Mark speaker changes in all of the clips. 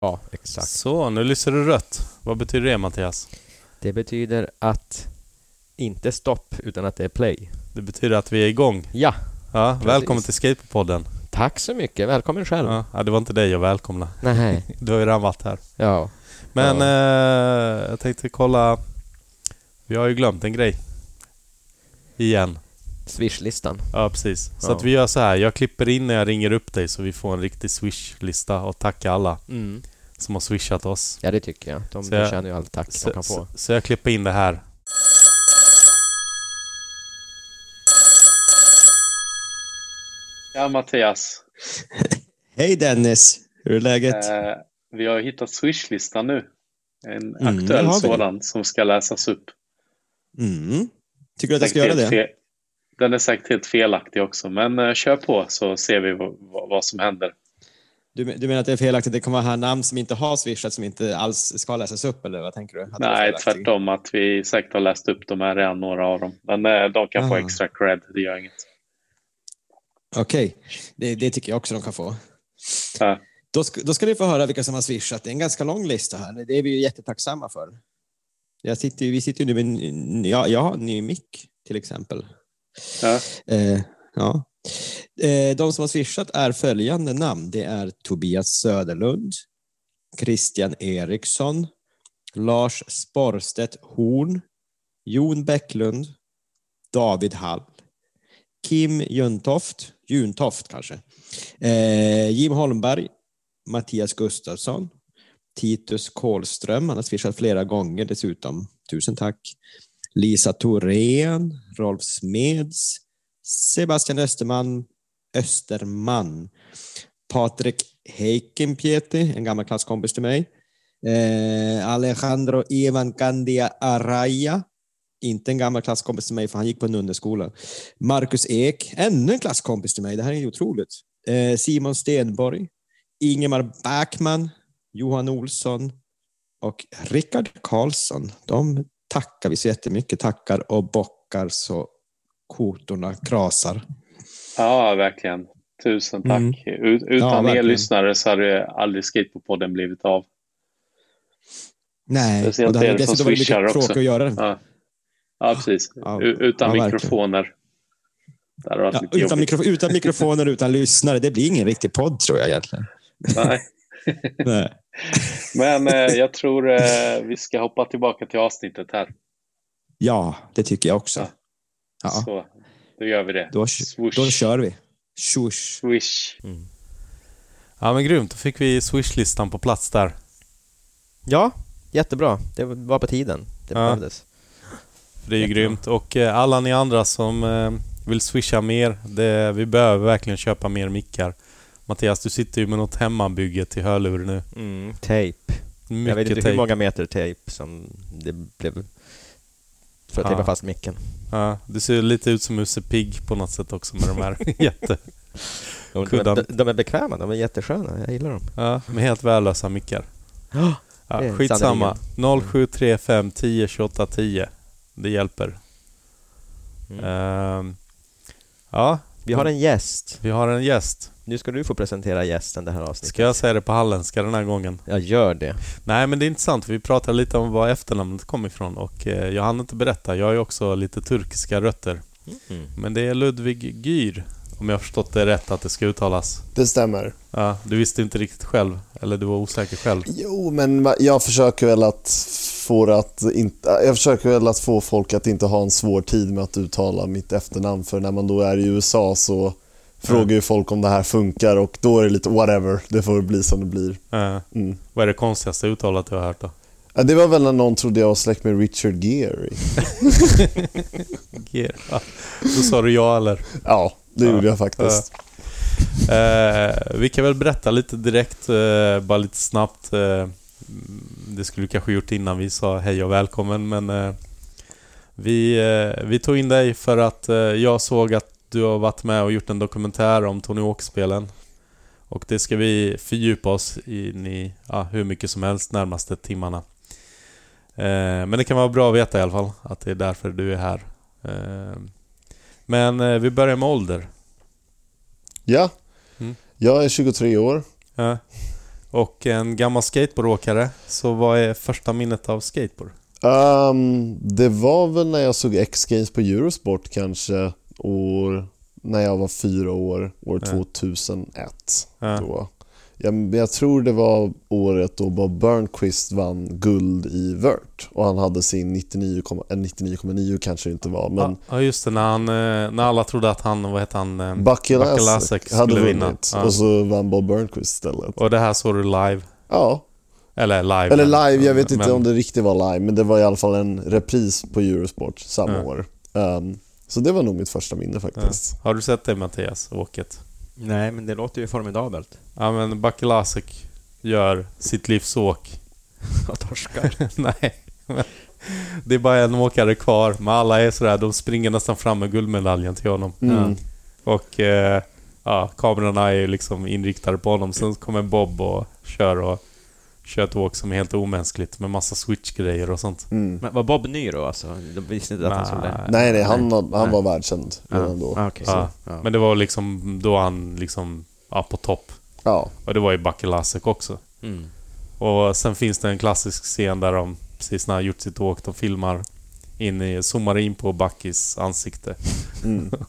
Speaker 1: Ja, exakt.
Speaker 2: Så, nu lyser det rött. Vad betyder det Mattias?
Speaker 1: Det betyder att inte stopp, utan att det är play.
Speaker 2: Det betyder att vi är igång.
Speaker 1: Ja,
Speaker 2: Ja,
Speaker 1: Precis.
Speaker 2: välkommen till Skatepodden.
Speaker 1: tack så mycket. Välkommen själv.
Speaker 2: Ja, ja, det var inte dig jag välkomna.
Speaker 1: Nej,
Speaker 2: Du har ju redan varit här.
Speaker 1: ja.
Speaker 2: Men
Speaker 1: Ja.
Speaker 2: eh, jag tänkte kolla. Vi har ju glömt en grej. Igen.
Speaker 1: Swishlistan.
Speaker 2: Ja, precis. Så
Speaker 1: Ja.
Speaker 2: att vi gör så här. Jag klipper in när jag ringer upp dig så vi får en riktig swish-lista och tacka alla
Speaker 1: Mm.
Speaker 2: som har swishat oss.
Speaker 1: Ja, det tycker jag. De
Speaker 2: Så jag-
Speaker 1: förtjänar ju allt tack de
Speaker 2: Så,
Speaker 1: kan
Speaker 2: så,
Speaker 1: få.
Speaker 2: så jag klipper in det här.
Speaker 3: Ja, Mattias.
Speaker 4: Hej Dennis! Hur är läget?
Speaker 3: Eh, vi har ju hittat Swish-listan nu. En
Speaker 4: Mm,
Speaker 3: aktuell
Speaker 4: det har vi.
Speaker 3: sådan som ska läsas upp.
Speaker 4: Mm. Tycker du att jag ska göra
Speaker 3: Säkert
Speaker 4: det?
Speaker 3: helt fe- Den är säkert helt felaktig också, men eh, kör på så ser vi vad, vad, vad som händer.
Speaker 4: Du, du menar att det är felaktigt? Det kommer att ha namn som inte har swishat som inte alls ska läsas upp eller vad tänker du? Att det är
Speaker 3: Nej,
Speaker 4: felaktigt?
Speaker 3: tvärtom att vi säkert har läst upp de här redan, några av dem. Men eh, de kan få
Speaker 4: Ah.
Speaker 3: extra cred, det gör inget.
Speaker 4: Okej, det, det tycker jag också de kan få.
Speaker 3: Ja.
Speaker 4: Då, ska, då ska ni få höra vilka som har swishat. Det är en ganska lång lista här. Det är vi ju jättetacksamma för. Jag sitter, ju- vi sitter ju nu med en ny- ja, jag har en ny mick till exempel.
Speaker 3: Ja.
Speaker 4: Eh, ja. eh, de som har swishat är följande namn. Det är Tobias Söderlund, Christian Eriksson, Lars Sporstedt Horn, Jon Bäcklund, David Hall, Kim Juntoft, Juntoft kanske, eh, Jim Holmberg, Mattias Gustafsson, Titus Kålström, han har swishat flera gånger dessutom. Tusen tack. Lisa Thorén, Rolf Smeds, Sebastian Österman, Österman, Patrik Heikinpieti, en gammal klasskompis till mig, eh, Alejandro Ivan Gandia Araya, inte en gammal klasskompis till mig för han gick på en underskola. Marcus Ek, ännu en klasskompis till mig, det här är ju otroligt. Eh, Simon Stenborg, Ingemar Backman, Johan Olsson och Rickard Karlsson. De tackar vi så jättemycket, tackar och bockar så kotorna krasar.
Speaker 3: Ja, verkligen. Tusen tack.
Speaker 4: Mm.
Speaker 3: Ut, utan er
Speaker 4: verkligen.
Speaker 3: lyssnare så hade ju aldrig Skateboardpodden blivit av.
Speaker 4: Nej,
Speaker 3: Speciellt
Speaker 4: och det hade
Speaker 3: er som
Speaker 4: dessutom varit
Speaker 3: swishar
Speaker 4: mycket
Speaker 3: också.
Speaker 4: tråkigt att göra den.
Speaker 3: Ja, ja precis.
Speaker 4: Ja,
Speaker 3: U- utan
Speaker 4: ja, verkligen.
Speaker 3: mikrofoner. Det hade varit
Speaker 4: Ja,
Speaker 3: lite
Speaker 4: utan,
Speaker 3: jobbigt.
Speaker 4: mikrof- utan mikrofoner, utan lyssnare, det blir ingen riktig podd tror jag egentligen.
Speaker 3: Nej.
Speaker 4: Nej.
Speaker 3: Men eh, jag tror eh, vi ska hoppa tillbaka till avsnittet här.
Speaker 4: Ja, det tycker jag också.
Speaker 3: Ja.
Speaker 4: Ja,
Speaker 3: Så, då gör vi det.
Speaker 4: då,
Speaker 3: Swoosh.
Speaker 4: då kör vi. Tjosh.
Speaker 3: Swish.
Speaker 2: Mm. Ja men grymt, då fick vi swish-listan på plats där.
Speaker 1: Ja, jättebra. Det var på tiden. Det
Speaker 2: Ja.
Speaker 1: behövdes.
Speaker 2: För det är ju
Speaker 1: Jättebra.
Speaker 2: grymt. Och eh, alla ni andra som eh, vill swisha mer, det, vi behöver verkligen köpa mer mickar. Mattias, du sitter ju med något hemmabygge till hörlur nu.
Speaker 1: Mm, tejp.
Speaker 2: Mycket
Speaker 1: Jag vet inte
Speaker 2: tejp.
Speaker 1: hur många meter tejp som det blev för att
Speaker 2: Ja.
Speaker 1: tejpa fast micken.
Speaker 2: Ja, du ser lite ut som Musse Pigg på något sätt också med de här jätte...
Speaker 1: De,
Speaker 2: Kuddan.
Speaker 1: de, de är bekväma, de är jättesköna. Jag gillar dem.
Speaker 2: Ja, med helt värdelösa mickar.
Speaker 1: Ja,
Speaker 2: Ja,
Speaker 1: det är Mm.
Speaker 2: skitsamma. 0735 10 28 10. Det hjälper.
Speaker 1: Mm.
Speaker 2: Ehm, ja,
Speaker 1: Vi har en gäst.
Speaker 2: vi har en gäst.
Speaker 1: Nu ska du få presentera gästen det här avsnittet.
Speaker 2: Ska jag säga det på halländska den här gången?
Speaker 1: Jag gör det.
Speaker 2: Nej men det är intressant, vi pratade lite om var efternamnet kom ifrån och eh, jag hann inte berätta, jag har ju också lite turkiska rötter. Men det är Ludvig Gyr, om jag har förstått det rätt att det ska uttalas.
Speaker 5: Det stämmer.
Speaker 2: Ja, du visste inte riktigt själv, eller du var osäker själv.
Speaker 5: Jo, men ma- jag försöker väl att få, det att inte, jag försöker väl att få folk att inte ha en svår tid med att uttala mitt efternamn. För när man då är i USA så
Speaker 2: Mm.
Speaker 5: frågar ju folk om det här funkar och då är det lite whatever, det får bli som det blir.
Speaker 2: Eh,
Speaker 5: Mm.
Speaker 2: vad är det konstigaste uttalet du har hört då?
Speaker 5: Ja, Det var väl när någon trodde jag var släkt med Richard Gere.
Speaker 2: Gyr. Ja, då sa du ja eller?
Speaker 5: Ja, det
Speaker 2: Ja.
Speaker 5: gjorde jag faktiskt.
Speaker 2: Eh, vi kan väl berätta lite direkt, eh, bara lite snabbt. Eh, det skulle vi kanske gjort innan vi sa hej och välkommen, men eh, vi, eh, vi tog in dig för att eh, jag såg att du har varit med och gjort en dokumentär om Tony Hawk-spelen. Och det ska vi fördjupa oss in i ja, hur mycket som helst närmaste timmarna. Eh, men det kan vara bra att veta i alla fall, att det är därför du är här. Eh, men eh, vi börjar med ålder.
Speaker 5: Ja,
Speaker 2: Mm.
Speaker 5: jag är 23 år.
Speaker 2: Ja. och en gammal skateboardåkare. Så vad är första minnet av skateboard?
Speaker 5: Ehm, det var väl när jag såg X-Games på Eurosport kanske, år, när jag var fyra år, år
Speaker 2: Ja.
Speaker 5: 2001.
Speaker 2: Ja.
Speaker 5: Då. Jag, jag tror det var året då Bob Burnquist vann guld i Vert och han hade sin 99,9 eh, 99,9 kanske det inte var, men
Speaker 2: Ja just det, när, han, eh, när alla trodde att han, vad hette han? eh,
Speaker 5: Bucky
Speaker 2: Bucky
Speaker 5: Lasek
Speaker 2: Lasek
Speaker 5: hade
Speaker 2: skulle vinna.
Speaker 5: vunnit
Speaker 2: Ja.
Speaker 5: och så vann Bob Burnquist istället.
Speaker 2: Och det här såg du live?
Speaker 5: Ja,
Speaker 2: Eller live?
Speaker 5: Eller
Speaker 2: men-
Speaker 5: live, jag vet inte
Speaker 2: men-
Speaker 5: om det riktigt var live, men det var i alla fall en repris på Eurosport samma
Speaker 2: Ja.
Speaker 5: år. Ehm, så det var nog mitt första minne faktiskt.
Speaker 2: Har du sett det Mattias, åket?
Speaker 1: Nej, men det låter ju formidabelt.
Speaker 2: Ja men Bucky Lasek gör sitt livs åk.
Speaker 1: Jag torskar.
Speaker 2: Nej. men Det är bara en åkare kvar, men alla är sådär, de springer nästan fram med guldmedaljen till honom.
Speaker 5: Mm.
Speaker 2: Och eh, ja, kamerorna är ju liksom inriktade på honom. Sen kommer Bob och kör och kör ett åk som är helt omänskligt med massa switchgrejer och sånt.
Speaker 5: Mm.
Speaker 1: Men var Bob ny då alltså? De visste inte att han såg det?
Speaker 5: Nej, nej, han, han
Speaker 1: Nej.
Speaker 5: var världskänd redan då.
Speaker 1: Ah, okej.
Speaker 2: Ja.
Speaker 1: Så, ja.
Speaker 2: Men det var liksom då han liksom, ja, på topp.
Speaker 5: Ja.
Speaker 2: Och det var ju Bucky Lasek också.
Speaker 1: Mm.
Speaker 2: Och sen finns det en klassisk scen där de, precis när han gjort sitt åk, de filmar in i, zoomar in på Buckys ansikte.
Speaker 5: Mm.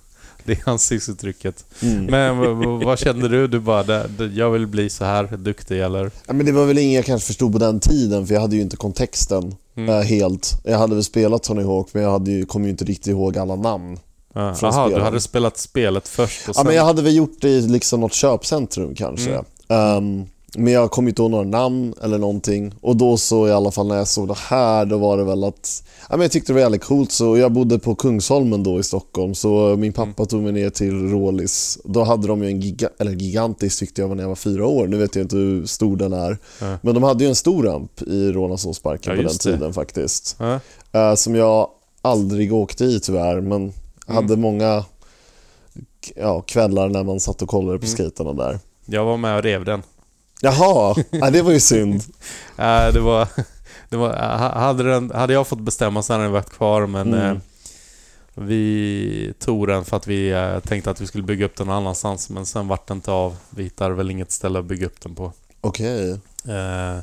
Speaker 2: Det är ansiktsuttrycket.
Speaker 5: Mm.
Speaker 2: Men vad- vad- vad kände du? Du bara, "Det- det- jag vill bli så här duktig eller?
Speaker 5: Ja, men det var väl inget jag kanske förstod på den tiden, för jag hade ju inte kontexten
Speaker 2: Mm.
Speaker 5: eh, helt. Jag hade väl spelat Tony Hawk, men jag hade ju, kom ju inte riktigt ihåg alla namn.
Speaker 2: Ja,
Speaker 5: Från
Speaker 2: Jaha, du
Speaker 5: spelen.
Speaker 2: hade spelat spelet först och
Speaker 5: Ja,
Speaker 2: sen... Mm.
Speaker 5: men jag hade väl gjort det i liksom något köpcentrum kanske. Ehm, men jag kom inte ihåg några namn eller någonting. Och då så i alla fall när jag såg det här, då var det väl att... Ja, men jag tyckte det var jävligt coolt. Så jag bodde på Kungsholmen då i Stockholm, så min pappa
Speaker 2: Mm.
Speaker 5: tog mig ner till Rålis. Då hade de ju en giga, eller gigantisk tyckte jag var när jag var fyra år. Nu vet jag inte hur stor den är.
Speaker 2: Ja.
Speaker 5: Men de hade ju en stor ramp i Rålambshovsparken
Speaker 2: Ja,
Speaker 5: på den
Speaker 2: just det.
Speaker 5: tiden faktiskt.
Speaker 2: Ja.
Speaker 5: Eh, som jag aldrig åkte i tyvärr, men
Speaker 2: Mm.
Speaker 5: hade många k- ja, kvällar när man satt och kollade på
Speaker 2: Mm.
Speaker 5: skaterna där.
Speaker 2: Jag var med och rev den.
Speaker 5: Jaha, ja, det var ju synd.
Speaker 2: Eh, det var, det var, ha- hade, den, hade jag fått bestämma så hade den varit kvar men
Speaker 5: Mm.
Speaker 2: eh, vi tog den för att vi eh, tänkte att vi skulle bygga upp den någon annanstans men sen vart den inte av. Vi hittade väl inget ställe att bygga upp den på.
Speaker 5: Okej.
Speaker 2: Eh,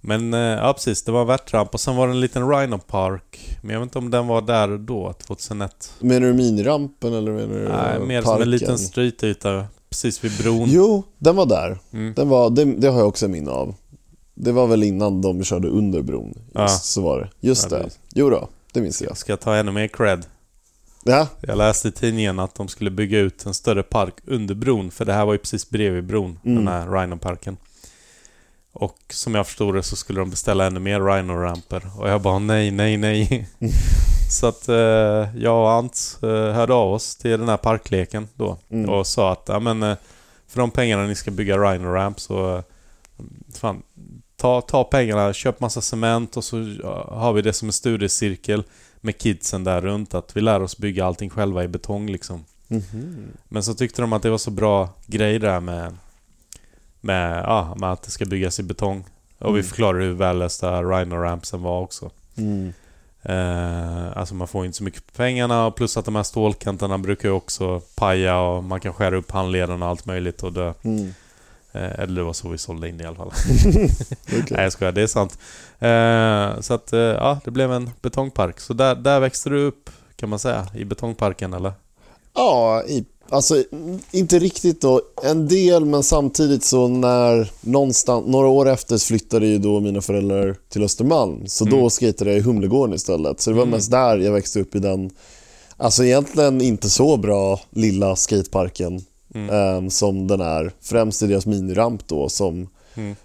Speaker 2: men eh, ja, precis. Det var en värtramp och sen var det en liten Rhino Park. Men jag vet inte om den var där då, 2001.
Speaker 5: Menar du minirampen eller menar du
Speaker 2: Nej, mer som
Speaker 5: Eh, parken?
Speaker 2: en liten streetyta precis vid bron.
Speaker 5: Jo, den var där.
Speaker 2: Mm.
Speaker 5: Den var, det, det har jag också minne av. Det var väl innan de körde under bron. Just,
Speaker 2: Ja.
Speaker 5: Så var det. Just
Speaker 2: Ja,
Speaker 5: det.
Speaker 2: precis.
Speaker 5: Jo då, det minns jag.
Speaker 2: Ska jag ta ännu mer cred?
Speaker 5: Ja,
Speaker 2: Jag läste i tidningen att de skulle bygga ut en större park under bron, för det här var ju precis bredvid bron,
Speaker 5: Mm.
Speaker 2: den här Rhino-parken. Och som jag förstod det så skulle de beställa ännu mer Rhino-ramper. Och jag bara nej, nej, nej. så att eh, jag och Ant eh, hörde av oss till den här parkleken då.
Speaker 5: Mm.
Speaker 2: Och sa att, ja men eh, för de pengarna ni ska bygga Rhino-ramp så... Eh, fan, ta, ta pengarna, köp massa cement och så ja, har vi det som en studiecirkel med kidsen där runt att vi lär oss bygga allting själva i betong liksom. Men så tyckte de att det var så bra grej där med, med, ja, med att det ska byggas i betong. Och vi förklarade hur vällösta Rhino-rampsen var också.
Speaker 5: mm.
Speaker 2: Eh, alltså man får ju inte så mycket för pengarna och plus att de här stålkanterna brukar ju också paja och man kan skära upp handleden och allt möjligt och dö.
Speaker 5: Mm.
Speaker 2: Eh, eller det var så vi sålde in det i alla fall.
Speaker 5: Okej.
Speaker 2: Nej jag skojar, det är sant. Eh, så att, eh, ja, det blev en betongpark. Så där, där växte du upp, kan man säga, i betongparken eller?
Speaker 5: Ja, i, alltså mm, inte riktigt då. En del, men samtidigt så när någonstans, några år efter flyttade ju då mina föräldrar till Östermalm. Så då skejtade jag i Humlegården istället. Så det var mest där jag växte upp i den, alltså egentligen inte så bra lilla skateparken ehm, som den är. Främst i deras miniramp då som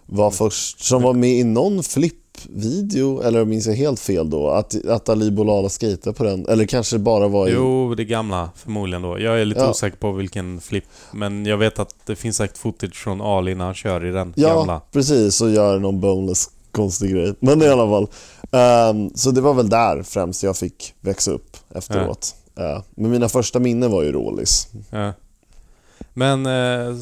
Speaker 5: var först, som var med i någon flippvideo, eller minns jag helt fel då, att, att Ali Bolala skejtade på den, eller kanske bara var i...
Speaker 2: Jo, det gamla förmodligen då. Jag är lite
Speaker 5: Ja.
Speaker 2: osäker på vilken flip, men jag vet att det finns säkert footage från Ali när han kör i den
Speaker 5: Ja,
Speaker 2: gamla.
Speaker 5: precis. Och gör någon boneless konstig grej. Men i alla fall. Ehm, så det var väl där främst jag fick växa upp efteråt. Eh, men mina första minnen var ju Rålis.
Speaker 2: Ja. Men eh,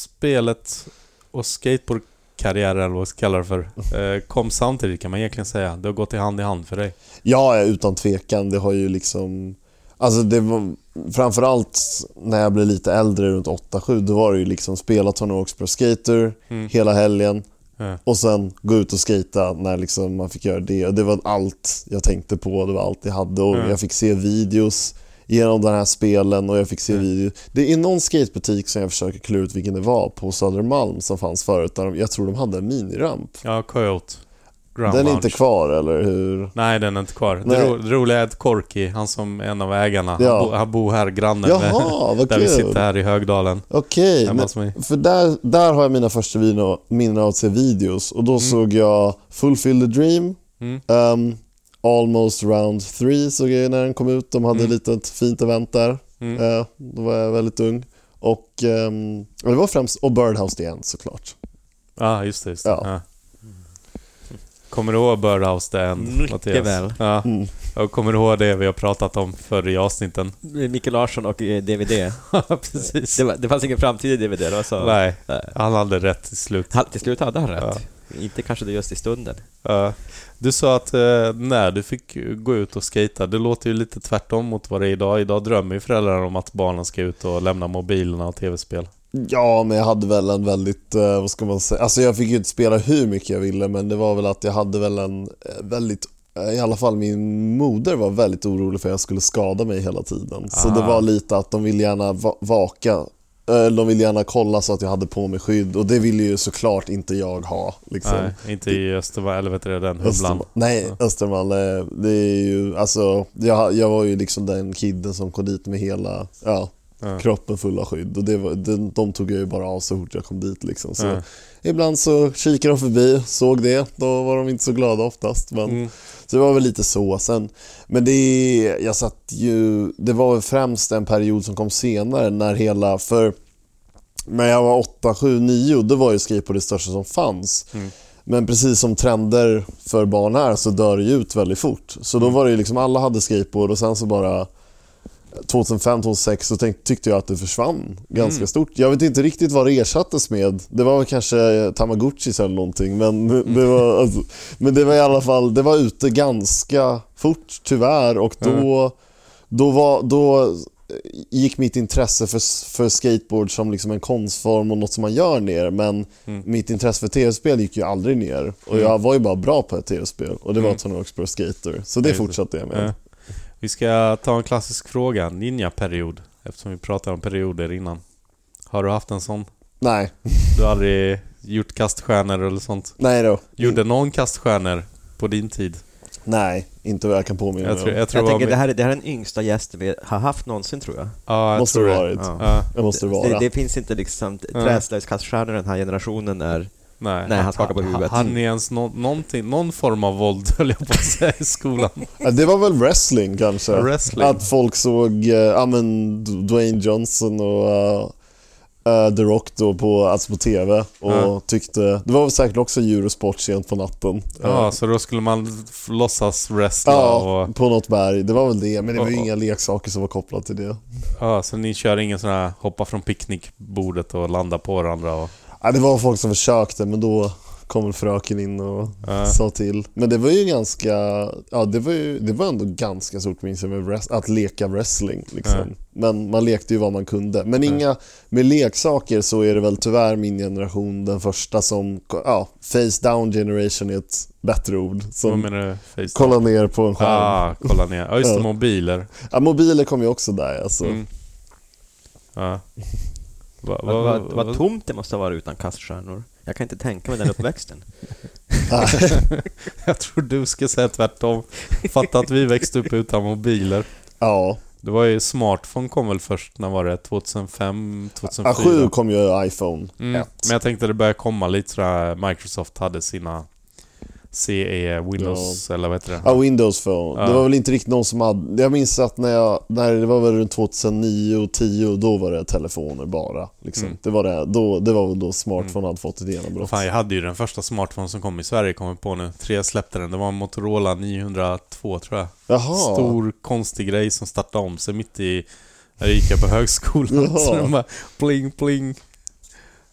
Speaker 2: spelet och skateboardkarriären, eller vad jag ska kalla det för, eh, kom samtidigt kan man egentligen säga. Det har gått i hand i hand för dig.
Speaker 5: Ja, ja, utan tvekan. Det har ju liksom... Alltså det var, framförallt när jag blev lite äldre, runt 8-7, då var det ju liksom spela Tony Hawk's Pro Skater hela helgen
Speaker 2: Mm. Ja.
Speaker 5: och sen gå ut och skata när liksom man fick göra det. Och Det var allt jag tänkte på, det var allt jag hade och jag fick se videos genom de här spelen och jag fick se videos. Det är någon skatebutik som jag försöker klura ut vilken det var på Södermalm som fanns förut. Där de, jag tror de hade en miniramp.
Speaker 2: Ja, Coyote. Ground
Speaker 5: Den är
Speaker 2: Lounge.
Speaker 5: inte kvar, eller hur?
Speaker 2: Nej, den är inte kvar. Det,
Speaker 5: Nej.
Speaker 2: ro, det roliga är att Korki, han som är en av ägarna,
Speaker 5: Ja.
Speaker 2: han, bo, han bor här, grannen
Speaker 5: Jaha, vad
Speaker 2: där vi
Speaker 5: kul.
Speaker 2: sitter här i Högdalen.
Speaker 5: Okej,
Speaker 2: Hemma
Speaker 5: men-
Speaker 2: hos mig.
Speaker 5: för där, där har jag mina första vino- minnen av att se videos och då såg jag Fulfill the Dream,
Speaker 2: Mm.
Speaker 5: ehm, Almost Round 3 såg jag när den kom ut. De hade ett litet fint event där.
Speaker 2: Mm.
Speaker 5: Eh, då var jag väldigt ung. Och ehm, det var främst, och Birdhouse igen såklart.
Speaker 2: Ja, just det. Just det.
Speaker 5: Ja.
Speaker 2: Ja. Kommer du ihåg Birdhouse The End,
Speaker 1: Mycket
Speaker 2: Mattias?
Speaker 1: väl.
Speaker 2: Ja.
Speaker 5: Mm.
Speaker 2: Jag kommer ihåg det vi har pratat om förr i avsnitten.
Speaker 1: Mikael Larsson och eh, DVD.
Speaker 2: Precis.
Speaker 1: Det, var, det fanns ingen framtid i DVD, det var så...
Speaker 2: Nej,
Speaker 1: Nej.
Speaker 2: han hade rätt till slut.
Speaker 1: Han, till slut hade han rätt. Inte kanske det just i stunden.
Speaker 2: Ja. Du sa att eh, när du fick gå ut och skata, det låter ju lite tvärtom mot vad det är idag. Idag drömmer ju föräldrarna om att barnen ska ut och lämna mobilerna och tv-spel.
Speaker 5: Ja, men jag hade väl en väldigt, eh, vad ska man säga, alltså jag fick ju inte spela hur mycket jag ville men det var väl att jag hade väl en eh, väldigt eh, i alla fall min moder var väldigt orolig för att jag skulle skada mig hela tiden. Så det
Speaker 2: Ah.
Speaker 5: var lite att de ville gärna va- vaka, eh, de ville gärna kolla så att jag hade på mig skydd och det ville ju såklart inte jag ha. Liksom.
Speaker 2: Nej, inte i Östermalm, eller vet du det, den humlan.
Speaker 5: Östermalm. Nej, Östermalm. eh, Det är ju, alltså, jag, jag var ju liksom den kidden som kom dit med hela ja,
Speaker 2: Ja.
Speaker 5: kroppen full av skydd. Och det var, de, de tog jag ju bara av så fort jag kom dit. Liksom. Så
Speaker 2: Ja.
Speaker 5: Ibland så kikade de förbi, såg det. Då var de inte så glada oftast. Men,
Speaker 2: Mm.
Speaker 5: Så det var väl lite så. Sen, men det, jag satt ju, det var väl främst en period som kom senare när hela... för när jag var 8, 7, 9 då var ju skateboard det största som fanns. Men precis som trender för barn är så dör det ju ut väldigt fort. Så då var det ju liksom, alla hade skateboard och sen så bara 2005, 2006 så tänk, tyckte jag att det försvann ganska stort. Jag vet inte riktigt vad det ersattes med. Det var väl kanske tamagotchis eller någonting. Men det var, alltså, men det var i alla fall, det var ute ganska fort tyvärr och då, då, var, då eh, gick mitt intresse för, för skateboard som liksom en konstform och något som man gör ner. Men
Speaker 2: Mm.
Speaker 5: mitt intresse för tv-spel gick ju aldrig ner. Och jag var ju bara bra på ett tv-spel och det var Tony Hawk's Pro Skater. Så
Speaker 2: Mm. Ja,
Speaker 5: det
Speaker 2: just det.
Speaker 5: fortsatte jag med.
Speaker 2: Ja. Vi ska ta en klassisk fråga, ninja-period. Eftersom vi pratade om perioder innan. Har du haft en sån?
Speaker 5: Nej,
Speaker 2: Du har aldrig gjort kaststjärnor eller sånt?
Speaker 5: nej då.
Speaker 2: Gjorde någon kaststjärnor på din tid?
Speaker 5: Nej, inte vad jag kan påminna
Speaker 2: Jag tror,
Speaker 5: mig om.
Speaker 2: jag tror
Speaker 1: jag
Speaker 2: det var
Speaker 1: tänker,
Speaker 2: min-
Speaker 1: det här, är- det här är den yngsta gästen vi har haft någonsin, tror jag.
Speaker 2: Ja, jag
Speaker 5: Måste
Speaker 2: tror
Speaker 5: det
Speaker 2: det.
Speaker 5: varit.
Speaker 1: Ja.
Speaker 2: Ja,
Speaker 5: Det måste det
Speaker 1: Det,
Speaker 5: vara.
Speaker 1: det finns inte liksom
Speaker 2: Nej.
Speaker 1: träslöjdskaststjärnor den här generationen är.
Speaker 2: nej.
Speaker 1: Nej, han skakar på huvudet.
Speaker 2: Han är ens nå- någonting, någon form av våld, höll jag på att säga, i skolan.
Speaker 5: Ja, Det var väl wrestling kanske?
Speaker 2: Wrestling.
Speaker 5: Att folk såg eh, ja, men D- Dwayne Johnson och eh, eh, The Rock då på, alltså på TV och
Speaker 2: Ja.
Speaker 5: tyckte... Det var väl säkert också Eurosport sent på natten.
Speaker 2: Ja,
Speaker 5: Eh,
Speaker 2: så då skulle man f- låtsas wrestla
Speaker 5: ja,
Speaker 2: och...
Speaker 5: på något berg. Det var väl det, men det var ju
Speaker 2: Och-
Speaker 5: inga leksaker som var kopplat till det.
Speaker 2: Ja, så ni kör ingen sån här hoppa från picknickbordet och landa på varandra och...
Speaker 5: Ja, det var folk som försökte, men då kom väl fröken in och
Speaker 2: Ja.
Speaker 5: sa till. Men det var ju ganska... Ja, det var ju det var ändå ganska stort minns jag, med wrest- att leka wrestling. Liksom.
Speaker 2: Ja.
Speaker 5: Men man lekte ju vad man kunde. Men inga... Med leksaker så är det väl tyvärr min generation den första som... Ja, face down generation är ett bättre ord.
Speaker 2: Vad
Speaker 5: Som
Speaker 2: menar du? Facebook?
Speaker 5: kollar ner på en skärm.
Speaker 2: Ah, kolla ner. Ja, just det,
Speaker 5: Ja.
Speaker 2: mobiler.
Speaker 5: Ja, mobiler kom ju också där alltså.
Speaker 2: Mm. Ja. Va, va,
Speaker 1: Vad,
Speaker 2: va,
Speaker 1: vad, vad tomt det måste ha varit utan kaststjärnor. Jag kan inte tänka mig den uppväxten.
Speaker 2: jag tror du ska säga tvärtom. Fatta att vi växte upp utan mobiler.
Speaker 5: Ja.
Speaker 2: Det var ju smartphone kom väl först, när var det? 2005, 2004?
Speaker 5: ja, sju kom ju iPhone
Speaker 2: Mm.
Speaker 5: 1.
Speaker 2: Men jag tänkte det började komma lite sådär, Microsoft hade sina CE, Windows eller vad heter det?
Speaker 5: Ja, Windows Phone.
Speaker 2: Ja.
Speaker 5: Det var väl inte riktigt någon som hade... Jag minns att när jag... När det var väl runt 2009 och 10 då var det telefoner bara. Liksom.
Speaker 2: Mm.
Speaker 5: Det, var det, då, det var väl då smartphone hade fått ett
Speaker 2: Och
Speaker 5: genombrott.
Speaker 2: Fan, jag hade ju den första smartphone som kom i Sverige, kommer jag på nu. Tre släppte den. Det var en Motorola 902 tror jag.
Speaker 5: Jaha.
Speaker 2: Stor konstig grej som startade om sig mitt i... När jag gick jag på högskolan.
Speaker 5: Jaha.
Speaker 2: Så den bara pling pling.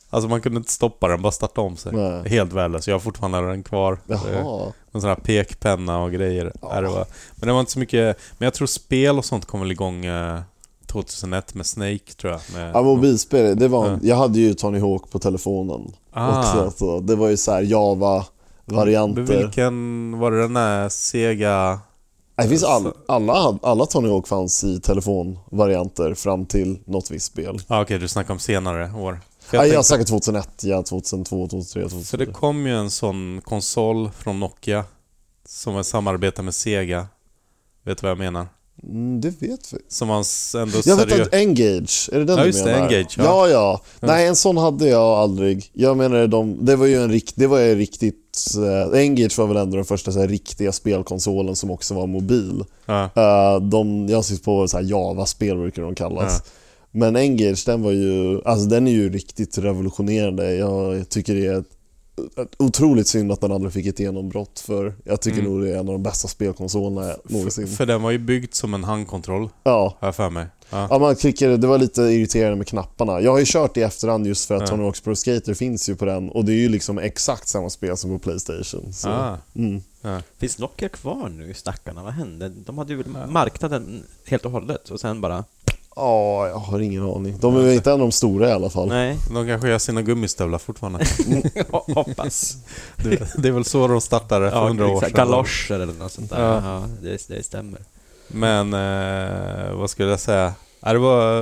Speaker 2: Alltså man kunde inte stoppa den, bara starta om sig.
Speaker 5: Nej.
Speaker 2: Helt värdelös. Jag har fortfarande den kvar. Eh,
Speaker 5: Jaha.
Speaker 2: Någon sån här pekpenna och grejer. Ja. Det var. Men det var inte så mycket... Men jag tror spel och sånt kom väl igång eh, 2001 med Snake tror jag. Med,
Speaker 5: Ja, mobilspel, det var,
Speaker 2: Ja.
Speaker 5: jag hade ju Tony Hawk på telefonen
Speaker 2: Ah.
Speaker 5: också. Så det var ju så här
Speaker 2: Men
Speaker 5: Java-varianter.
Speaker 2: vilken... Var det den där Sega...
Speaker 5: Det finns all,
Speaker 2: Alltså-
Speaker 5: alla, alla Tony Hawk fanns i telefonvarianter fram till något visst spel.
Speaker 2: Ja okej, du snackar om senare år. För
Speaker 5: Jag,
Speaker 2: jag
Speaker 5: Nej, jag
Speaker 2: tänkte-
Speaker 5: säkert 2001, ja, 2002, 2003,
Speaker 2: För det
Speaker 5: 2004.
Speaker 2: kom ju en sån konsol från Nokia som är samarbete med Sega. Vet du vad jag menar?
Speaker 5: Mm, det vet vi.
Speaker 2: Som var s- ändå
Speaker 5: Jag vet
Speaker 2: seriös...
Speaker 5: att Engage, är det den
Speaker 2: Ja,
Speaker 5: du
Speaker 2: just det,
Speaker 5: menar?
Speaker 2: Engage, ja.
Speaker 5: ja. ja, Nej, en sån hade jag aldrig. Jag menar de, det var ju en rikt, det var ju riktigt... Eh, Engage var väl ändå den första så här, riktiga spelkonsolen som också var mobil.
Speaker 2: Ja.
Speaker 5: Eh, de, jag syns på så här Java-spel brukar de kallas. Men Engage, den var ju, alltså den är ju riktigt revolutionerande. Jag, tycker det är ett, ett otroligt synd att den aldrig fick ett genombrott för jag tycker
Speaker 2: Mm.
Speaker 5: nog det är en av de bästa spelkonsolerna någonsin.
Speaker 2: För den var ju byggd som en handkontroll,
Speaker 5: ja.
Speaker 2: har jag för mig. Ja.
Speaker 5: Ja, man klickade, det var lite irriterande med knapparna. Jag har ju kört i efterhand just för att
Speaker 2: Ja.
Speaker 5: Tony Hawk's Pro Skater finns ju på den och det är ju liksom exakt samma spel som på Playstation. Så.
Speaker 2: Ah.
Speaker 5: Mm.
Speaker 6: Finns Nokia kvar nu, stackarna? Vad hände? De hade ju väl marknaden helt och hållet och sen bara...
Speaker 5: Ja, jag har ingen aning. De är väl inte en av de stora i alla fall.
Speaker 6: Nej,
Speaker 2: De kanske gör sina gummistövlar fortfarande.
Speaker 6: hoppas.
Speaker 2: Det, det är väl så de startade för hundra år sedan.
Speaker 6: exakt. Galoscher eller något sånt där.
Speaker 2: Ja.
Speaker 6: Ja, det, det stämmer.
Speaker 2: Men eh, vad skulle jag säga? Ja, det var,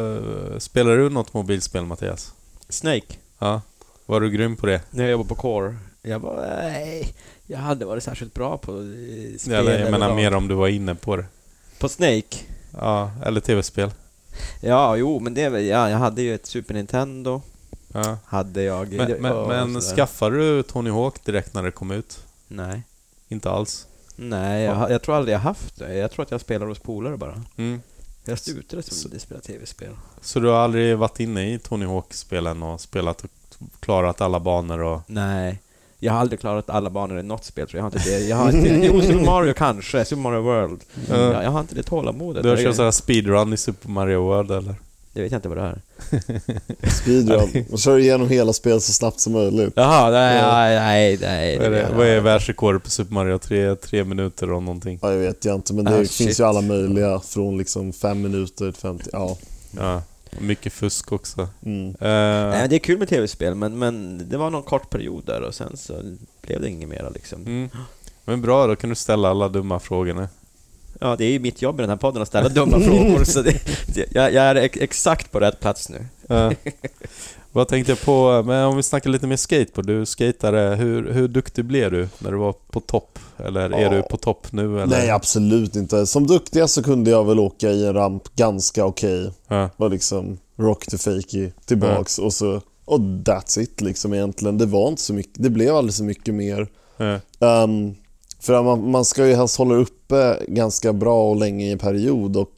Speaker 2: eh, spelar du något mobilspel Mattias?
Speaker 6: Snake.
Speaker 2: Ja. Var du grym på det?
Speaker 6: När jag jobbade på Core. Jag var... Nej, jag hade varit särskilt bra på eh, spel.
Speaker 2: Eller, jag menar
Speaker 6: överlag.
Speaker 2: mer om du var inne på det.
Speaker 6: På Snake?
Speaker 2: Ja, eller tv-spel.
Speaker 6: Ja, jo, men det... är väl- Ja, jag hade ju ett Super Nintendo.
Speaker 2: Ja.
Speaker 6: Hade jag...
Speaker 2: Men, men,
Speaker 6: och
Speaker 2: men
Speaker 6: sådär.
Speaker 2: skaffade du Tony Hawk direkt när det kom ut?
Speaker 6: Nej.
Speaker 2: Inte alls?
Speaker 6: Nej, jag, har- jag tror aldrig jag haft det. Jag tror att jag spelar hos polare bara.
Speaker 2: Mm.
Speaker 6: Jag slutade som spela tv-spel.
Speaker 2: Så du har aldrig varit inne i Tony Hawk-spelen och spelat och klarat alla banor och...
Speaker 6: Nej. Jag har aldrig klarat alla banor i något spel, så jag har inte det. Jag har inte, jo, Super Mario kanske, Super Mario World. Jag, jag har inte det tålamodet.
Speaker 2: Du har
Speaker 6: Det-
Speaker 2: kört sådär speedrun i Super Mario World eller?
Speaker 6: Det vet jag inte vad det är.
Speaker 5: Speedrun. Man kör igenom hela spelet så snabbt som möjligt.
Speaker 6: Jaha, nej, nej, nej. nej,
Speaker 2: Vad är, det,
Speaker 6: det-
Speaker 2: vad är världsrekordet på Super Mario 3? Tre minuter och någonting.
Speaker 5: Ja, jag vet jag inte, men det
Speaker 6: Ah,
Speaker 5: finns
Speaker 6: shit.
Speaker 5: ju alla möjliga. Från liksom fem minuter till 50. Ja.
Speaker 2: Ja. Och mycket fusk också.
Speaker 5: Mm.
Speaker 2: Eh,
Speaker 6: Nej, det är kul med tv-spel, men, men det var någon kort period där och sen så blev det inget mera liksom.
Speaker 2: mm. Men bra, då kan du ställa alla dumma frågorna.
Speaker 6: Ja, det är ju mitt jobb i den här podden att ställa dumma frågor, så det, det, jag, jag är ex- exakt på rätt plats nu.
Speaker 2: Eh, Vad tänkte jag på? Men om vi snackar lite mer skateboard. Du skatare, hur, hur duktig blev du när du var på topp? Eller är
Speaker 5: Ja.
Speaker 2: du på topp nu? Eller?
Speaker 5: Nej, absolut inte. Som duktigast så kunde jag väl åka i en ramp ganska okej.
Speaker 2: Ja.
Speaker 5: var liksom rock to fakey tillbaks och så och that's it liksom egentligen. Det var inte så mycket, det blev aldrig så mycket mer.
Speaker 2: Ja.
Speaker 5: Ehm, för att man, man ska ju helst hålla uppe ganska bra och länge i en period och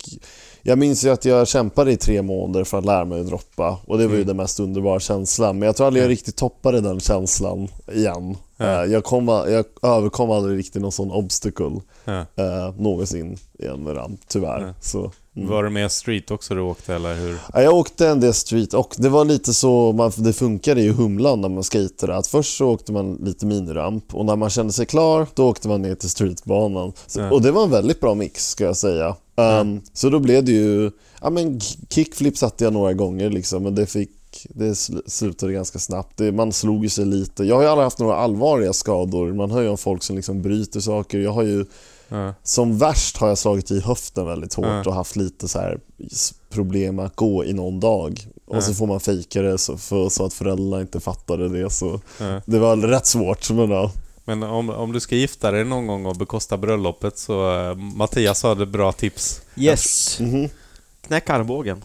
Speaker 5: jag minns ju att jag kämpade i tre månader för att lära mig att droppa och det var ju den mest underbara känslan. Men jag tror aldrig jag riktigt toppade den känslan igen. Eh, jag, kom, jag överkom aldrig riktigt någon sån obstacle
Speaker 2: Ja.
Speaker 5: uh, någonsin igen med ramp, tyvärr.
Speaker 2: Ja.
Speaker 5: Så, mm.
Speaker 2: Var det mer street också du åkte eller hur?
Speaker 5: Ja, jag åkte en del street och det var lite så man, det funkade i Humlan när man skejtade. Att först så åkte man lite miniramp och när man kände sig klar då åkte man ner till streetbanan. Så,
Speaker 2: Ja.
Speaker 5: Och det var en väldigt bra mix ska jag säga. Ehm, Så då blev det ju, ja men k- kickflip satte jag några gånger liksom men det fick det sl- slutade ganska snabbt. Det, man slog ju sig lite. Jag har ju aldrig haft några allvarliga skador. Man hör ju om folk som liksom bryter saker. Jag har ju
Speaker 2: Ja.
Speaker 5: som värst har jag slagit i höften väldigt hårt
Speaker 2: Ja.
Speaker 5: och haft lite så här s- problem att gå i någon dag. Och
Speaker 2: Ja.
Speaker 5: så får man fejka det så, för, så att föräldrarna inte fattade det. Så
Speaker 2: Ja.
Speaker 5: det var rätt svårt. Men ja.
Speaker 2: Men om, om du ska gifta dig någon gång och bekosta bröllopet så eh, Mattias hade bra tips.
Speaker 6: Yes!
Speaker 2: Mm-hmm.
Speaker 5: Mhm.
Speaker 6: Knäck armbågen.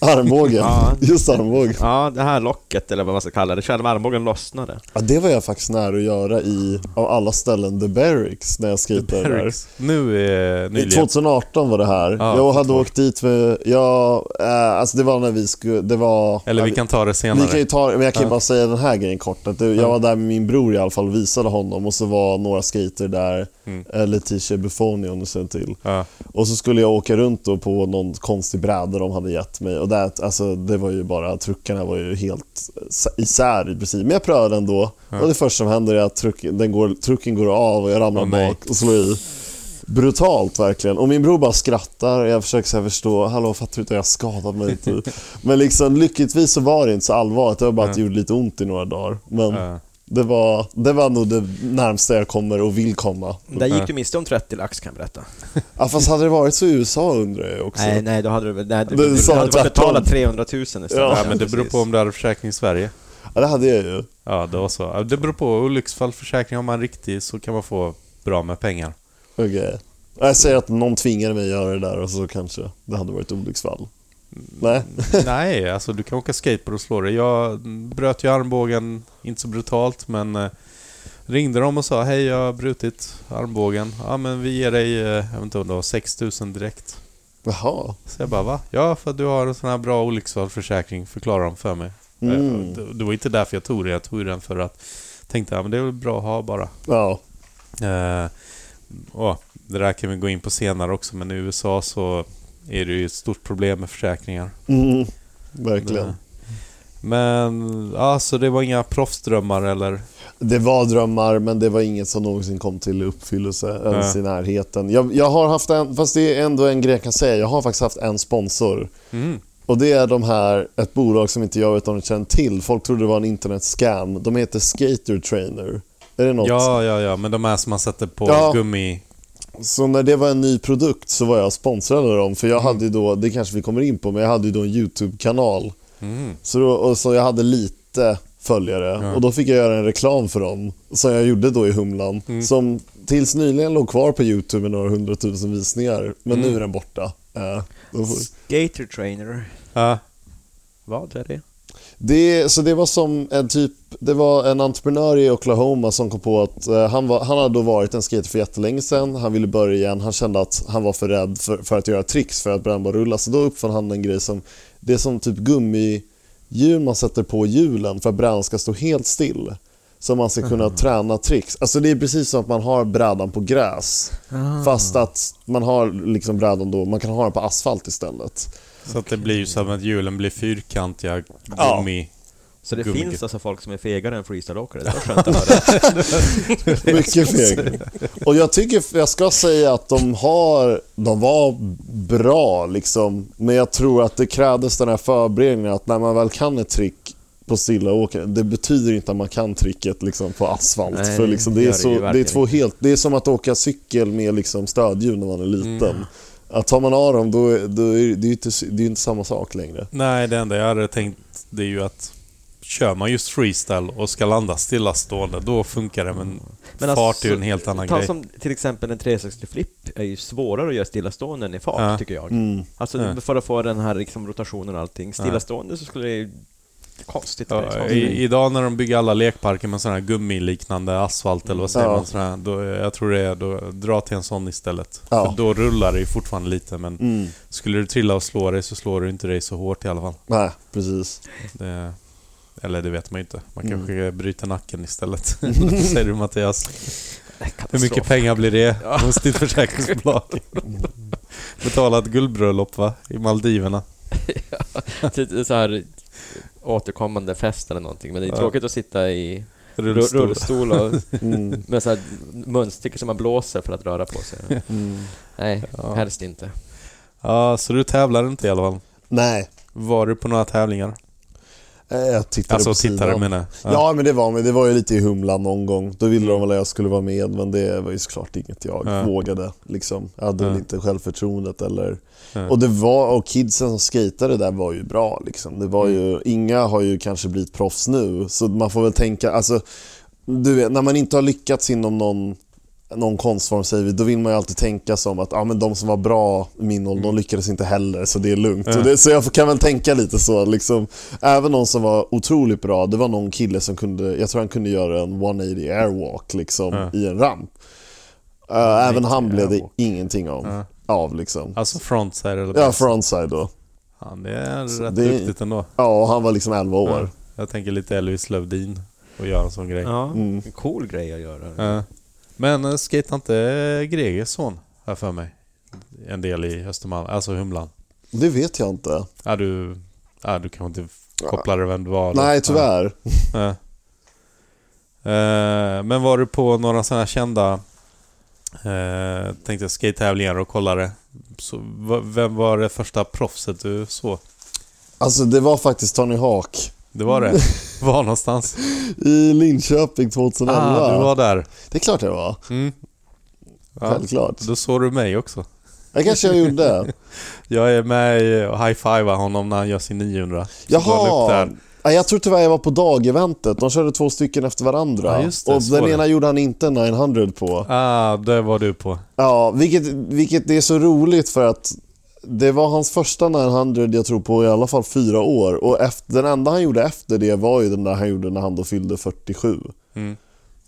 Speaker 5: Armbågen.
Speaker 6: Ja.
Speaker 5: Just armbågen.
Speaker 6: Ja, det här locket eller vad man ska kalla det, själva armbågen lossnade.
Speaker 5: Ja, det var jag faktiskt nära att göra i, av alla ställen, The Barracks när jag skejtade där.
Speaker 2: Barracks. Nu är
Speaker 5: I
Speaker 2: nyligen.
Speaker 5: 2018 var det här.
Speaker 2: Ja,
Speaker 5: jag hade
Speaker 2: 2018.
Speaker 5: åkt dit med, jag, eh, alltså det var när vi skulle, det var...
Speaker 2: Eller
Speaker 5: ja,
Speaker 2: vi kan ta det
Speaker 5: Vi kan ju
Speaker 2: senare.
Speaker 5: ta men jag kan ju
Speaker 2: Ja.
Speaker 5: bara säga den här grejen kort. Att det- jag var där med min bror i alla fall och visade honom och så var några skater där,
Speaker 2: Mm.
Speaker 5: eh, Leticia Buffoni om du känner till.
Speaker 2: Ja.
Speaker 5: Och så skulle jag åka runt då på någon konstig bräda de hade gett för mig. Och det, alltså, det var ju bara, truckarna var ju helt isär i princip. Men jag prövade ändå och det första som händer är att truck, den går, trucken går av och jag ramlar
Speaker 2: Åh, nej.
Speaker 5: bak och slår i. Brutalt verkligen. Och min bror bara skrattar och jag försöker så här förstå, hallå fattar du inte, jag har skadat mig typ. Men liksom, lyckligtvis så var det inte så allvarligt, det var bara att det gjorde lite ont i några dagar. Men
Speaker 2: Ja.
Speaker 5: det, var, det var nog det närmsta jag kommer och vill komma.
Speaker 6: Där gick du miste om 30 lax kan jag berätta.
Speaker 5: Ja, fast hade det varit så i USA undrar jag också.
Speaker 6: Nej, nej, då hade du väl... Nej, du,
Speaker 5: Det
Speaker 6: du, du,
Speaker 5: sa
Speaker 6: hade
Speaker 5: tvärtom.
Speaker 6: väl betalat 300 000 istället.
Speaker 5: Ja,
Speaker 2: Ja, men det beror på om du hade försäkring i Sverige.
Speaker 5: Ja, det hade jag ju.
Speaker 2: Ja, det var så. Ja, Det beror på. Olycksfallsförsäkring, om man är riktig så kan man få bra med pengar.
Speaker 5: Okej. Jag säger att någon tvingade mig att göra det där och så kanske det hade varit olycksfall.
Speaker 2: Mm.
Speaker 5: Nej,
Speaker 2: Nej, alltså du kan åka skateboard och slå dig. Jag bröt ju armbågen, inte så brutalt, men eh, ringde dem och sa hej, jag har brutit armbågen. Ja, men vi ger dig, eh, jag vet inte om det var 6 000 direkt.
Speaker 5: jaha.
Speaker 2: Så jag bara va? Ja, för att du har en sån här bra olycksfallsförsäkring, förklarar de för mig.
Speaker 5: Mm.
Speaker 2: Eh, Det det var inte därför jag tog den, jag tog den för att tänkte ja, men det är väl bra att ha bara.
Speaker 5: Ja,
Speaker 2: Eh, åh, det där kan vi gå in på senare också, men i USA så är det ju ett stort problem med försäkringar.
Speaker 5: mm. verkligen.
Speaker 2: Men, ja, så det var inga proffsdrömmar eller?
Speaker 5: Det var drömmar, men det var inget som någonsin kom till uppfyllelse ens
Speaker 2: Nej.
Speaker 5: i närheten. Jag, jag har haft en, fast det är ändå en grej jag kan säga, jag har faktiskt haft en sponsor.
Speaker 2: Mm.
Speaker 5: Och det är de här, ett bolag som inte jag vet om ni känner till. Folk trodde det var en internetscam. De heter Skater Trainer. Är det något?
Speaker 2: Ja, ja, ja, men de här som man sätter på
Speaker 5: Ja.
Speaker 2: gummi...
Speaker 5: Så när det var en ny produkt så var jag sponsrad av dem. För jag hade ju då, det kanske vi kommer in på, men jag hade ju då en YouTube-kanal.
Speaker 2: Mm.
Speaker 5: Så, då, och så jag hade lite följare och då fick jag göra en reklam för dem som jag gjorde då i Humlan. Som tills nyligen låg kvar på YouTube med några hundratusen visningar. Men nu är den borta. Eh, då får-
Speaker 6: Skater trainer.
Speaker 2: Ja,
Speaker 6: Vad är det?
Speaker 5: Det, så det var som en typ, det var en entreprenör i Oklahoma som kom på att eh, han, var, han hade då varit en skater för jättelänge sedan, han ville börja igen, han kände att han var för rädd för, för att göra tricks för att brännbar rulla, så då uppfann han en grej som, det är som typ gummihjul man sätter på hjulen för att brädan ska stå helt still. Så man ska kunna träna tricks. Alltså det är precis som att man har brädan på gräs. Fast att man har liksom brädan då, man kan ha den på asfalt istället.
Speaker 2: så att det blir ju som att hjulen blir fyrkantiga
Speaker 5: Ja.
Speaker 2: gummi...
Speaker 6: Så det
Speaker 2: Gummi-
Speaker 6: finns alltså folk som är fegare än freestyleåkare? Det var skönt att höra.
Speaker 5: Mycket feg. Och jag tycker, jag ska säga att de har, de var bra liksom. Men jag tror att det krävdes den här förberedningen att när man väl kan ett trick på stilla åker, det betyder inte att man kan tricket liksom, på asfalt.
Speaker 6: Nej,
Speaker 5: För liksom,
Speaker 6: det
Speaker 5: det, är
Speaker 6: gör det
Speaker 5: så,
Speaker 6: ju
Speaker 5: det, är
Speaker 6: verkligen
Speaker 5: två helt, det är som att åka cykel med liksom, stödhjul när man är liten.
Speaker 6: Mm.
Speaker 5: Att tar man av dem, då, är- då är det ju inte, det är inte samma sak längre.
Speaker 2: Nej, det enda jag hade tänkt det är ju att kör man just freestyle och ska landa stillastående, då funkar det. Men, fart är ju en helt annan
Speaker 6: alltså, ta
Speaker 2: grej.
Speaker 6: som till exempel en 360-flip är ju svårare att göra stillastående än i fart,
Speaker 2: Ja.
Speaker 6: tycker jag.
Speaker 5: Mm.
Speaker 6: Alltså
Speaker 2: Ja.
Speaker 6: för att få den här liksom, rotationen och allting. Stillastående så skulle det ju... Konstigt. liksom.
Speaker 2: Ja, i, idag när de bygger alla lekparker med sån här gummiliknande asfalt eller vad säger
Speaker 5: Ja.
Speaker 2: man? Sån här, då, jag tror det är då, dra till en sån istället.
Speaker 5: Ja.
Speaker 2: För då rullar det ju fortfarande lite men skulle du trilla och slå dig så slår du inte dig så hårt i alla fall.
Speaker 5: Nej, precis.
Speaker 2: Det, eller det vet man ju inte. Man kanske bryter nacken istället. vad säger du Mattias? Hur mycket pengar blir det hos ditt försäkringsbolag? Betala ett guldbröllop va? I Maldiverna.
Speaker 1: Lite så här återkommande fest eller någonting. Men det är
Speaker 2: Ja.
Speaker 1: tråkigt att sitta i rullstol,
Speaker 2: Rullstol.
Speaker 1: rullstol och
Speaker 5: Mm.
Speaker 1: med så här munstycke som man blåser för att röra på sig.
Speaker 2: Mm.
Speaker 1: Nej, helst inte.
Speaker 2: Ja, så du tävlar inte i alla fall?
Speaker 5: Nej,
Speaker 2: Var du på några tävlingar?
Speaker 5: eh, jag tittade
Speaker 2: Alltså
Speaker 5: på
Speaker 2: tittare
Speaker 5: sidan.
Speaker 2: menar jag.
Speaker 5: Ja. ja, men det var men Det var ju lite i humlan någon gång. Då ville de väl att jag skulle vara med, men det var ju såklart inget jag
Speaker 2: Mm. Ja.
Speaker 5: vågade. Liksom. Jag hade
Speaker 2: Ja.
Speaker 5: väl inte självförtroendet eller...
Speaker 2: Ja.
Speaker 5: Och, det var, och kidsen som skejtade där var ju bra. Liksom. Det var ju,
Speaker 2: Mm.
Speaker 5: Inga har ju kanske blivit proffs nu, så man får väl tänka... Alltså, du vet, när man inte har lyckats inom någon, någon konstform, säger vi, då vill man ju alltid tänka som att ah, men de som var bra i min ålder,
Speaker 2: Mm.
Speaker 5: de lyckades inte heller, så det är lugnt. Och det, så jag kan väl tänka lite så. Liksom, även någon som var otroligt bra, det var någon kille som kunde, jag tror han kunde göra en 180 airwalk liksom, i en ramp. Eh, även han blev det
Speaker 2: airwalk.
Speaker 5: ingenting av. av liksom.
Speaker 2: Alltså frontside eller
Speaker 5: Ja,
Speaker 2: backside?
Speaker 5: frontside då.
Speaker 2: Han det är
Speaker 5: Så
Speaker 2: rätt
Speaker 5: det-
Speaker 2: duktigt ändå.
Speaker 5: Ja, och han var liksom 11 år.
Speaker 2: Jag tänker lite Elvis Lövdin och göra en sån grej.
Speaker 6: Ja,
Speaker 5: Mm.
Speaker 6: en cool grej att göra.
Speaker 2: Ja. Men eh, skejtar inte Gregers son här för mig? En del i Östermalm, alltså Humlan.
Speaker 5: Det vet jag inte.
Speaker 2: Ja, du, ja, du kanske inte kopplade vem det var?
Speaker 5: Nej, tyvärr.
Speaker 2: Ja. Eh, men var du på några sådana här kända eh, tänkte jag, skate-tävlingar och kollade? Så, va- vem var det första proffset du såg?
Speaker 5: Alltså det var faktiskt Tony Hawk.
Speaker 2: Det var
Speaker 5: Mm.
Speaker 2: det? Var någonstans?
Speaker 5: I Linköping 2011.
Speaker 2: Ah, du var där.
Speaker 5: Det är klart det var.
Speaker 2: Mm. Ja,
Speaker 5: Självklart.
Speaker 2: då såg du mig också.
Speaker 5: Det kanske jag gjorde.
Speaker 2: Jag är med i- och high-fivar honom när han gör sin 900. Så går han upp
Speaker 5: Jaha.
Speaker 2: där.
Speaker 5: Nej, jag tror tyvärr jag var på dageventet. De körde två stycken efter varandra.
Speaker 2: Ja, just det,
Speaker 5: och
Speaker 2: så var
Speaker 5: den
Speaker 2: det.
Speaker 5: ena gjorde han inte en 900 på.
Speaker 2: Ah, det var du på.
Speaker 5: Ja, vilket, vilket är så roligt för att det var hans första 900 jag tror på i alla fall fyra år. Och efter, den enda han gjorde efter det var ju den där han gjorde när han då fyllde 47.
Speaker 2: Mm.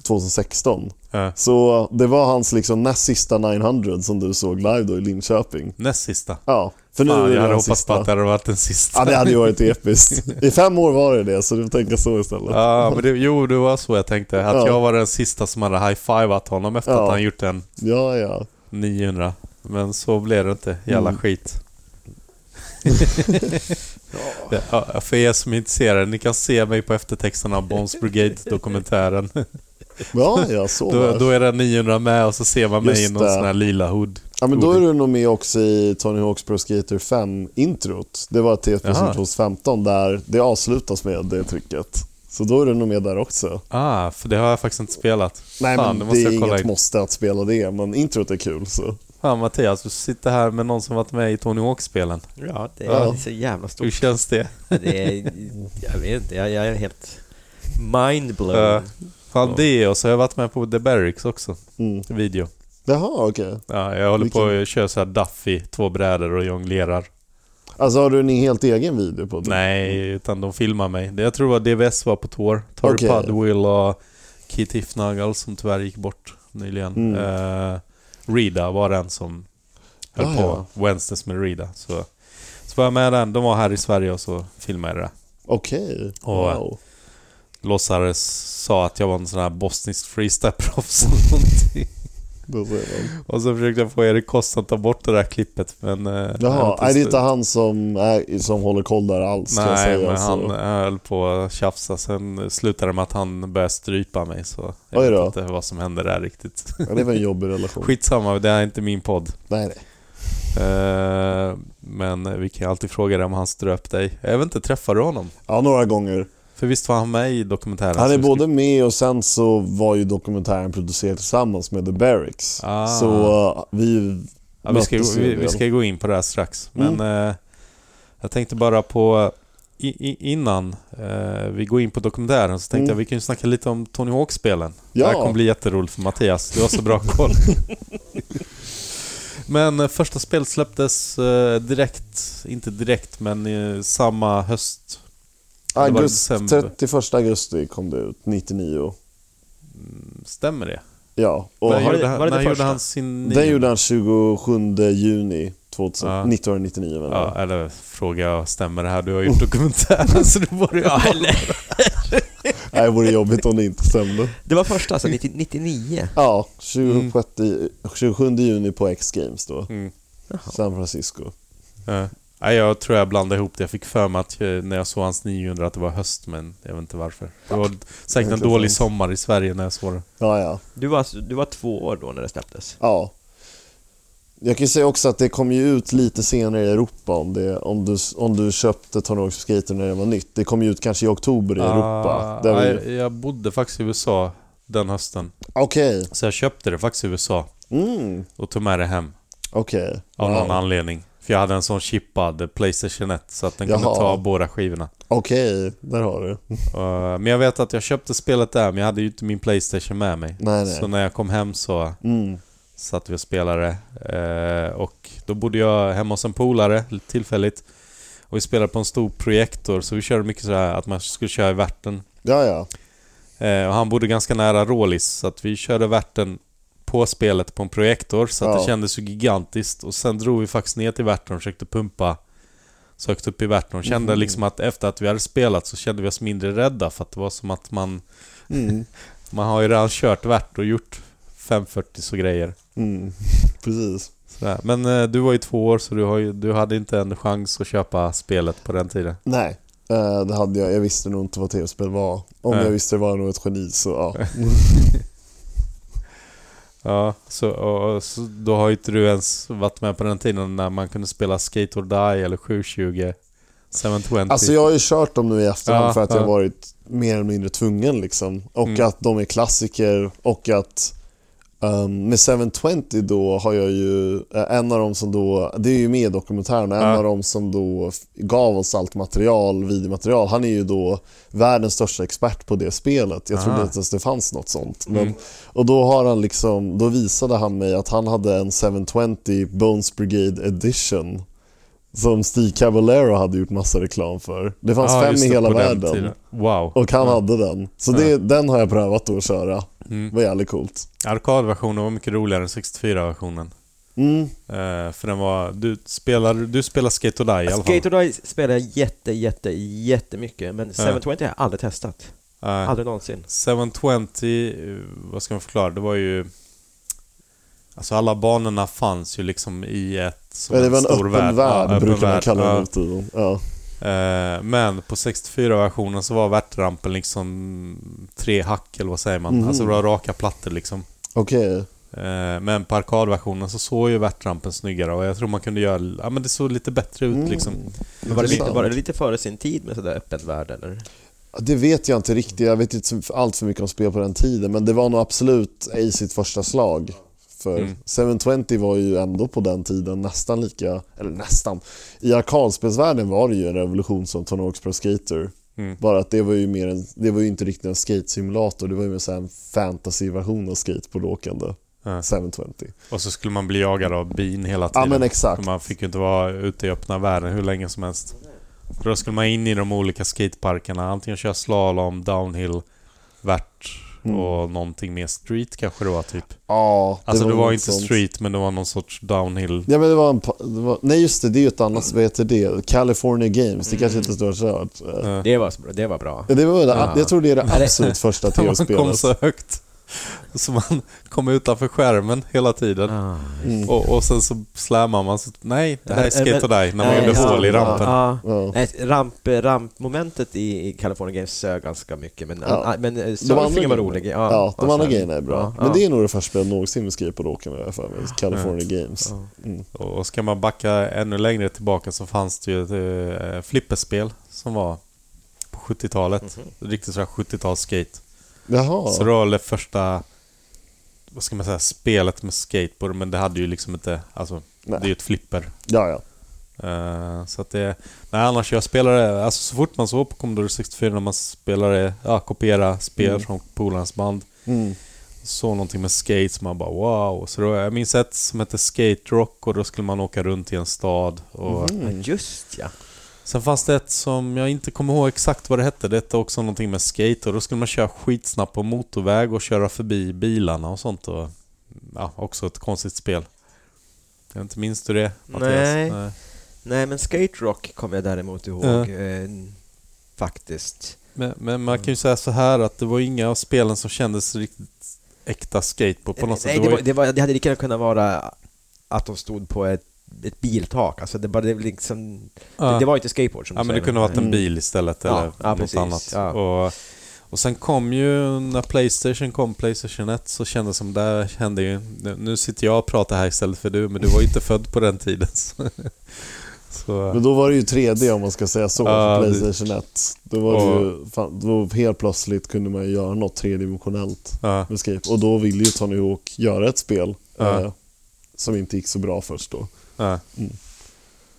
Speaker 5: 2016.
Speaker 2: Ja.
Speaker 5: Så det var hans liksom näst sista 900 som du såg live då i Linköping.
Speaker 2: Näst sista.
Speaker 5: Ja, för nu
Speaker 2: Fan,
Speaker 5: är det
Speaker 2: jag hade
Speaker 5: hans
Speaker 2: hoppats på
Speaker 5: sista. Alltså.
Speaker 2: att det hade varit den sista.
Speaker 5: Ja, det hade ju varit episkt. I fem år var det det, så du får tänka så istället.
Speaker 2: Ja, men det, jo, det var så jag tänkte. Att
Speaker 5: Ja.
Speaker 2: jag var den sista som hade high-fivat honom efter
Speaker 5: Ja.
Speaker 2: att han gjort en
Speaker 5: Ja, ja.
Speaker 2: 900. Men så blev det inte. Jävla
Speaker 5: Mm.
Speaker 2: skit. ja, för er som är intresserade, ni kan se mig på eftertexten av Bombs Brigade-dokumentären.
Speaker 5: Ja, ja, så var
Speaker 2: då,
Speaker 5: det.
Speaker 2: då är det 900 med och så ser man mig
Speaker 5: Just
Speaker 2: i någon
Speaker 5: det.
Speaker 2: sån här lila hood.
Speaker 5: Ja, men då är du nog med också i Tony Hawks Pro Skater 5-introt. Det var TFP
Speaker 2: Jaha.
Speaker 5: Hos 15 där det avslutas med det trycket. Så då är du nog med där också.
Speaker 2: Ah, för det har jag faktiskt inte spelat.
Speaker 5: Nej,
Speaker 2: Fan,
Speaker 5: men
Speaker 2: måste
Speaker 5: det
Speaker 2: jag
Speaker 5: är
Speaker 2: kolla
Speaker 5: inget
Speaker 2: in.
Speaker 5: måste att spela det, men introt är kul. Så.
Speaker 2: Fan Mattias, du sitter här med någon som varit med i Tony Hawk-spelen.
Speaker 6: Ja, det
Speaker 5: Ja.
Speaker 6: är så jävla stort.
Speaker 2: Hur känns det?
Speaker 6: Det är, jag vet inte, jag, jag är helt mindblown.
Speaker 2: Ja. Fan det och så har jag varit med på The Barracks också.
Speaker 5: Mm.
Speaker 2: Video.
Speaker 5: Jaha, okej.
Speaker 2: Ja, jag håller på
Speaker 5: Vilken-
Speaker 2: att köra så här Duffy, två brädor och jonglerar.
Speaker 5: Alltså har du en helt egen video på det?
Speaker 2: Nej, utan de filmar mig. Det- Jag tror att DVS var på tår. Tori
Speaker 5: Mm. Okej.
Speaker 2: Pudwill och Keith Hifnagel som tyvärr gick bort nyligen.
Speaker 5: Mm.
Speaker 2: Eh, Rida var den som höll
Speaker 5: Ah,
Speaker 2: på Wednesdays med Rida. Så. så var jag med den. De var här i Sverige och så filmade jag det.
Speaker 5: Okej.
Speaker 2: Och-
Speaker 5: Wow.
Speaker 2: Låtsades sa att jag var en sån här bosnisk freestyle-proffs eller någonting.
Speaker 5: Då ser man.
Speaker 2: Och så försökte jag få Erik Koss att ta bort det där klippet men... eh,
Speaker 5: Jaha,
Speaker 2: han
Speaker 5: nej, det är inte
Speaker 2: slut.
Speaker 5: han som, är, som håller koll där alls. kan jag
Speaker 2: Nej,
Speaker 5: säga, alltså?
Speaker 2: men
Speaker 5: så.
Speaker 2: han höll på att tjafsa. Sen slutade det med att han började strypa mig så jag
Speaker 5: Oj
Speaker 2: vet
Speaker 5: då.
Speaker 2: inte vad som hände där riktigt.
Speaker 5: Ja, det var en jobbig relation.
Speaker 2: Skitsamma, det här är inte min podd.
Speaker 5: Nej, nej.
Speaker 2: Eh, men vi kan ju alltid fråga dig om han ströp dig. Jag vet inte, träffade du honom?
Speaker 5: Ja, några gånger.
Speaker 2: För visst var han med i dokumentären?
Speaker 5: Han
Speaker 2: Så
Speaker 5: är
Speaker 2: vi skulle-
Speaker 5: både med och sen så var ju dokumentären producerad tillsammans med The Barracks.
Speaker 2: Ah.
Speaker 5: Så uh, vi
Speaker 2: Ja, vi, ska,
Speaker 5: möttes ju
Speaker 2: vi,
Speaker 5: en
Speaker 2: vi
Speaker 5: del.
Speaker 2: ska gå in på det här strax. Men eh, jag tänkte bara på i, i, innan eh, vi går in på dokumentären så tänkte
Speaker 5: Mm.
Speaker 2: jag vi kan ju snacka lite om Tony Hawk-spelen. Det här
Speaker 5: Ja.
Speaker 2: kommer bli jätteroligt för Mattias. Du har så bra koll. men eh, första spelet släpptes eh, direkt, inte direkt men eh, samma höst. var i
Speaker 5: August,
Speaker 2: december.
Speaker 5: 31 augusti kom det ut, 99.
Speaker 2: Stämmer det?
Speaker 5: Ja, och
Speaker 2: när
Speaker 5: han,
Speaker 2: gjorde, han,
Speaker 6: var det det
Speaker 2: när gjorde
Speaker 6: första?
Speaker 2: han Ah. sin...
Speaker 5: den gjorde han 27 juni 2000,
Speaker 2: Ja.
Speaker 5: 1999. menar jag.
Speaker 2: Ja, eller fråga, stämmer det här? Du har gjort dokumentären så du borde ju ha koll.
Speaker 5: Nej, det vore jobbigt om det inte stämde.
Speaker 6: Det var första alltså, 90, 99.
Speaker 2: Mm.
Speaker 5: Ja, 26, 27 juni på X Games då.
Speaker 2: Mm.
Speaker 5: San Francisco.
Speaker 2: Ja. Eh, Nej, jag tror jag blandade ihop det. Jag fick för mig att eh, när jag såg hans 900 att det var höst, men jag vet inte varför. Det var säkert en
Speaker 5: Egentligen
Speaker 2: dålig
Speaker 5: sant.
Speaker 2: sommar i Sverige när jag såg det.
Speaker 5: Ja, ja.
Speaker 6: Du var, alltså- du var två år då när det släpptes.
Speaker 5: Ja. Jag kan ju säga också att det kom ju ut lite senare i Europa om, det, om, du, om du köpte Tony Hawk's Skater när det var nytt. Det kom ju ut kanske i oktober i Europa.
Speaker 2: Ah,
Speaker 5: Där vi-
Speaker 2: nej, jag bodde faktiskt i USA den hösten,
Speaker 5: Okej.
Speaker 2: så jag köpte det faktiskt i USA
Speaker 5: Mm.
Speaker 2: och tog med det hem.
Speaker 5: Okej.
Speaker 2: Av
Speaker 5: Wow.
Speaker 2: någon anledning. För jag hade en sån chippad Playstation 1 så att den kunde
Speaker 5: Jaha.
Speaker 2: ta båda skivorna.
Speaker 5: Okej, där har du.
Speaker 2: Eh, men jag vet att jag köpte spelet där, men jag hade ju inte min Playstation med mig.
Speaker 5: Nej, nej.
Speaker 2: Så när jag kom hem så
Speaker 5: Mm.
Speaker 2: satt vi och spelade. Eh, och då bodde jag hemma hos en polare lite tillfälligt. Och vi spelade på en stor projektor, så vi körde mycket så här att man skulle köra i värten.
Speaker 5: Ja, ja.
Speaker 2: Eh, och han bodde ganska nära Rålis, så att vi körde värten på spelet på en projektor, så att
Speaker 5: Ja.
Speaker 2: det kändes ju gigantiskt. Och sen drog vi faktiskt ner till värten och försökte pumpa så högt upp i värten. Och kände liksom att efter att vi hade spelat så kände vi oss mindre rädda, för att det var som att man,
Speaker 5: Mm.
Speaker 2: man har ju redan kört värt och gjort 540 så grejer.
Speaker 5: Mm. Precis.
Speaker 2: Sådär. Men eh, du var ju två år så du, har ju, du hade inte en chans att köpa spelet på den tiden.
Speaker 5: Nej, eh, det hade jag. Jag visste nog inte vad tv-spel var. Om
Speaker 2: Nej.
Speaker 5: jag visste det var jag nog ett geni, så ja.
Speaker 2: Ja, så, och, och, så då har ju inte du ens varit med på den tiden när man kunde spela Skate or Die eller 720, 720.
Speaker 5: Alltså jag har ju kört dem nu i efterhand
Speaker 2: typ. Ja,
Speaker 5: för att jag
Speaker 2: ja.
Speaker 5: varit mer eller mindre tvungen liksom. Och
Speaker 2: Mm.
Speaker 5: att de är klassiker och att ehm, med 720 då har jag ju eh, en av dem som då, det är ju med i dokumentären, en
Speaker 2: Ja.
Speaker 5: av dem som då f- gav oss allt material, videomaterial, han är ju då världens största expert på det spelet. Jag trodde
Speaker 2: Aha. Mm.
Speaker 5: inte ens det fanns något sånt. Men, Och då har han liksom, då visade han mig att han hade en 720 Bones Brigade Edition som Steve Caballero hade gjort massa reklam för. Det fanns
Speaker 2: Ja,
Speaker 5: fem
Speaker 2: just
Speaker 5: i
Speaker 2: det,
Speaker 5: hela
Speaker 2: på den
Speaker 5: världen.
Speaker 2: tiden. Wow.
Speaker 5: Och han hade den. Så det, den har jag prövat då att köra. Det
Speaker 2: Mm.
Speaker 5: var jävligt coolt.
Speaker 2: Arkadversionen var mycket roligare än 64-versionen.
Speaker 5: Mm.
Speaker 2: Eh, för den var... Du spelar, du spelar Skate or Die
Speaker 5: Alltså,
Speaker 2: i alla fall.
Speaker 6: Alltså, Skate och Die spelar jag jätte, jätte, jättemycket, men 720 har jag aldrig testat.
Speaker 2: Nej.
Speaker 6: Aldrig någonsin.
Speaker 2: 720, eh, vad ska man förklara, det var ju... Alltså alla banorna fanns ju liksom i ett... Som
Speaker 5: Men det
Speaker 2: en
Speaker 5: var en
Speaker 2: stor
Speaker 5: öppen
Speaker 2: värld,
Speaker 5: värld,
Speaker 2: ja, öppen
Speaker 5: brukar man
Speaker 2: värld,
Speaker 5: kalla
Speaker 2: ja.
Speaker 5: den nu för tiden. Ja.
Speaker 2: Eh, Men på 64-versionen så var värtrampen liksom tre hack, eller vad säger man?
Speaker 5: Mhm.
Speaker 2: Alltså det var raka plattor liksom.
Speaker 5: Okej.
Speaker 2: Eh, Men på arkadversionen så såg ju värtrampen snyggare och jag tror man kunde göra... Ja men det såg lite bättre ut
Speaker 5: Mm.
Speaker 2: liksom.
Speaker 6: Men var det, lite,
Speaker 5: Intressant.
Speaker 6: var det lite före sin tid med sådär öppen värld eller?
Speaker 5: Det vet jag inte riktigt. Jag vet inte så- allt för mycket om spel på den tiden. Men det var nog absolut i sitt första slag. För
Speaker 2: Mm.
Speaker 5: 720 var ju ändå på den tiden nästan lika, eller nästan. I arkadspelsvärlden var det ju en revolution som Tony Hawk's Pro Skater.
Speaker 2: Mm.
Speaker 5: Bara att det var ju mer en, det var ju inte riktigt en skate-simulator. Det var ju mer så här en fantasy-version av skateboardåkande.
Speaker 2: Ja.
Speaker 5: 720.
Speaker 2: Och så skulle man bli jagad av bin hela tiden.
Speaker 5: Ja men exakt.
Speaker 2: Man fick ju inte vara ute i öppna världen hur länge som helst. För då skulle man in i de olika skateparkerna. Antingen köra slalom, downhill, värt
Speaker 5: Mm.
Speaker 2: och någonting mer street kanske det var typ.
Speaker 5: Ja,
Speaker 2: Alltså det var,
Speaker 5: något
Speaker 2: inte
Speaker 5: sånt.
Speaker 2: street men det var någon sorts downhill.
Speaker 5: Ja, men det var en, pa- det var, nej just det, det är ju ett annat, vad heter det? California Games, det kanske inte du har kört? Eh,
Speaker 2: Ja.
Speaker 6: Det var, det var bra.
Speaker 5: Ja, Det var,
Speaker 6: Ja.
Speaker 5: Jag tror det är det absolut första alltså.
Speaker 2: Man kom
Speaker 5: tv-spelet.
Speaker 2: så högt. Så man kom utanför skärmen hela tiden.
Speaker 6: Ah.
Speaker 5: Mm.
Speaker 2: Och, och sen så slammar man så nej, det här är
Speaker 6: Men-
Speaker 2: skate och die. När man
Speaker 6: Nej,
Speaker 2: gjorde
Speaker 5: ja.
Speaker 2: hål i rampen.
Speaker 6: Ah.
Speaker 5: Ja.
Speaker 6: Nej, ramp, rampmomentet i, i California Games sög ganska mycket, men,
Speaker 5: Ja.
Speaker 6: ah, men eh, surfingen var
Speaker 5: andra
Speaker 6: rolig. alltså.
Speaker 5: grejerna- Ja, de andra grejerna är bra.
Speaker 6: Ja,
Speaker 5: Men
Speaker 6: ja.
Speaker 5: det är nog det första spelet någonsin med skateboardåkarna, har jag för mig. California Games.
Speaker 6: Ja.
Speaker 2: Och och ska man backa ännu längre tillbaka så fanns det ju ett eh, flipperspel som var på 70-talet.
Speaker 5: Mhm.
Speaker 2: Riktigt sådär 70-tals-skate.
Speaker 5: Jaha.
Speaker 2: Så det var väl det första, vad ska man säga, spelet med skateboard. Men det hade ju liksom inte, alltså
Speaker 5: Nej.
Speaker 2: det är ju ett flipper.
Speaker 5: Ja, ja.
Speaker 2: Eh, så att det, nej annars jag spelade, alltså så fort man såg på Commodore 64 när man spelade, ja kopiera spel
Speaker 5: Mm.
Speaker 2: från polarnas band.
Speaker 5: Mm.
Speaker 2: Såg någonting med skate som man bara wow. Så då, jag minns ett som hette Skate Rock och då skulle man åka runt i en stad och
Speaker 6: Ja, Mm, just ja.
Speaker 2: Sen fanns det ett som jag inte kommer ihåg exakt vad det hette. Det hette också någonting med skate och då skulle man köra skitsnabbt på motorväg och köra förbi bilarna och sånt. Och, ja, också ett konstigt spel. Jag inte minns du det Mattias?
Speaker 6: Nej. Nej, men Skate Rock kommer jag däremot ihåg.
Speaker 2: Ja.
Speaker 6: Eh, faktiskt.
Speaker 2: Men, men man kan ju säga så här att det var inga av spelen som kändes riktigt äkta skateboard på något sätt.
Speaker 6: Nej, det, var, det, var, det hade lika gärna kunnat vara att de stod på ett, ett biltak. Alltså det, bara, det, liksom, det,
Speaker 2: ja.
Speaker 6: det var inte skateboard som
Speaker 2: Ja
Speaker 6: du
Speaker 2: men det
Speaker 6: säger.
Speaker 2: kunde ha varit en
Speaker 5: Mm.
Speaker 2: bil istället
Speaker 6: Ja,
Speaker 2: eller
Speaker 6: ja,
Speaker 2: något
Speaker 6: precis,
Speaker 2: annat.
Speaker 6: ja.
Speaker 2: Och, och sen kom ju, när Playstation kom, Playstation 1, så kändes det som där hände ju, nu- nu sitter jag och pratar här istället för du, men du var ju inte född på den tiden. Så, så
Speaker 5: Men då var det ju 3D om man ska säga så,
Speaker 2: Ja,
Speaker 5: för
Speaker 2: det-
Speaker 5: Playstation 1. Då var det
Speaker 2: Och-
Speaker 5: ju, fan, då helt plötsligt kunde man ju göra något tredimensionellt
Speaker 2: ja,
Speaker 5: med skate. Och då ville ju Tony Hawk göra ett spel
Speaker 2: Ja.
Speaker 5: eh, som inte gick så bra först då.
Speaker 2: ja.
Speaker 5: Mm.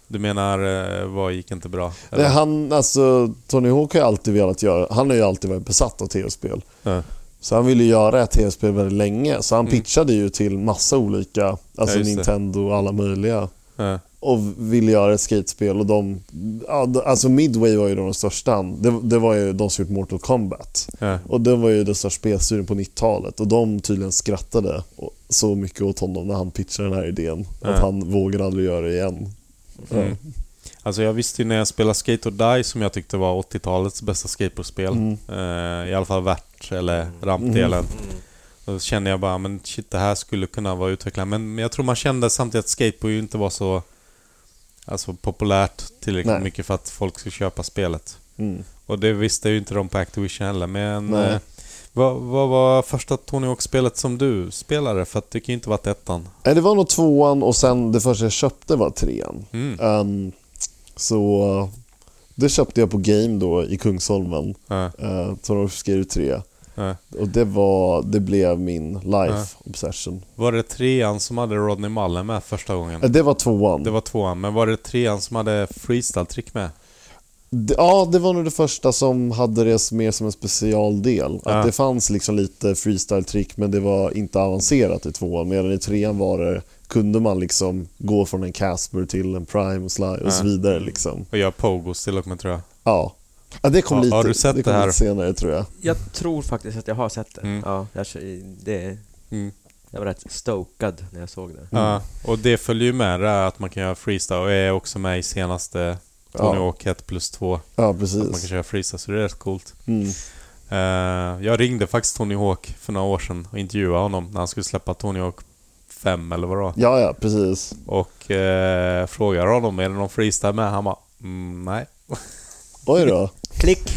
Speaker 2: Du menar, eh, vad gick inte bra? eller?
Speaker 5: Nej, han, alltså, Tony Hawk har ju alltid velat göra, han har ju alltid varit besatt av tv-spel.
Speaker 2: Ja.
Speaker 5: Så han ville ju göra ett tv-spel väldigt länge, så han
Speaker 2: Mm.
Speaker 5: pitchade ju till massa olika, alltså
Speaker 2: just det.
Speaker 5: Nintendo och alla möjliga.
Speaker 2: Ja.
Speaker 5: Och ville göra ett skatespel och de, ja, d- alltså Midway var ju de största, det, det var ju de som gjort Mortal Kombat.
Speaker 2: Ja.
Speaker 5: Och den var ju den största spelstudion på 90-talet och de tydligen skrattade å- så mycket åt honom när han pitchade den här idén.
Speaker 2: Ja.
Speaker 5: Att han vågade aldrig göra det igen. Ja.
Speaker 2: Mm. Alltså jag visste ju när jag spelade Skate or Die som jag tyckte var 80-talets bästa skateboardspel.
Speaker 5: Mm.
Speaker 2: Eh, I alla fall värt eller rampdelen. Då kände jag bara, men shit det här skulle kunna vara utvecklande. Men men jag tror man kände samtidigt att skateboard ju inte var så alltså, populärt tillräckligt
Speaker 5: Nej.
Speaker 2: mycket för att folk skulle köpa spelet.
Speaker 5: Mm.
Speaker 2: Och det visste ju inte de på Activision heller. Men
Speaker 5: Nej.
Speaker 2: eh, vad, vad var första Tony Hawk-spelet som du spelade? För att det kan ju inte varit ettan.
Speaker 5: Nej, det var nog tvåan och sen det första jag köpte var trean.
Speaker 2: Mm.
Speaker 5: Ehm, så det köpte jag på Game då i Kungsholmen.
Speaker 2: Ja,
Speaker 5: Uh, Tony Hawk's Skate 3.
Speaker 2: ja.
Speaker 5: Och det, var, det blev min
Speaker 2: Ja.
Speaker 5: life obsession. Äh,
Speaker 2: Var det trean som hade Rodney Mullen med första gången?
Speaker 5: Det var tvåan.
Speaker 2: Det var tvåan, men var det trean som hade freestyle-trick med?
Speaker 5: Det- Ja, det var nog det första som hade det mer som en specialdel.
Speaker 2: Ja.
Speaker 5: Att det fanns liksom lite freestyle-trick men det var inte avancerat i tvåan. Medan i trean var det, kunde man liksom gå från en Casper till en Prime och, sli- och så vidare. Liksom.
Speaker 2: Och jag pogos till och med tror jag.
Speaker 5: Ja. ja, det kom
Speaker 2: Har-
Speaker 5: lite,
Speaker 2: har du sett
Speaker 5: det kom
Speaker 2: det här?
Speaker 5: lite senare tror jag.
Speaker 6: Jag tror faktiskt att jag har sett det.
Speaker 2: Mm.
Speaker 6: Ja, jag, det
Speaker 2: Mm.
Speaker 6: jag var rätt stokad när jag såg det.
Speaker 2: Ja, och det följer ju med det här att man kan göra freestyle och är också med i senaste Tony
Speaker 5: Ja.
Speaker 2: Hawk 1 plus 2.
Speaker 5: Ja,
Speaker 2: Att man kan
Speaker 5: precis.
Speaker 2: köra freestyle, så det är rätt coolt.
Speaker 5: Mm.
Speaker 2: Eh, jag ringde faktiskt Tony Hawk för några år sedan och intervjuade honom när han skulle släppa Tony Hawk 5 eller vad det var.
Speaker 5: Ja, ja, precis.
Speaker 2: Och eh, frågade honom, är det någon freestyle med? Han bara, mm, nej.
Speaker 5: Oj då.
Speaker 6: Klick!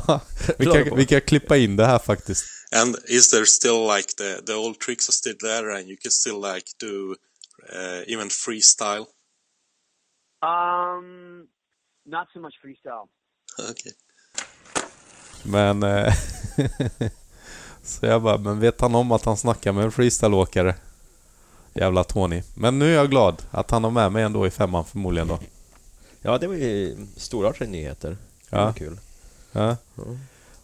Speaker 2: vi, kan, vi kan klippa in det här faktiskt.
Speaker 7: And is there still like the the old tricks are still there, and you can still like do uh, even freestyle?
Speaker 8: Um, not so much freestyle.
Speaker 7: Okay.
Speaker 2: Men... Eh, så jag bara, men vet han om att han snackar med en freestyleåkare? Jävla Tony. Men nu är jag glad att han har med mig ändå i femman förmodligen då.
Speaker 6: Ja, det var ju storartade nyheter. Det
Speaker 2: Ja.
Speaker 6: var kul.
Speaker 2: Ja.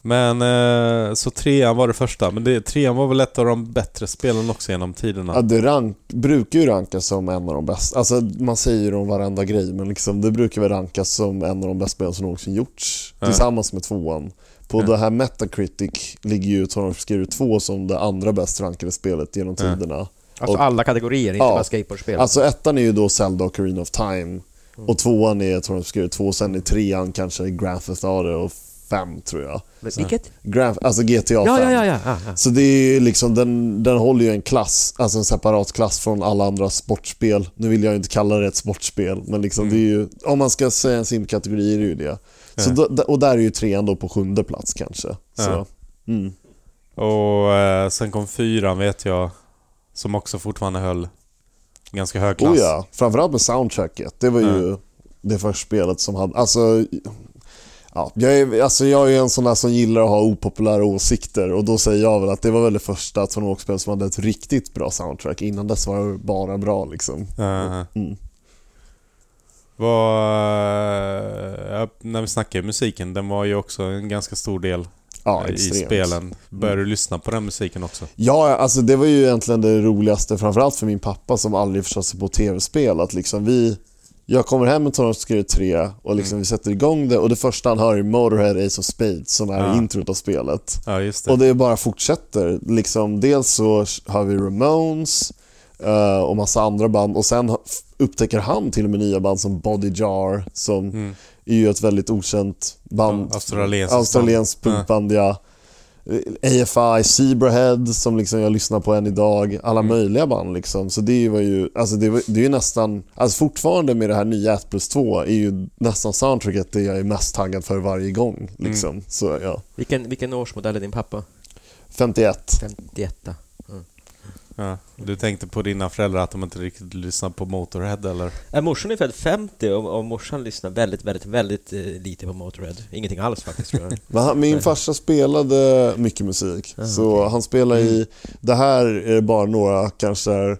Speaker 2: Men eh, så trean var det första, men det, trean var väl ett av de bättre spelen också genom
Speaker 5: Ja,
Speaker 2: tiderna.
Speaker 5: det rank, brukar ju rankas som en av de bästa. Alltså, man säger ju om varenda grej, men liksom, det brukar väl rankas som en av de bästa spelen som någonsin gjorts.
Speaker 2: Ja.
Speaker 5: Tillsammans med tvåan. På det här Metacritic ligger ju Tornado Skriver 2 som det andra bäst rankade spelet genom
Speaker 2: Ja.
Speaker 5: tiderna.
Speaker 6: Alltså
Speaker 5: Och-
Speaker 6: alla kategorier, inte
Speaker 5: Ja.
Speaker 6: bara skateboardspel.
Speaker 5: Alltså ettan är ju då Zelda och Ocarina of Time. Och tvåan är Tornado Skriver 2, sen är trean kanske Grand Theft Auto och fem tror jag.
Speaker 6: Men Vilket?
Speaker 5: Grand, alltså GTA 5.
Speaker 6: Ja, ja, ja, ja. ja, ja.
Speaker 5: Så det är ju liksom, den, den håller ju en klass, alltså en separat klass från alla andra sportspel. Nu vill jag ju inte kalla det ett sportspel, men liksom det är ju, om man ska säga en simkategori är det ju det. Så
Speaker 2: Ja.
Speaker 5: då, d- och där är ju trean då på sjunde plats kanske.
Speaker 2: Ja.
Speaker 5: Så, mm.
Speaker 2: Och eh, sen kom fyran vet jag, som också fortfarande höll ganska hög klass.
Speaker 5: Oh ja, framförallt med soundtracket. Det var ju det första spelet som hade, alltså Ja, jag, är, alltså jag är ju en sån där som gillar att ha opopulära åsikter och då säger jag väl att det var väl det första Tony Hawk-spel som hade ett riktigt bra soundtrack. Innan dess var det bara bra liksom.
Speaker 2: Eh,
Speaker 5: Mm.
Speaker 2: Var, eh, ja, när vi snackar musiken, den var ju också en ganska stor del
Speaker 5: Ja,
Speaker 2: eh, i
Speaker 5: extremt. Mm.
Speaker 2: spelen. Började du lyssna på den musiken också?
Speaker 5: Ja, alltså det var ju egentligen det roligaste, framförallt för min pappa som aldrig förstått sig på tv-spel. Att liksom vi, jag kommer hem med Tonårs skriver 3 och liksom
Speaker 2: Mm.
Speaker 5: vi sätter igång det och det första han hör är Motorhead Ace of Spades som är
Speaker 2: Ja.
Speaker 5: introt av spelet.
Speaker 2: Ja, just det.
Speaker 5: Och det bara fortsätter. Liksom, dels så har vi Ramones eh, och massa andra band och sen ha- f- upptäcker han till och med nya band som Body Jar som är ju ett väldigt okänt band.
Speaker 2: Mm. Ja, australiensiskt band.
Speaker 5: Australienskt punkband, ja. Eh, AFI, Zebrahead som liksom jag lyssnar på än idag.
Speaker 2: Mm.
Speaker 5: Alla möjliga band liksom. Så det var ju, alltså det, var, det är ju nästan, alltså fortfarande med det här nya 1 plus 2 är ju nästan soundtracket det jag är mest taggad för varje gång. Liksom.
Speaker 2: Mm.
Speaker 5: Så ja,
Speaker 6: Vilken, vilken årsmodell är din pappa?
Speaker 5: 51.
Speaker 6: 51.
Speaker 2: Ja. Du tänkte på dina föräldrar att de inte riktigt lyssnade på Motorhead eller?
Speaker 6: Äh, morsan är född 50 och, och morsan lyssnar väldigt, väldigt, väldigt eh, lite på Motorhead. Ingenting alls faktiskt tror jag.
Speaker 5: Men han, min farsa spelade mycket musik. så han spelade i, det här är det bara några kanske är,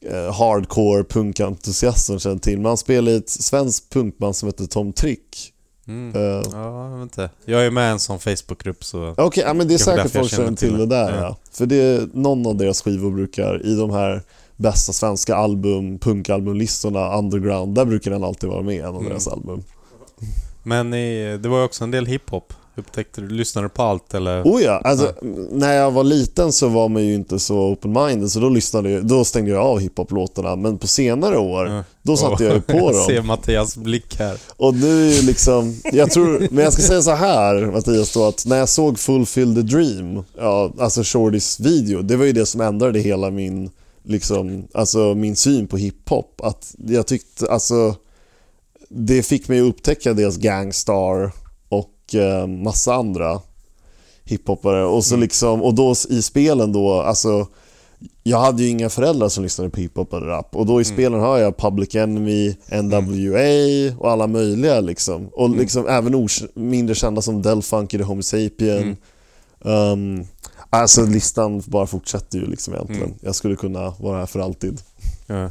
Speaker 5: eh, hardcore punkentusiaster som känner till. Men han spelade i ett svenskt punkband som heter Tom Trick.
Speaker 2: Mm.
Speaker 5: Eh,
Speaker 2: Ja, jag vet inte. Jag är med i en sån Facebookgrupp så...
Speaker 5: Okej, ja, men det är
Speaker 2: Kanske
Speaker 5: säkert
Speaker 2: därför jag
Speaker 5: folk känner till det där. Ja. För det är, någon av deras skivor brukar, i de här bästa svenska album, punkalbumlistorna, Mm. underground, där brukar den alltid vara med, en av deras album.
Speaker 2: Men i, det var ju också en del hiphop Upptäckte du, lyssnade du på allt eller?
Speaker 5: Oh ja, alltså, när jag var liten så var man ju inte så open-minded så då, lyssnade jag, då stängde jag av hiphop-låtarna. Men på senare år,
Speaker 2: Ja.
Speaker 5: då satte jag ju på
Speaker 2: Jag ser
Speaker 5: dem.
Speaker 2: Mattias blick här.
Speaker 5: Och nu är ju liksom, jag tror, men jag ska säga så här Mattias då, att när jag såg Fulfill the Dream, ja, alltså Shordys video, det var ju det som ändrade hela min, liksom, alltså min syn på hiphop. Att jag tyckte, alltså, det fick mig att upptäcka dels Gangstar och eh, massa andra hiphopare. Och, så liksom, och då i spelen då, alltså jag hade ju inga föräldrar som lyssnade på hiphop eller rap och då
Speaker 2: Mm.
Speaker 5: i spelen har jag Public Enemy, NWA och alla möjliga liksom. Och
Speaker 2: Mm.
Speaker 5: liksom även ors- mindre kända som Del Funk i The Homo Sapien.
Speaker 2: Mm.
Speaker 5: Um, alltså listan bara fortsätter ju liksom egentligen.
Speaker 2: Mm.
Speaker 5: Jag skulle kunna vara här för alltid.
Speaker 2: Ja.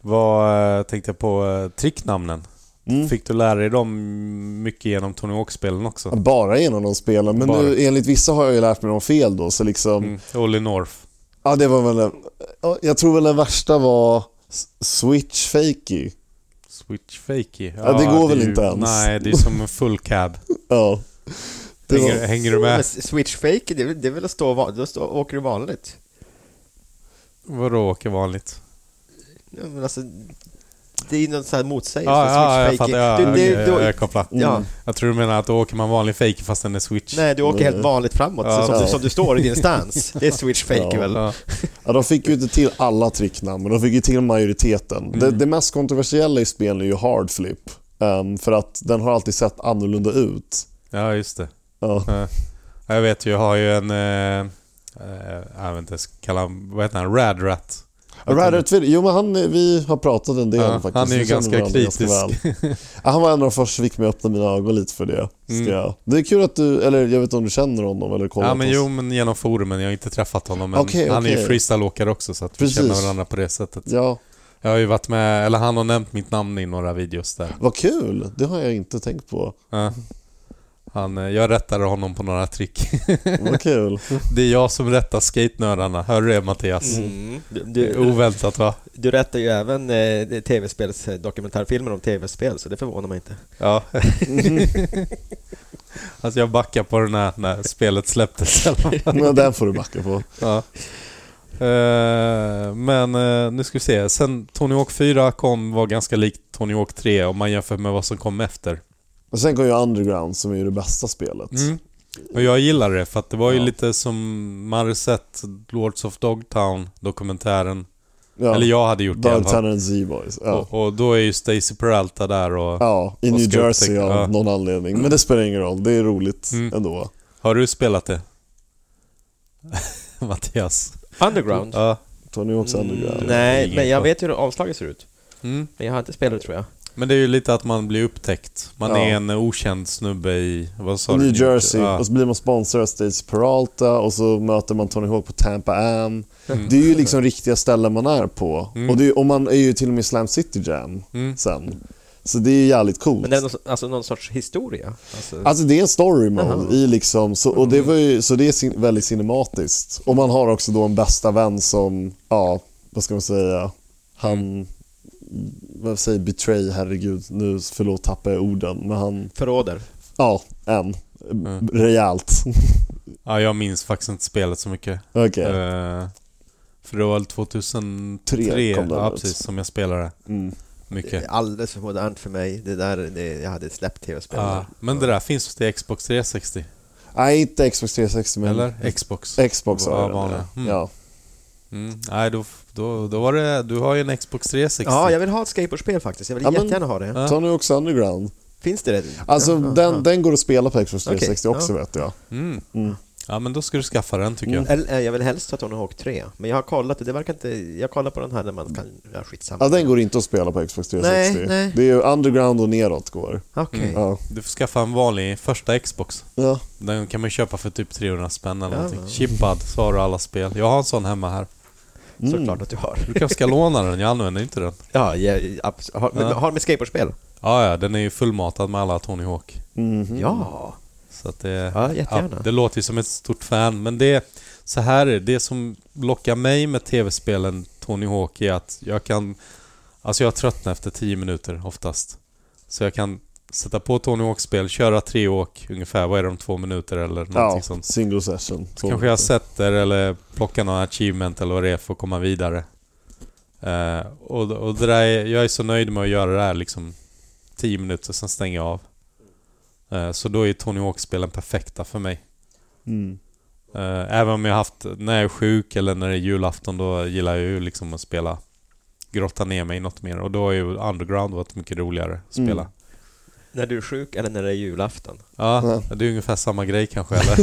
Speaker 2: Vad eh, tänkte jag på? eh, Tricknamnen.
Speaker 5: Mm.
Speaker 2: Fick du lära dig dem mycket genom Tony Hawk-spelen också?
Speaker 5: Bara genom de spelen, men
Speaker 2: Bara.
Speaker 5: nu, enligt vissa har jag ju lärt mig dem fel då så liksom
Speaker 2: Mm. Olly North.
Speaker 5: Ja, det var väl en, ja, Jag tror väl den värsta var S- Switch Fakey.
Speaker 2: Switch fakey.
Speaker 5: Ja, det går väl
Speaker 2: är ju,
Speaker 5: inte ens.
Speaker 2: Nej, det är som en full cab.
Speaker 5: Ja. Det var,
Speaker 2: Hänger, hänger du med?
Speaker 6: Switch fake, det är, väl- det är väl att stå, va- då stå, åker du vanligt?
Speaker 2: Vadå åker vanligt?
Speaker 6: Ja, men alltså, det är ju någon sån här motsägelse.
Speaker 2: Ja, ja, jag
Speaker 6: switch fake.
Speaker 2: fattar. Ja,
Speaker 6: Du-
Speaker 2: du,
Speaker 6: det- då-
Speaker 2: jag kopplar. Mm.
Speaker 6: ja.
Speaker 2: Jag tror du menar att då åker man vanlig fakey fast den är switch.
Speaker 6: Nej, du åker helt vanligt framåt,
Speaker 2: Ja,
Speaker 6: så, som,
Speaker 5: ja.
Speaker 6: du, som du står i din stans. Det är switch fake
Speaker 5: Ja.
Speaker 6: väl?
Speaker 2: Ja.
Speaker 5: ja, de fick ju inte till alla tricknamn, men de fick ju till majoriteten. Det,
Speaker 2: Mm.
Speaker 5: det mest kontroversiella i spelen är ju Hard Flip. ehm, för att den har alltid sett annorlunda ut.
Speaker 2: ja, just det.
Speaker 5: Ja.
Speaker 2: Ja, Jag vet ju, jag har ju en... Eh, eh, jag vet inte, ens kalla han, vad heter han? Rad Rat.
Speaker 5: Radert, jo men han, är- vi har pratat en del
Speaker 2: Ja,
Speaker 5: faktiskt.
Speaker 2: han är ju
Speaker 5: Vi känner
Speaker 2: ganska
Speaker 5: varandra
Speaker 2: kritisk.
Speaker 5: väl. ja, han var en av de första som fick mig att öppna mina ögon lite för det. Ska jag. Det är kul att du, eller jag vet inte om du känner honom eller kollar
Speaker 2: Mm. Ja, men
Speaker 5: på oss.
Speaker 2: jo, men genom forumen. Jag har inte träffat honom, men
Speaker 5: Okej,
Speaker 2: han är ju
Speaker 5: okej.
Speaker 2: freestyleåkare också, så att vi
Speaker 5: Precis.
Speaker 2: känner varandra på det sättet.
Speaker 5: Ja,
Speaker 2: Jag har ju varit med, eller han har nämnt mitt namn i några videos där.
Speaker 5: vad kul. Det har jag inte tänkt på.
Speaker 2: Ja. Han, eh, jag rättade honom på några trick.
Speaker 5: Vad kul.
Speaker 2: Det är jag som rättar skatenördarna. Hör du det Mattias?
Speaker 6: Mm. Du,
Speaker 2: Det är
Speaker 6: du,
Speaker 2: oväntat va?
Speaker 6: du rättar ju även eh, tv-spels dokumentärfilmer om tv-spel, så det förvånar mig inte.
Speaker 2: Ja. alltså jag backar på den här när spelet släpptes. eller vad?
Speaker 5: Men den får du backa på.
Speaker 2: ja. Eh, Men eh, nu ska vi se. Sen Tony Hawk 4 kom var ganska likt Tony Hawk 3 om man jämför med vad som kom efter.
Speaker 5: Och sen kom ju Underground som är ju det bästa spelet.
Speaker 2: Mm. Och jag gillar det för att det var ju
Speaker 5: Ja.
Speaker 2: lite som man hade sett Lords of Dogtown dokumentären.
Speaker 5: Ja.
Speaker 2: Eller jag hade gjort det i alla fall.
Speaker 5: Dogtown and Z-Boys. Ja.
Speaker 2: Och, och då är ju Stacy Peralta där och...
Speaker 5: ja, i
Speaker 2: Och
Speaker 5: New
Speaker 2: ska
Speaker 5: Jersey
Speaker 2: upptäcka-
Speaker 5: av
Speaker 2: ja.
Speaker 5: någon anledning. Men det spelar ingen roll, det är roligt
Speaker 2: Mm.
Speaker 5: ändå.
Speaker 2: Har du spelat det? Mattias?
Speaker 6: Underground?
Speaker 2: Ja.
Speaker 5: Tony Hawk's Underground.
Speaker 6: nej,
Speaker 2: Ingen
Speaker 6: men jag
Speaker 2: koll.
Speaker 6: vet ju hur avslaget ser ut.
Speaker 2: Mm.
Speaker 6: Men jag har inte spelat det, tror jag.
Speaker 2: Men det är ju lite att man blir upptäckt. Man
Speaker 5: Ja.
Speaker 2: är en okänd snubbe i... Vad sa
Speaker 5: I
Speaker 2: du?
Speaker 5: New Jersey
Speaker 2: Ja.
Speaker 5: och så blir man sponsrad av Stacy Peralta och så möter man Tony Hawk på Tampa Am.
Speaker 2: Mm.
Speaker 5: Det är ju liksom riktiga ställen man är på. Och, det är, och man är ju till och med i Slam City Jam
Speaker 2: Mm.
Speaker 5: sen. Så det är ju jävligt coolt.
Speaker 6: Men det är någon, alltså någon sorts historia? Alltså,
Speaker 5: Alltså det är en story mode
Speaker 6: Jaha.
Speaker 5: i liksom, så, och det var ju, så det är cin- väldigt cinematiskt. Och man har också då en bästa vän som, ja, vad ska man säga, han, vad säger betray, herregud, nu, förlåt tappar jag orden, men han,
Speaker 6: förråder?
Speaker 5: ja, en.
Speaker 2: Mm.
Speaker 5: Rejält.
Speaker 2: ja, jag minns faktiskt inte spelet så mycket.
Speaker 5: Okej.
Speaker 2: Eh, för det var väl 2003?
Speaker 5: Tre kom den
Speaker 2: ja,
Speaker 5: ut.
Speaker 2: precis. Som jag spelade
Speaker 5: Mm.
Speaker 6: Det
Speaker 2: mycket.
Speaker 6: är alldeles för modernt för mig. Det där, det, jag hade släppt tv-spel.
Speaker 2: Ja. Men det där finns till Xbox 360?
Speaker 5: Nej, inte Xbox 360 men
Speaker 2: Eller? Xbox?
Speaker 5: Mm. Xbox
Speaker 2: Ja,
Speaker 5: har jag den,
Speaker 2: vanliga.
Speaker 5: ja.
Speaker 2: Mm.
Speaker 5: ja.
Speaker 2: Mm. Nej, då, då, då var det... Du har ju en Xbox 360.
Speaker 6: Ja, jag vill ha ett skateboardspel faktiskt. Jag vill
Speaker 5: Ja, men-
Speaker 6: jättegärna ha det.
Speaker 2: Ja.
Speaker 5: Tony Hawk's Underground.
Speaker 6: Finns det det?
Speaker 5: Alltså
Speaker 6: Ja, ja,
Speaker 5: den,
Speaker 6: ja.
Speaker 5: den går att spela på Xbox
Speaker 6: Okej,
Speaker 5: 360 också vet jag.
Speaker 2: Mm.
Speaker 5: Mm.
Speaker 2: Ja, men då ska du skaffa den tycker jag.
Speaker 6: Eller, eh, jag vill helst ha Tony Hawk 3, men jag har kollat och det verkar inte... Jag kollar på den här när man kan... Ja, skitsamma.
Speaker 5: Ja, den går inte att spela på Xbox 360.
Speaker 6: Nej, nej.
Speaker 5: Det är ju Underground och neråt går.
Speaker 6: Okej.
Speaker 5: Mm. Ja.
Speaker 2: Du får skaffa en vanlig första Xbox.
Speaker 5: Ja.
Speaker 2: Den kan man köpa för typ 300 spänn eller
Speaker 6: Ja,
Speaker 2: någonting.
Speaker 6: men-
Speaker 2: Chippad, så har du alla spel. Jag har en sån hemma här.
Speaker 5: Mm.
Speaker 6: Såklart att du har.
Speaker 2: Du kanske ska låna den, jag använder inte den.
Speaker 6: Ja, ja, abs- har, men
Speaker 2: Ja.
Speaker 6: har med skateboardspel?
Speaker 2: Ja, ja, den är ju fullmatad med alla Tony Hawk.
Speaker 5: Mhm.
Speaker 6: Ja.
Speaker 2: Så att det,
Speaker 6: Ja, jättegärna.
Speaker 2: det låter ju som ett stort fan, men det... Så här är det, det som lockar mig med tv-spelen Tony Hawk är att jag kan... Alltså jag tröttnar efter 10 minuter oftast. Så jag kan sätta på Tony Hawk-spel, köra tre åk ungefär, vad är det om två minuter eller någonting
Speaker 5: Ja,
Speaker 2: sånt.
Speaker 5: single session.
Speaker 2: Så kanske jag sätter eller plockar någon achievement eller vad det är för att komma vidare. Eh, och, och det där är, jag är så nöjd med att göra det här liksom 10 minuter, sen stänger jag av. Eh, så då är Tony Hawk-spelen perfekta för mig.
Speaker 5: Mm.
Speaker 2: Eh, Även om jag haft, när jag är sjuk eller när det är julafton då gillar jag ju liksom att spela grotta ner mig något mer och då har ju Underground varit mycket roligare att spela.
Speaker 5: Mm.
Speaker 6: När du är sjuk eller när det är julafton?
Speaker 2: Ja, det är ungefär samma grej kanske eller?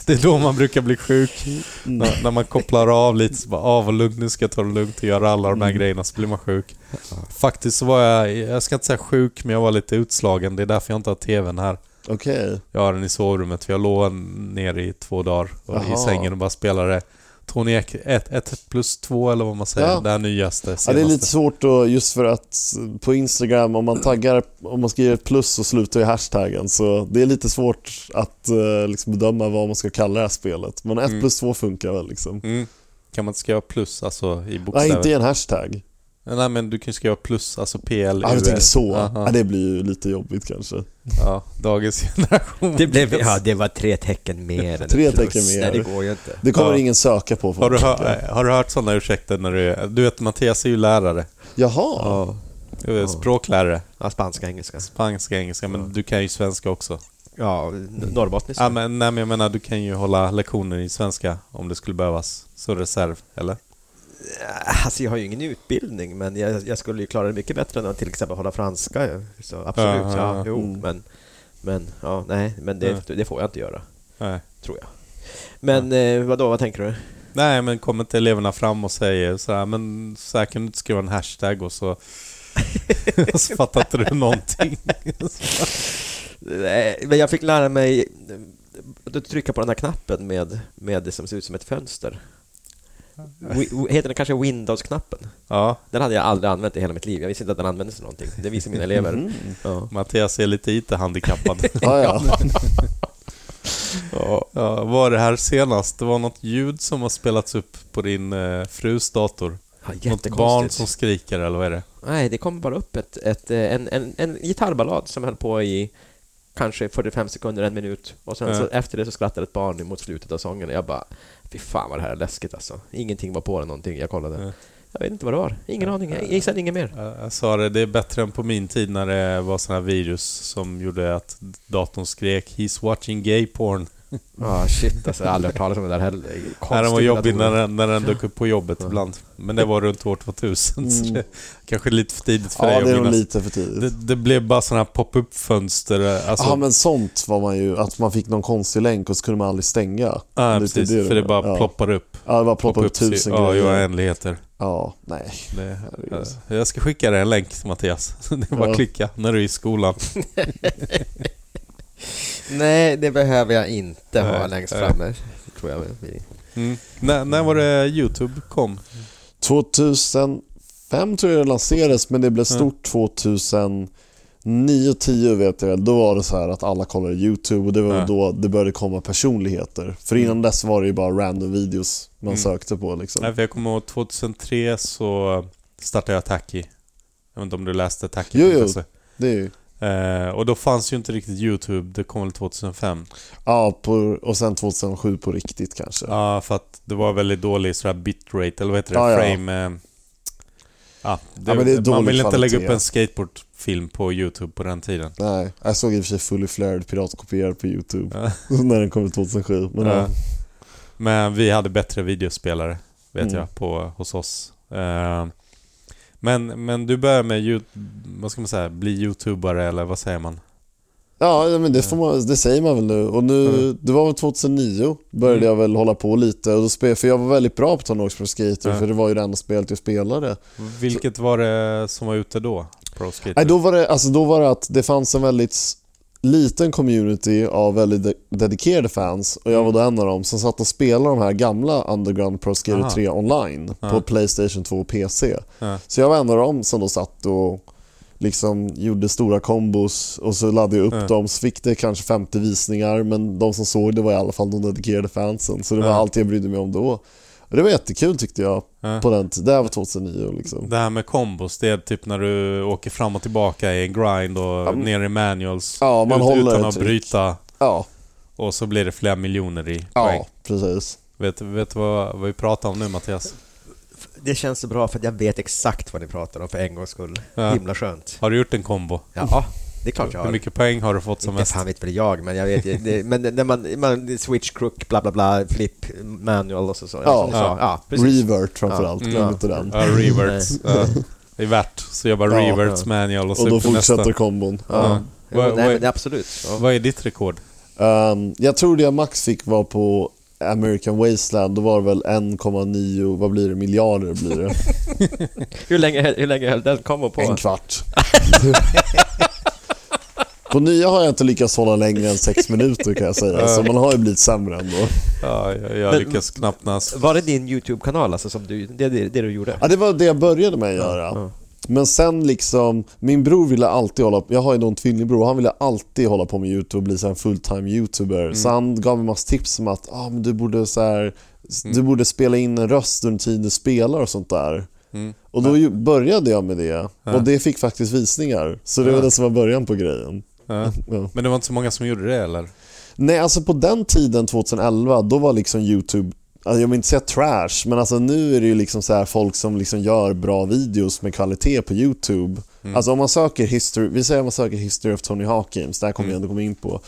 Speaker 2: det är då man brukar bli sjuk.
Speaker 5: Mm.
Speaker 2: När, när man kopplar av lite så bara, ah, vad lugnt, nu ska jag ta det lugnt och göra alla
Speaker 5: Mm.
Speaker 2: de här grejerna så blir man sjuk. Faktiskt så var jag, jag ska inte säga sjuk, men jag var lite utslagen. Det är därför jag inte har TVn här.
Speaker 5: Okej.
Speaker 2: Jag har den i sovrummet för jag låg ner i två dagar och i
Speaker 5: Jaha.
Speaker 2: sängen och bara spelade Tony Ek 1, 1 plus 2 eller vad man säger,
Speaker 5: Ja.
Speaker 2: det här nyaste, senaste.
Speaker 5: Ja, det är lite svårt då, just för att på Instagram, om man taggar, om man skriver ett plus så slutar ju hashtaggen. Så det är lite svårt att eh, liksom bedöma vad man ska kalla det här spelet. Men ett
Speaker 2: Mm.
Speaker 5: plus två funkar väl liksom?
Speaker 2: mm. Kan man inte skriva plus alltså i
Speaker 5: Nej,
Speaker 2: bokstäver?
Speaker 5: inte i en hashtag.
Speaker 2: Nej men du kan ju skriva plus, alltså PL,
Speaker 5: Ja, du tänker så.
Speaker 2: Aha.
Speaker 5: Ja, det blir ju lite jobbigt kanske.
Speaker 2: Ja, dagens generation.
Speaker 6: Det blev, ja, det var tre tecken mer. än
Speaker 5: Tre
Speaker 6: ett plus.
Speaker 5: tecken mer.
Speaker 6: Nej, det går ju inte.
Speaker 5: Det kommer
Speaker 2: Ja.
Speaker 5: ingen söka på.
Speaker 2: har, du
Speaker 5: folk.
Speaker 2: hör, eh, har du hört sådana ursäkter när du är... Du vet, Mattias är ju lärare.
Speaker 5: Jaha.
Speaker 6: Ja.
Speaker 2: Jag är Språklärare.
Speaker 6: Ja, spanska, engelska.
Speaker 2: Spanska, engelska, men du kan ju svenska också.
Speaker 6: Ja, n- norrbottniska.
Speaker 2: Ja, men, nej, men jag menar, du kan ju hålla lektioner i svenska om det skulle behövas. Så reserv, eller?
Speaker 6: Alltså jag har ju ingen utbildning, men jag, jag skulle ju klara det mycket bättre än att till exempel hålla franska. ju. Så absolut,
Speaker 2: Ja, ja, Mm. ja.
Speaker 6: ja, jo, men, men, ja, nej, men det, det får jag inte göra,
Speaker 2: Nej.
Speaker 6: tror jag. Men eh, vadå, vad tänker du?
Speaker 2: Nej, men kommer inte eleverna fram och säger sådär, men så här kan du inte skriva en hashtag och så... och så fattar inte du någonting.
Speaker 6: Nej, Men jag fick lära mig eh, att trycka på den här knappen med, med det som ser ut som ett fönster. Wi- wi- Heter den kanske Windows-knappen?
Speaker 2: Ja,
Speaker 6: Den hade jag aldrig använt i hela mitt liv. Jag visste inte att den användes till någonting. Det visar mina
Speaker 2: Mm.
Speaker 6: elever. Ja.
Speaker 2: Mattias är lite IT-handikappad.
Speaker 5: Ja, ja.
Speaker 2: Ja, vad var det här senast? Det var något ljud som har spelats upp på din eh, frus dator.
Speaker 6: Ja,
Speaker 2: Något barn
Speaker 6: jättekonstigt.
Speaker 2: som skriker eller vad är det?
Speaker 6: Nej, det kom bara upp ett, ett, eh, en, en, en gitarrballad som höll på i kanske 45 sekunder, en minut. Och sen så
Speaker 2: Ja.
Speaker 6: efter det så skrattade ett barn mot slutet av sången och jag bara Fy fan vad det här är läskigt alltså. Ingenting var på den någonting, jag kollade.
Speaker 2: Ja.
Speaker 6: Jag vet inte vad det var. Ingen aning, jag gissade inget mer.
Speaker 2: Jag, jag sa det, det är bättre än på min tid när det var sådana här virus som gjorde att datorn skrek “He's watching gay porn”.
Speaker 6: Ah, shit alltså, jag har aldrig hört talas om det där heller.
Speaker 2: Nej, den var
Speaker 6: Konstiga
Speaker 2: jobbig när
Speaker 6: datorer.
Speaker 2: den, när den dök upp på jobbet ibland. Men det var runt år 2000, så det kanske är lite för tidigt för
Speaker 5: Mm. ja,
Speaker 2: dig
Speaker 5: det är
Speaker 2: att
Speaker 5: nog
Speaker 2: minnas.
Speaker 5: lite för tidigt.
Speaker 2: Det, det blev bara sådana här pop-up-fönster. Alltså,
Speaker 5: Ja, men sånt var man ju. Att man fick någon konstig länk och så kunde man aldrig stänga.
Speaker 2: ja,
Speaker 5: Lite
Speaker 2: precis,
Speaker 5: det
Speaker 2: för det
Speaker 5: var.
Speaker 2: bara
Speaker 5: ja.
Speaker 2: ploppar upp.
Speaker 5: Ja, det bara ploppar upp
Speaker 2: sig-
Speaker 5: tusen
Speaker 2: Ja,
Speaker 5: grejer.
Speaker 2: jag ändligheter.
Speaker 5: Ja, nej.
Speaker 2: Det,
Speaker 5: Herregud.
Speaker 2: eh, jag ska skicka dig en länk till Mattias. Det är bara
Speaker 5: Ja.
Speaker 2: att klicka när du är i skolan.
Speaker 6: Nej, det behöver jag inte ha
Speaker 2: Nej,
Speaker 6: längst
Speaker 2: nej.
Speaker 6: framme. Tror jag. Vi-
Speaker 2: Mm. När, när var det YouTube kom?
Speaker 5: 2005 tror jag det lanserades, men det blev stort 2009 10 vet jag väl. Då var det så här att alla kollade YouTube och det var
Speaker 2: Ja.
Speaker 5: då det började komma personligheter. För innan dess var det ju bara random videos man
Speaker 2: Mm.
Speaker 5: sökte på. Liksom.
Speaker 2: Nej, för jag kommer ihåg 2003 så startade jag Tacky. Jag vet inte om du läste Tacky?
Speaker 5: Jo, jo. Det är ju,
Speaker 2: Eh, och då fanns ju inte riktigt YouTube, det kom väl 2005?
Speaker 5: ja, på, och sen 2007 på riktigt kanske.
Speaker 2: Ja, för att det var väldigt dålig sådär bitrate, eller vad heter det?
Speaker 5: Ja, ja.
Speaker 2: Frame... Eh, ja, det,
Speaker 5: Ja, men det är
Speaker 2: man
Speaker 5: dålig
Speaker 2: ville inte lägga
Speaker 5: kvalitet.
Speaker 2: upp en skateboardfilm på YouTube på den tiden.
Speaker 5: Nej, jag såg i och för sig Fully Flared piratkopierad på YouTube när den kom ut 2007. Men
Speaker 2: Ja.
Speaker 5: ja.
Speaker 2: Men vi hade bättre videospelare, vet
Speaker 5: Mm.
Speaker 2: jag, på, hos oss. Eh, men, men du började med, ju- vad ska man säga, bli youtubare eller vad säger man?
Speaker 5: Ja, men det, får man, det säger man väl nu. Och nu Det var väl 2009 började
Speaker 2: Mm.
Speaker 5: jag väl hålla på lite. Och då spel, för jag var väldigt bra på Tony Hawk's Pro Skater,
Speaker 2: Ja.
Speaker 5: för det var ju det enda spelet jag spelade.
Speaker 2: Vilket var det som var ute då? Pro Skater?
Speaker 5: Nej, då, var det, alltså, då var det att det fanns en väldigt s- liten community av väldigt de- dedikerade fans och jag var då en av dem som satt och spelade de här gamla Underground Pro Skater
Speaker 2: Aha.
Speaker 5: 3 online
Speaker 2: Ja.
Speaker 5: på Playstation 2 och PC.
Speaker 2: Ja.
Speaker 5: Så jag var en av dem som då satt och liksom gjorde stora kombos och så laddade jag upp
Speaker 2: Ja.
Speaker 5: dem så fick det kanske 50 visningar men de som såg det var i alla fall de dedikerade fansen så det var
Speaker 2: Ja.
Speaker 5: allt jag brydde mig om då. Och Det var jättekul tyckte jag
Speaker 2: Ja.
Speaker 5: på den tiden. Det här var 2009 liksom.
Speaker 2: Det här med kombos, det är typ när du åker fram och tillbaka i en grind och
Speaker 5: men-
Speaker 2: ner i manuals.
Speaker 5: Ja, man
Speaker 2: ut,
Speaker 5: håller
Speaker 2: Utan
Speaker 5: ett
Speaker 2: att
Speaker 5: tryck.
Speaker 2: bryta.
Speaker 5: Ja,
Speaker 2: Och så blir det flera miljoner i poäng.
Speaker 5: ja precis.
Speaker 2: Vet, vet du vad, vad vi pratar om nu Mattias?
Speaker 6: Det känns så bra för att jag vet exakt vad ni pratar om för en gångs skull.
Speaker 2: Ja.
Speaker 6: Himla skönt.
Speaker 2: Har du gjort en kombo?
Speaker 6: Ja, det är klart jag
Speaker 2: Hur
Speaker 6: har.
Speaker 2: mycket poäng har du fått som
Speaker 6: Inte
Speaker 2: mest?
Speaker 6: fan vet väl jag, men jag vet ju- det, Men när man, man switch, crook, bla bla bla, flip, manual och så. så
Speaker 5: Ja.
Speaker 6: som ni sa. ja precis.
Speaker 5: Revert framförallt,
Speaker 2: Ja.
Speaker 5: glöm
Speaker 2: Mm. Ja.
Speaker 5: inte den.
Speaker 2: Ja, reverts. ja. Det är värt. Så jag bara
Speaker 5: Ja,
Speaker 2: reverts manual och så
Speaker 5: Och då
Speaker 2: upp till nästa.
Speaker 5: fortsätter kombon.
Speaker 2: Ja.
Speaker 6: Jo,
Speaker 2: Vad-
Speaker 6: nej,
Speaker 2: vad-
Speaker 6: men det, absolut. Ja.
Speaker 2: Vad är ditt rekord?
Speaker 5: Ehm, jag tror det jag max fick var på American Wasteland, då var det väl 1,9, vad blir det, miljarder blir det.
Speaker 6: Hur, länge, hur länge höll den kombo på?
Speaker 5: En kvart. på nya har jag inte lyckats hålla längre än sex minuter kan jag säga, så man har ju blivit sämre ändå.
Speaker 2: Ja, jag jag
Speaker 6: Men-
Speaker 2: lyckas knappt nas.
Speaker 6: Var det din YouTube-kanal alltså, som du, det, det, det du gjorde?
Speaker 5: Ja, det var det jag började med att göra. Men sen liksom, min bror ville alltid hålla jag har ju då en tvillingbror, han ville alltid hålla på med YouTube och bli så här en fulltime YouTuber. Så han gav mig massa tips om att ah, men du, borde så här, du borde spela in en röst under tiden du spelar och sånt där. Och då ju, började jag med det och det fick faktiskt visningar. Så det var det som var början på grejen.
Speaker 2: Ja.
Speaker 5: Ja.
Speaker 2: Men det var inte så många som gjorde det eller?
Speaker 5: Nej, alltså på den tiden, 2011, då var liksom YouTube Alltså jag vill inte säga trash, men alltså nu är det ju liksom så här folk som liksom gör bra videos med kvalitet på YouTube. Alltså om man söker history, vi säger att man söker history of Tony Hawk Games, det här kommer jag ändå komma in på.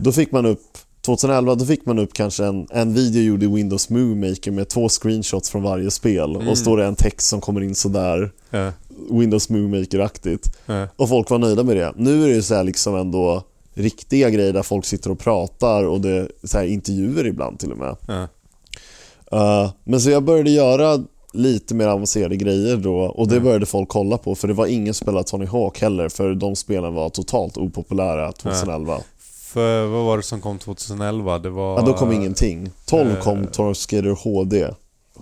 Speaker 5: Då fick man upp, 2011, då fick man upp kanske en, en video gjord i Windows Movie Maker med två screenshots från varje spel och står det en text som kommer in sådär.
Speaker 2: Ja.
Speaker 5: Windows Movie Maker-aktigt.
Speaker 2: Ja.
Speaker 5: Och folk var nöjda med det. Nu är det ju så här liksom ändå riktiga grejer där folk sitter och pratar och det är så här intervjuer ibland till och med.
Speaker 2: Ja.
Speaker 5: Eh, men så jag började göra lite mer avancerade grejer då och
Speaker 2: Mm.
Speaker 5: det började folk kolla på för det var ingen som spelade Tony Hawk heller för de spelen var totalt opopulära 2011.
Speaker 2: För vad var det som kom 2011? Det var...
Speaker 5: Ja, då kom ingenting. 12
Speaker 2: Eh.
Speaker 5: kom Tony Hawk Skater HD.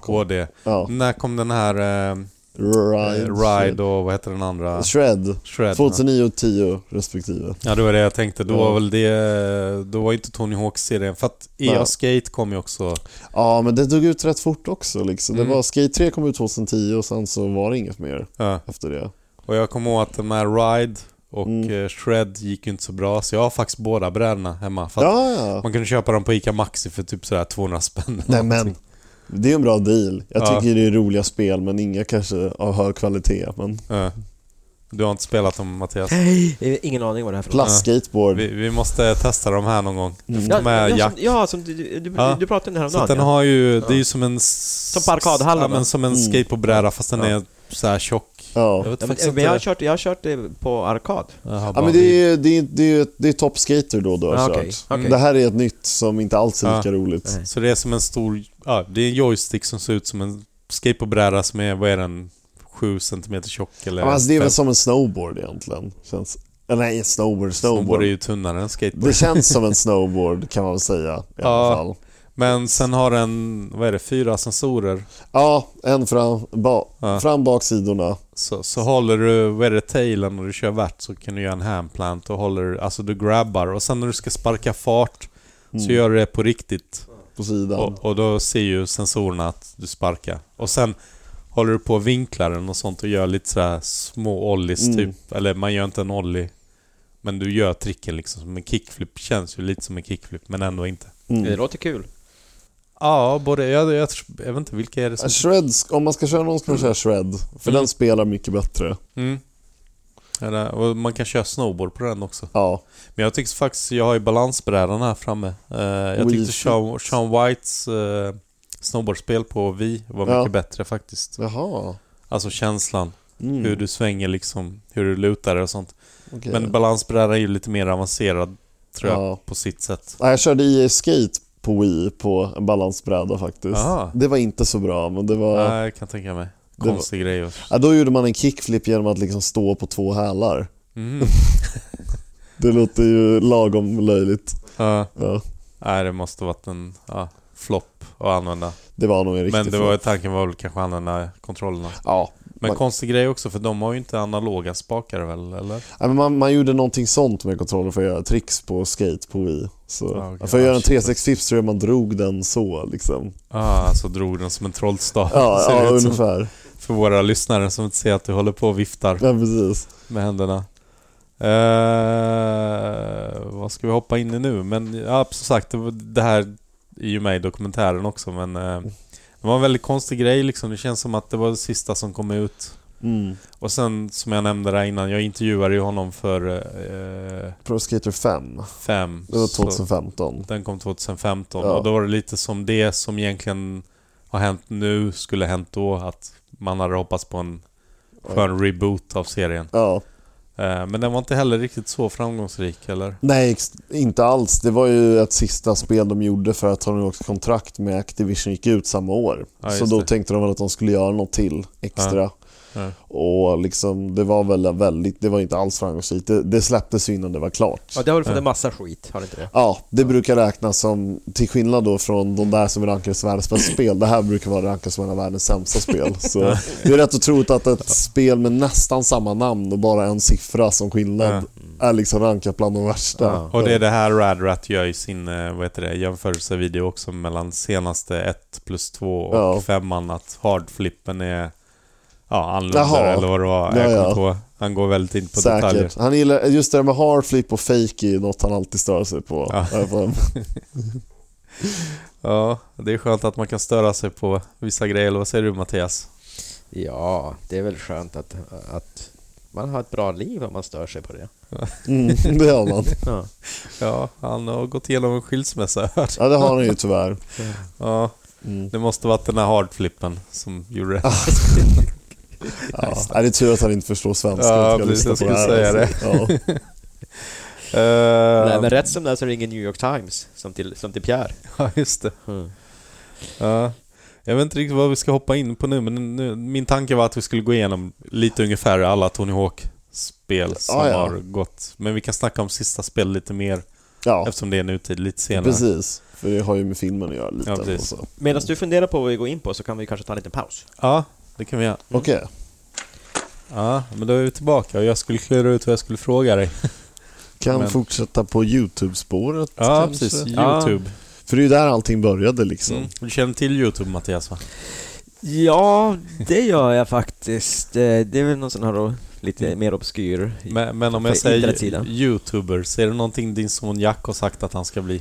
Speaker 2: KD.
Speaker 5: Ja.
Speaker 2: När kom den här eh,
Speaker 5: Ride,
Speaker 2: Mm. Ride och vad heter den andra?
Speaker 5: Shred.
Speaker 2: Shred.
Speaker 5: 2009 och 10 respektive.
Speaker 2: Ja, det var det jag tänkte. Då
Speaker 5: Ja.
Speaker 2: var väl det... Då var inte Tony Hawk-serien. För att EA
Speaker 5: Nej.
Speaker 2: Skate kom ju också.
Speaker 5: Ja, men det dog ut rätt fort också. Liksom.
Speaker 2: Mm.
Speaker 5: Det var Skate 3 kom ut 2010 och sen så var det inget mer
Speaker 2: Ja.
Speaker 5: efter det.
Speaker 2: Och jag kommer ihåg att de här Ride och
Speaker 5: Mm.
Speaker 2: eh, Shred gick ju inte så bra. Så jag har faktiskt båda brädorna hemma. För att
Speaker 5: Ja, ja.
Speaker 2: Man kunde köpa dem på ICA Maxi för typ sådär 200 spänn.
Speaker 5: Nej, men det är en bra deal. Jag
Speaker 2: Ja.
Speaker 5: tycker det är roliga spel, men inga kanske av hög kvalitet. Men
Speaker 2: Ja. Eh, Du har inte spelat dem Mattias?
Speaker 6: Jag har Ingen aning vad det här är för något.
Speaker 5: plastskateboard.
Speaker 2: Vi, vi måste testa dem här någon gång.
Speaker 5: Mm.
Speaker 2: Du får ta
Speaker 6: Ja,
Speaker 2: med
Speaker 6: ja,
Speaker 2: Jack.
Speaker 6: som, ja, som du, du, du,
Speaker 2: Ja.
Speaker 6: du pratade om det
Speaker 2: Så
Speaker 6: häromdagen.
Speaker 2: att den
Speaker 6: ja.
Speaker 2: har ju, det är ju som en... s-
Speaker 6: Som på arkadhallen,
Speaker 2: Ja, men
Speaker 6: va?
Speaker 2: som en skateboardbräda fast den är så här tjock.
Speaker 5: Mm. Ja.
Speaker 2: Jag vet
Speaker 6: Ja,
Speaker 2: faktiskt
Speaker 6: men, men jag, har
Speaker 2: inte.
Speaker 6: kört, jag har kört det på arkad.
Speaker 2: Jaha,
Speaker 5: Ja,
Speaker 2: bara
Speaker 5: men det är, det är, det är, det är Top Skater då du har
Speaker 6: Ja,
Speaker 5: kört.
Speaker 6: okej, okej.
Speaker 5: Det här är ett nytt som inte alls är lika
Speaker 2: Ja.
Speaker 5: roligt.
Speaker 2: vi- Så det är som en stor... Ja, det är en joystick som ser ut som en skateboardbräda som är, vad är den? 7 cm tjock eller?
Speaker 5: Ja, men alltså, det är
Speaker 2: fem.
Speaker 5: väl som en snowboard egentligen. Känns... Eller nej, snowboard,
Speaker 2: Snowboard är
Speaker 5: snowboard.
Speaker 2: ju tunnare än skateboard.
Speaker 5: Det känns som en snowboard kan man väl säga i alla
Speaker 2: Ja.
Speaker 5: fall.
Speaker 2: Men sen har den, vad är det, fyra sensorer.
Speaker 5: Ja, en fram, ba,
Speaker 2: Ja.
Speaker 5: fram baksidorna.
Speaker 2: Så, så håller du, vad är det, tailen och du kör vart så kan du göra en handplant och håller, alltså du grabbar och sen när du ska sparka fart så gör du det på riktigt.
Speaker 5: på sidan.
Speaker 2: Och, och då ser ju sensorerna att du sparkar. Och sen håller du på och vinklar den och sånt och gör lite sådär små ollies
Speaker 5: Mm.
Speaker 2: typ. Eller man gör inte en ollie. Men du gör tricken liksom. Som en kickflip känns ju lite som en kickflip men ändå inte.
Speaker 6: Det låter kul.
Speaker 2: Ja, både, jag, jag, jag vet inte vilka är det som...
Speaker 5: Shred, sk- Eh, om man ska köra någon ska man köra Shred, för
Speaker 2: Mm.
Speaker 5: den spelar mycket bättre.
Speaker 2: Mm. Eller, och man kan köra snowboard på den också.
Speaker 5: Ja,
Speaker 2: Men jag tyckte faktiskt, jag har ju balansbrädan här framme. Eh, jag
Speaker 5: Wii
Speaker 2: tyckte
Speaker 5: Fit.
Speaker 2: Sean, Sean Whites eh, snowboardspel på Wii var mycket
Speaker 5: Ja.
Speaker 2: bättre faktiskt.
Speaker 5: jaha.
Speaker 2: Alltså känslan,
Speaker 5: Mm.
Speaker 2: hur du svänger liksom, hur du lutar dig och sånt.
Speaker 5: okej.
Speaker 2: Men balansbrädan är ju lite mer avancerad, tror
Speaker 5: Ja.
Speaker 2: jag, på sitt sätt.
Speaker 5: Ja, jag körde i skate på Wii på en balansbräda faktiskt.
Speaker 2: Aha.
Speaker 5: Det var inte så bra, men det var...
Speaker 2: Ja, jag kan tänka mig.
Speaker 5: var-
Speaker 2: Konstig grej. att-
Speaker 5: Ja, då gjorde man en kickflip genom att liksom stå på två hälar.
Speaker 2: Mm.
Speaker 5: Det låter ju lagom löjligt.
Speaker 2: Ja.
Speaker 5: Ja,
Speaker 2: Nej, det måste varit en ja, flopp att använda.
Speaker 5: det var nog en riktig
Speaker 2: Men det var,
Speaker 5: flop.
Speaker 2: tanken var väl kanske att använda kontrollerna.
Speaker 5: Ja,
Speaker 2: Men Men
Speaker 5: Man-
Speaker 2: konstig grej också, för de har ju inte analoga spakar väl, eller?
Speaker 5: Nej, men man, man gjorde någonting sånt med kontrollen för att göra tricks på skate på Wii. Så,
Speaker 2: Ah, okej.
Speaker 5: För att göra en
Speaker 2: Ah, shit.
Speaker 5: 360-flips så man drog den så liksom.
Speaker 2: Ja, ah, alltså drog den som en trollstav.
Speaker 5: Ja,
Speaker 2: Ser
Speaker 5: ja
Speaker 2: ut som-
Speaker 5: ungefär.
Speaker 2: För våra lyssnare som inte ser att du håller på och viftar
Speaker 5: Ja, precis.
Speaker 2: med händerna. Eh, vad ska vi hoppa in i nu? Men ja, som sagt, det, var- det här är ju med i dokumentären också men eh,
Speaker 5: Mm.
Speaker 2: det var en väldigt konstig grej liksom. Det känns som att det var det sista som kom ut.
Speaker 5: Mm.
Speaker 2: Och sen, som jag nämnde där innan, jag intervjuade ju honom för eh,
Speaker 5: Pro Skater 5.
Speaker 2: fem.
Speaker 5: Det var
Speaker 2: så-
Speaker 5: 2015.
Speaker 2: Den kom 2015
Speaker 5: Ja.
Speaker 2: och då var det lite som det som egentligen har hänt nu skulle hänt då. Att man hade hoppats på en skön reboot av serien.
Speaker 5: Ja.
Speaker 2: Eh, Men den var inte heller riktigt så framgångsrik eller?
Speaker 5: Nej, ex- inte alls. Det var ju ett sista spel de gjorde för att Tony Hawks kontrakt med Activision gick ut samma år.
Speaker 2: Ja, just
Speaker 5: så då
Speaker 2: det.
Speaker 5: tänkte de väl att de skulle göra något till extra.
Speaker 2: Ja.
Speaker 5: Och liksom, det var väl en väldigt, det var inte alls framgångsrikt. Det, det släpptes ju innan det var klart.
Speaker 6: Ja, det har väl fått en massa skit, har det inte det?
Speaker 5: Ja, det brukar räknas som, till skillnad då från de där som rankades som världens bästa spel, det här brukar vara rankat som en av världens sämsta spel. Så det är rätt otroligt att ett spel med nästan samma namn och bara en siffra som skillnad är liksom rankat bland de värsta.
Speaker 6: Ja.
Speaker 2: Och det är det här Rad Rat gör i sin eh, vad heter det, jämförelsevideo också mellan senaste 1 plus 2
Speaker 5: Ja.
Speaker 2: och 5 att hardflippen är ja, annorlunda
Speaker 5: Jaha.
Speaker 2: eller vad det var.
Speaker 5: Ja,
Speaker 2: jag kommer
Speaker 5: ja.
Speaker 2: inte ihåg. Han går väldigt in på detaljer.
Speaker 5: Säkert. Han gillar, just det där med hard flip och fake är något han alltid stör sig på.
Speaker 2: Ja.
Speaker 5: Har jag för mig.
Speaker 2: Ja, det är skönt att man kan störa sig på vissa grejer. Eller vad säger du Mattias?
Speaker 6: Ja, det är väl skönt att, att man har ett bra liv om man stör sig på det.
Speaker 5: Mm, det har man.
Speaker 6: Ja.
Speaker 2: Ja, han har gått igenom en skilsmässa hörde jag.
Speaker 5: Ja, det har han ju tyvärr.
Speaker 2: Ja,
Speaker 5: Mm.
Speaker 2: det måste varit den här hardflippen som gjorde det.
Speaker 5: Ah. Ja. Nej, Det är tur att han inte förstår svenska.
Speaker 2: Ja,
Speaker 5: och inte ska
Speaker 2: precis,
Speaker 5: lyssna
Speaker 2: jag
Speaker 5: på
Speaker 2: skulle
Speaker 5: här, alltså. Ja.
Speaker 2: Eh,
Speaker 6: Nej, men rätt som det är så ringer New York Times, som till, som till Pierre.
Speaker 2: Ja, just det.
Speaker 6: Mm.
Speaker 2: Ja. Jag vet inte riktigt vad vi ska hoppa in på nu, men nu, min tanke var att vi skulle gå igenom lite ungefär alla Tony Hawk-spel som
Speaker 5: Ah, ja.
Speaker 2: har gått. Men vi kan snacka om sista spel lite mer,
Speaker 5: Ja,
Speaker 2: eftersom det är nutid, lite senare.
Speaker 5: precis. För det har ju med filmen att göra lite.
Speaker 2: Ja, precis.
Speaker 5: och så.
Speaker 6: Medan du funderar på vad vi går in på så kan vi kanske ta en liten paus.
Speaker 2: Ja, det kan vi göra.
Speaker 5: Okej.
Speaker 2: Ja, men då är vi tillbaka och jag skulle klura ut vad jag skulle fråga dig.
Speaker 5: Kan
Speaker 2: Men-
Speaker 5: fortsätta på YouTube-spåret
Speaker 2: Ja,
Speaker 5: kanske?
Speaker 2: precis.
Speaker 5: Ja.
Speaker 2: YouTube.
Speaker 5: För det är ju där allting började liksom.
Speaker 2: Mm. Du känner till YouTube, Mattias, va?
Speaker 6: Ja, det gör jag faktiskt. Eh, Det är väl någon sån här då, lite mer obskyr.
Speaker 2: Men, men om
Speaker 6: För
Speaker 2: jag säger
Speaker 6: internetsidan.
Speaker 2: YouTuber, så är det någonting din son Jack har sagt att han ska bli?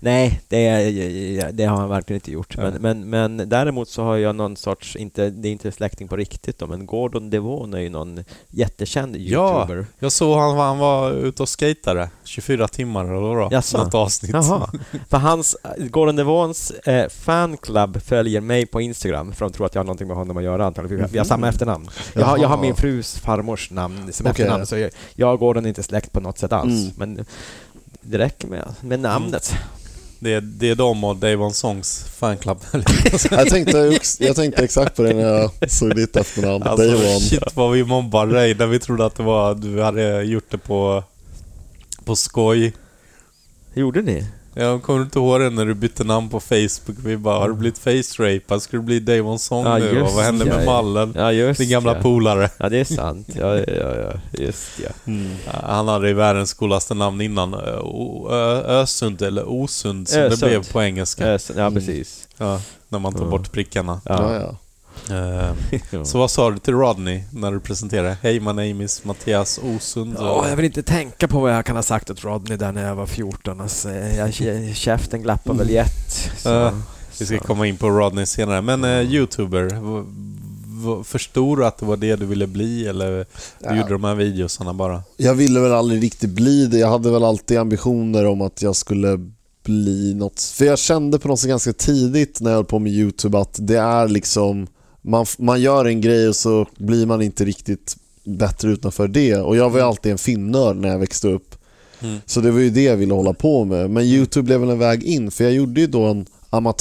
Speaker 6: Nej, det, är- det har han verkligen inte gjort.
Speaker 2: Ja.
Speaker 6: Men, men, men däremot så har jag någon sorts, inte, det är inte släkting på riktigt då, men Gordon Devon är ju någon jättekänd YouTuber.
Speaker 2: Ja, jag såg han, han var ute och skatade 24 timmar eller vad det var.
Speaker 6: Jaså?
Speaker 2: Något avsnitt.
Speaker 6: Jaha, för hans, Gordon Devons eh, fanclub följer mig på Instagram för de tror att jag har någonting med honom att göra antagligen, för vi har samma efternamn. Jag har, jag har
Speaker 5: Jaha.
Speaker 6: min frus farmors namn som
Speaker 5: Okej.
Speaker 6: efternamn, så jag, jag och Gordon är inte släkt på något sätt alls,
Speaker 5: Mm.
Speaker 6: men det räcker med, med namnet.
Speaker 2: Det, är- det är de och Davon Songs fanclub. Alltså,
Speaker 5: Jag, tänkte, jag tänkte exakt på det när jag såg ditt efternamn.
Speaker 2: alltså,
Speaker 5: Day one.
Speaker 2: shit vad vi mobbade dig när vi trodde att det var, du hade gjort det på, på skoj.
Speaker 6: Gjorde ni?
Speaker 2: Jag kommer du inte ihåg det när du bytte namn på Facebook? Vi bara, har du blivit face-rapad? Ska du bli Davon Song
Speaker 6: Ja,
Speaker 2: nu? Och
Speaker 6: just
Speaker 2: vad hände
Speaker 6: ja,
Speaker 2: med
Speaker 6: ja.
Speaker 2: mallen?
Speaker 6: Ja, just
Speaker 2: Din gamla
Speaker 6: ja.
Speaker 2: polare.
Speaker 6: Ja, det är sant. Ja, ja, ja, just ja.
Speaker 2: Han hade ju världens coolaste namn innan. Ö- O- Ö- Ösund eller Osund som det
Speaker 6: Ösund.
Speaker 2: blev på engelska.
Speaker 6: Ja, så- ja precis.
Speaker 2: Ja, när man tar bort prickarna.
Speaker 6: Ja.
Speaker 5: Ja, ja.
Speaker 2: Eh, Så vad sa du till Rodney när du presenterade? Hej, my name is Mattias Osund.
Speaker 6: Åh, jag vill inte tänka på vad jag kan ha sagt åt Rodney där när jag var 14. Alltså, jag, käften glappar väl jätt. Så,
Speaker 2: Ja, Vi ska komma in på Rodney senare. Men eh, YouTuber, v- v- förstod du att det var det du ville bli eller du gjorde de här videosarna bara?
Speaker 5: Jag ville väl aldrig riktigt bli det. Jag hade väl alltid ambitioner om att jag skulle bli något. För jag kände på något sätt ganska tidigt när jag höll på med YouTube att det är liksom, man, man gör en grej och så blir man inte riktigt bättre utanför det. Och jag var ju alltid en filmnörd när jag växte upp. Så det var ju det jag ville hålla på med. Men YouTube blev väl en väg in, för jag gjorde ju då en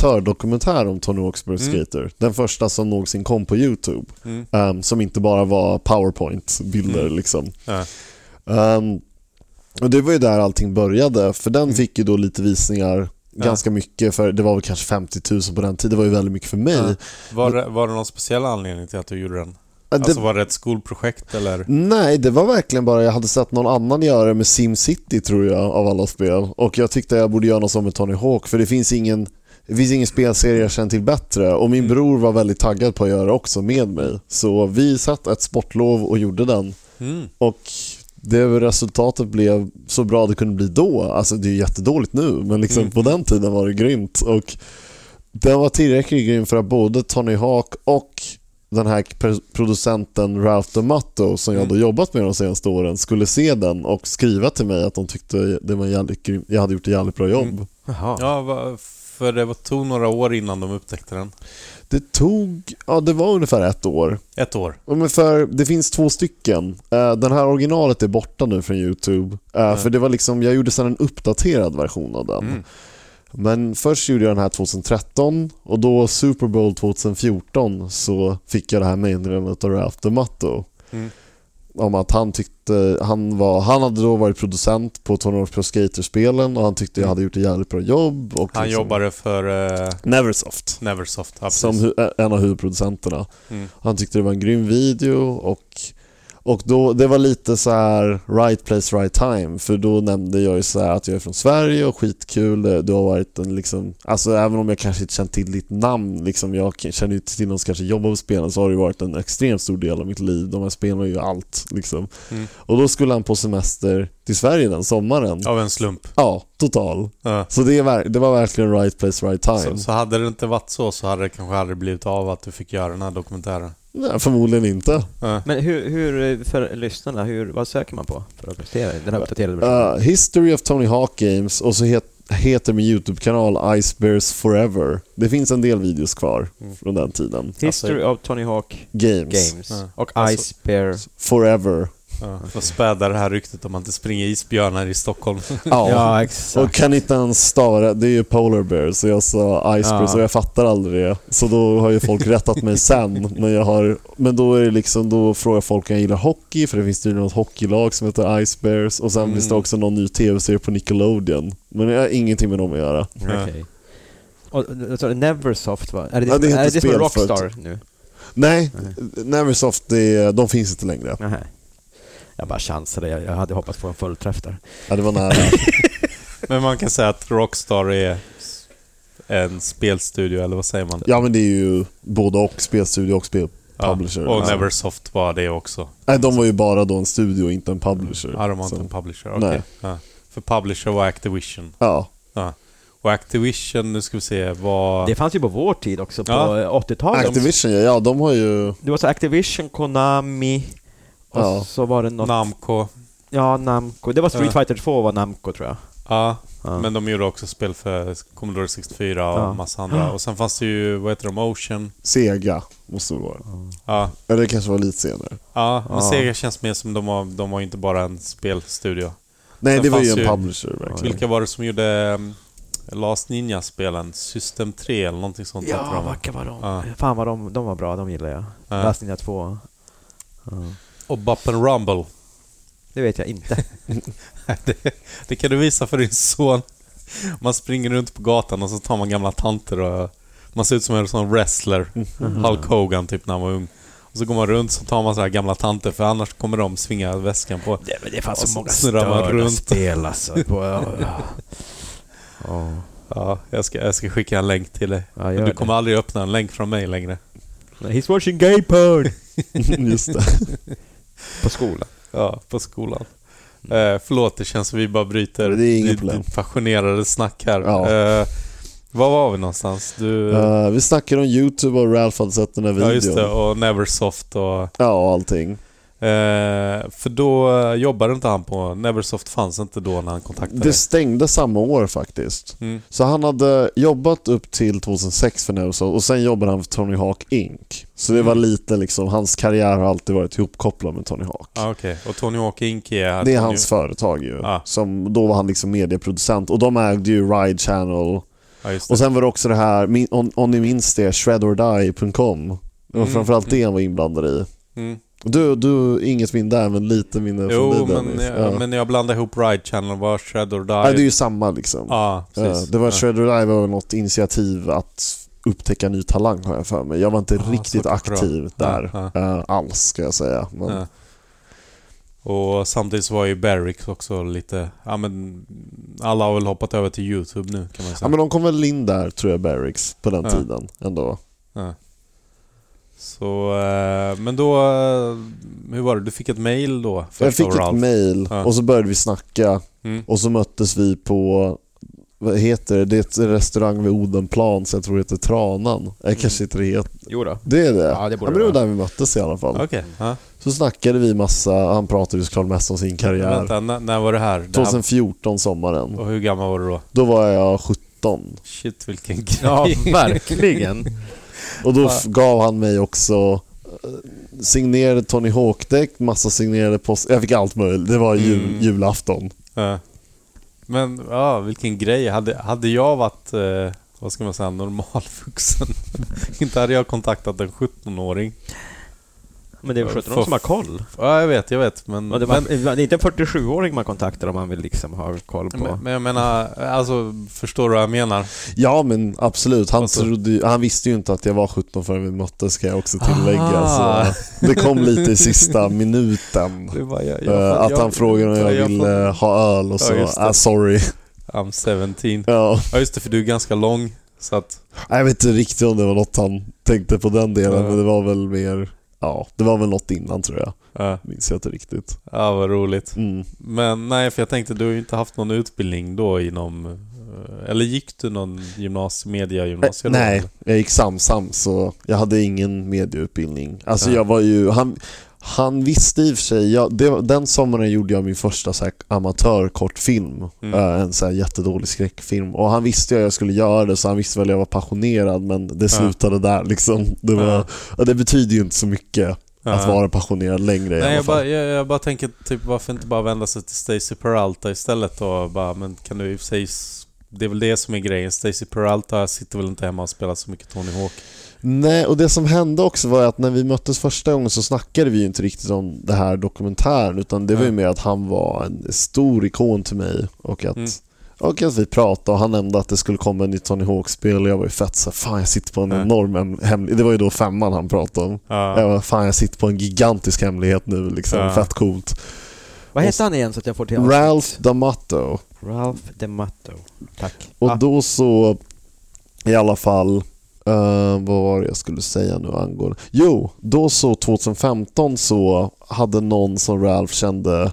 Speaker 5: amatördokumentär om Tony Hawk's Pro Skater. Den första som någonsin kom på YouTube. ehm, som inte bara var powerpoint-bilder liksom.
Speaker 2: Ja. Mm.
Speaker 5: Ehm, och det var ju där allting började, för den fick ju då lite visningar ganska mycket, för det var väl kanske 50 000 på den tiden. Det var ju väldigt mycket för mig. Eh,
Speaker 2: Ja. Var, det- var det någon speciell anledning till att du gjorde den?
Speaker 5: Ja, det,
Speaker 2: Alltså var det ett skolprojekt eller?
Speaker 5: Nej, det var verkligen bara jag hade sett någon annan göra det med SimCity tror jag, av alla spel. Och jag tyckte jag borde göra något som med Tony Hawk, för det finns ingen det finns ingen spelserie jag känner till bättre och
Speaker 2: Mm.
Speaker 5: min bror var väldigt taggad på att göra det också med mig. Så vi satt ett sportlov och gjorde den
Speaker 2: Mm.
Speaker 5: och det resultatet blev så bra det kunde bli då. Alltså det är ju jättedåligt nu, men liksom på den tiden var det grymt. Och den var tillräckligt grym för att både Tony Hawk och den här per- producenten Ralph DeMatto som jag då jobbat med de senaste åren skulle se den och skriva till mig att de tyckte det var en jävligt grym, jag hade gjort ett jävligt bra jobb.
Speaker 1: Jaha.
Speaker 2: Ja, va- för det var- tog några år innan de upptäckte den.
Speaker 5: Det tog, ja det var ungefär ett år.
Speaker 2: Ett år.
Speaker 5: Ja, Men för, det finns två stycken. Eh, Den här originalet är borta nu från Youtube. Eh, För det var liksom, jag gjorde sedan en uppdaterad version av den.
Speaker 2: Mm.
Speaker 5: Men först gjorde jag den här 2013 och då Super Bowl 2014 så fick jag det här meddelandet av Ralph DeMatto. Om att han tyckte, han, var, han hade då varit producent på Tony Hawk's Pro Skater-spelen och han tyckte jag hade gjort ett jävligt bra jobb. Och
Speaker 2: Han
Speaker 5: liksom-
Speaker 2: jobbade för eh,
Speaker 5: Neversoft
Speaker 2: Neversoft. Ja,
Speaker 5: som
Speaker 2: precis.
Speaker 5: hu- en av huvudproducenterna.
Speaker 2: Mm.
Speaker 5: Han tyckte det var en grym video och, och då, det var lite så här right place, right time. För då nämnde jag ju så här att jag är från Sverige och skitkul. Det, det har varit en liksom, alltså även om jag kanske inte känt till ditt namn, liksom, jag k- känner ju inte till någon som kanske jobbar på spelen, så har det ju varit en extremt stor del av mitt liv. De här spelen är ju allt liksom.
Speaker 2: Mm.
Speaker 5: Och då skulle han på semester till Sverige den sommaren. Ja,
Speaker 2: Av en slump.
Speaker 5: total.
Speaker 2: Ja.
Speaker 5: Så det, är, ver- det var verkligen right place, right time.
Speaker 2: Så, så hade det inte varit så så hade det kanske aldrig blivit av att du fick göra den här dokumentären.
Speaker 5: Nej, förmodligen inte.
Speaker 2: Ja.
Speaker 6: Men hur, hur, för lyssnarna, hur, vad söker man på för att prestera i den här uppdaterade versionen?
Speaker 5: Uh, History of Tony Hawk Games och så het, heter min YouTube-kanal Ice Bears Forever. Det finns en del videos kvar från den tiden. Alltså,
Speaker 6: History of Tony Hawk
Speaker 5: Games.
Speaker 6: Games
Speaker 2: Ja.
Speaker 6: och
Speaker 2: Alltså-
Speaker 6: Ice Bear.
Speaker 5: Forever.
Speaker 2: Ja. För att späda det här ryktet om att det springer isbjörnar i Stockholm.
Speaker 5: Ja.
Speaker 1: exakt.
Speaker 5: och kan inte ens stava det. Det är ju Polar Bears så jag sa Ice
Speaker 1: Ja.
Speaker 5: Bears och jag fattar aldrig det. Så då har ju folk rättat mig sen. Men, jag har, men då är det liksom, då frågar folk om jag gillar hockey för det finns tydligen något hockeylag som heter Ice Bears och sen finns det också någon ny tv-serie på Nickelodeon. Men jag har ingenting med dem att göra.
Speaker 2: Ja.
Speaker 6: Okej. Och, och, så Neversoft va? Är det,
Speaker 5: Ja,
Speaker 6: det,
Speaker 5: det heter
Speaker 6: är det som
Speaker 5: spel
Speaker 6: Rockstar nu?
Speaker 5: Nej, Neversoft, det, de finns inte längre.
Speaker 6: Nähä. Jag bara chansade, jag, jag hade hoppats på en fullträff där.
Speaker 5: Ja, det var nära.
Speaker 2: Men man kan säga att Rockstar är s- en spelstudio, eller vad säger man?
Speaker 5: Ja men det är ju både och, spelstudio och spelpublisher.
Speaker 2: Och
Speaker 5: Ja.
Speaker 2: Neversoft var det också.
Speaker 5: Nej, de var ju bara då en studio, inte en publisher.
Speaker 2: Ja, de var
Speaker 5: Så-
Speaker 2: inte en publisher. Okej.
Speaker 5: Nej.
Speaker 2: Ja. För publisher var Activision.
Speaker 5: Ja,
Speaker 2: Ja. Och Activision, nu ska vi se, var...
Speaker 6: Det fanns ju på vår tid också, på
Speaker 2: Ja.
Speaker 6: 80-talet.
Speaker 5: Activision ja, ja de har ju...
Speaker 6: Det var så Activision, Konami och
Speaker 5: Ja.
Speaker 6: så var det något...
Speaker 2: Namco.
Speaker 6: Ja, Namco. Det var Street
Speaker 2: Ja.
Speaker 6: Fighter 2 var Namco tror jag.
Speaker 2: Ja.
Speaker 6: Ja.
Speaker 2: men de gjorde också spel för Commodore 64 och
Speaker 6: Ja.
Speaker 2: massa andra. Och sen fanns det ju, vad heter de, Ocean?
Speaker 5: Sega måste det vara.
Speaker 2: Ja,
Speaker 5: Eller det kanske var lite senare.
Speaker 2: ja men Sega känns mer som de har, de har inte bara en spelstudio.
Speaker 5: Nej,
Speaker 2: Sen
Speaker 5: det var ju
Speaker 2: fanns
Speaker 5: en
Speaker 2: ju-
Speaker 5: publisher verkligen.
Speaker 2: Vilka var det som gjorde ehm, Last Ninja-spelen? System 3 eller någonting sånt heter
Speaker 6: Ja,
Speaker 2: de.
Speaker 6: vilka var de?
Speaker 2: Ja.
Speaker 6: Fan vad de, de var bra, de gillar jag.
Speaker 2: Ja.
Speaker 6: Last Ninja 2.
Speaker 2: Och Buppen Rumble.
Speaker 6: Det vet jag inte.
Speaker 2: Det, det kan du visa för din son. Man springer runt på gatan och så tar man gamla tanter och man ser ut som en sån wrestler.
Speaker 5: Mm-hmm.
Speaker 2: Hulk Hogan typ när han var ung. Och så går man runt så tar man så här gamla tanter för annars kommer de svinga väskan på.
Speaker 6: det, men det fanns
Speaker 2: Och
Speaker 6: så
Speaker 2: så
Speaker 6: många
Speaker 2: snurrar man
Speaker 6: störda
Speaker 2: runt.
Speaker 6: spel alltså. På, ja, ja. Ja.
Speaker 2: Ja, jag ska, jag ska skicka en länk till dig.
Speaker 6: Ja,
Speaker 2: Men
Speaker 6: gör
Speaker 2: du
Speaker 6: det.
Speaker 2: kommer aldrig öppna en länk från mig längre.
Speaker 6: He's watching gay porn!
Speaker 5: Just det.
Speaker 6: På skolan.
Speaker 2: Ja, på skolan. Eh, förlåt, det känns som vi bara bryter
Speaker 5: Mm. Det är inget
Speaker 2: ditt-
Speaker 5: problem.
Speaker 2: ditt passionerade snack här.
Speaker 5: Ja.
Speaker 2: Eh, var var vi någonstans? Du,
Speaker 5: Eh, vi snackade om YouTube och Ralph hade sett den här videon.
Speaker 2: ja, just det. Och Neversoft och...
Speaker 5: Ja, och allting.
Speaker 2: Eh, för då eh, jobbade inte han på... Neversoft fanns inte då när han kontaktade
Speaker 5: Det stängde samma år faktiskt.
Speaker 2: Mm.
Speaker 5: Så han hade jobbat upp till 2006 för Neversoft och sen jobbade han för Tony Hawk Inc. Så det var
Speaker 2: Mm.
Speaker 5: lite liksom, hans karriär har alltid varit ihopkopplad med Tony Hawk.
Speaker 2: Ja, Ah, okej. Och Tony Hawk Inc. är...
Speaker 5: Det är
Speaker 2: Tony-
Speaker 5: hans företag ju.
Speaker 2: Ja.
Speaker 5: Som, då var han liksom medieproducent och de ägde ju Ride Channel.
Speaker 2: Ja, just det.
Speaker 5: Och sen var det också det här, min- om, om ni minns det, shredordie.com. Det var framförallt det han var inblandad i.
Speaker 2: Mm.
Speaker 5: Du, du, inget minne där, men lite minne
Speaker 2: Jo,
Speaker 5: från dig
Speaker 2: men,
Speaker 5: Dennis.
Speaker 2: jag,
Speaker 5: ja.
Speaker 2: men jag blandade ihop Ride Channel var Shred or Die.
Speaker 5: Nej, det är ju samma liksom.
Speaker 2: Ja,
Speaker 5: ja,
Speaker 2: precis.
Speaker 5: det var
Speaker 2: Ja.
Speaker 5: Shredder Live var något initiativ att upptäcka ny talang har jag för mig. Jag var inte
Speaker 2: Ah, så
Speaker 5: riktigt
Speaker 2: kanske det var.
Speaker 5: aktiv
Speaker 2: Ja,
Speaker 5: där
Speaker 2: ja.
Speaker 5: eh, alls ska jag säga. Men,
Speaker 2: Ja. Och samtidigt så var ju Barrix också lite... Ja, men alla har väl hoppat över till YouTube nu kan man säga.
Speaker 5: ja, men de kom väl in där tror jag, Barracks, på den
Speaker 2: Ja.
Speaker 5: tiden ändå.
Speaker 2: Så, eh, men då... eh, Hur var det? Du fick ett mail då?
Speaker 5: Jag
Speaker 2: första
Speaker 5: fick ett
Speaker 2: Ralph.
Speaker 5: mail
Speaker 2: Ja.
Speaker 5: och så började vi snacka
Speaker 2: Mm.
Speaker 5: och så möttes vi på vad heter det? Det är en restaurang vid Odenplan så jag tror det heter Tranan. Nej,
Speaker 2: Mm.
Speaker 5: kanske inte det heter.
Speaker 6: Jo då.
Speaker 5: Det är det.
Speaker 6: Ja, det borde
Speaker 5: men det
Speaker 6: det
Speaker 5: var där vi möttes i alla fall.
Speaker 2: Okej. Ja.
Speaker 5: Så snackade vi massa, han pratade ju såklart mest om sin karriär.
Speaker 2: Vänta, när, när var det här? Det här-
Speaker 5: 2014 sommaren.
Speaker 2: Och hur gammal var du då?
Speaker 5: Då var jag 17.
Speaker 2: Shit vilken grej.
Speaker 6: Ja, verkligen.
Speaker 5: Och då f- gav han mig också eh, signerade Tony Hawk-däck, massa signerade post. Jag fick allt möjligt. Det var jul,
Speaker 2: Mm.
Speaker 5: julafton.
Speaker 2: Ja. Men ja, vilken grej. Hade, hade jag varit, eh, vad ska man säga, normalvuxen. Inte hade jag kontaktat en 17-åring.
Speaker 6: Men det är väl 17 som har koll?
Speaker 2: Ja, jag vet, jag vet. Men,
Speaker 6: Ja, Det,
Speaker 2: men,
Speaker 6: var, det är inte en 47-åring man kontaktar om man vill liksom ha koll på...
Speaker 2: men jag menar, alltså förstår du vad jag menar?
Speaker 5: Ja men absolut, han,
Speaker 2: Alltså-
Speaker 5: trodde ju, han visste ju inte att jag var 17 förrän vi möttes kan jag också tillägga.
Speaker 2: Ah.
Speaker 5: Så eh, det kom lite i sista minuten.
Speaker 2: Det var, jag,
Speaker 5: Eh, att han frågade om jag, eh, ville ha öl och så,
Speaker 2: Ja, just det.
Speaker 5: ah, sorry.
Speaker 2: I'm 17.
Speaker 5: Ja.
Speaker 2: Ja just det, för du är ganska lång. Så att,
Speaker 5: Jag vet inte riktigt om det var något han tänkte på den delen,
Speaker 2: Ja.
Speaker 5: men det var väl mer, ja, det var väl något innan tror jag.
Speaker 2: ja,
Speaker 5: Minns jag inte riktigt.
Speaker 2: eh, ja vad roligt.
Speaker 5: Mm.
Speaker 2: Men nej, för jag tänkte du har ju inte haft någon utbildning då inom... eh, Eller gick du någon gymnasie, mediagymnasium?
Speaker 5: Eh, Nej, jag gick samsam så jag hade ingen medieutbildning. Alltså
Speaker 2: Nej.
Speaker 5: jag var ju, han, han visste i och för sig, jag, det, var- den sommaren gjorde jag min första så här, amatörkortfilm,
Speaker 2: Mm.
Speaker 5: eh, en så här, jättedålig skräckfilm. Och han visste ju att jag skulle göra det så han visste väl att jag var passionerad men det slutade där liksom. Det, var,
Speaker 2: Ja.
Speaker 5: och det betyder ju inte så mycket att
Speaker 2: Ja.
Speaker 5: vara passionerad längre i
Speaker 2: Nej,
Speaker 5: alla
Speaker 2: jag
Speaker 5: fall.
Speaker 2: bara, jag, jag bara tänker typ varför inte bara vända sig till Stacy Peralta istället och bara, men kan du i och för sig... s- Det är väl det som är grejen. Stacy Peralta sitter väl inte hemma och spelar så mycket Tony Hawk.
Speaker 5: Nej, och det som hände också var att när vi möttes första gången så snackade vi ju inte riktigt om det här dokumentären utan det var ju
Speaker 2: Nej.
Speaker 5: mer att han var en stor ikon till mig och att,
Speaker 2: Mm.
Speaker 5: och att vi pratade och han nämnde att det skulle komma ett nytt Tony Hawk-spel och jag var ju fett så här, fan jag sitter på en
Speaker 2: Ja.
Speaker 5: enorm hem- hemlighet. Det var ju då femman han pratade om. Jag
Speaker 2: Ja,
Speaker 5: var, fan jag sitter på en gigantisk hemlighet nu liksom,
Speaker 2: Ja.
Speaker 5: fett coolt.
Speaker 6: Vad heter han igen så att jag får till avsnitt?
Speaker 5: Ralph D'Amato.
Speaker 6: Ralph DeMatto. Tack.
Speaker 5: Och
Speaker 6: Ah,
Speaker 5: då så, i alla fall, eh, vad var det jag skulle säga nu angående... Jo, då så 2015 så hade någon som Ralph kände,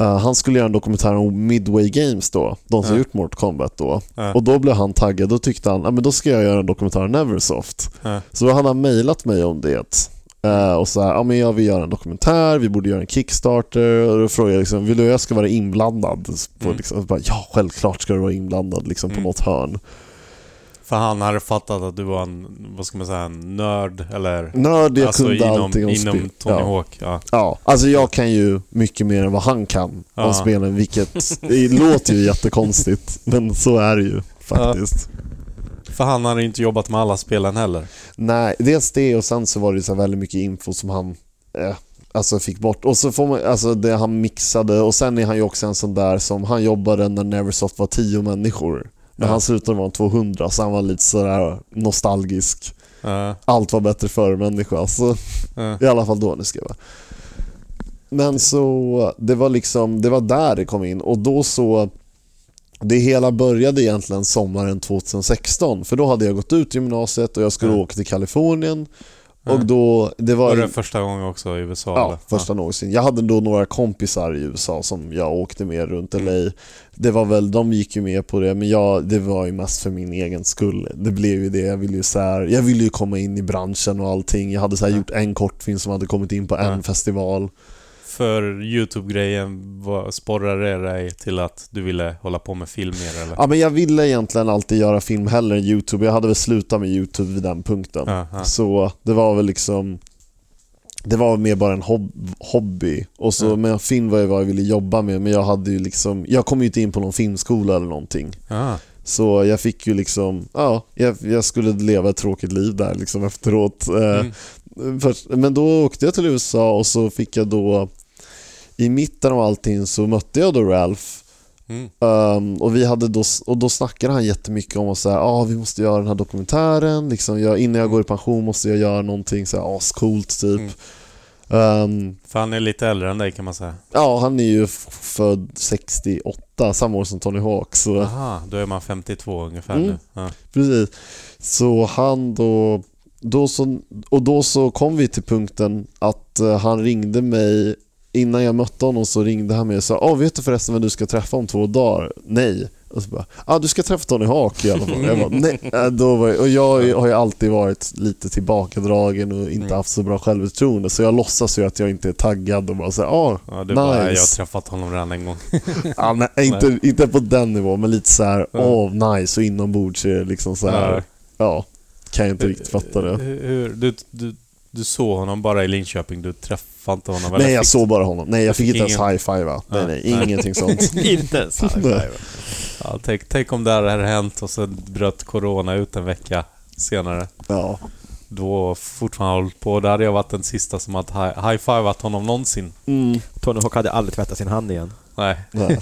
Speaker 5: eh, han skulle göra en dokumentär om Midway Games då, de som
Speaker 2: Ja.
Speaker 5: gjort Mortal Kombat då.
Speaker 2: Ja.
Speaker 5: Och då blev han taggad, då tyckte han, ja men då ska jag göra en dokumentär om Neversoft.
Speaker 2: Ja.
Speaker 5: Så då hade han mejlat mig om det. Eh, och så här, ja men jag vill göra en dokumentär, vi borde göra en Kickstarter. Och då frågade jag liksom, vill du att jag ska vara inblandad? På,
Speaker 2: Mm.
Speaker 5: liksom, och bara, ja, självklart ska du vara inblandad liksom, på
Speaker 2: Mm.
Speaker 5: något hörn.
Speaker 2: för han hade fattat att du var en, vad ska man säga, en nörd eller...
Speaker 5: Nörd, Mm, jag kunde
Speaker 2: Alltså, inom,
Speaker 5: allting om
Speaker 2: inom
Speaker 5: spel.
Speaker 2: Tony
Speaker 5: ja.
Speaker 2: Hawk. Ja.
Speaker 5: Ja, alltså jag kan ju mycket mer än vad han kan
Speaker 2: Ja.
Speaker 5: om spelen, vilket det låter ju jättekonstigt, men så är det ju faktiskt.
Speaker 2: För han hade ju inte jobbat med alla spelen heller.
Speaker 5: Nej, dels det och sen så var det så här väldigt mycket info som han eh, alltså fick bort. Och så får man, alltså det han mixade och sen är han ju också en sån där som, han jobbade när Neversoft var tio människor. När
Speaker 2: Ja.
Speaker 5: han slutade var han 200, så han var lite sådär nostalgisk.
Speaker 2: Ja,
Speaker 5: Allt var bättre förr människa, så
Speaker 2: ja.
Speaker 5: i alla fall då nu ska jag vara. Men så, det var liksom, det var där det kom in och då så det hela började egentligen sommaren 2016 för då hade jag gått ut gymnasiet och jag skulle
Speaker 2: Mm.
Speaker 5: åka till Kalifornien
Speaker 2: Mm.
Speaker 5: och då, det var...
Speaker 2: Var det första gången också i USA?
Speaker 5: Ja,
Speaker 2: eller?
Speaker 5: första någonsin. Jag hade då några kompisar i USA som jag åkte med runt LA. Det var väl, de gick ju med på det, men jag, det var ju mest för min egen skull. Det blev ju det, jag ville ju, så här, jag ville ju komma in i branschen och allting. Jag hade så här gjort en kortfilm som hade kommit in på en
Speaker 2: Ja.
Speaker 5: festival.
Speaker 2: För Youtube-grejen var- sporrade det dig till att du ville hålla på med film mer eller?
Speaker 5: Ja, men jag ville egentligen alltid göra film hellre än YouTube. Jag hade väl slutat med YouTube vid den punkten.
Speaker 2: Ja, ja.
Speaker 5: Så det var väl liksom Det var mer bara en hob- hobby. Och så,
Speaker 2: Ja.
Speaker 5: Men film var ju vad jag ville jobba med, men jag hade ju liksom Jag kom ju inte in på någon filmskola eller någonting.
Speaker 2: Ah,
Speaker 5: Så jag fick ju liksom, ja, jag, jag skulle leva ett tråkigt liv där liksom efteråt. Eh,
Speaker 2: Mm.
Speaker 5: först, men då åkte jag till USA och så fick jag då i mitten av allting så mötte jag då Ralph
Speaker 2: Mm.
Speaker 5: Ehm, och, vi hade då, och då snackade han jättemycket om att så här, ah, vi måste göra den här dokumentären, liksom, jag, innan jag går i pension måste jag göra någonting så här, ascoolt typ.
Speaker 2: Mm.
Speaker 5: Ehm,
Speaker 2: För han är lite äldre än dig kan man säga.
Speaker 5: ja, han är ju f- född 68, samma år som Tony Hawk. Så,
Speaker 2: Aha, då är man 52 ungefär
Speaker 5: Mm.
Speaker 2: nu. Ja.
Speaker 5: precis. så han då, då så, och då så kom vi till punkten att eh, han ringde mig Innan jag mötte honom så ringde han mig och sa ah, ”Vet du förresten vem du ska träffa om två dagar?” Nej. Och så bara ”Ah, du ska träffa Tony Hawk i alla fall”. Jag bara, Nej. Äh, Då var jag, och jag har ju alltid varit lite tillbakadragen och inte haft så bra självförtroende så jag låtsas ju att jag inte är taggad och bara säger ”Ah,
Speaker 2: Ja, du
Speaker 5: nice”.
Speaker 2: bara, jag har träffat honom redan en gång.
Speaker 5: Ja, nej, inte, inte på den nivån, men lite så här,
Speaker 2: Ja.
Speaker 5: åh nice, och inombords är det liksom så här,
Speaker 2: Ja.
Speaker 5: ja. kan jag inte riktigt fatta det.
Speaker 2: Hur, hur, du, du, du såg honom bara i Linköping, du träffade inte honom? eller
Speaker 5: Nej, jag
Speaker 2: fick-
Speaker 5: såg bara honom. Nej, jag fick
Speaker 2: fick
Speaker 5: inte ens
Speaker 2: ingen-
Speaker 5: high-fivea.
Speaker 2: Ja.
Speaker 5: Nej, nej, ingenting sånt.
Speaker 6: Inte ens high-five.
Speaker 2: Ja, tänk, tänk om det här hade hänt och så bröt Corona ut en vecka senare.
Speaker 5: Ja,
Speaker 2: Då fortfarande hållit på. Då hade jag varit den sista som hade hi- high-fivat honom någonsin.
Speaker 5: Mm.
Speaker 6: Tony Hawk hade aldrig tvättat sin hand igen.
Speaker 2: Nej,
Speaker 5: nej.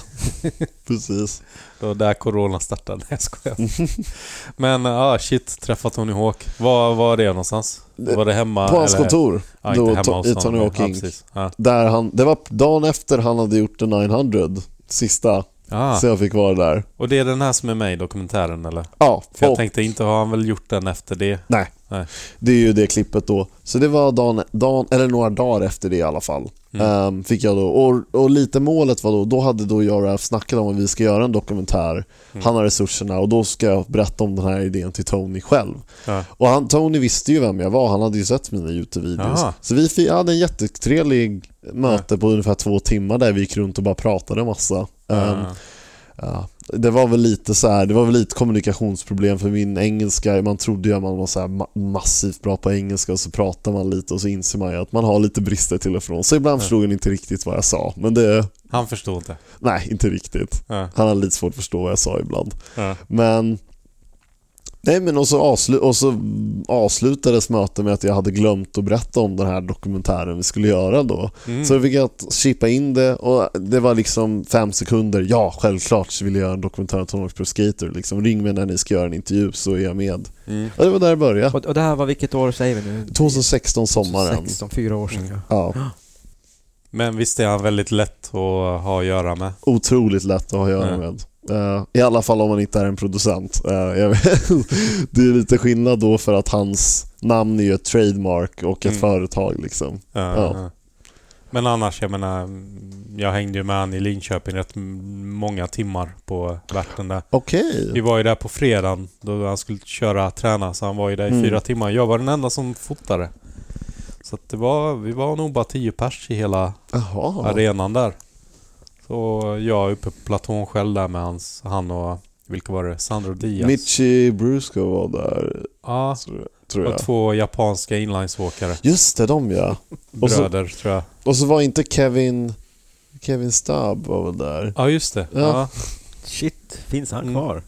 Speaker 5: precis.
Speaker 2: det var där Corona startade. Nej, jag skojar. Men ja, shit, träffat Tony Hawk. Var var det någonstans? Var det hemma?
Speaker 5: På hans
Speaker 2: eller-
Speaker 5: kontor,
Speaker 2: Ja, inte
Speaker 5: då,
Speaker 2: hemma
Speaker 5: to,
Speaker 2: hos
Speaker 5: i
Speaker 2: honom,
Speaker 5: Tony
Speaker 2: men-
Speaker 5: Hawking.
Speaker 2: Ja, precis. Ja.
Speaker 5: där han, det var dagen efter han hade gjort The 900, sista,
Speaker 2: Ah,
Speaker 5: så jag fick vara där.
Speaker 2: och det är den här som är med i dokumentären eller?
Speaker 5: Ja,
Speaker 2: För jag
Speaker 5: och-
Speaker 2: tänkte, inte har han väl gjort den efter det?
Speaker 5: Nej.
Speaker 2: Nej.
Speaker 5: Det är ju det klippet då. Så det var dagen, dagen, eller några dagar efter det i alla fall.
Speaker 2: Mm.
Speaker 5: Ehm, fick jag då. Och, och lite målet var då, då hade då jag och Ralf snackat om att vi ska göra en dokumentär.
Speaker 2: Mm.
Speaker 5: Han har resurserna och då ska jag berätta om den här idén till Tony själv.
Speaker 2: Ja.
Speaker 5: Och han, Tony visste ju vem jag var, han hade ju sett mina YouTube-videos.
Speaker 2: Jaha.
Speaker 5: Så vi fick, hade en jättetrevlig möte på ungefär två timmar där vi gick runt och bara pratade massa. Ehm,
Speaker 2: Ja.
Speaker 5: Ja, det var väl lite så här, det var väl lite kommunikationsproblem för min engelska. Man trodde ju att man var så här ma- massivt bra på engelska och så pratar man lite och så inser man ju att man har lite brister till och från. Så ibland förstod han inte riktigt vad jag sa. Men det,
Speaker 2: Han förstod inte.
Speaker 5: nej inte riktigt.
Speaker 2: Ja.
Speaker 5: Han hade lite svårt att förstå vad jag sa ibland.
Speaker 2: Ja.
Speaker 5: Men Nej men och så, avslu- och så avslutades mötet med att jag hade glömt att berätta om den här dokumentären vi skulle göra då. Så jag fick att chippa in det och det var liksom fem sekunder. Ja, självklart så vill jag göra en dokumentär om Tonårs Pro Skater. Liksom, ring mig när ni ska göra en intervju så är jag med.
Speaker 2: Mm.
Speaker 5: Ja, det var där det började.
Speaker 6: Och, och det här var vilket år säger vi nu?
Speaker 5: 2016 sommaren.
Speaker 6: 16, fyra år sedan. ja.
Speaker 5: Ja,
Speaker 2: Men visst är han väldigt lätt att ha att göra med?
Speaker 5: otroligt lätt att ha att göra
Speaker 2: Ja.
Speaker 5: med. Eh, I alla fall om man inte är en producent. Eh, jag vet, det är lite skillnad då för att hans namn är ju ett trademark och ett
Speaker 2: Mm.
Speaker 5: företag. Liksom.
Speaker 2: Ja,
Speaker 5: Ja.
Speaker 2: ja. Men annars, jag menar, jag hängde ju med han i Linköping rätt m- många timmar på värten där.
Speaker 5: Okej.
Speaker 2: Vi var ju där på fredagen då han skulle köra, träna, så han var ju där i
Speaker 5: Mm.
Speaker 2: fyra timmar. Jag var den enda som fotade. Så att det var, vi var nog bara tio pers i hela
Speaker 5: Jaha.
Speaker 2: arenan där. Så jag uppe på platån själv där med hans, han och, vilka var det? Sandro Diaz.
Speaker 5: Michi Brusco var där,
Speaker 2: ja,
Speaker 5: tror jag.
Speaker 2: och två japanska inlinesåkare.
Speaker 5: Just det, de ja. Och så,
Speaker 2: Bröder, tror jag.
Speaker 5: och så var inte Kevin... Kevin Stubb var väl där?
Speaker 2: Ja, just det.
Speaker 5: Ja.
Speaker 2: Ja.
Speaker 6: Shit, finns han
Speaker 2: Mm.
Speaker 6: kvar?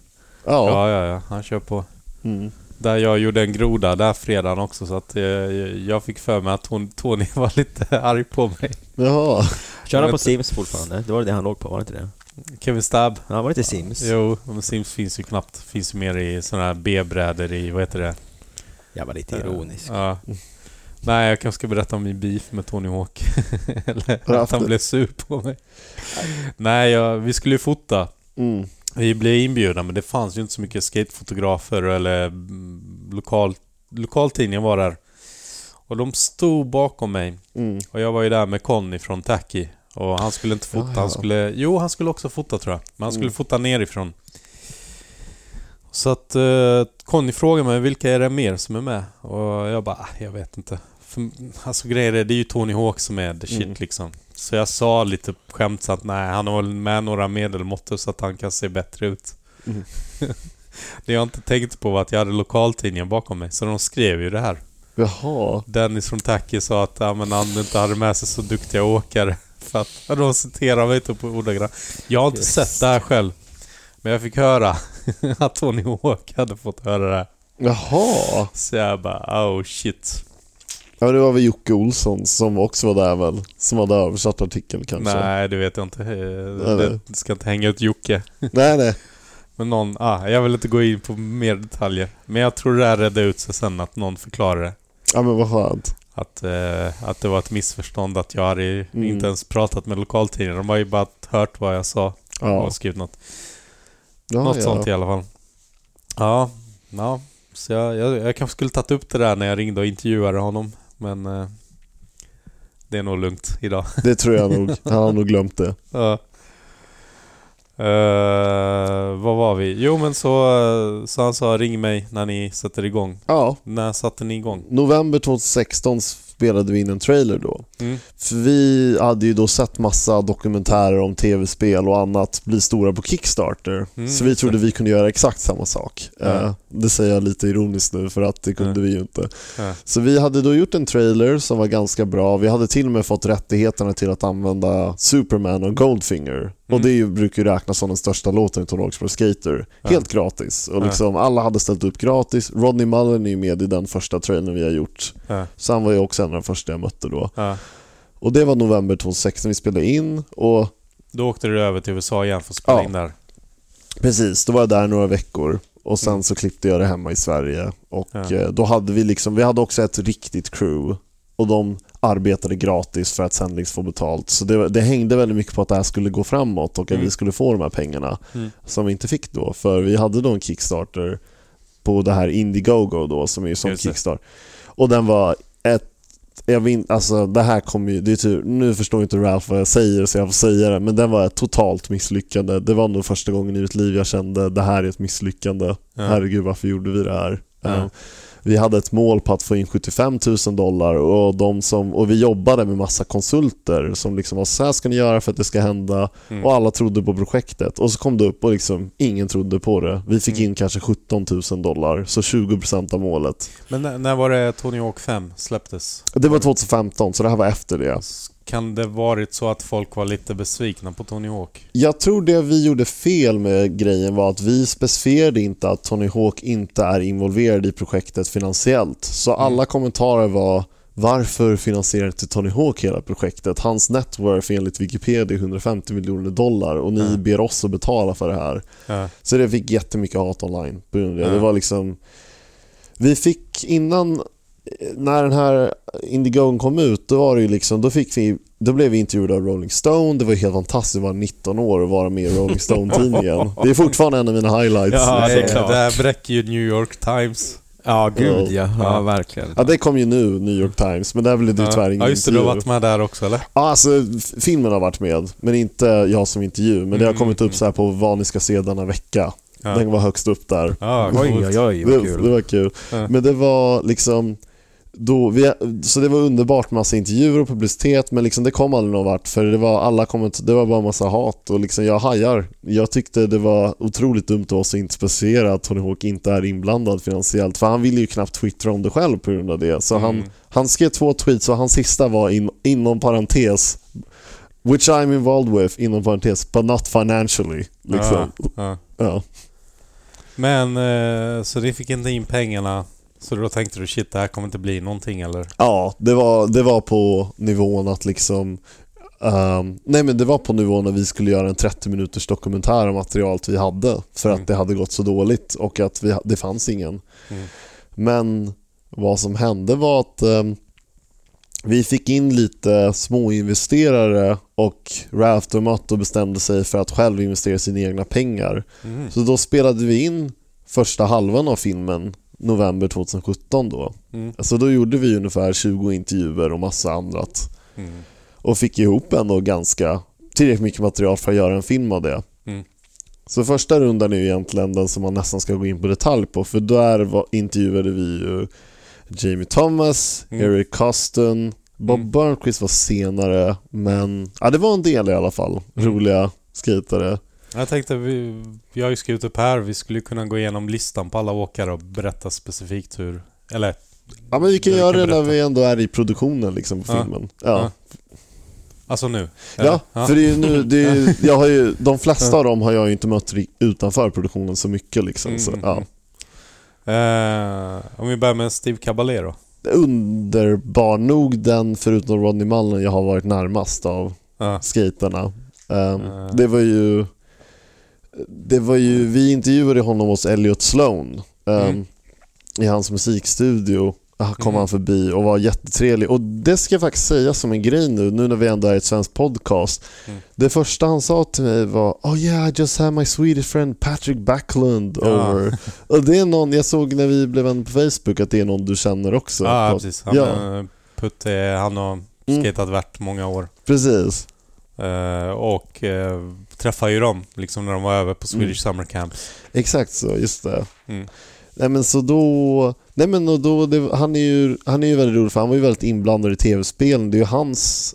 Speaker 5: Ja.
Speaker 2: Ja, ja, ja. Han kör på.
Speaker 5: Mm.
Speaker 2: Där jag gjorde en groda där fredagen också så att eh, jag fick för mig att hon, Tony var lite arg på mig.
Speaker 5: Jaha.
Speaker 6: Kör
Speaker 2: Jag
Speaker 6: han på
Speaker 2: vet-
Speaker 6: Sims fortfarande? Det var det han låg på, var det inte det?
Speaker 2: Kevin Stab.
Speaker 6: Han var inte Sims.
Speaker 2: Jo, men Sims finns ju knappt. Finns ju mer i sådana här B-brädor i, vad heter det?
Speaker 6: Jag var lite ironisk.
Speaker 2: Ja. Nej, jag kanske ska berätta om min beef med Tony Hawk.
Speaker 5: Har
Speaker 2: Eller
Speaker 5: du
Speaker 2: att
Speaker 5: haft
Speaker 2: han
Speaker 5: det?
Speaker 2: blev sur på mig. Nej, jag, vi skulle ju fota.
Speaker 5: Mm.
Speaker 2: Vi blev inbjudna men det fanns ju inte så mycket skatefotografer eller mm, lokal, lokaltidningen var där. Och de stod bakom mig.
Speaker 5: Mm.
Speaker 2: Och jag var ju där med Conny från Tacky. Och han skulle inte fota,
Speaker 5: Ja, ja.
Speaker 2: han skulle... Jo, han skulle också fota tror jag. Men han skulle
Speaker 5: Mm.
Speaker 2: fota nerifrån. Så att eh, Conny frågade mig vilka är det mer som är med? Och jag bara, "Ah, jag vet inte. För, alltså grejen är, det är ju Tony Hawk som är the shit
Speaker 5: Mm.
Speaker 2: liksom. Så jag sa lite skämtsamt, nej han har väl med några medelmåttor så att han kan se bättre ut.
Speaker 5: Mm.
Speaker 2: det jag inte tänkt på var att jag hade lokaltidningen bakom mig, så de skrev ju det här.
Speaker 5: Jaha.
Speaker 2: Dennis från Tacky sa att ja, men han inte hade med sig så duktiga åkare. För att ja, de citerar mig inte på ordagrant. Jag har inte sett det här själv. Men jag fick höra att Tony Hawk hade fått höra det här.
Speaker 5: Jaha.
Speaker 2: Så jag bara oh shit.
Speaker 5: Ja, det var väl Jocke Olsson som också var där väl? Som hade översatt artikeln kanske?
Speaker 2: Nej, det vet jag inte. Eh,
Speaker 5: Eller?
Speaker 2: Det ska inte hänga ut Jocke.
Speaker 5: nej. nej.
Speaker 2: Men någon, ah, jag vill inte gå in på mer detaljer. Men jag tror det här redde ut sig sen att någon förklarade det.
Speaker 5: Ja, men vad skönt.
Speaker 2: Att, eh, att det var ett missförstånd, att jag hade ju
Speaker 5: Mm.
Speaker 2: inte ens pratat med lokaltidningen. De har ju bara hört vad jag sa
Speaker 5: Ja.
Speaker 2: och skrivit något.
Speaker 5: Ja,
Speaker 2: Något
Speaker 5: ja.
Speaker 2: sånt i alla fall. Ja, ja. Så jag, jag, jag kanske skulle tagit upp det där när jag ringde och intervjuade honom. Men eh, det är nog lugnt idag.
Speaker 5: Det tror jag nog. Han har nog glömt det.
Speaker 2: Ja. Eh, vad var vi? Jo men så, eh, så han sa ring mig när ni sätter igång.
Speaker 5: Ja,
Speaker 2: När satte ni igång?
Speaker 5: november 2016 spelade vi in en trailer då.
Speaker 2: Mm.
Speaker 5: För vi hade ju då sett massa dokumentärer om tv-spel och annat bli stora på Kickstarter.
Speaker 2: Mm,
Speaker 5: så vi
Speaker 2: just
Speaker 5: trodde
Speaker 2: det.
Speaker 5: vi kunde göra exakt samma sak.
Speaker 2: Ja.
Speaker 5: Eh, det säger jag lite ironiskt nu för att det kunde
Speaker 2: Ja.
Speaker 5: vi ju inte.
Speaker 2: Ja.
Speaker 5: Så vi hade då gjort en trailer som var ganska bra. Vi hade till och med fått rättigheterna till att använda Superman och Goldfinger.
Speaker 2: Mm.
Speaker 5: Och det är ju- brukar ju räknas som den största låten utav Rocksport Skater. Helt gratis. Och
Speaker 2: Ja.
Speaker 5: liksom, alla hade ställt upp gratis. Rodney Mullen är ju med i den första trailern vi har gjort.
Speaker 2: Ja.
Speaker 5: Så han var ju också en av de första jag mötte då.
Speaker 2: Ja.
Speaker 5: Och det var november 2016 vi spelade in och
Speaker 2: Då åkte du över till USA igen för att spela
Speaker 5: Ja.
Speaker 2: in där.
Speaker 5: Precis, då var jag där några veckor och sen så klippte jag det hemma i Sverige. Och
Speaker 2: Mm. Ja.
Speaker 5: eh, då hade vi liksom, vi hade också ett riktigt crew och de arbetade gratis för att sen liksom få betalt. Så det, var- det hängde väldigt mycket på att det här skulle gå framåt och att
Speaker 2: Mm.
Speaker 5: vi skulle få de här pengarna som vi inte fick då. För vi hade då en Kickstarter på det här Indiegogo då som är ju som
Speaker 2: Just det.
Speaker 5: Kickstarter. Och den var ett jag vin, alltså det här kommer ju, det är tur, nu förstår inte Ralph vad jag säger så jag får säga det, men den var ett totalt misslyckande. Det var nog första gången i mitt liv jag kände det här är ett misslyckande. Herregud varför gjorde vi det här?
Speaker 2: Ja.
Speaker 5: Eh, Vi hade ett mål på att få in 75 000 dollar och, de som, och vi jobbade med massa konsulter som liksom var så här ska ni göra för att det ska hända och alla trodde på projektet och så kom det upp och liksom ingen trodde på det. Vi fick in kanske 17 000 dollar, så 20% av målet.
Speaker 2: Men när, när var det Tony Hawk 5 släpptes?
Speaker 5: Det var 2015 så det här var efter det.
Speaker 2: S- Kan det varit så att folk var lite besvikna på Tony Hawk?
Speaker 5: Jag tror det vi gjorde fel med grejen var att vi specificerade inte att Tony Hawk inte är involverad i projektet finansiellt. Så alla kommentarer var varför finansierar inte Tony Hawk hela projektet? Hans net worth enligt Wikipedia är 150 miljoner dollar och ni ber oss att betala för det här.
Speaker 2: Ja.
Speaker 5: Så det fick jättemycket hat online på grund av det.
Speaker 2: Mm.
Speaker 5: Det var liksom... Vi fick innan, när den här Indiegogo kom ut, då var det ju liksom, då fick vi då blev vi intervjuade av Rolling Stone, det var ju helt fantastiskt att vara 19 år och vara med i Rolling Stone-tidningen. Det är fortfarande en av mina highlights.
Speaker 2: Ja,
Speaker 5: liksom.
Speaker 2: det, är klart. det här bräcker ju New York Times.
Speaker 6: Ja, gud ja.
Speaker 2: Ja.
Speaker 6: Ja, verkligen.
Speaker 5: ja, det kom ju nu, New York Times, men där blev det ju tyvärr ingen
Speaker 2: ja, just det. Du
Speaker 5: intervju.
Speaker 2: har varit med där också, eller?
Speaker 5: Ja, alltså, f- filmen har varit med, men inte jag som intervju. Men det har kommit upp så här på vad ni ska se denna vecka.
Speaker 2: Mm, Ja.
Speaker 5: Den var högst upp där.
Speaker 2: Ja,
Speaker 6: Oj,
Speaker 2: coolt.
Speaker 6: oj, oj,
Speaker 5: det,
Speaker 6: vad kul.
Speaker 5: det var kul.
Speaker 2: Ja.
Speaker 5: Men det var liksom... Då vi, så det var underbart, massa intervjuer och publicitet, men liksom det kom aldrig någon vart för det var, alla komment- det var bara massa hat och liksom jag hajar. Jag tyckte det var otroligt dumt av oss att inte specificera att Tony Hawk inte är inblandad finansiellt, för han ville ju knappt twittra om det själv på grund av det. Så han,
Speaker 6: Mm.
Speaker 5: han skrev två tweets och hans sista var in, inom parentes “Which I'm involved with” inom parentes “But not financially”.
Speaker 6: Ah.
Speaker 5: Liksom.
Speaker 2: Ja, ja.
Speaker 5: Ja.
Speaker 2: Men, eh, så ni fick inte in pengarna. Så då tänkte du shit, det här kommer inte bli någonting eller?
Speaker 5: Ja, det var, det var på nivån att liksom... ehm, nej men det var på nivån när vi skulle göra en 30 minuters dokumentär om materialet vi hade för att det hade gått så dåligt och att vi, ha- det fanns ingen. Men vad som hände var att ehm, vi fick in lite småinvesterare och Ralph Domato bestämde sig för att själv investera sina egna pengar. Så då spelade vi in första halvan av filmen november 2017 då. Så Alltså, då gjorde vi ungefär 20 intervjuer och massa annat.
Speaker 2: Mm.
Speaker 5: Och fick ihop ändå ganska tillräckligt mycket material för att göra en film av det.
Speaker 2: Mm.
Speaker 5: Så första rundan är ju egentligen den som man nästan ska gå in på detalj på för där var, intervjuade vi ju Jamie Thomas,
Speaker 2: Mm.
Speaker 5: Eric Costin, Bob Burnquist var senare men ja, det var en del i alla fall
Speaker 2: Mm.
Speaker 5: roliga skejtare.
Speaker 2: Jag tänkte, vi, vi har ju skrivit upp här, vi skulle ju kunna gå igenom listan på alla åkare och berätta specifikt hur... Eller,
Speaker 5: Ja men vi kan
Speaker 2: Du kan
Speaker 5: göra det när
Speaker 2: berätta.
Speaker 5: vi ändå är i produktionen liksom på
Speaker 2: Ja.
Speaker 5: filmen.
Speaker 2: Ja.
Speaker 5: Ja.
Speaker 2: alltså nu. eller?
Speaker 5: Ja, för det är ju nu, det är ju, jag har ju, de flesta av dem har jag ju inte mött ri- utanför produktionen så mycket liksom. Så,
Speaker 2: Mm.
Speaker 5: ja.
Speaker 2: Eh, om vi börjar med Steve Caballero.
Speaker 5: underbar nog den, förutom Rodney Mullen, jag har varit närmast av
Speaker 2: Ja.
Speaker 5: skaterna. Ehm,
Speaker 2: Ja.
Speaker 5: Det var ju... Det var ju, vi intervjuade honom hos Elliot Sloan ehm,
Speaker 2: Mm.
Speaker 5: i hans musikstudio. Ah, kom
Speaker 2: Mm.
Speaker 5: han förbi och var jättetrevlig. Och det ska jag faktiskt säga som en grej nu, nu när vi ändå är ett svenskt podcast.
Speaker 2: Mm.
Speaker 5: Det första han sa till mig var “Oh yeah, I just had my Swedish friend Patrick Backlund
Speaker 2: Ja.
Speaker 5: over”. Och det är någon, jag såg när vi blev vän på Facebook att det är någon du känner också.
Speaker 2: Ja,
Speaker 5: På-
Speaker 2: precis. Han,
Speaker 5: Ja.
Speaker 2: ja. Putte, han har
Speaker 5: Mm.
Speaker 2: skatat värt många år.
Speaker 5: Precis.
Speaker 2: Eh, och eh, träffade ju dem liksom när de var över på Swedish
Speaker 5: Mm.
Speaker 2: Summer Camp.
Speaker 5: Exakt så, just det.
Speaker 2: Mm.
Speaker 5: Nej men så då, nej men och då det, han, är ju, han är ju väldigt rolig för han var ju väldigt inblandad i tv-spelen. Det är ju hans,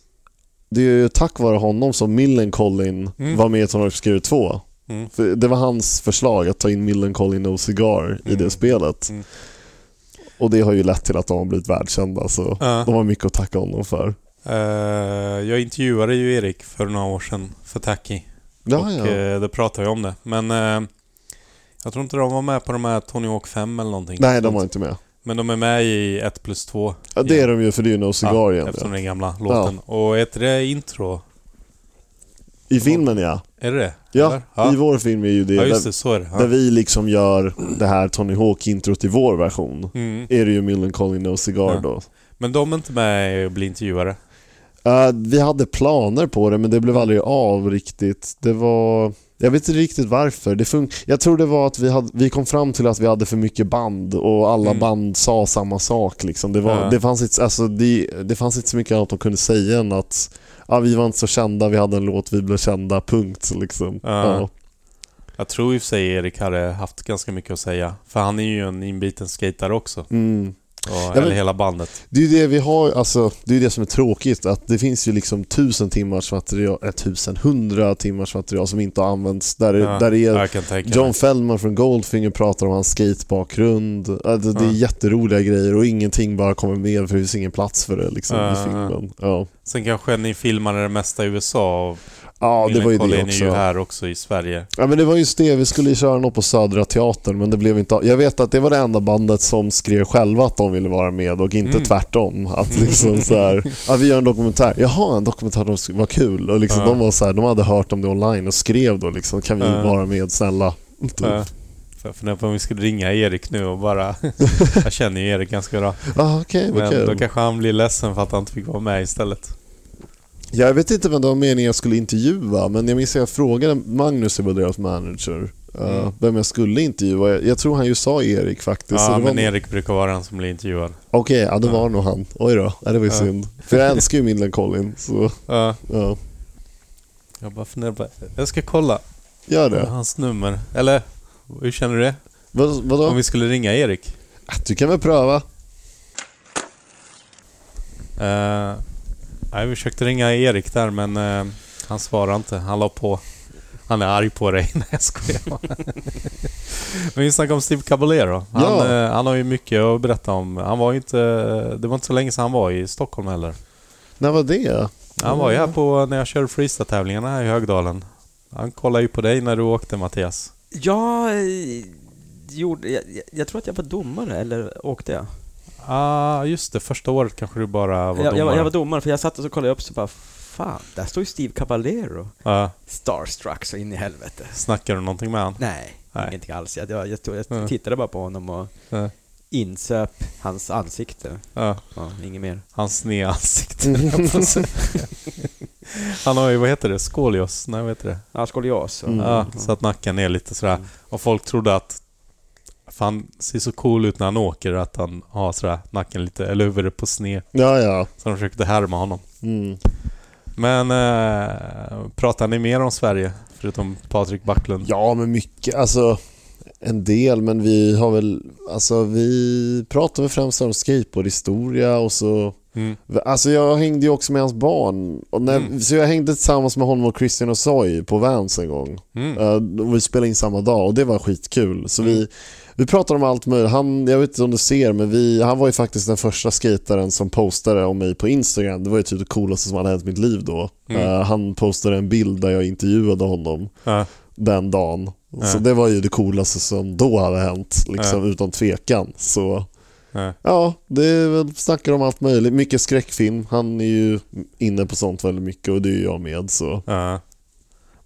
Speaker 5: det är ju tack vare honom som Millencolin
Speaker 2: Mm.
Speaker 5: var med i Tonårsfiskur 2.
Speaker 2: Mm.
Speaker 5: För det var hans förslag att ta in Millencolin och Cigar i
Speaker 2: Mm.
Speaker 5: det spelet.
Speaker 2: Mm.
Speaker 5: Och det har ju lett till att de har blivit världskända så
Speaker 2: Ja.
Speaker 5: de har mycket att tacka honom för.
Speaker 2: Eh, jag intervjuade ju Erik för några år sedan för Tacky.
Speaker 5: Ja,
Speaker 2: och
Speaker 5: ja.
Speaker 2: eh, då pratade vi om det. Men eh, jag tror inte de var med på de här Tony Hawk 5 eller någonting.
Speaker 5: nej, de var inte med.
Speaker 2: Men de är med i 1 plus 2.
Speaker 5: Ja, det är de ju för det är ju No Cigar
Speaker 2: Ja,
Speaker 5: igen.
Speaker 2: Eftersom
Speaker 5: Ja.
Speaker 2: den gamla låten. Och heter det intro?
Speaker 5: I filmen ja.
Speaker 2: Är det det
Speaker 5: Ja,
Speaker 2: Eller? ja.
Speaker 5: i vår film är ju det.
Speaker 2: ja,
Speaker 5: där-
Speaker 2: just det. Så är det.
Speaker 5: Där
Speaker 2: Ja.
Speaker 5: vi liksom gör det här Tony Hawk-introt i vår version.
Speaker 2: Mm.
Speaker 5: Är det ju Millencolin No Cigar
Speaker 2: Ja.
Speaker 5: då.
Speaker 2: Men de är inte med och blir intervjuade.
Speaker 5: Eh, vi hade planer på det men det blev aldrig av riktigt. Det var... Jag vet inte riktigt varför. Det fun- jag tror det var att vi, hade, vi kom fram till att vi hade för mycket band och alla
Speaker 2: Mm.
Speaker 5: band sa samma sak. Liksom. Det, var,
Speaker 2: Ja.
Speaker 5: det, fanns inte, alltså, det, det fanns inte så mycket annat de kunde säga än att ja, vi var inte så kända, vi hade en låt, vi blev kända, punkt. Liksom.
Speaker 2: Ja.
Speaker 5: Ja.
Speaker 2: Jag tror i och för sig Erik hade haft ganska mycket att säga. För han är ju en inbiten skatare också.
Speaker 5: Mm.
Speaker 2: Och,
Speaker 5: men-
Speaker 2: Eller hela bandet.
Speaker 5: Det är ju det vi har, alltså, det är ju det som är tråkigt att det finns ju liksom tusen timmars material, eh, tusen, hundra timmars material som inte har använts. Där,
Speaker 2: Ja,
Speaker 5: där
Speaker 2: ja,
Speaker 5: är
Speaker 2: jag kan tänka mig.
Speaker 5: John Feldman från Goldfinger pratar om hans skatebakgrund. Eh, Det, det är
Speaker 2: Ja.
Speaker 5: jätteroliga grejer och ingenting bara kommer med för det finns ingen plats för det liksom,
Speaker 2: Ja,
Speaker 5: i
Speaker 2: ja.
Speaker 5: filmen. Ja.
Speaker 2: Sen kanske ni filmade det mesta i USA och
Speaker 5: ja, det var ju det
Speaker 2: Millencolin är ju
Speaker 5: också.
Speaker 2: här också i Sverige.
Speaker 5: Ja, men det var just det, vi skulle ju köra något på Södra Teatern men det blev inte av. Jag vet att det var det enda bandet som skrev själva att de ville vara med och inte
Speaker 2: Mm.
Speaker 5: tvärtom. Att liksom så här, ja, vi gör en dokumentär. Jaha, en dokumentär, de sk- vad kul. Och liksom,
Speaker 2: Ja.
Speaker 5: de, var så här, de hade hört om det online och skrev då liksom, kan vi
Speaker 2: Ja.
Speaker 5: vara med snälla?
Speaker 2: Ja.
Speaker 5: Typ.
Speaker 2: För jag funderar på om vi skulle ringa Erik nu och bara... jag känner ju Erik ganska bra.
Speaker 5: Ah, Okej, vad
Speaker 2: Men då
Speaker 5: kul.
Speaker 2: kanske han blir ledsen för att han inte fick vara med istället.
Speaker 5: Jag vet inte vem det var meningen jag skulle intervjua men jag minns att jag frågade Magnus, det var deras manager, eh,
Speaker 2: Mm.
Speaker 5: vem jag skulle intervjua. Jag, jag tror han ju sa Erik faktiskt. så
Speaker 2: Ja,
Speaker 5: det var
Speaker 2: men Erik brukar vara den som blir intervjuad.
Speaker 5: Okej, ja det
Speaker 2: Ja.
Speaker 5: var nog han. Oj då, ja, det var ju
Speaker 2: Ja.
Speaker 5: synd. För jag älskar ju Midland Colin, så
Speaker 2: Ja,
Speaker 5: ja.
Speaker 2: jag bara funderar på... Jag ska kolla
Speaker 5: Gör det.
Speaker 2: hans nummer. Eller, hur känner du det?
Speaker 5: Vad, vadå?
Speaker 2: Om vi skulle ringa Erik?
Speaker 5: Ah, Du kan väl pröva?
Speaker 2: Eh, jag försökte ringa Erik där men eh, han svarar inte. Han la på. Han är arg på dig. Nej jag skojar. men vi snackade om Steve Caballero. Han,
Speaker 5: Ja.
Speaker 2: eh, han har ju mycket att berätta om. Han var ju inte... eh, Det var inte så länge sedan han var i Stockholm heller.
Speaker 5: När var det?
Speaker 2: Han var ju här på när jag körde freestyle-tävlingarna här i Högdalen. Han kollade ju på dig när du åkte Mattias.
Speaker 6: Jag, eh, gjorde, jag, jag- jag tror att jag var domare, eller åkte jag?
Speaker 2: Ah, just det. Första året kanske du bara var
Speaker 6: jag, jag, var-
Speaker 2: domare.
Speaker 6: jag var domare, för jag satt och så kollade upp så bara Fan, där står ju Steve Caballero.
Speaker 2: Ja,
Speaker 6: Starstruck så in i helvete.
Speaker 2: snackade du någonting med han?
Speaker 6: Nej,
Speaker 2: Nej.
Speaker 6: ingenting alls. Jag, jag, jag, stod, jag
Speaker 2: Mm.
Speaker 6: tittade bara på honom och
Speaker 2: Mm.
Speaker 6: insöp hans ansikte.
Speaker 2: Ja.
Speaker 6: Ja, inget mer.
Speaker 2: Hans snedansikte.
Speaker 5: Mm.
Speaker 2: han har ju, vad heter det, skolios? Nej, vad heter det?
Speaker 6: Ja, skolios. och-
Speaker 5: Mm.
Speaker 2: Ja, så att nacken är lite sådär. Och folk trodde att för han ser så cool ut när han åker att han har sådär nacken lite, eller huvudet på sned.
Speaker 5: Ja, ja.
Speaker 2: Så de försökte härma honom.
Speaker 5: Mm.
Speaker 2: Men eh, pratar ni mer om Sverige? Förutom Patrik Backlund?
Speaker 5: Ja, men mycket. Alltså, en del, men vi har väl... Alltså, vi pratar väl främst om skateboardhistoria och så...
Speaker 2: Mm.
Speaker 5: Alltså jag hängde ju också med hans barn. Och när,
Speaker 2: Mm.
Speaker 5: Så jag hängde tillsammans med honom och Christian och Soy på Vans en gång.
Speaker 2: Mm.
Speaker 5: Eh, och vi spelade in samma dag och det var skitkul. Så vi, vi pratade om allt möjligt. Han, jag vet inte om du ser, men vi, han var ju faktiskt den första skataren som postade om mig på Instagram. Det var ju typ det coolaste som hade hänt i mitt liv då.
Speaker 2: Mm.
Speaker 5: Eh, han postade en bild där jag intervjuade honom
Speaker 2: Ja.
Speaker 5: den dagen. Så
Speaker 2: Ja.
Speaker 5: det var ju det coolaste som då hade hänt, liksom, utan tvekan. Så
Speaker 2: Nej.
Speaker 5: Ja, det är väl, snackar om allt möjligt. Mycket skräckfilm. Han är ju inne på sånt väldigt mycket och det är ju jag med. Så.
Speaker 2: Ja.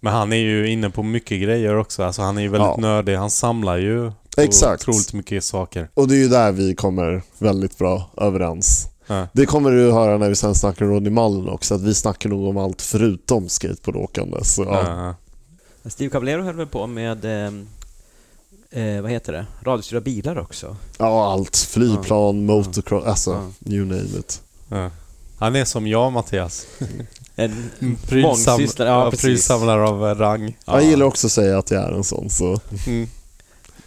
Speaker 2: Men han är ju inne på mycket grejer också. Alltså han är ju väldigt
Speaker 5: Ja.
Speaker 2: nördig. Han samlar ju på
Speaker 5: Exakt.
Speaker 2: otroligt mycket saker.
Speaker 5: Och det är ju där vi kommer väldigt bra överens.
Speaker 2: Ja.
Speaker 5: Det kommer du höra när vi sen snackar om Ronny Mullen också, att vi snackar nog om allt förutom skateboardåkande. Så, ja.
Speaker 2: Ja.
Speaker 6: Steve Caballero höll väl på med, ehm, eh, vad heter det, radiostyrda bilar också?
Speaker 5: ja, allt. Flygplan, motocross, alltså
Speaker 6: Ja.
Speaker 5: you name it.
Speaker 2: Ja. Han är som jag Mattias.
Speaker 6: En
Speaker 2: Prylsam-
Speaker 6: mångsysslare, ja precis.
Speaker 2: Prylsamlare av eh, rang.
Speaker 5: Jag gillar också att säga att jag är en sån. Så.
Speaker 2: Mm.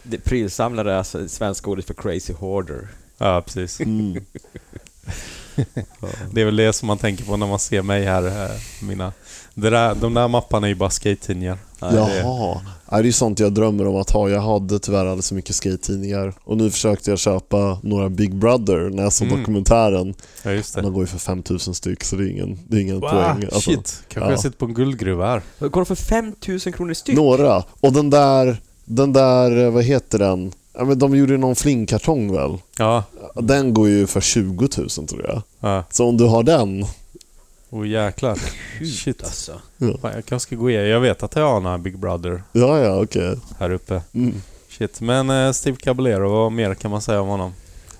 Speaker 6: Det- Prylsamlare, alltså det svenska ordet för crazy hoarder.
Speaker 2: Ja, precis.
Speaker 5: Mm.
Speaker 2: Det är väl det som man tänker på när man ser mig här. eh, Mina. Det där, de där mapparna är ju bara skate-tidningar.
Speaker 5: Jaha. Ja, det är ju sånt jag drömmer om att ha. Jag hade tyvärr alldeles för mycket skate-tidningar och nu försökte jag köpa några Big Brother när jag såg
Speaker 2: Mm.
Speaker 5: dokumentären.
Speaker 2: Ja, just det.
Speaker 5: De går ju för 5000 styck så det är ingen, det är ingen
Speaker 2: Wow,
Speaker 5: poäng. Alltså,
Speaker 2: shit, kanske
Speaker 5: ja.
Speaker 2: jag sitter på en guldgruva här.
Speaker 6: Det går för 5000 kronor styck.
Speaker 5: Några. Och den där, den där, eh, vad heter den? Ja, men de gjorde ju någon flingkartong väl?
Speaker 2: Ja,
Speaker 5: Den går ju för 20 000 tror jag.
Speaker 2: ja.
Speaker 5: Så om du har den,
Speaker 2: Oh, jäklar. Shit.
Speaker 6: Alltså.
Speaker 2: Fan, jag kanske ska gå igenom. Jag vet att jag har några Big Brother
Speaker 5: ja ja okej.
Speaker 2: här uppe.
Speaker 5: Mm.
Speaker 2: Shit, men eh, Steve Caballero, vad mer kan man säga om honom?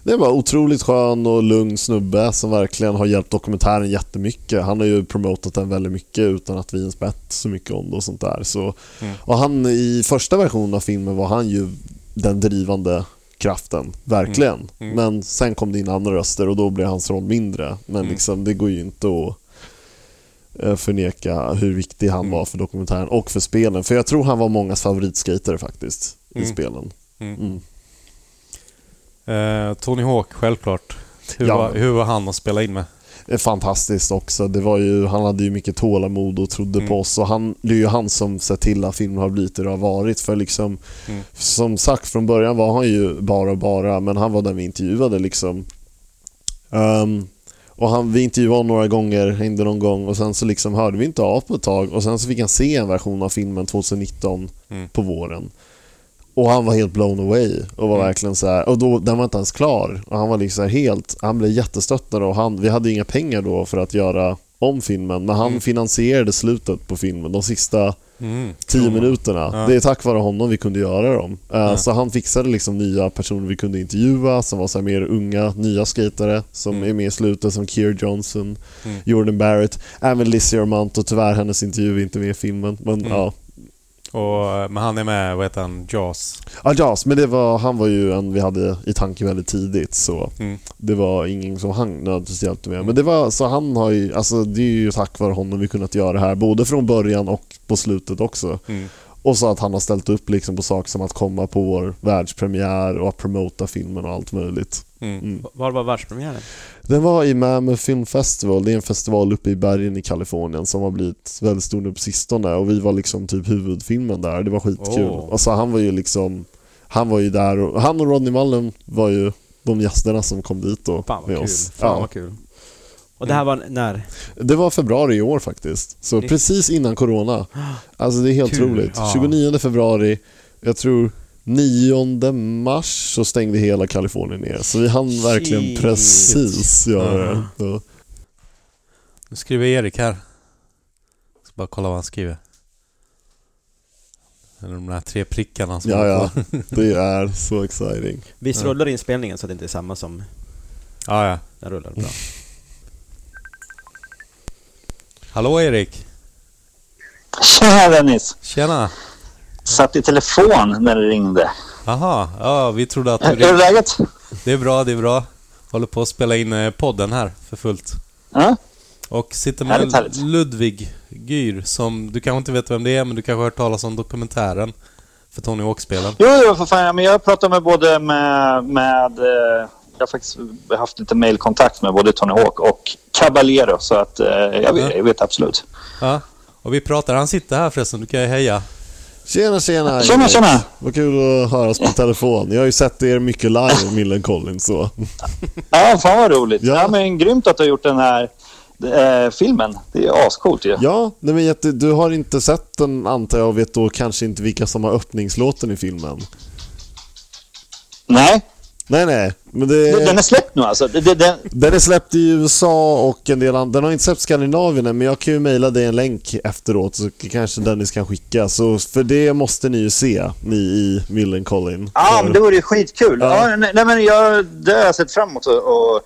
Speaker 5: Det är bara otroligt skön och lugn snubbe som verkligen har hjälpt dokumentären jättemycket. Han har ju promotat den väldigt mycket utan att vi ens bett så mycket om det och sånt där. Så,
Speaker 2: Mm.
Speaker 5: och han, I första versionen av filmen var han ju den drivande kraften, verkligen.
Speaker 2: Mm.
Speaker 5: Men sen kom det in andra röster och då blev hans roll mindre. Men
Speaker 2: Mm.
Speaker 5: liksom, det går ju inte att eh, förneka hur viktig han
Speaker 2: Mm.
Speaker 5: var för dokumentären och för spelen. För jag tror han var mångas favoritskater faktiskt i
Speaker 2: Mm.
Speaker 5: spelen.
Speaker 2: Mm.
Speaker 5: Mm.
Speaker 2: Eh, Tony Hawk, självklart. Hur,
Speaker 5: Ja.
Speaker 2: var, hur var han att spela in med?
Speaker 5: är eh, fantastiskt också. Det var ju, han hade ju mycket tålamod och trodde
Speaker 2: Mm.
Speaker 5: på oss. Och han, det är ju han som sett till att filmen har blivit det det har varit. För liksom,
Speaker 2: Mm.
Speaker 5: Som sagt, från början var han ju bara och bara, men han var den vi intervjuade. Liksom. Ehm, och han, vi intervjuade honom några gånger, hängde någon gång och sen så liksom hörde vi inte av på ett tag. Och sen så fick han se en version av filmen 2019
Speaker 2: Mm.
Speaker 5: på våren. Och han var helt blown away och
Speaker 2: Mm.
Speaker 5: var verkligen så här, och då, den var inte ens klar. Och han var liksom så här helt, han blev jättestöttad och han, vi hade inga pengar då för att göra om filmen, men han finansierade slutet på filmen, de sista
Speaker 2: Mm.
Speaker 5: tio minuterna.
Speaker 2: Ja.
Speaker 5: Det är tack vare honom vi kunde göra dem. Eh, Så han fixade liksom nya personer vi kunde intervjua som var så här mer unga, nya skatare som
Speaker 2: Mm.
Speaker 5: är med i slutet som Keir Johnson, Jordan Barrett, även Lizzie Armant och tyvärr hennes intervju är inte med i filmen. Men
Speaker 2: Mm.
Speaker 5: ja,
Speaker 2: Och, eh, men han är med, vad heter han, Jaws?
Speaker 5: Ja, Jaws, men det var, han var ju en vi hade i tanke väldigt tidigt så
Speaker 2: Mm.
Speaker 5: det var ingen som han nödvändigtvis hjälpte med. Men det var, så han har ju, alltså det är ju tack vare honom vi kunnat göra det här, både från början och på slutet också.
Speaker 2: Mm.
Speaker 5: Och så att han har ställt upp liksom på saker som att komma på vår världspremiär och att promota filmen och allt möjligt.
Speaker 2: Mm.
Speaker 6: Var var världspremiären?
Speaker 5: Den var i Mammoth Film Festival, det är en festival uppe i bergen i Kalifornien som har blivit väldigt stor nu på sistone och vi var liksom typ huvudfilmen där, det var skitkul.
Speaker 2: Åh.
Speaker 5: Alltså han var ju liksom, han var ju där och, han och Rodney Mullen var ju de gästerna som kom dit då
Speaker 6: Fan vad
Speaker 5: med
Speaker 6: kul.
Speaker 5: oss.
Speaker 6: Fan
Speaker 5: ja.
Speaker 6: vad kul. Och det här var när?
Speaker 5: Det var februari i år faktiskt, så
Speaker 6: Det-
Speaker 5: precis innan corona. Alltså det är helt
Speaker 6: Tur,
Speaker 5: otroligt.
Speaker 2: ja.
Speaker 5: 29 februari, jag tror 9 mars så stängde hela Kalifornien ner. Så vi hann verkligen
Speaker 6: Shit.
Speaker 5: precis göra det. Så-
Speaker 2: Nu skriver Erik här. Ska bara kolla vad han skriver. Det är De där tre prickarna som
Speaker 5: Ja,
Speaker 2: är
Speaker 5: ja.
Speaker 2: på.
Speaker 5: Det är så exciting.
Speaker 6: Visst rullar inspelningen så att det inte är samma som
Speaker 2: ja, ja.
Speaker 6: den rullar bra?
Speaker 2: Hallå Erik!
Speaker 9: Tjena Dennis!
Speaker 2: Tjena!
Speaker 9: Satt i telefon när det ringde.
Speaker 2: Aha, ja, vi trodde att du
Speaker 9: Hur är
Speaker 2: ringde.
Speaker 9: läget?
Speaker 2: Det är bra, det är bra. Håller på att spela in eh, podden här för fullt.
Speaker 9: Ja?
Speaker 2: Och sitter
Speaker 9: Härligt,
Speaker 2: med
Speaker 9: härligt.
Speaker 2: Ludvig Gyr som, du kanske inte vet vem det är, men du kanske har hört talas om dokumentären för Tony Hawk-spelen.
Speaker 9: Jo, jo, för fan. ja, Men jag pratar med både med... med eh, jag har faktiskt haft lite mejlkontakt med både Tony Hawk och Caballero. Så att eh, jag, vet, jag vet absolut.
Speaker 2: Ja. Och vi pratar, han sitter här förresten, du kan ju heja.
Speaker 5: Tjena, tjena!
Speaker 9: Tjena,
Speaker 5: Erik.
Speaker 9: tjena!
Speaker 5: Vad kul att höras på telefon. Jag har ju sett er mycket live, Millen Collins. Så.
Speaker 9: Ja, fan vad roligt.
Speaker 5: Ja.
Speaker 9: Ja. men grymt att du har gjort den här eh, filmen. Det är ascoolt ju.
Speaker 5: Ja, nej men jätte, du har inte sett den antar jag och vet då kanske inte vilka som har öppningslåten i filmen.
Speaker 9: Nej?
Speaker 5: Nej, nej. Men det,
Speaker 9: Den är släppt nu alltså? Det, det, det,
Speaker 5: Den är släppt i USA och en del andra. Den har inte släppt i Skandinavien än, men jag kan ju mejla dig en länk efteråt så kanske Dennis kan skicka. Så för det måste ni ju se, ni i Millencolin.
Speaker 9: Ja,
Speaker 5: För-
Speaker 9: men det vore ju skitkul.
Speaker 5: Ja.
Speaker 9: Ja. nej, nej, men jag, det har jag sett fram emot att- att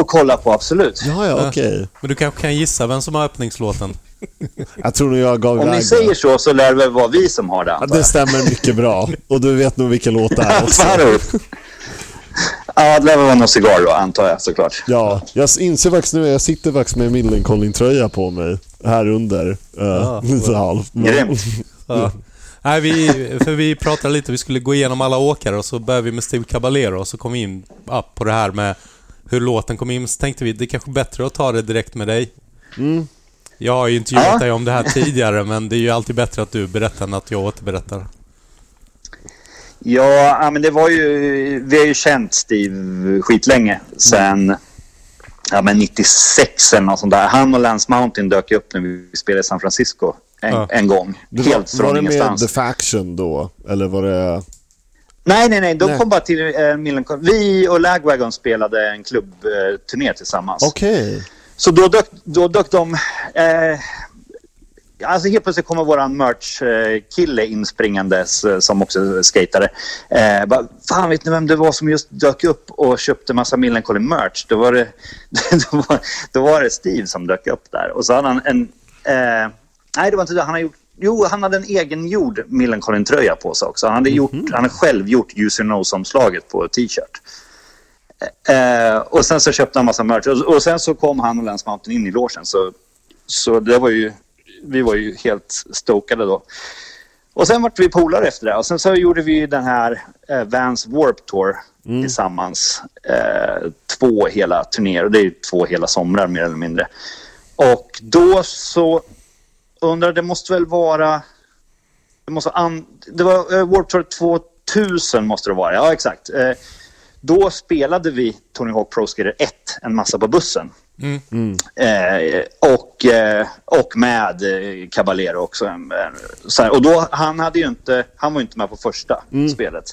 Speaker 9: att kolla på, absolut.
Speaker 5: Ja, ja, okej.
Speaker 2: Men du kanske kan gissa vem som har öppningslåten?
Speaker 5: Jag tror nog jag gav
Speaker 9: Om ni
Speaker 5: iväg
Speaker 9: säger
Speaker 5: det.
Speaker 9: så så lär det väl vara vi som har det,
Speaker 5: Ja,
Speaker 9: antar
Speaker 5: Det
Speaker 9: jag.
Speaker 5: stämmer mycket bra. Och du vet nog vilken låt det är också.
Speaker 9: Fan, vad roligt. Ja, det lär väl vara någon cigarr då, antar jag såklart.
Speaker 5: Ja, jag inser faktiskt nu, jag sitter faktiskt med en Millencolin-tröja på mig. Här under. Eh, lite halvt. Men-
Speaker 9: Grymt.
Speaker 2: Ja. Nej, vi, för vi pratade lite, vi skulle gå igenom alla åkare och så började vi med Steve Caballero och så kom vi in ja, på det här med hur låten kom in. Så tänkte vi, det är kanske är bättre att ta det direkt med dig. Jag har ju intervjuat
Speaker 9: Ja.
Speaker 2: dig om det här tidigare, men det är ju alltid bättre att du berättar än att jag återberättar.
Speaker 9: Ja, ja, men det var ju... Vi har ju känt Steve skitlänge. Sen ja, men 96 eller något sånt där. Han och Lance Mountain dök ju upp när vi spelade i San Francisco en,
Speaker 2: Ja.
Speaker 9: en gång.
Speaker 5: Det var,
Speaker 9: Helt
Speaker 5: var
Speaker 9: från
Speaker 5: det med
Speaker 9: ingenstans.
Speaker 5: The Faction då? Eller var det...
Speaker 9: Nej, nej, nej. De
Speaker 5: Nej.
Speaker 9: kom bara till eh, Millencolin. Vi och Lagwagon spelade en klubbturné tillsammans.
Speaker 5: Okej.
Speaker 9: Så då dök, då dök de... Eh, alltså helt plötsligt kommer våran merch-kille inspringandes eh, som också skatare. Eh, bara, Fan, vet ni vem det var som just dök upp och köpte massa Millencolin-merch? Då, var det- då, var- då var det Steve som dök upp där. Och så hade han en... Eh, nej, det var inte det. Han har gjort Jo, han hade en egengjord Millencolin-tröja på sig också. Han hade, gjort, han hade själv gjort User Knows-omslaget på t-shirt. Eh, och sen så köpte han massa merch. Och, och sen så kom han och Lance Mountain in i logen. Så, så det var ju, vi var ju helt stokade då. Och sen vart vi polare efter det. Och sen så gjorde vi ju den här eh, Vans Warp Tour tillsammans. Eh, två hela turnéer. Och det är ju två hela somrar mer eller mindre. Och då så undrar, det måste väl vara... Det, måste an, det var eh, Warp Tour 2000 måste det vara. Ja, exakt. Eh, då spelade vi Tony Hawk Pro Skater 1 en massa på bussen. Eh, och, eh, och med eh, Caballero också. En- en- Så här, och då, han, hade ju inte, han var ju inte med på första spelet.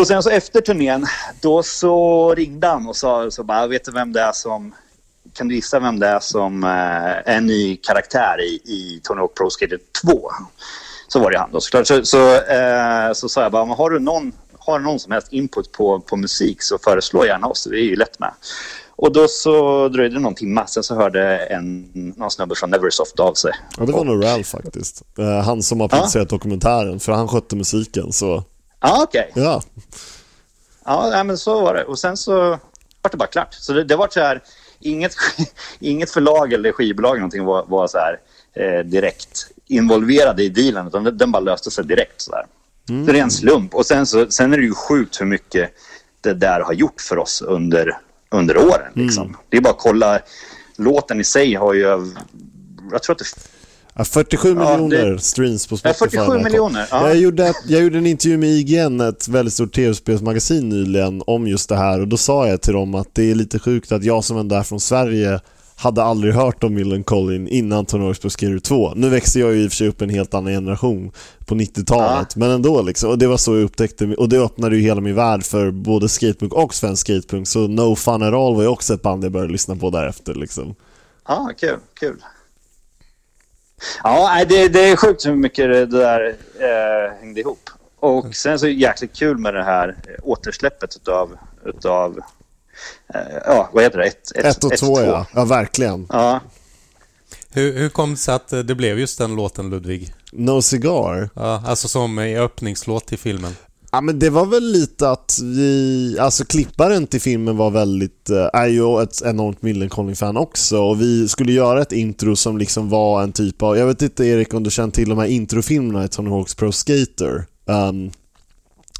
Speaker 9: Och sen så efter turnén, då så ringde han och sa så bara, vet du vem det är som... Kan du gissa vem det är som eh, är en ny karaktär i, i Tony Hawk Pro Skater 2? Så var det han då såklart. Så, så, eh, så sa jag bara, "Men har du någon, har du någon som helst input på, på musik så föreslå gärna oss, vi är ju lätt med. Och då så dröjde det någon timme, sen så hörde en, någon snubbe från Neversoft av sig.
Speaker 5: Ja, det var nog Ralph faktiskt. Eh, han som har producerat
Speaker 9: Ah.
Speaker 5: dokumentären, för han skötte musiken. Så
Speaker 9: Ja, "Ah, okej.
Speaker 5: ja,
Speaker 9: Ja, nej, men så var det. Och sen så var det bara klart. Så det, det var så här, inget, inget förlag eller skivbolag eller någonting var, var så här, eh, direkt involverade i dealen, utan den, den bara löste sig direkt. Så där. Så det är en slump. Och sen, så, sen är det ju sjukt hur mycket det där har gjort för oss under, under åren. Liksom. Det är bara att kolla. Låten i sig har ju... öv- Jag tror att det
Speaker 5: Ja, 47
Speaker 9: Ja,
Speaker 5: miljoner streams på
Speaker 9: Ja,
Speaker 5: Spotify.
Speaker 9: 47
Speaker 5: verkar.
Speaker 9: miljoner, ja.
Speaker 5: Jag, gjorde, ett- jag gjorde en intervju med IGN, ett väldigt stort tv-spelsmagasin nyligen, om just det här och då sa jag till dem att det är lite sjukt att jag som ändå är från Sverige hade aldrig hört om Millencolin innan Tonårs på Skirru 2. Nu växte jag ju i och för sig upp i en helt annan generation på 90-talet, men ändå liksom. Och det var så jag upptäckte, och det öppnade ju hela min värld för både skatepunk och svensk skatepunk. Så No Fun At All var ju också ett band jag började lyssna på därefter liksom.
Speaker 9: Ja, kul. kul. Ja, nej, det, det är sjukt hur mycket det där eh, hängde ihop.
Speaker 5: Mm.
Speaker 9: Och sen så är det jäkligt kul med det här eh, återsläppet utav, utav eh, ja, vad heter det? Ett, ett,
Speaker 5: Ett och
Speaker 9: ett,
Speaker 5: två ja. ja, verkligen.
Speaker 9: Ja,
Speaker 2: Hur, hur kom det sig att eh, det blev just den låten, Ludvig?
Speaker 5: No Cigar.
Speaker 2: Ja, alltså som eh, öppningslåt till filmen.
Speaker 5: Ja men det var väl lite att vi, alltså klipparen till filmen var väldigt, eh, är ju ett enormt Millencolin-fan också och vi skulle göra ett intro som liksom var en typ av, jag vet inte Erik om du känner till de här introfilmerna i Tony Hawks Pro Skater? Ehm,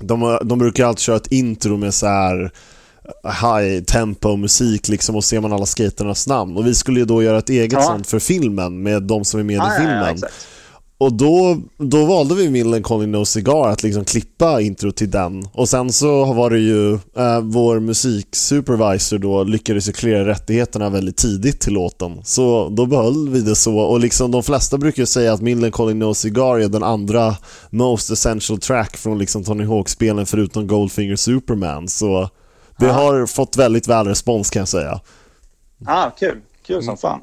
Speaker 5: de, har- de brukar alltid köra ett intro med så här eh, high tempo musik liksom och ser man alla skaternas namn och vi skulle ju då göra ett eget
Speaker 9: Ja.
Speaker 5: sånt för filmen med de som är med
Speaker 9: ja,
Speaker 5: i
Speaker 9: ja,
Speaker 5: filmen.
Speaker 9: ja exakt.
Speaker 5: Och då, då valde vi Millen Calling No Cigar att liksom klippa intro till den. Och sen så var det ju, eh, vår musiksupervisor då lyckades ju cleara rättigheterna väldigt tidigt till låten. Så då behöll vi det så. Och liksom de flesta brukar ju säga att Millen Calling No Cigar är den andra most essential track från liksom Tony Hawk-spelen förutom Goldfinger Superman. Så det har fått väldigt väl respons kan jag säga.
Speaker 9: Ah, kul. Kul
Speaker 5: Mm.
Speaker 9: som fan.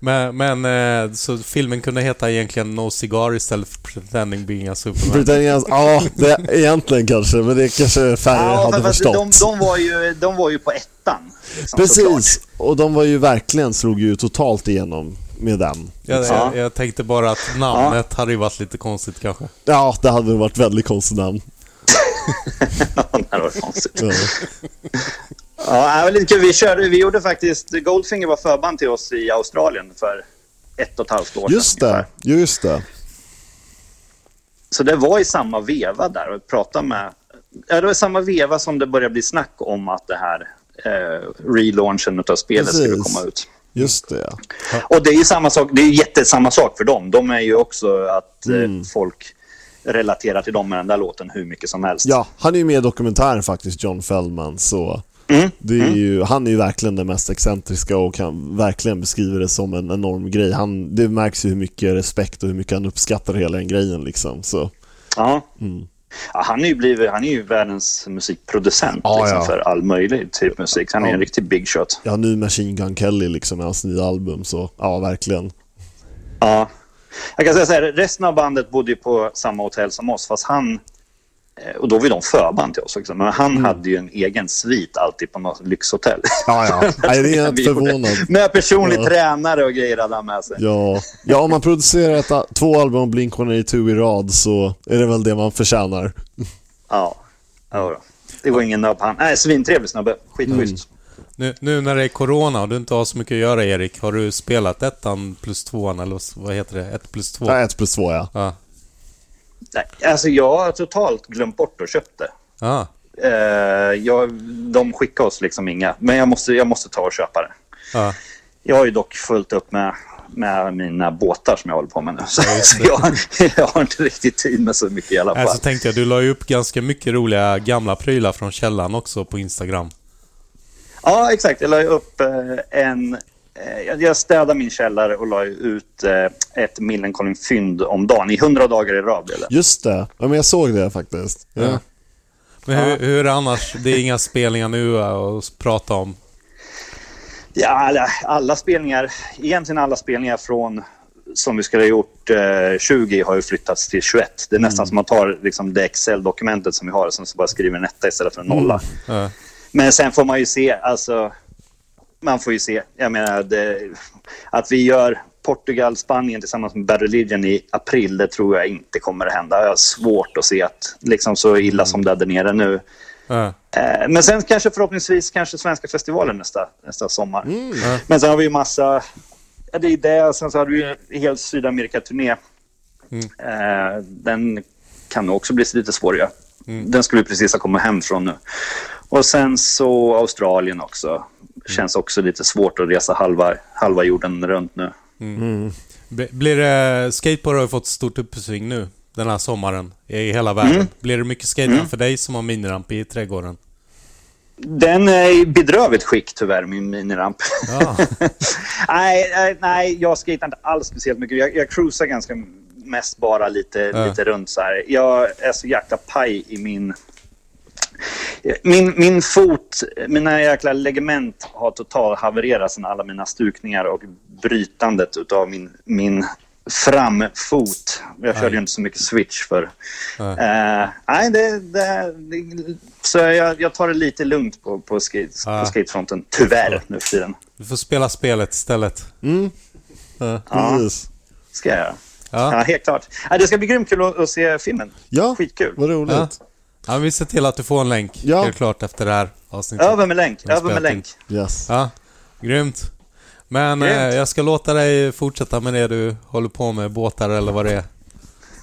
Speaker 2: Men, men eh, så filmen kunde heta egentligen No Cigar istället för Pretending Being a Superman.
Speaker 5: Britannias, ja, det, egentligen kanske, men det kanske färre
Speaker 9: Ja,
Speaker 5: hade
Speaker 9: men fast de,
Speaker 5: förstått.
Speaker 9: de, var ju, de var ju på ettan. liksom, såklart.
Speaker 5: Precis, och de var ju verkligen, slog ju totalt igenom med den.
Speaker 2: Jag,
Speaker 9: Ja.
Speaker 2: jag, jag tänkte bara att namnet hade ju varit lite konstigt kanske.
Speaker 5: Ja, det hade varit väldigt konstigt namn.
Speaker 9: Ja, det var konstigt.
Speaker 5: Ja.
Speaker 9: Ja, det var lite kul. Vi, körde, vi gjorde faktiskt... Goldfinger var förband till oss i Australien för ett och ett halvt år
Speaker 5: Just
Speaker 9: sedan.
Speaker 5: det, just det.
Speaker 9: Så det var i samma veva där och prata med... Ja, det var i samma veva som det började bli snack om att det här eh, relaunchen av spelet
Speaker 5: Precis.
Speaker 9: skulle komma ut.
Speaker 5: Just det, ja.
Speaker 9: Och det är ju samma sak, det är ju jättesamma sak för dem. De är ju också att
Speaker 5: Mm.
Speaker 9: eh, folk relaterar till dem med den där låten hur mycket som helst.
Speaker 5: ja. Han är ju med i dokumentären faktiskt, John Fellman, så det är ju, han är ju verkligen den mest excentriska och kan verkligen beskriva det som en enorm grej. Han, det märks ju hur mycket respekt och hur mycket han uppskattar hela den grejen liksom. Så.
Speaker 9: Ja.
Speaker 5: Mm.
Speaker 9: Ja, han, är ju blivit, han är ju världens musikproducent
Speaker 5: Ja,
Speaker 9: liksom,
Speaker 5: ja.
Speaker 9: för all möjlig typ musik. Han är en riktig big shot.
Speaker 5: Ja, nu Machine Gun Kelly liksom, med hans nya album, så ja, verkligen.
Speaker 9: Ja. Jag kan säga så här, resten av bandet bodde ju på samma hotell som oss, fast han... eh, Och då var ju de förband till oss också, men han
Speaker 5: Mm.
Speaker 9: hade ju en egen svit alltid på något lyxhotell.
Speaker 5: Ja, ja. Nej, det är jag inte
Speaker 9: Vi gjorde-
Speaker 5: förvånad.
Speaker 9: Med personlig
Speaker 5: Ja.
Speaker 9: tränare och grejer hade han med sig.
Speaker 5: Ja, ja om man producerar ett, a- två album om Blink-182 i rad så är det väl det man förtjänar.
Speaker 9: Ja. ja då. Det var ingen nöbb han. Nej, svintrevlig snubbe. Skitschysst.
Speaker 5: Mm.
Speaker 2: Nu, nu när det är corona och du inte har så mycket att göra Erik, har du spelat ettan plus tvåan eller vad heter det? Ett plus två?
Speaker 5: Ja, ett plus två ja.
Speaker 2: Ja.
Speaker 9: Nej, alltså jag har totalt glömt bort och köpt det.
Speaker 2: Ah.
Speaker 9: Eh, jag, de skickar oss liksom inga, men jag måste, jag måste ta och köpa det.
Speaker 2: Ja.
Speaker 9: Jag har ju dock fullt upp med, med mina båtar som jag håller på med nu. Så, så jag, jag har inte riktigt tid med så mycket i alla fall.
Speaker 2: Äh, så tänkte jag, du la ju upp ganska mycket roliga gamla prylar från källan också på Instagram.
Speaker 9: Ja, exakt. Jag la ju upp eh, en... eh, jag- Jag städade min källare och la ju ut eh, ett Millencolin-fynd om dagen. I 100 dagar i rad blev det.
Speaker 5: Just det, ja, men jag såg det faktiskt. Ja.
Speaker 2: Ja. Men hur, hur är det annars? Det är inga spelningar nu eh, att prata om.
Speaker 9: Ja, alla, alla spelningar, egentligen alla spelningar från som vi skulle ha gjort eh, 20 har ju flyttats till 21. Det är nästan som man tar liksom, det Excel-dokumentet som vi har och sen så bara skriver en etta istället för en nolla.
Speaker 2: Ja.
Speaker 9: Men sen får man ju se, alltså, man får ju se. Jag menar, det, att vi gör Portugal, Spanien tillsammans med Bad Religion i april, det tror jag inte kommer att hända. Jag har svårt att se att, liksom så illa som det är där nere nu.
Speaker 2: Ja.
Speaker 9: Eh, Men sen kanske förhoppningsvis kanske Svenska festivalen nästa, nästa sommar. Men sen har vi ju massa... Ja, det är det. Sen så hade vi ju en hel Sydamerika-turné. Eh, den kan nog också bli lite svårare. Den skulle vi precis ha kommit hem från nu. Och sen så Australien också. Känns också lite svårt att resa halva, halva jorden runt nu.
Speaker 2: B- Blir det, skateboard har ju fått stort uppsving nu den här sommaren i hela världen. Blir det mycket skateboard för dig som har miniramp i trädgården?
Speaker 9: Den är i bedrövligt skick tyvärr, min miniramp.
Speaker 2: Ja.
Speaker 9: nej, nej, nej, jag skejtar inte alls speciellt mycket. Jag, jag cruisar ganska mest bara lite,
Speaker 2: Ja.
Speaker 9: lite runt så här. Jag är så jäkla paj i min... Min, min fot, mina jäkla ligament har totalt havererat sedan alla mina stukningar och brytandet utav min, min framfot. Jag körde
Speaker 2: Aj.
Speaker 9: ju inte så mycket switch för.
Speaker 2: Ja.
Speaker 9: Eh, nej, det, det, det, så jag, jag tar det lite lugnt på, på, skate,
Speaker 2: Ja.
Speaker 9: på skatefronten, tyvärr, nu för tiden.
Speaker 2: Du får spela spelet istället.
Speaker 5: Precis.
Speaker 9: ska jag göra.
Speaker 2: Ja.
Speaker 9: Ja, helt klart. Ja, det ska bli grymt kul att, att se filmen.
Speaker 5: Ja,
Speaker 9: Skitkul.
Speaker 5: vad
Speaker 2: Ja.
Speaker 5: roligt.
Speaker 2: Ja, vi ser till att du får en länk
Speaker 5: Ja.
Speaker 2: helt klart efter det här avsnittet.
Speaker 9: Över med länk.
Speaker 2: Jag har
Speaker 9: Över med
Speaker 2: spelat
Speaker 9: länk.
Speaker 5: Yes.
Speaker 2: Ja, grymt. Men eh,
Speaker 9: Grymt.
Speaker 2: jag ska låta dig fortsätta med det du håller på med, båtar eller vad det är.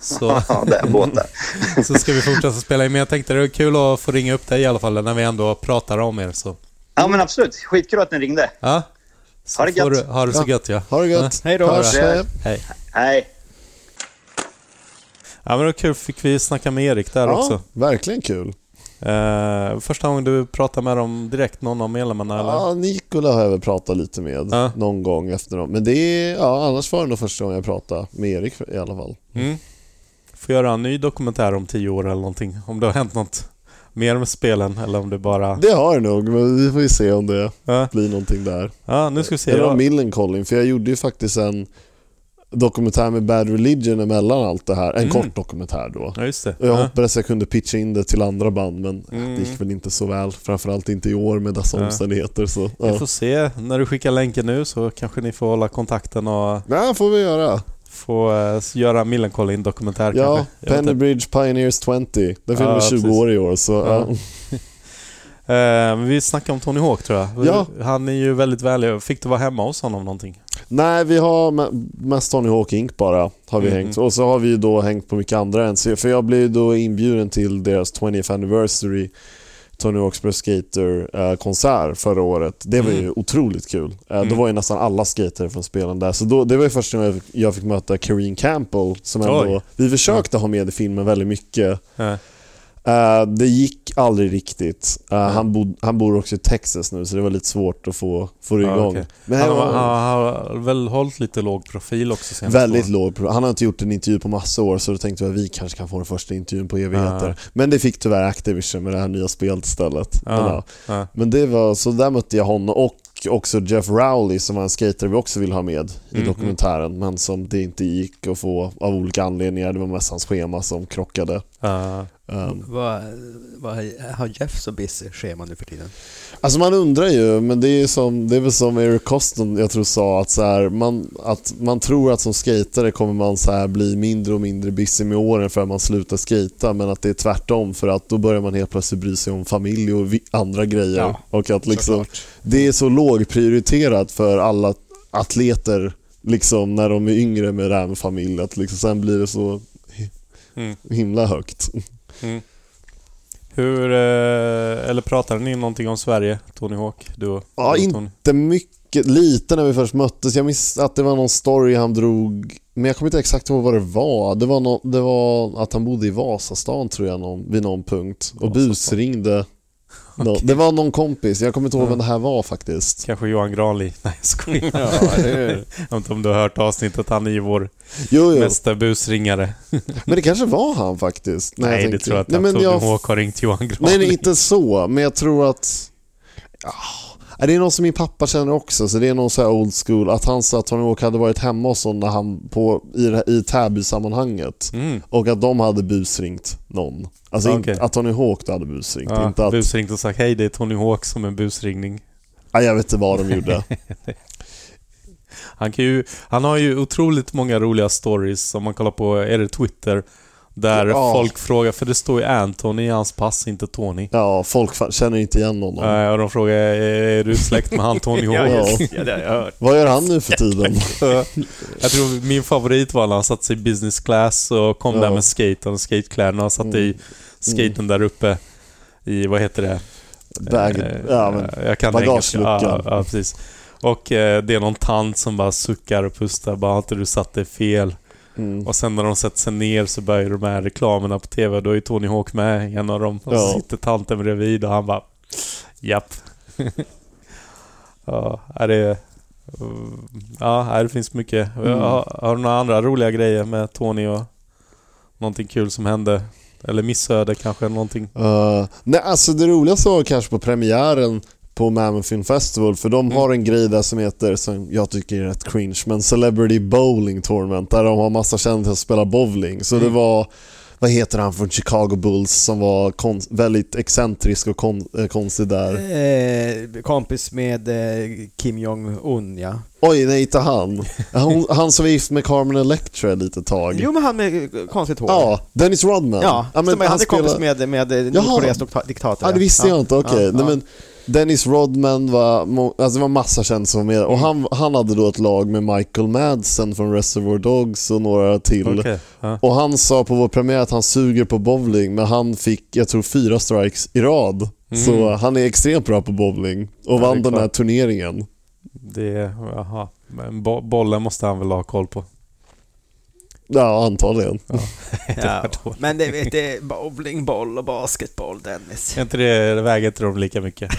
Speaker 2: Så,
Speaker 9: Ja, det är båtar.
Speaker 2: så ska vi fortsätta spela in. Men jag tänkte det var kul att få ringa upp dig i alla fall när vi ändå pratar om er. Så.
Speaker 9: Ja, men absolut. Skitkul att ni ringde.
Speaker 2: Ja. Så
Speaker 9: Ha det
Speaker 2: får
Speaker 9: gött.
Speaker 2: du- Ha det så gött ja.
Speaker 5: Ha det gött.
Speaker 2: Ja. Hej då.
Speaker 5: Hörs,
Speaker 9: Hej.
Speaker 2: Ja men det var kul, fick vi snacka med Erik där också.
Speaker 5: verkligen kul.
Speaker 2: Eh, första gången du pratade med dem direkt, någon av medlemmarna eller?
Speaker 5: Ja, Nikola har jag väl pratat lite med
Speaker 2: Ja.
Speaker 5: någon gång efter dem. Men det är, ja, annars var det nog första gången jag pratade med Erik i alla fall.
Speaker 2: Mm. Får göra en ny dokumentär om tio år eller någonting. Om det har hänt något mer med spelen eller om det bara...
Speaker 5: Det har det nog, men vi får ju se om det
Speaker 2: Ja,
Speaker 5: blir någonting där.
Speaker 2: ja nu ska vi se.
Speaker 5: Eller om
Speaker 2: Jag,
Speaker 5: Millencolin, för jag gjorde ju faktiskt en dokumentär med Bad Religion emellan allt det här. En
Speaker 2: Mm.
Speaker 5: kort dokumentär då.
Speaker 2: ja just det.
Speaker 5: Och Jag
Speaker 2: Ja.
Speaker 5: hoppades jag kunde pitcha in det till andra band, men
Speaker 2: Mm.
Speaker 5: det gick väl inte så väl. Framförallt inte i år med dessa
Speaker 2: Ja.
Speaker 5: omständigheter. Så,
Speaker 2: Vi
Speaker 5: ja.
Speaker 2: får se. När du skickar länken nu så kanske ni får hålla kontakten och
Speaker 5: Nej, får vi göra.
Speaker 2: få eh, göra Millencolin dokumentär
Speaker 5: Ja,
Speaker 2: kanske. Jag vet
Speaker 5: Penny
Speaker 2: inte.
Speaker 5: Bridge Pioneers 20. Den fyller
Speaker 2: Ja,
Speaker 5: väl 20
Speaker 2: precis.
Speaker 5: år i år, så ja.
Speaker 2: Ja. Eh, men vi snackade om Tony Hawk tror jag.
Speaker 5: Ja.
Speaker 2: Han är ju väldigt vänlig. Fick du vara hemma hos honom någonting?
Speaker 5: Nej, vi har me- mest Tony Hawk Inc bara. Har vi
Speaker 2: Mhm.
Speaker 5: hängt. Och så har vi ju då hängt på mycket andra än. Så- För jag blev ju då inbjuden till deras 20th anniversary Tony Hawk's Pro Skater-konsert förra året. Det var ju otroligt kul. Eh, Då
Speaker 2: Mm.
Speaker 5: var ju nästan alla skater från spelen där. Så då, det var ju första gången jag fick, jag fick möta Kareen Campbell. Som ändå,
Speaker 2: Oj.
Speaker 5: vi försökte ha med i filmen väldigt mycket.
Speaker 2: Eh,
Speaker 5: Eh, det gick aldrig riktigt. Eh, han, bod, han bor också i Texas nu så det var lite svårt att få, få det
Speaker 2: Ja,
Speaker 5: igång.
Speaker 2: okej.
Speaker 5: Men
Speaker 2: han,
Speaker 5: det
Speaker 2: har,
Speaker 5: var-
Speaker 2: han har väl hållit lite låg profil också senaste
Speaker 5: Väldigt
Speaker 2: åren.
Speaker 5: låg pro- Han har inte gjort en intervju på massa år så då tänkte jag att vi kanske kan få den första intervjun på evigheter.
Speaker 2: Ja.
Speaker 5: Men det fick tyvärr Activision med det här nya spelet istället. Men,
Speaker 2: Ja,
Speaker 5: ja.
Speaker 2: ja.
Speaker 5: Men det var, så där mötte jag honom och också Jeff Rowley som var en skater vi också ville ha med i
Speaker 2: Mhm.
Speaker 5: dokumentären men som det inte gick att få av olika anledningar. Det var mest hans schema som krockade.
Speaker 2: Ja.
Speaker 5: Ehm,
Speaker 6: Vad, vad har Jeff så busy schema nu för tiden?
Speaker 5: Alltså man undrar ju, men det är, ju som, det är väl som Eric Coston jag tror sa att, så här, man, att man tror att som skatare kommer man så här bli mindre och mindre busy med åren för att man slutar skata men att det är tvärtom för att då börjar man helt plötsligt bry sig om familj och vi, andra grejer.
Speaker 6: Ja,
Speaker 5: och att liksom, det är så lågprioriterat för alla atleter liksom, när de är yngre med det här med familj att liksom, sen blir det så hi-
Speaker 2: Mm.
Speaker 5: himla högt.
Speaker 2: Hur, eh, eller pratade ni någonting om Sverige, Tony Hawk? Du och
Speaker 5: Ja,
Speaker 2: du och
Speaker 5: in-
Speaker 2: Tony?
Speaker 5: inte mycket, lite när vi först möttes. Jag minns att det var någon story han drog, men jag kommer inte exakt ihåg vad det var. Det var, nå- det var att han bodde i Vasastan tror jag någon, vid någon punkt och
Speaker 2: Vasastan.
Speaker 5: busringde. Nå- Det var någon kompis, jag kommer inte ihåg vem det här var faktiskt.
Speaker 2: Kanske Johan Granli? Nej, jag skojar. jag vet inte om du har hört avsnittet, han är ju vår
Speaker 5: Jo, jo.
Speaker 2: mesta busringare.
Speaker 5: men det kanske var han faktiskt. när
Speaker 2: Nej, det
Speaker 5: tänker-
Speaker 2: tror jag inte.
Speaker 5: Nej, men
Speaker 2: Tony
Speaker 5: jag
Speaker 2: Hawk har ringt Johan Granli.
Speaker 5: Nej, nej, inte så, men jag tror att... Ah, det är någon som min pappa känner också, så det är någon så här old school. Att han sa att Tony Hawk hade varit hemma hos honom när han på, i, det här- i Täby-sammanhanget.
Speaker 2: Mm.
Speaker 5: Och att de hade busringt någon. Alltså
Speaker 2: Okej.
Speaker 5: inte, att Tony Hawk då hade busringt.
Speaker 2: Ja,
Speaker 5: inte att,
Speaker 2: Busringt och sagt hej, det är Tony Hawk som en busringning.
Speaker 5: ah, jag vet inte vad de gjorde.
Speaker 2: Han, kan ju, han har ju otroligt många roliga stories om man kollar på, är det Twitter? Där
Speaker 5: Ja.
Speaker 2: folk frågar, för det står ju Anthony i hans pass, inte Tony.
Speaker 5: Ja, folk fa- känner inte igen honom.
Speaker 2: Eh, och de frågar, är, är du släkt med han Tony Hawk?
Speaker 5: Mm. Ja.
Speaker 6: Ja, det har jag hört.
Speaker 5: Vad gör han nu för tiden?
Speaker 2: Jag tror min favorit var när han satte sig i business class och kom
Speaker 5: Ja. Mm.
Speaker 2: där med skaten och skatekläderna och satte i skaten där uppe i, vad heter det?
Speaker 5: Bag,
Speaker 2: Eh,
Speaker 5: ja, men,
Speaker 2: jag kan engelska. Ja,
Speaker 5: bagageluckan.
Speaker 2: ja, precis. Och eh, det är någon tant som bara suckar och pustar. Bara, har inte du satt det fel?
Speaker 5: mm.
Speaker 2: Och sen när de sätter sig ner så börjar de här reklamerna på TV. Då är Tony Hawk med i en av dem. Och
Speaker 5: Ja.
Speaker 2: så sitter tanten bredvid och han bara... Japp. ja, är det... Ja, här det finns mycket.
Speaker 5: Mm.
Speaker 2: Har, har du några andra roliga grejer med Tony och någonting kul som hände? Eller missöde kanske, någonting?
Speaker 5: Eh, nej, alltså det roligaste var kanske på premiären på Mammoth Film Festival för
Speaker 6: Mm.
Speaker 5: de har en grej där som heter, som jag tycker är rätt cringe, men Celebrity Bowling Tournament där de har massa kändisar som spelar bowling. Så
Speaker 6: Mm.
Speaker 5: det var, vad heter han från Chicago Bulls som var kon- väldigt excentrisk och kon- eh, konstig där.
Speaker 6: Eh, kompis med eh, Kim Jong-Un, ja.
Speaker 5: Oj, nej inte han. Hon, han som var gift med Carmen Electra ett litet tag.
Speaker 6: Jo, men han med eh, konstigt hår.
Speaker 5: Ja, Dennis Rodman.
Speaker 6: ja.
Speaker 5: men
Speaker 6: som är, han är
Speaker 5: spelar-
Speaker 6: kompis med, med eh,
Speaker 5: Jaha.
Speaker 6: Nordkoreas dokta- diktator.
Speaker 5: Ja, det visste jag
Speaker 6: Ja.
Speaker 5: inte. Okej.
Speaker 6: Ja,
Speaker 5: Nej,
Speaker 6: ja.
Speaker 5: men Dennis Rodman var, må- alltså det var massa kändisar som var med
Speaker 2: Mm.
Speaker 5: och han, han hade då ett lag med Michael Madsen från Reservoir Dogs och några till.
Speaker 2: Okej. Ja.
Speaker 5: Och han sa på vår premiär att han suger på bowling men han fick, jag tror, fyra strikes i rad. Så han är extremt bra på bowling och
Speaker 2: Mm. det är
Speaker 5: vann den här
Speaker 2: klart.
Speaker 5: turneringen.
Speaker 2: Det, jaha. Men bo bollen måste han väl ha koll på?
Speaker 5: Ja, antagligen.
Speaker 2: var
Speaker 6: Ja,
Speaker 2: dåligt.
Speaker 6: men det vet du, bowlingboll och basketboll, Dennis.
Speaker 2: Är inte det, väger inte de lika mycket?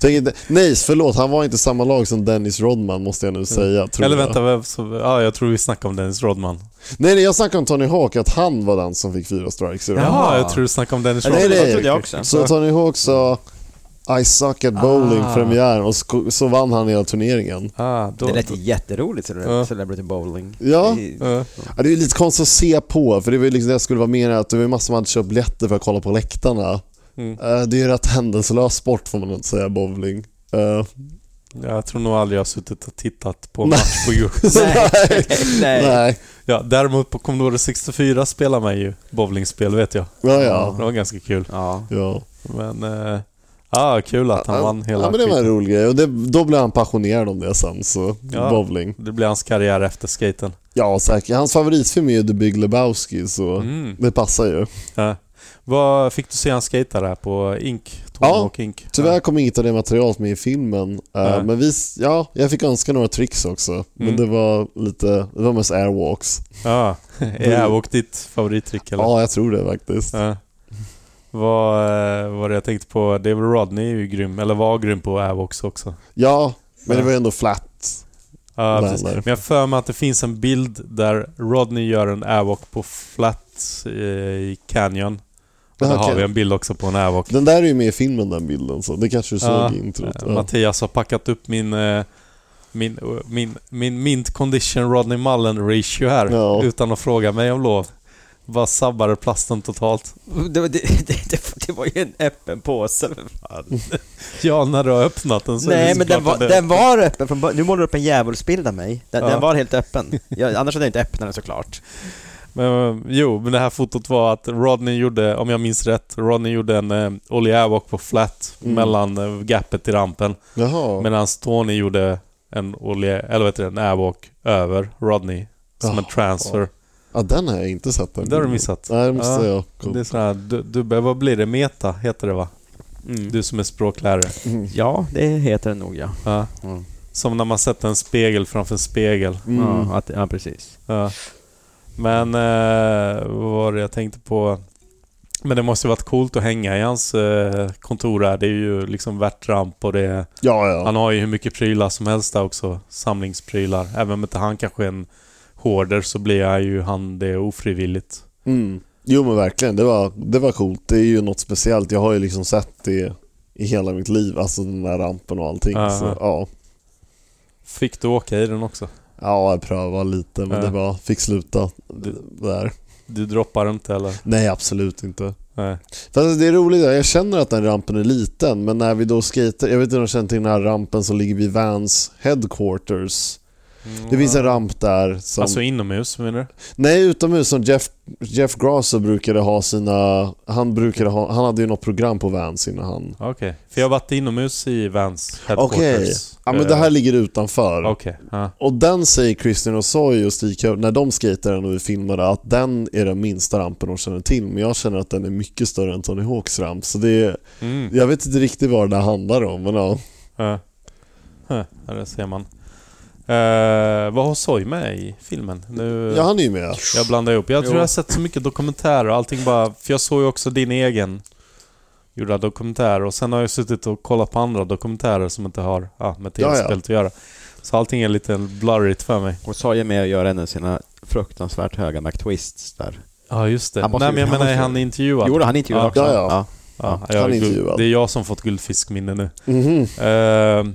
Speaker 5: Tänk inte, nej, förlåt. Han var inte samma lag som Dennis Rodman, måste jag nu säga. Tror
Speaker 2: Mm. Eller
Speaker 5: jag.
Speaker 2: vänta, vem som, ja, jag tror vi snackade om Dennis Rodman.
Speaker 5: Nej, nej, jag snackade om Tony Hawk, att han var den som fick fyra strikes. i rad.
Speaker 2: Jaha, jag tror du snackade om Dennis
Speaker 5: Nej,
Speaker 2: Rodman.
Speaker 5: nej,
Speaker 6: Jag trodde jag också.
Speaker 5: Så Tony Hawk sa I suck at bowling premiären och sko- så vann han hela turneringen.
Speaker 2: Ah, då,
Speaker 6: Det lät ju jätteroligt,
Speaker 2: Ja.
Speaker 6: ja. Celebrity Bowling.
Speaker 5: Ja.
Speaker 6: Det-
Speaker 2: Ja.
Speaker 5: Ja, det är ju lite konstigt att se på, för det var ju liksom det jag skulle vara mer att det var ju massor som hade köpt biljetter för att kolla på läktarna.
Speaker 2: Mm.
Speaker 5: Eh, Det är ju en rätt händelselös sport får man inte säga, bowling. Eh,
Speaker 2: Jag tror nog aldrig jag har suttit och tittat på en match på Euro.
Speaker 6: Nej, nej.
Speaker 5: nej.
Speaker 2: Ja, däremot på Commodore 64 spelar man ju bowlingspel vet jag.
Speaker 5: Ja,
Speaker 2: Det
Speaker 5: ja.
Speaker 2: var ganska kul.
Speaker 6: Ja.
Speaker 5: ja.
Speaker 2: Men... Eh, ah, kul att han vann hela
Speaker 5: ja, men det var en
Speaker 2: skiten.
Speaker 5: rolig grej och det, då blev han passionerad om det sen, så
Speaker 2: Ja.
Speaker 5: bowling.
Speaker 2: Det blir hans karriär efter skaten.
Speaker 5: Ja, säkert. Hans favoritfilm är ju The Big Lebowski, så
Speaker 2: Mm.
Speaker 5: det passar ju.
Speaker 2: Ja. Vad fick du se han skata där på Ink? Tom
Speaker 5: Ja,
Speaker 2: och Ink?
Speaker 5: Tyvärr kom inget av det materialet med i filmen, eh,
Speaker 2: Nej.
Speaker 5: men vi, ja, jag fick önska några tricks också. Men
Speaker 2: Mm.
Speaker 5: det var lite, det var mest airwalks.
Speaker 2: Ja. ja, och ditt favorittrick eller?
Speaker 5: Ja, jag tror det faktiskt.
Speaker 2: Ja. Vad eh, var det jag tänkte på? David Rodney är ju grym, eller var grym på Avox också.
Speaker 5: Ja, men
Speaker 2: Ja.
Speaker 5: det var ju ändå flat.
Speaker 2: Ja,
Speaker 5: Där,
Speaker 2: precis.
Speaker 5: där.
Speaker 2: Men jag har för mig att det finns en bild där Rodney gör en Avok på Flat eh, i Canyon. Och där
Speaker 5: Ja, Ah, okej.
Speaker 2: har vi en bild också på en Avok.
Speaker 5: Den där är ju med i filmen den bilden, så det kanske du såg
Speaker 2: Ja,
Speaker 5: i
Speaker 2: Eh,
Speaker 5: introt. Ja.
Speaker 2: Mattias har packat upp min, eh, min, eh, min, min mint condition Rodney Mullen ratio här
Speaker 5: Ja.
Speaker 2: utan att fråga mig om lov. Bara sabbade plasten totalt.
Speaker 6: Det, var- det, det, det, det var ju en öppen påse för fan.
Speaker 2: Ja, när du har öppnat den så är det
Speaker 6: Mm. Nej men
Speaker 2: såklart
Speaker 6: den var,
Speaker 2: att det-
Speaker 6: den var öppen från början. Nu målar du upp en djävulsbild av mig. Den,
Speaker 2: Ja.
Speaker 6: den var helt öppen. Jag, annars hade jag inte öppnat den såklart.
Speaker 2: Men, eh, jo, men det här fotot var att Rodney gjorde, om jag minns rätt, Rodney gjorde en eh, Ollie Airwalk på flat
Speaker 5: Mm.
Speaker 2: mellan eh, gapet i rampen.
Speaker 5: Jaha.
Speaker 2: Medan Tony gjorde en Ollie, eller vet du, en Airwalk över Rodney. Som en
Speaker 5: Jaha.
Speaker 2: transfer.
Speaker 5: Ja, den har jag inte sett. Den
Speaker 2: Det har du
Speaker 5: bilden.
Speaker 2: missat.
Speaker 5: Nej, det måste
Speaker 2: Ja,
Speaker 5: jag.
Speaker 2: Det är sån här, du, du, vad blir det? Meta heter det va?
Speaker 6: Mm.
Speaker 2: Du som är språklärare.
Speaker 6: Ja, det heter den nog ja.
Speaker 2: Ja.
Speaker 6: Mm.
Speaker 2: Som när man sätter en spegel framför en spegel.
Speaker 5: Mm.
Speaker 6: Ja, att, ja precis.
Speaker 2: Ja. Men eh, vad var det jag tänkte på? Men det måste ju varit coolt att hänga i hans eh, kontor där. Det är ju liksom värt ramp och det...
Speaker 5: Ja, ja.
Speaker 2: Han har ju hur mycket prylar som helst där också. Samlingsprylar. Även om inte han kanske är en hoarder så blir han ju han det ofrivilligt.
Speaker 5: Mm. Jo men verkligen, det var, det var coolt. Det är ju något speciellt. Jag har ju liksom sett det i hela mitt liv, alltså den där rampen och allting.
Speaker 2: Ja,
Speaker 5: Så,
Speaker 2: ja.
Speaker 5: ja.
Speaker 2: Fick du åka i den också?
Speaker 5: ja, jag prövade lite men
Speaker 2: Ja.
Speaker 5: det var, fick sluta
Speaker 2: Du-
Speaker 5: där.
Speaker 2: Du droppar inte eller?
Speaker 5: Nej, absolut inte.
Speaker 2: Nej.
Speaker 5: Fast det är roligt, jag känner att den rampen är liten, men när vi då skater, jag vet inte om du känner till den här rampen som ligger vid Vans headquarters. Det finns en ramp där som...
Speaker 2: Alltså inomhus menar du?
Speaker 5: Nej, utomhus som Jeff, Jeff Grasso brukade ha sina... Han, brukade ha, han hade ju något program på Vans innan han...
Speaker 2: Okej. För jag har varit inomhus i Vans
Speaker 5: Okej.
Speaker 2: headquarters.
Speaker 5: Ja, men
Speaker 2: Eh,
Speaker 5: det här ligger utanför.
Speaker 2: Okej. Ja.
Speaker 5: Och den säger Christian och Soy och Stig Köv, när de skatade den och vi filmade, att den är den minsta rampen de känner till. Men jag känner att den är mycket större än Tony Hawks ramp. Så det är,
Speaker 2: Mm.
Speaker 5: jag vet inte riktigt vad det där handlar om. Men ja.
Speaker 2: Ja. Ja, det ser man. Eh, vad har Soy med i filmen? Nu,
Speaker 5: ja, han är ju med.
Speaker 2: Jag blandar ihop. Jag tror jag har sett så mycket dokumentärer och allting bara... För jag såg ju också din egen gjorda dokumentär och sen har jag suttit och kollat på andra dokumentärer som inte har ja, med
Speaker 5: Ja, ja.
Speaker 2: tv-spelet att göra. Så allting är lite blurrigt för mig.
Speaker 6: Och sa ju med att göra en av sina fruktansvärt höga McTwists där.
Speaker 2: Ja, just det.
Speaker 6: Han måste ju-
Speaker 2: Nej, men jag
Speaker 6: han
Speaker 2: menar, är
Speaker 6: måste ju-
Speaker 2: han intervjuad?
Speaker 6: Jo, då, han intervjuade
Speaker 2: Ja,
Speaker 6: också.
Speaker 5: ja, ja.
Speaker 2: Ja,
Speaker 5: Han
Speaker 2: jag har
Speaker 5: är
Speaker 2: guld-
Speaker 5: intervjuad.
Speaker 2: Det är jag som fått guldfiskminne nu.
Speaker 5: Mhm.
Speaker 2: Eh,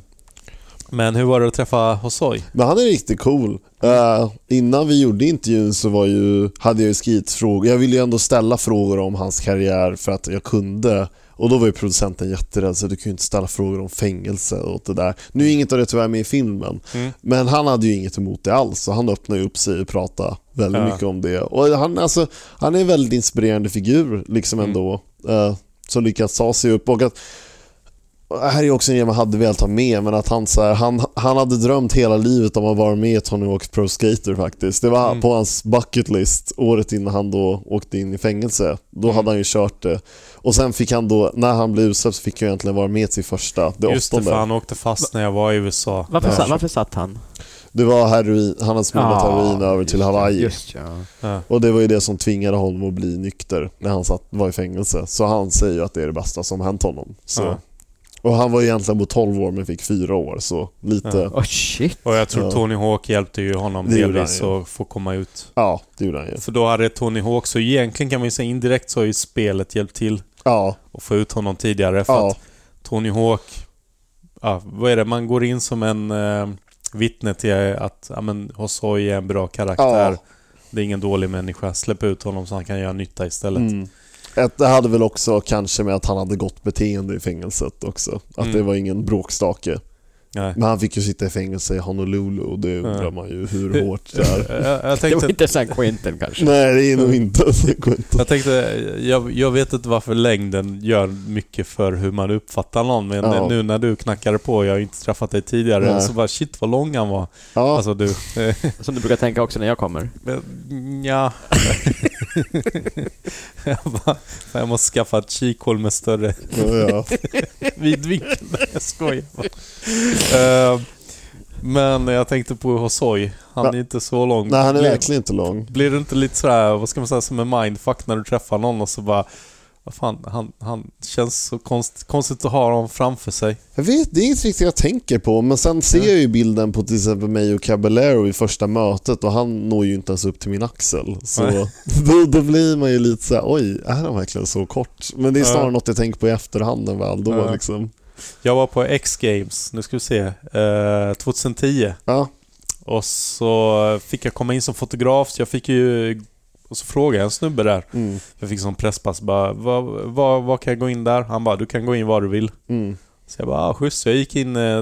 Speaker 2: men hur var det att träffa Hosoi?
Speaker 5: Men han är riktigt cool. Eh, innan vi gjorde intervjun så var ju, hade jag ju skrivit frågor. Jag ville ju ändå ställa frågor om hans karriär för att jag kunde. Och då var ju producenten jätterädd så du kunde inte ställa frågor om fängelse och det där. Nu är inget av det tyvärr med i filmen. Men han hade ju inget emot det alls så han öppnade ju upp sig och pratade väldigt
Speaker 2: Ja.
Speaker 5: mycket om det. Och han, alltså, han är en väldigt inspirerande figur liksom ändå. eh, som lyckats ta sig upp. Och att och här är också en grej man hade velat ha med, men att han, så här, han, han hade drömt hela livet om att vara med i Tony Hawk's Pro Skater faktiskt. Det var på hans bucket list året innan han då åkte in i fängelse. Då hade han ju kört det. Och sen fick han då, när han blev utsläppt så fick han egentligen vara med till första, det
Speaker 2: Just det,
Speaker 5: åttonde.
Speaker 2: för han åkte fast när jag var i USA.
Speaker 6: Varför,
Speaker 2: Ja.
Speaker 6: sa, varför satt han?
Speaker 5: Det var heroin, han hade smugglat
Speaker 10: Ja,
Speaker 5: heroin över till
Speaker 10: just det,
Speaker 5: Hawaii.
Speaker 10: Just ja.
Speaker 5: Och det var ju det som tvingade honom att bli nykter när han satt, var i fängelse. Så han säger ju att det är det bästa som hänt honom. Så.
Speaker 2: Ja.
Speaker 5: Och han var egentligen på 12 år men fick 4 år, så lite... Ja,
Speaker 6: Oh shit!
Speaker 2: Och jag tror
Speaker 5: Ja.
Speaker 2: Tony Hawk hjälpte ju honom
Speaker 5: Det gjorde
Speaker 2: delvis
Speaker 5: han ju.
Speaker 2: att få komma ut.
Speaker 5: det gjorde han ju.
Speaker 2: För då hade Tony Hawk, så egentligen kan man ju säga indirekt så har ju spelet hjälpt till
Speaker 5: Ja,
Speaker 2: att få ut honom tidigare. För
Speaker 5: ja,
Speaker 2: att Tony Hawk, ja, vad är det, man går in som en eh, vittne till att ja, men Hosoi är en bra karaktär.
Speaker 5: Ja.
Speaker 2: Det är ingen dålig människa. Släpp ut honom så han kan göra nytta istället.
Speaker 5: mm. Ett- Det hade väl också kanske med att han hade gott beteende i fängelset också. Att
Speaker 2: Mm.
Speaker 5: det var ingen bråkstake.
Speaker 2: Nej.
Speaker 5: Men han fick ju sitta i fängelse i Honolulu och det undrar
Speaker 2: Ja.
Speaker 5: man ju hur
Speaker 2: Hur-
Speaker 5: hårt det är.
Speaker 2: Jag, jag
Speaker 6: Det var
Speaker 2: tänkte
Speaker 6: inte San Quentin kanske.
Speaker 5: Nej, det är nog inte det går inte.
Speaker 2: Jag tänkte, jag, jag vet inte varför längden gör mycket för hur man uppfattar någon, men
Speaker 5: Ja.
Speaker 2: nu när du knackade på, jag har ju inte träffat dig tidigare,
Speaker 5: Nej.
Speaker 2: så bara shit vad lång han var.
Speaker 5: Ja,
Speaker 2: Alltså du. eh,
Speaker 6: Som du brukar tänka också när jag kommer.
Speaker 2: men, ja. jag, bara, fan, jag måste skaffa ett kikhål med större
Speaker 5: ja.
Speaker 2: vidvinkel. Nej, Jag skojar bara. Eh, Men jag tänkte på Hosoi, han är
Speaker 5: Va?
Speaker 2: inte så lång.
Speaker 5: Nej, han är
Speaker 2: Blev-
Speaker 5: verkligen inte lång.
Speaker 2: Blir du inte lite sådär, vad ska man säga, som en mindfuck när du träffar någon och så bara vad fan, han, han känns så konst, konstigt att ha honom framför sig.
Speaker 5: Jag vet, det är inget riktigt jag tänker på, men sen ser jag ju bilden på till exempel mig och Caballero i första mötet och han når ju inte ens upp till min axel. Så
Speaker 2: Nej.
Speaker 5: då, då blir man ju lite så här: oj, är han verkligen så kort? Men det är snarare
Speaker 2: Ja.
Speaker 5: något jag tänker på i efterhand än väl då
Speaker 2: Ja.
Speaker 5: liksom.
Speaker 2: Jag var på X-Games, nu ska vi se, eh, 2010.
Speaker 5: Ja,
Speaker 2: Och så fick jag komma in som fotograf, så jag fick ju... Och så frågade jag en snubbe där,
Speaker 5: mm,
Speaker 2: jag fick sån presspass, bara vad vad- vad kan jag gå in där? Han bara, du kan gå in var du vill.
Speaker 5: mm,
Speaker 2: Så jag bara, ah, schysst. Så jag gick in eh,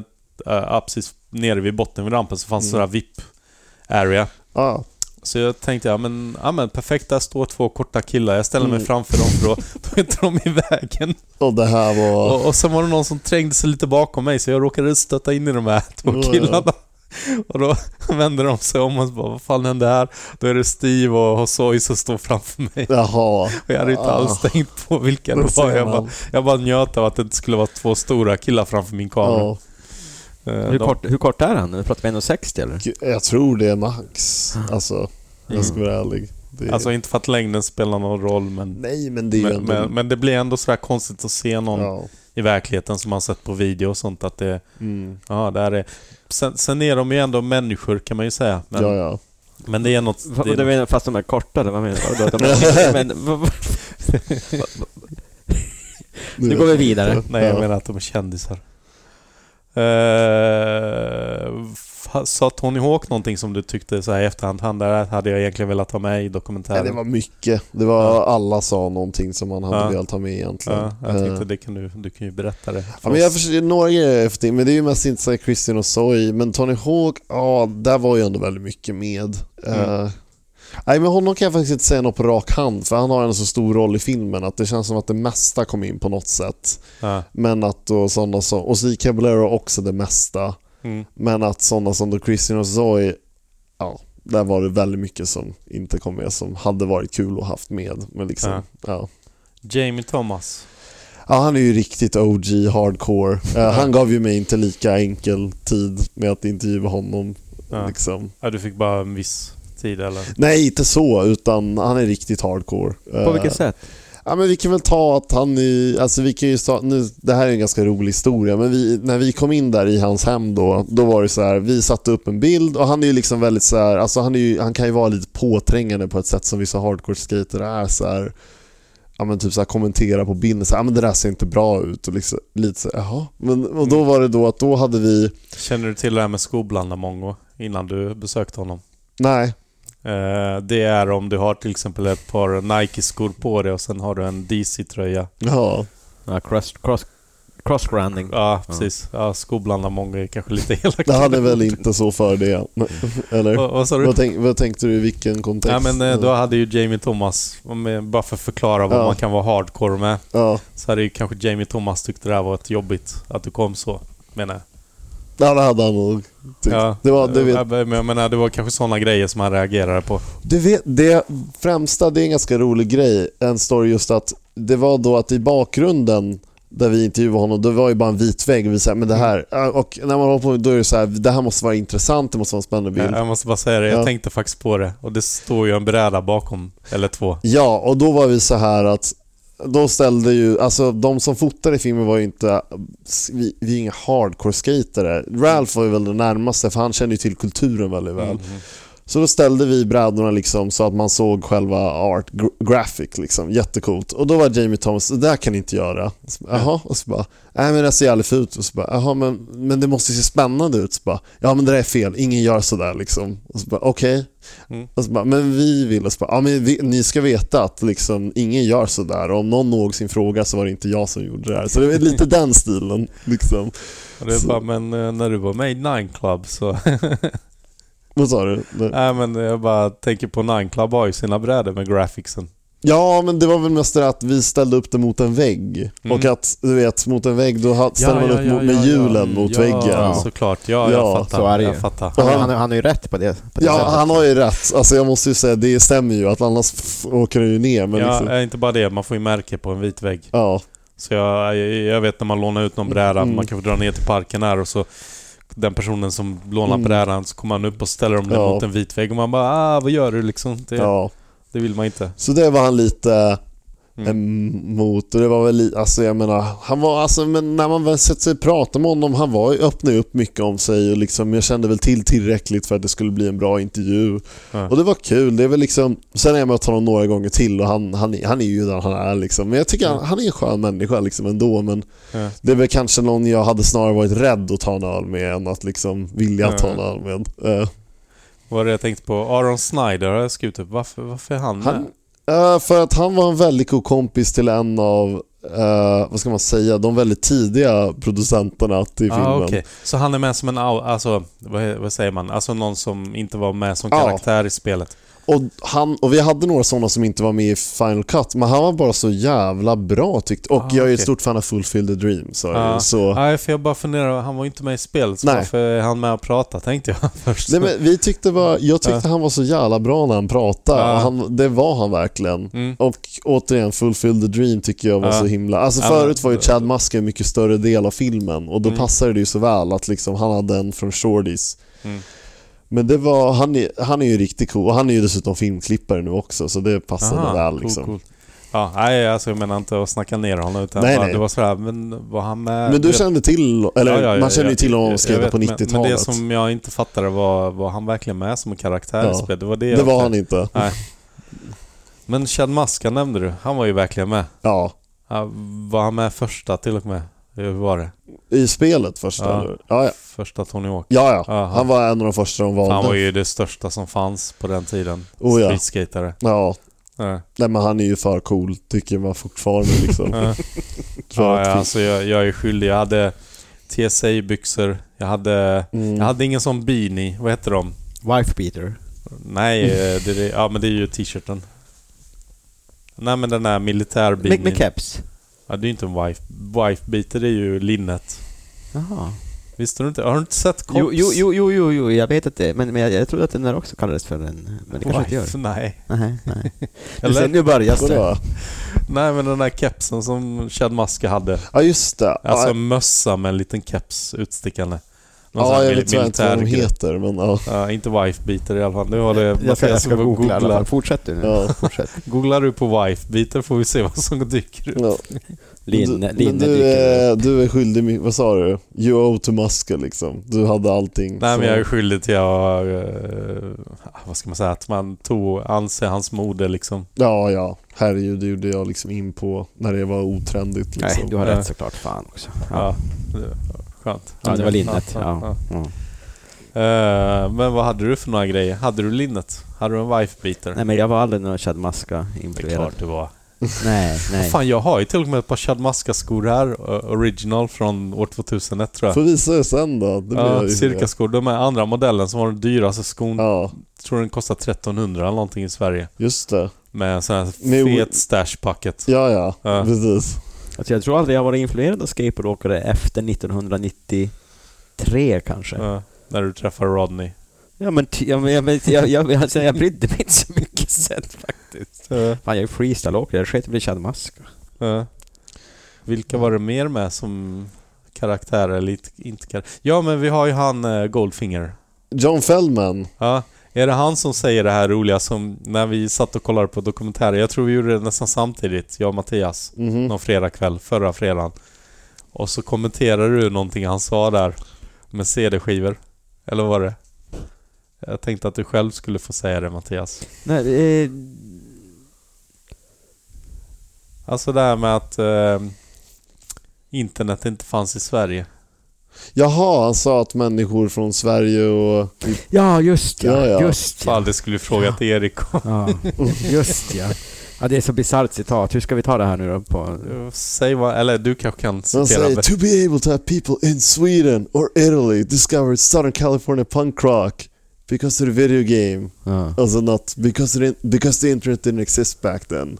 Speaker 2: eh, precis nere vid botten vid rampen så fanns
Speaker 5: Mm.
Speaker 2: sådär VIP-area.
Speaker 5: ja,
Speaker 2: Så jag tänkte, ja men, ja, men perfekt, där står två korta killar. Jag ställer mig
Speaker 5: Mm.
Speaker 2: framför dem för då, då är inte de i vägen.
Speaker 5: och det här var...
Speaker 2: Och, och sen var det någon som trängde sig lite bakom mig, så jag råkade stöta in i de här två
Speaker 5: Ja, ja.
Speaker 2: killarna. Och då vände de sig om och så bara, vad fan hände här? Då är det Steve och Hosoi som står framför mig.
Speaker 5: Jaha.
Speaker 2: Och jag hade inte alls
Speaker 5: Ah,
Speaker 2: tänkt på vilka
Speaker 5: där
Speaker 2: det var.
Speaker 5: ser
Speaker 2: Jag bara,
Speaker 5: man.
Speaker 2: jag bara njöt av att det inte skulle vara två stora killar framför min kamera.
Speaker 5: Ja,
Speaker 2: Eh,
Speaker 6: Hur
Speaker 2: de-
Speaker 6: kort, hur kort är han? Pratar vi 1,60 eller?
Speaker 5: Gud, jag tror det är max. Alltså, jag ska vara ärlig. Det är...
Speaker 2: Mm. Alltså inte för att längden spelar någon roll, men,
Speaker 5: Nej, men det är ju
Speaker 2: men,
Speaker 5: ändå...
Speaker 2: men, men det blir ändå sådär konstigt att se någon
Speaker 5: ja.
Speaker 2: i verkligheten som man sett på video och sånt att det,
Speaker 5: Mm.
Speaker 2: ja där är Sen, sen är de ju ändå människor kan man ju säga. Men,
Speaker 5: ja, ja.
Speaker 2: men det är något...
Speaker 6: Va-
Speaker 2: Det
Speaker 6: du
Speaker 2: är,
Speaker 6: menar, fast de är kortare, vad menar du? De är, men, va, va, nu går vi vidare.
Speaker 2: nej, jag menar att de är kändisar. Eh, fa- sa Tony Hawk någonting som du tyckte så här i efterhand? Han där hade jag egentligen velat ha med i
Speaker 5: Nej,
Speaker 2: dokumentären.
Speaker 5: det var mycket. Det var
Speaker 2: Ja.
Speaker 5: alla sa någonting som man hade
Speaker 2: Ja.
Speaker 5: velat ha med egentligen.
Speaker 2: ja, jag
Speaker 5: Eh,
Speaker 2: tänkte det kan du, du kan ju berätta det. för
Speaker 5: ja, men jag
Speaker 2: oss.
Speaker 5: försöker, några grejer efter men det är ju mest inte såhär Christian och Soy, men Tony Hawk, ja, där var ju ändå väldigt mycket med.
Speaker 2: Mm.
Speaker 5: Eh, nej, men honom kan jag faktiskt inte säga något på rak hand, för han har en så stor roll i filmen att det känns som att det mesta kom in på något sätt.
Speaker 2: ja.
Speaker 5: Men att då sådana som, och Zee Caballero också det mesta,
Speaker 2: Mm.
Speaker 5: men att sådana som då Christian och Soy, ja, där var det väldigt mycket som inte kom med, som hade varit kul att haft med. Men liksom,
Speaker 2: Ja.
Speaker 5: ja.
Speaker 2: Jamie Thomas.
Speaker 5: Ja, han är ju riktigt OG hardcore. Eh, han gav ju mig inte lika enkel tid med att intervjua honom.
Speaker 2: Ja.
Speaker 5: Liksom.
Speaker 2: Ja, du fick bara en viss tid eller?
Speaker 5: Nej, inte så, utan han är riktigt hardcore. Eh,
Speaker 6: På vilket sätt?
Speaker 5: Ja, men vi kan väl ta att han i, alltså vi kan ju ta, nu, det här är en ganska rolig historia, men vi, när vi kom in där i hans hem då, då var det så här, vi satte upp en bild och han är ju liksom väldigt så här, alltså han, är ju, han kan ju vara lite påträngande på ett sätt som vissa hardcore skater är så här, ja men typ så här kommentera på bilden, så här, ja men det där ser inte bra ut och liksom, lite så här, jaha. Men, och då var det då att då hade vi,
Speaker 2: Känner du till det här med skoblandarmongo innan du besökte honom?
Speaker 5: nej,
Speaker 2: Eh, Det är om du har till exempel ett par Nike-skor på dig och sen har du en DC-tröja.
Speaker 5: ja,
Speaker 6: Ja, cross, cross, cross running.
Speaker 2: Ja, precis. Ja, skoblandarmongo är kanske lite elakt.
Speaker 5: det hade väl inte så för det, eller?
Speaker 2: Vad vad sa du?
Speaker 5: Vad, tänk, vad tänkte du i vilken
Speaker 2: Ja,
Speaker 5: kontext?
Speaker 2: men eh, då hade ju Jamie Thomas, om jag- bara för att förklara vad
Speaker 5: Ja.
Speaker 2: man kan vara hardcore med,
Speaker 5: ja.
Speaker 2: så hade ju kanske Jamie Thomas tyckt det där var ett jobbigt att du kom så, menar jag.
Speaker 5: Ja, det hade han nog. tyckt. Det, var, du vet,
Speaker 2: Ja, Men jag menar, det var kanske sådana grejer som han reagerade på.
Speaker 5: Du vet, det främsta, det är en ganska rolig grej, en story just att det var då att i bakgrunden där vi intervjuade honom, det var ju bara en vit vägg och vi sa men det
Speaker 2: Mm.
Speaker 5: här, och när man håller på då är det så här, det här måste vara intressant, det måste vara en spännande bild.
Speaker 2: Jag, jag måste bara säga det, jag
Speaker 5: Ja.
Speaker 2: tänkte faktiskt på det. Och det står ju en bräda bakom, eller två.
Speaker 5: Ja, och då var vi så här att då ställde ju, alltså de som fotade i filmen var ju inte, vi, vi är inga hardcore skatare. Ralph var ju väl den närmaste för han kände ju till kulturen väldigt
Speaker 2: Mm,
Speaker 5: väl. Så då ställde vi brädorna liksom så att man såg själva art, gra- graphic liksom, jättecoolt. Och då var Jamie Thomas, det där kan ni inte göra. Och så bara, Jaha, och så bara, nej men det ser jävligt fult ut. Och så bara, jaha men, men det måste ju se spännande ut. Så bara, ja men det där är fel, ingen gör sådär liksom. Och så bara, okej. Och så bara, men vi vill, och så bara, ja men vi, ni ska veta att liksom ingen gör sådär. Och om någon någonsin frågar så var det inte jag som gjorde det här. Så det var lite den stilen liksom.
Speaker 2: Och det är
Speaker 5: Så-
Speaker 2: bara, men eh, när du var med i Nine Club så...
Speaker 5: Vad sa du? Nej.
Speaker 2: Nej men jag bara tänker på Nine Club har ju sina brädor med graphicsen.
Speaker 5: Ja, men det var väl mest det att vi ställde upp det mot en vägg.
Speaker 2: Mm.
Speaker 5: Och att, du vet, mot en vägg då ha- ställer man upp mot, med hjulen mot väggen.
Speaker 2: Ja, alltså, såklart. Ja, jag
Speaker 5: Ja,
Speaker 2: fattar.
Speaker 6: så är det ju.
Speaker 2: jag fattar.
Speaker 6: Han, han, han har ju rätt på det. På det
Speaker 5: Ja,
Speaker 6: sättet.
Speaker 5: han har ju rätt. Alltså jag måste ju säga, det stämmer ju. Att annars f- åker det ju ner. Men
Speaker 2: ja,
Speaker 5: liksom,
Speaker 2: eh, inte bara det. Man får ju märke på en vit vägg.
Speaker 5: ja.
Speaker 2: Så jag, jag, jag vet när man lånar ut någon bräda,
Speaker 5: Mm.
Speaker 2: man kan få dra ner till parken här och så den personen som lånar brädan så kommer han upp och ställer dem
Speaker 5: Mm. Ja.
Speaker 2: mot en vit vägg och man bara ah, vad gör du liksom? Det,
Speaker 5: ja.
Speaker 2: det vill man inte.
Speaker 5: Så det var han lite
Speaker 2: Mm.
Speaker 5: emot. Och det var väl li- alltså jag menar, han var, alltså, men när man väl sett sig prata med honom, han var, ju- öppnade ju upp mycket om sig och liksom, jag kände väl till tillräckligt för att det skulle bli en bra intervju.
Speaker 2: Ja.
Speaker 5: Och det var kul. Det är väl liksom, sen har jag mött honom några gånger till och han, han, är- han är ju den han är. Liksom. Men jag tycker han, han är en skön människa liksom ändå. Men
Speaker 2: Mm. Ja.
Speaker 5: det är väl kanske någon jag hade snarare varit rädd att ta en öl med än att liksom vilja ta en
Speaker 2: Ja.
Speaker 5: öl med. Eh.
Speaker 2: Vad var det jag tänkte på? Aron Snyder har jag skrivit upp. Varför, varför är han,
Speaker 5: Han,
Speaker 2: med?
Speaker 5: eh, för att han var en väldigt god kompis till en av, eh, vad ska man säga, de väldigt tidiga producenterna till filmen.
Speaker 2: Ah, okej. Så han är med som en, au- alltså vad, he- vad säger man? Alltså någon som inte var med som
Speaker 5: Ja.
Speaker 2: karaktär i spelet.
Speaker 5: och, han, och vi hade några sådana som inte var med i Final Cut, men han var bara så jävla bra tyckte Och
Speaker 2: Ah,
Speaker 5: jag är ju ett
Speaker 2: okej.
Speaker 5: stort fan av Fulfill the Dream, så,
Speaker 2: Ah.
Speaker 5: så
Speaker 2: Nej, för jag bara funderar, han var ju inte med i spelet så
Speaker 5: Nej.
Speaker 2: varför är han med och pratar tänkte jag först.
Speaker 5: Nej, men vi tyckte bara, jag tyckte han var så jävla bra när han pratade.
Speaker 2: Ja.
Speaker 5: Och han, det var han verkligen.
Speaker 2: Mm.
Speaker 5: Och återigen, Fulfill the Dream tycker jag var
Speaker 2: Ja.
Speaker 5: så himla... Alltså
Speaker 2: Ja,
Speaker 5: förut var ju
Speaker 2: men-
Speaker 5: Chad Musk en mycket större del av filmen och då
Speaker 2: Mm.
Speaker 5: passade det ju så väl att liksom, han hade en från Shorties.
Speaker 2: Mm.
Speaker 5: Men det var, han, är, han är ju riktigt cool och han är ju dessutom filmklippare nu också så det passade
Speaker 2: Aha,
Speaker 5: väl.
Speaker 2: cool,
Speaker 5: Liksom.
Speaker 2: cool. Ja, nej, alltså jag menar inte att snacka ner honom utan
Speaker 5: Nej,
Speaker 2: bara,
Speaker 5: nej.
Speaker 2: det var sådär, men var han med?
Speaker 5: Men du
Speaker 2: vet-
Speaker 5: kände till, eller
Speaker 2: Ja, ja, ja,
Speaker 5: man kände ju
Speaker 2: jag-
Speaker 5: till honom
Speaker 2: jag-
Speaker 5: om
Speaker 2: jag
Speaker 5: skate
Speaker 2: vet,
Speaker 5: på
Speaker 2: men- Men det
Speaker 5: 90-talet.
Speaker 2: som jag inte fattade var, var han verkligen med som en karaktär
Speaker 5: Ja.
Speaker 2: i spelet? Det var det
Speaker 5: Det
Speaker 2: jag
Speaker 5: var han inte.
Speaker 2: Nej. Men Chad Muska nämnde du, han var ju verkligen med.
Speaker 5: Ja,
Speaker 2: Ja, var han med första till och med? Hur var det?
Speaker 5: i spelet först.
Speaker 2: Ja.
Speaker 5: eller? Ja, ja.
Speaker 2: Första Tony Hawk.
Speaker 5: ja, ja.
Speaker 2: Aha.
Speaker 5: Han var en av de första de valde.
Speaker 2: Han var ju det största som fanns på den tiden.
Speaker 5: Oh, ja.
Speaker 2: Streetskatare.
Speaker 5: Ja,
Speaker 2: Ja.
Speaker 5: Nej men han är ju för cool tycker man fortfarande liksom.
Speaker 2: Ja.
Speaker 5: För
Speaker 2: Ja,
Speaker 5: att-
Speaker 2: ja, alltså jag, jag är skyldig. Jag hade TSA-byxor. Jag hade,
Speaker 5: Mm.
Speaker 2: jag hade ingen sån beanie. Vad heter de?
Speaker 6: Wife beater.
Speaker 2: Nej, eh, det, det, ja, men det är ju t-shirten. Nej men den där
Speaker 6: Med, med
Speaker 2: militärbeanien.
Speaker 6: keps.
Speaker 2: Ja, det är ju inte en wife. Wife-beater det är ju linnet.
Speaker 6: Jaha.
Speaker 2: Visste du inte? Har du inte sett Cops?
Speaker 6: Jo, jo, jo, jo, jo, jo, jag vet att det men, men jag, jag trodde att den där också kallades för en... Men det kanske inte gör.
Speaker 2: Wife? Nej.
Speaker 6: Nej, nej. Du
Speaker 2: Eller?
Speaker 6: ser, nu börjar det.
Speaker 5: Vadå?
Speaker 2: Nej men den där kepsen som Chad Muska hade.
Speaker 5: Ja just det.
Speaker 2: Alltså
Speaker 5: ja,
Speaker 2: en mössa med en liten keps utstickande. Någon sån
Speaker 5: ja,
Speaker 2: här
Speaker 5: jag
Speaker 2: mil-
Speaker 5: vet tyvärr inte vad de
Speaker 2: militärgrej.
Speaker 5: heter men ja.
Speaker 2: Ja, inte wife-beater i alla fall. Nu håller jag,
Speaker 6: Jag ska, jag ska
Speaker 2: Mattias
Speaker 6: googla, i alla fall.
Speaker 2: googlar.
Speaker 6: Fortsätt du nu.
Speaker 5: Ja.
Speaker 6: Fortsätt.
Speaker 2: Googlar du på wife-beater får vi se vad som dyker upp.
Speaker 5: ja.
Speaker 6: Linne,
Speaker 5: Men du,
Speaker 6: linne
Speaker 5: men du,
Speaker 6: dyker upp.
Speaker 5: är, du är skyldig mig, vad sa du? You owe to Muska liksom. Du hade
Speaker 2: Nej
Speaker 5: allting. så-
Speaker 2: men jag är skyldig till att... eh, vad ska man säga? Att man tog anse hans mode liksom.
Speaker 5: Ja, ja. Herregud, det gjorde jag liksom in på när det var otrendigt liksom.
Speaker 6: Nej, du har
Speaker 2: Ja.
Speaker 6: rätt såklart. Fan också.
Speaker 2: Ja. det- Skönt.
Speaker 6: Ja, det var linnet. Ja. Ja.
Speaker 2: Eh, men vad hade du för några grejer? Hade du linnet? Hade du en wife-beater?
Speaker 6: Nej men jag var aldrig någon Chad Muska
Speaker 2: det är
Speaker 6: influerad.
Speaker 2: klart det var.
Speaker 6: Nej, nej.
Speaker 2: Fan, jag har ju till och med ett par Chad Maska-skor här. eh, Original från år 2001 tror
Speaker 5: Får
Speaker 2: jag.
Speaker 5: visa det sen då. Det
Speaker 2: Ja,
Speaker 5: blir-
Speaker 2: cirkaskor. De är andra modellen som var den dyraste skon.
Speaker 5: Ja,
Speaker 2: Tror den kostar 1300 eller någonting i Sverige.
Speaker 5: just det.
Speaker 2: Med en sån här
Speaker 5: Med o-
Speaker 2: fet stash pocket.
Speaker 5: Ja, ja.
Speaker 2: Ja.
Speaker 5: Precis.
Speaker 6: Alltså, jag tror aldrig jag var influerad av skateboardåkare efter 1993 kanske.
Speaker 2: Ja, när du träffar Rodney.
Speaker 6: Ja men, ty- ja, men jag, vet- jag, jag, jag, alltså, jag brydde mig inte så mycket sen faktiskt.
Speaker 2: Ja,
Speaker 6: Fan jag är freestyleåkare, jag sket i att bli Chad Muska.
Speaker 2: ja. Vilka var det mer med som karaktär eller inte- inte karaktär? Ja, men vi har ju han eh, Goldfinger.
Speaker 5: John Feldman.
Speaker 2: Ja, är det han som säger det här roliga som när vi satt och kollade på dokumentärer? Jag tror vi gjorde det nästan samtidigt, jag och Mattias.
Speaker 5: Mhm.
Speaker 1: Mm.
Speaker 2: Någon fredagkväll, förra fredagen. Och så kommenterar du någonting han sa där med CD-skivor. Eller var det? Jag tänkte att du själv skulle få säga det Mattias.
Speaker 1: Nej, eh,
Speaker 2: Alltså det här med att eh, internet inte fanns i Sverige.
Speaker 5: Jaha, han sa att människor från Sverige och...
Speaker 1: ja, just ja,
Speaker 5: Ja, ja.
Speaker 1: just ja.
Speaker 2: Fall det skulle fråga till Erik om.
Speaker 1: ja. Just ja. Ja, det är så bisarrt citat. Hur ska vi ta det här nu då? På?
Speaker 2: Säg vad, eller du kanske kan
Speaker 5: Han
Speaker 2: citera
Speaker 5: säger
Speaker 2: det.
Speaker 1: typ
Speaker 5: “To be able to have people in Sweden or Italy discovered Southern California punk rock because of the video game”.
Speaker 1: Ja.
Speaker 5: Alltså not because, it, because the internet didn't exist back then.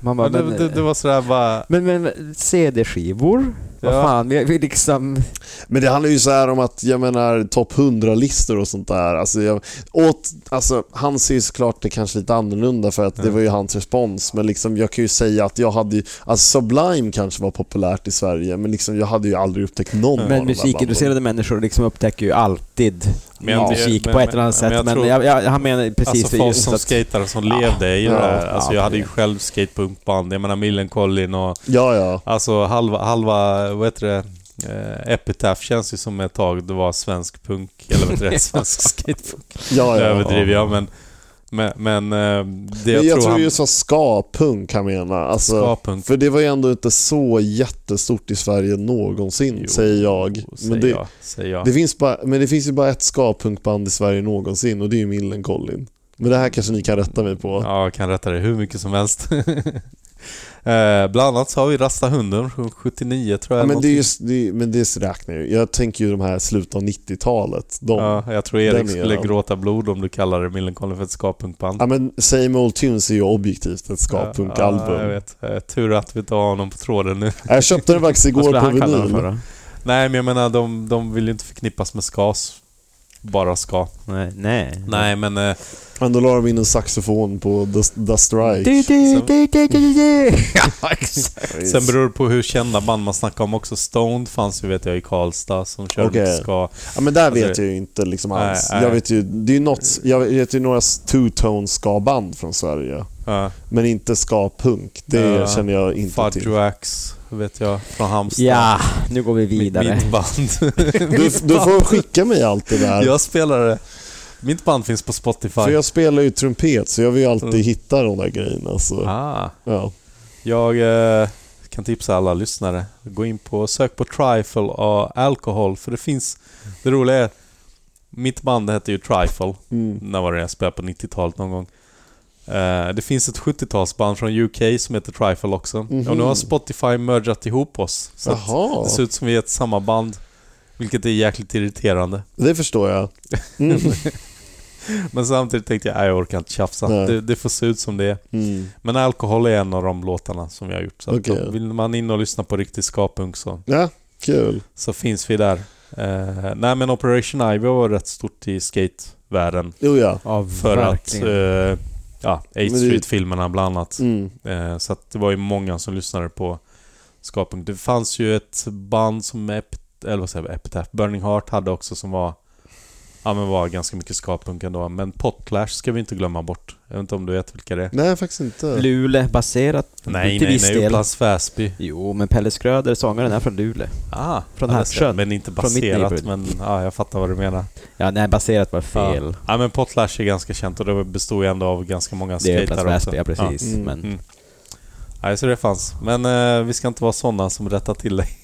Speaker 1: Man bara,
Speaker 2: Men
Speaker 1: men,
Speaker 2: det, det, det var sådär bara...
Speaker 1: men, men CD-skivor? Vad
Speaker 2: Ja.
Speaker 1: fan, vi, vi liksom...
Speaker 5: Men det handlar ju så här om att, jag menar, topp 100-listor och sånt där. Alltså, jag, åt, alltså, han ser ju såklart det kanske lite annorlunda för att det var ju hans respons. Men liksom, jag kan ju säga att jag hade ju, alltså Sublime kanske var populärt i Sverige, men liksom, jag hade ju aldrig upptäckt någon av de
Speaker 1: Men
Speaker 5: där
Speaker 1: musikintresserade människor liksom upptäcker ju alltid
Speaker 2: Men jag-
Speaker 1: musik
Speaker 2: men-
Speaker 1: på ett eller annat sätt.
Speaker 2: men- men jag
Speaker 1: Men,
Speaker 2: tror-
Speaker 1: jag, jag, han menar precis
Speaker 2: alltså folk
Speaker 1: just
Speaker 2: som
Speaker 1: att...
Speaker 2: skater som levde i det
Speaker 5: Ja.
Speaker 2: här. Alltså
Speaker 1: Ja,
Speaker 2: jag hade ju
Speaker 1: precis.
Speaker 2: själv skatepunkband. Jag menar Millencolin och...
Speaker 5: banden. Ja, ja.
Speaker 2: Alltså halva, halva vad heter det? Eh, Epitaph känns ju som ett tag det var svensk punk, eller vad heter det? Svensk skatepunk.
Speaker 5: ja,
Speaker 2: Nu
Speaker 5: ja,
Speaker 2: överdriver
Speaker 5: ja.
Speaker 2: jag men... Men, men eh, det
Speaker 5: Men
Speaker 2: jag, tror, han...
Speaker 5: ju så ska-punk han menar. Alltså,
Speaker 2: Ska-punk.
Speaker 5: För det var ju ändå inte så jättestort i Sverige någonsin,
Speaker 2: Jo,
Speaker 5: säger jag.
Speaker 2: Säger
Speaker 5: men, det,
Speaker 2: jag, säger jag.
Speaker 5: Det finns bara, men det finns ju bara ett ska-punkband i Sverige någonsin och det är ju Millencolin. Men det här kanske ni kan rätta mig på.
Speaker 2: Ja, jag kan rätta dig hur mycket som helst. eh, bland annat så har vi Rasta hunden från 79 tror jag.
Speaker 5: Ja, men, det är
Speaker 2: någonting.
Speaker 5: just, det, är- men det räknar jag ju. Jag tänker ju de här slutet av 90-talet. De, ja.
Speaker 2: ja, jag tror Erik
Speaker 5: Den är
Speaker 2: skulle
Speaker 5: jag.
Speaker 2: gråta blod om du kallar det Millencolin för ett ska-punkband.
Speaker 5: men Same Old Tunes är ju objektivt ett ska-punkalbum.
Speaker 2: Ja, jag vet. Eh, Tur att vi inte har honom på tråden nu.
Speaker 5: jag köpte den faktiskt
Speaker 1: Vad
Speaker 5: igår
Speaker 1: skulle
Speaker 5: på
Speaker 1: han kalla dem för
Speaker 5: vinyl.
Speaker 1: då?
Speaker 2: Nej, men jag menar de, de vill ju inte förknippas med skas. Bara
Speaker 5: Mm.
Speaker 2: ska.
Speaker 1: Nej. Nej.
Speaker 2: Nej, men... Eh,
Speaker 5: Men då la de in en saxofon på The, The
Speaker 1: Du,
Speaker 5: Strike.
Speaker 1: du, du, du, du, du.
Speaker 2: sen beror det på hur kända band man snackar om också. Stone fanns ju vet jag i Karlstad som körde
Speaker 5: Okej.
Speaker 2: mycket ska.
Speaker 5: Ja, men där vet
Speaker 2: Alltså-
Speaker 5: jag ju inte liksom
Speaker 2: Nej,
Speaker 5: alls.
Speaker 2: nej.
Speaker 5: Jag vet ju, det är ju något, jag vet ju några two-tone ska-band från Sverige.
Speaker 2: Ja, eh,
Speaker 5: Men inte ska-punk. Det
Speaker 2: Ja.
Speaker 5: känner jag inte till.
Speaker 2: Fadruax vet jag från Halmstad.
Speaker 1: Ja, nu går vi
Speaker 2: Mitt,
Speaker 1: vidare.
Speaker 2: mitt band.
Speaker 5: Du, du får skicka mig allt det där.
Speaker 2: jag spelade... Mitt band finns på Spotify.
Speaker 5: För jag spelar ju trumpet, så jag vill ju alltid
Speaker 2: Mm.
Speaker 5: hitta de där grejerna. Så.
Speaker 2: ah,
Speaker 5: Ja.
Speaker 2: jag eh, kan tipsa alla lyssnare. Gå in på sök på Trifle och Alcohol. För det finns... Det roliga är... Mitt band hette ju Trifle.
Speaker 5: Mm.
Speaker 2: När var det jag spelade på 90-talet någon gång? Eh, det finns ett 70-talsband från UK som heter Trifle också. Och nu har Spotify mergat ihop oss. Så att
Speaker 5: Mhm. Jaha,
Speaker 2: det ser ut som vi är ett samma band. Vilket är jäkligt irriterande.
Speaker 5: det förstår jag.
Speaker 2: Men samtidigt tänkte jag, "Nej, jag orkar inte tjafsa.
Speaker 5: Nej.
Speaker 2: Det, det får se ut som det är.
Speaker 5: Mm.
Speaker 2: Men alkohol är en av de låtarna som jag har gjort. Så att
Speaker 5: Okej.
Speaker 2: då vill man in och lyssna på riktig skapunk så,
Speaker 5: Ja, kul.
Speaker 2: så finns vi där. Eh, nej men Operation Ivy var rätt stort i skatevärlden.
Speaker 5: Jo ja.
Speaker 1: Av
Speaker 2: För
Speaker 1: verkligen.
Speaker 2: att... Eh, ja, 8
Speaker 5: det-
Speaker 2: Street-filmerna bland annat.
Speaker 5: Mm.
Speaker 2: Eh, så att det var ju många som lyssnade på skapunk. Det fanns ju ett band som Epit- eller vad säger jag, Epitaph, Burning Heart hade också som var... Ja men var ganska mycket skapunk ändå. Men Potlash ska vi inte glömma bort. Jag vet inte om du vet vilka det är?
Speaker 5: Nej, faktiskt inte.
Speaker 1: Luleå baserat
Speaker 2: Nej,
Speaker 1: till
Speaker 2: nej,
Speaker 1: viss
Speaker 2: nej.
Speaker 1: del.
Speaker 2: Upplands Väsby.
Speaker 1: Jo, men Pelle Skröder, sångaren, är från Luleå.
Speaker 2: Ah,
Speaker 1: Från
Speaker 2: ja,
Speaker 1: Harpsjön.
Speaker 2: det- Men inte
Speaker 1: Från mitt
Speaker 2: baserat,
Speaker 1: neighborhood.
Speaker 2: men ja, jag fattar vad du menar.
Speaker 1: Ja, nej, baserat var fel.
Speaker 2: Ja. ja, men Potlatch är ganska känt och det bestod ju ändå av ganska många
Speaker 1: Det är
Speaker 2: skater
Speaker 1: Upplands
Speaker 2: också.
Speaker 1: Väsby, ja precis.
Speaker 5: Ja. Mm.
Speaker 1: Men
Speaker 2: Ja. ja, så det fanns. Men eh, vi ska inte vara sådana som rättar till dig.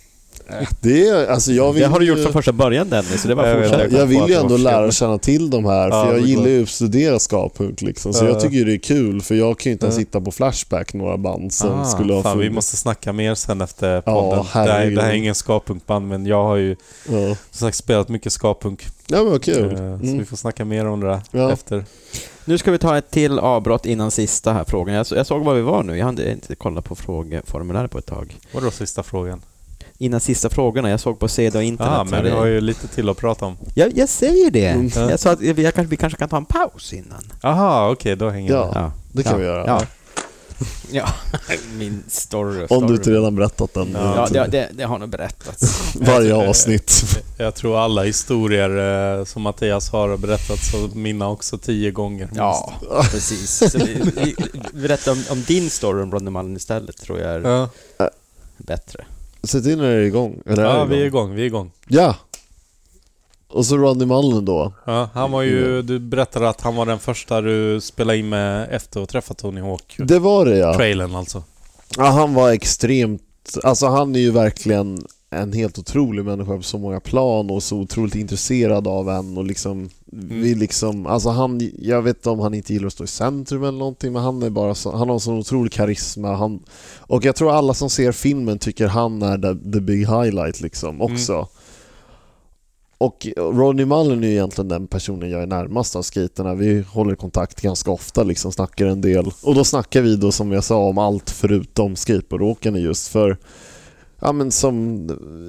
Speaker 5: Det, är, alltså, jag vill
Speaker 1: det har du
Speaker 5: ju-
Speaker 1: gjort från första början Dennis, så det
Speaker 2: Jag
Speaker 1: var
Speaker 2: vet,
Speaker 1: fortsätt.
Speaker 2: jag kom
Speaker 5: jag
Speaker 2: på
Speaker 5: vill
Speaker 2: att
Speaker 5: ju
Speaker 2: det
Speaker 5: ändå
Speaker 2: var
Speaker 5: lära
Speaker 2: fel.
Speaker 5: känna till de här,
Speaker 2: Ja,
Speaker 5: för jag
Speaker 2: det är
Speaker 5: gillar
Speaker 2: klart.
Speaker 5: ju att studera skapunk liksom. Så
Speaker 2: Ja.
Speaker 5: jag tycker ju det är kul, för jag kan ju inte ens
Speaker 2: Ja.
Speaker 5: hitta på Flashback några band som
Speaker 2: Ah,
Speaker 5: skulle ha
Speaker 2: fan, vi
Speaker 5: funnits.
Speaker 2: måste snacka mer sen efter
Speaker 5: Ja,
Speaker 2: podden. det, här, det här är
Speaker 5: herregud.
Speaker 2: ingen skapunkband, men jag har ju
Speaker 5: Ja,
Speaker 2: som sagt spelat mycket skapunk.
Speaker 5: ja men vad kul.
Speaker 2: Eh, Så
Speaker 5: Mm.
Speaker 2: vi får snacka mer om det där
Speaker 5: Ja.
Speaker 2: efter.
Speaker 1: Nu ska vi ta ett till avbrott innan sista här frågan. Jag, så- jag såg var vi var nu, jag hade inte kollat på frågeformuläret på ett tag.
Speaker 2: Vadå sista frågan?
Speaker 1: Innan sista frågorna, jag såg på CD och internet.
Speaker 2: Ja,
Speaker 1: så här,
Speaker 2: men vi har ju lite till att prata om.
Speaker 1: jag, jag säger det!
Speaker 5: Mm.
Speaker 1: Jag sa att vi, jag kanske, vi kanske kan ta en paus innan.
Speaker 2: Aha, okej, då hänger
Speaker 5: Ja.
Speaker 2: vi.
Speaker 1: Ja,
Speaker 5: Det kan
Speaker 1: ja,
Speaker 5: vi göra.
Speaker 1: Ja. Ja, min story.
Speaker 5: Om du
Speaker 1: story.
Speaker 5: inte redan berättat den eh, typ,
Speaker 1: Ja, det, det, det har nog berättats.
Speaker 5: varje avsnitt.
Speaker 2: Jag tror alla historier eh, som Mattias har berättat, så mina också tio gånger.
Speaker 1: Ja, precis. Så vi, vi, berätta om, om din story om Ronny Malm istället, tror jag är
Speaker 2: Ja,
Speaker 1: bättre.
Speaker 5: Sätt in när det är igång. Eller
Speaker 2: ja
Speaker 5: är det
Speaker 2: vi är igång, vi är igång.
Speaker 5: Ja! Och så Ronny Mullen då.
Speaker 2: Ja, han var ju, du berättade att han var den första du spelade in med efter att träffa Tony Hawk.
Speaker 5: Det var det ja.
Speaker 2: Trailern alltså.
Speaker 5: ja. Han var extremt... Alltså han är ju verkligen en helt otrolig människa på så många plan och så otroligt intresserad av en och liksom... Vi liksom alltså han, jag vet inte om han inte gillar att stå i centrum eller någonting men han är bara så, han har en sån otrolig karisma. Han, och jag tror alla som ser filmen tycker han är the, the big highlight liksom också. Och Ronnie Mullen är ju egentligen den personen jag är närmast av skaterna. Vi håller kontakt ganska ofta, liksom snackar en del. Och då snackar vi då som jag sa om allt förutom skateboardåkande just för Ja men som,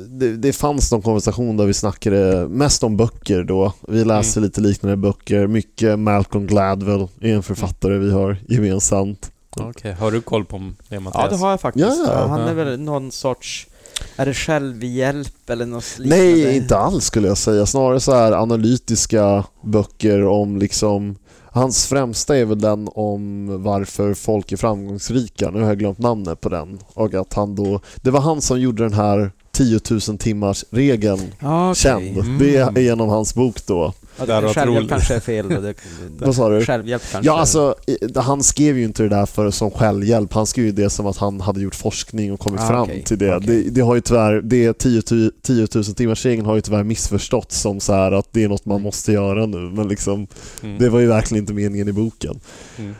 Speaker 5: det, det fanns någon konversation där vi snackade mest om böcker då. Vi läser lite liknande böcker, mycket Malcolm Gladwell är en författare vi har gemensamt.
Speaker 2: Okej, har du koll på det
Speaker 1: Ja,
Speaker 2: Mattias?
Speaker 1: det har jag faktiskt.
Speaker 5: Ja.
Speaker 1: Ja, han är väl någon sorts... Är det självhjälp eller något liknande?
Speaker 5: Nej, inte alls skulle jag säga. Snarare så här analytiska böcker om liksom Hans främsta är väl den om varför folk är framgångsrika. Nu har jag glömt namnet på den. Och att han då, det var han som gjorde den här 10 000 timmars regeln
Speaker 1: Ja, okej. Mm.
Speaker 5: känd. Det är genom hans bok då.
Speaker 1: Ja,
Speaker 2: Där
Speaker 1: det,
Speaker 2: har
Speaker 1: självhjälp
Speaker 2: troligt.
Speaker 1: kanske är fel. då. Det,
Speaker 5: Vad sa du?
Speaker 1: Självhjälp kanske.
Speaker 5: Ja, alltså, i- han skrev ju inte det där för som självhjälp. Han skrev ju det som att han hade gjort forskning och kommit
Speaker 1: Ah,
Speaker 5: fram
Speaker 1: okej,
Speaker 5: till det.
Speaker 1: okej.
Speaker 5: det. Det har ju tyvärr, det 10 000 10 000 timmars regeln har ju tyvärr missförståtts som så här att det är något
Speaker 1: Mm.
Speaker 5: man måste göra nu. Men liksom, det var ju verkligen inte meningen i boken.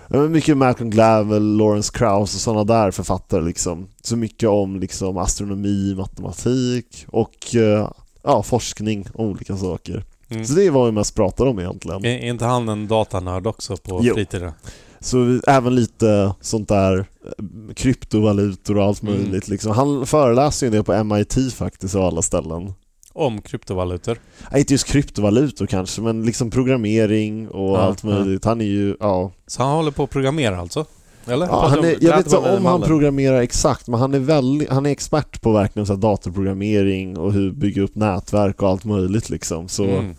Speaker 5: Mm. Mycket Malcolm Gladwell, Lawrence Krauss och sådana där författare. Liksom. Så mycket om liksom, astronomi, matematik och eh, ja, forskning om olika saker.
Speaker 2: Mm.
Speaker 5: Så det var vi mest pratade om egentligen.
Speaker 2: Är är inte han en datanörd också på
Speaker 5: Jo.
Speaker 2: fritiden?
Speaker 5: Så vi- även lite sånt där eh, kryptovalutor och allt möjligt. Liksom. Han föreläser ju det på MIT faktiskt av alla ställen.
Speaker 2: Om kryptovalutor.
Speaker 5: Nej, inte just kryptovalutor kanske, men liksom programmering och
Speaker 2: Ja,
Speaker 5: allt
Speaker 2: ja.
Speaker 5: möjligt. Han är ju, ja.
Speaker 2: Så han håller på att programmera alltså? Eller?
Speaker 5: ja han är, jag vet inte om han
Speaker 1: Gladwell-mallen.
Speaker 5: programmerar exakt, men han är, väldigt, han är expert på verkligen så här datorprogrammering och hur bygga upp nätverk och allt möjligt liksom. Så,
Speaker 2: Mm.
Speaker 1: Mal-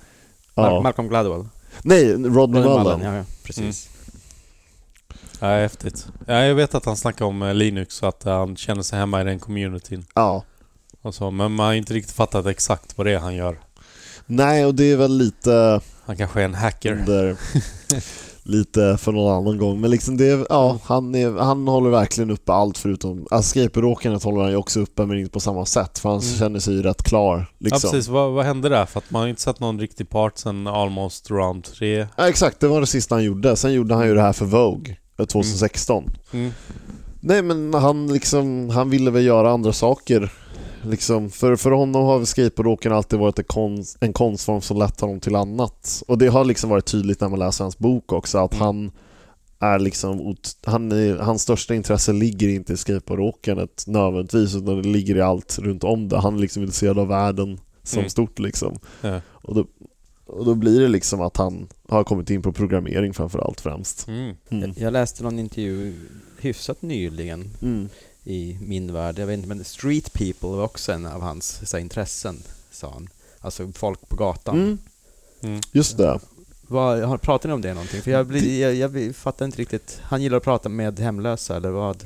Speaker 5: ja.
Speaker 1: Malcolm Gladwell.
Speaker 5: Nej, Rodney
Speaker 1: Ronny
Speaker 5: Mullen.
Speaker 1: Mullen, ja, ja, precis.
Speaker 2: Ja, häftigt. Ja, jag vet att han snackar om eh, Linux och att han känner sig hemma i den communityn.
Speaker 5: Ja.
Speaker 2: Och så, men man har inte riktigt fattat exakt vad det är han gör.
Speaker 5: Nej, och det är väl lite...
Speaker 2: Han kanske är en hacker.
Speaker 5: under lite för någon annan gång. Men liksom det, är- ja, han, är, han håller verkligen uppe allt förutom... Alltså skateboardåkandet håller han ju också uppe men inte på samma sätt för han känner sig ju rätt klar.
Speaker 2: Mm. Ja,
Speaker 5: Liksom.
Speaker 2: precis. Vad, vad hände där? För att man har inte sett någon riktig part sen Almost Round 3.
Speaker 5: Ja, exakt, det var det sista han gjorde. Sen gjorde han ju det här för Vogue eh, 2016.
Speaker 2: Mm.
Speaker 5: Nej men han liksom, han ville väl göra andra saker. Liksom, för, för honom har väl skateboardåkaren alltid varit en, konst, en konstform som lett honom till annat. Och det har liksom varit tydligt när man läser hans bok också att
Speaker 2: Mm.
Speaker 5: han är liksom, ot- han är, hans största intresse ligger inte i skateboardåkandet nödvändigtvis utan det ligger i allt runt om det. Han är liksom intresserad av världen som
Speaker 2: Mm.
Speaker 5: stort liksom.
Speaker 2: Ja.
Speaker 5: Och, då, och då blir det liksom att han har kommit in på programmering framförallt främst.
Speaker 2: Mm.
Speaker 5: Mm.
Speaker 1: Jag läste någon intervju hyfsat nyligen
Speaker 5: Mm.
Speaker 1: i min värld. Jag vet inte, men street people var också en av hans så här, intressen, sa han. Alltså folk på gatan.
Speaker 5: Mm.
Speaker 2: Mm.
Speaker 5: Just det.
Speaker 1: Vad, har- pratar ni om det någonting? För jag, blir, jag, jag fattar inte riktigt. Han gillar att prata med hemlösa, eller vad?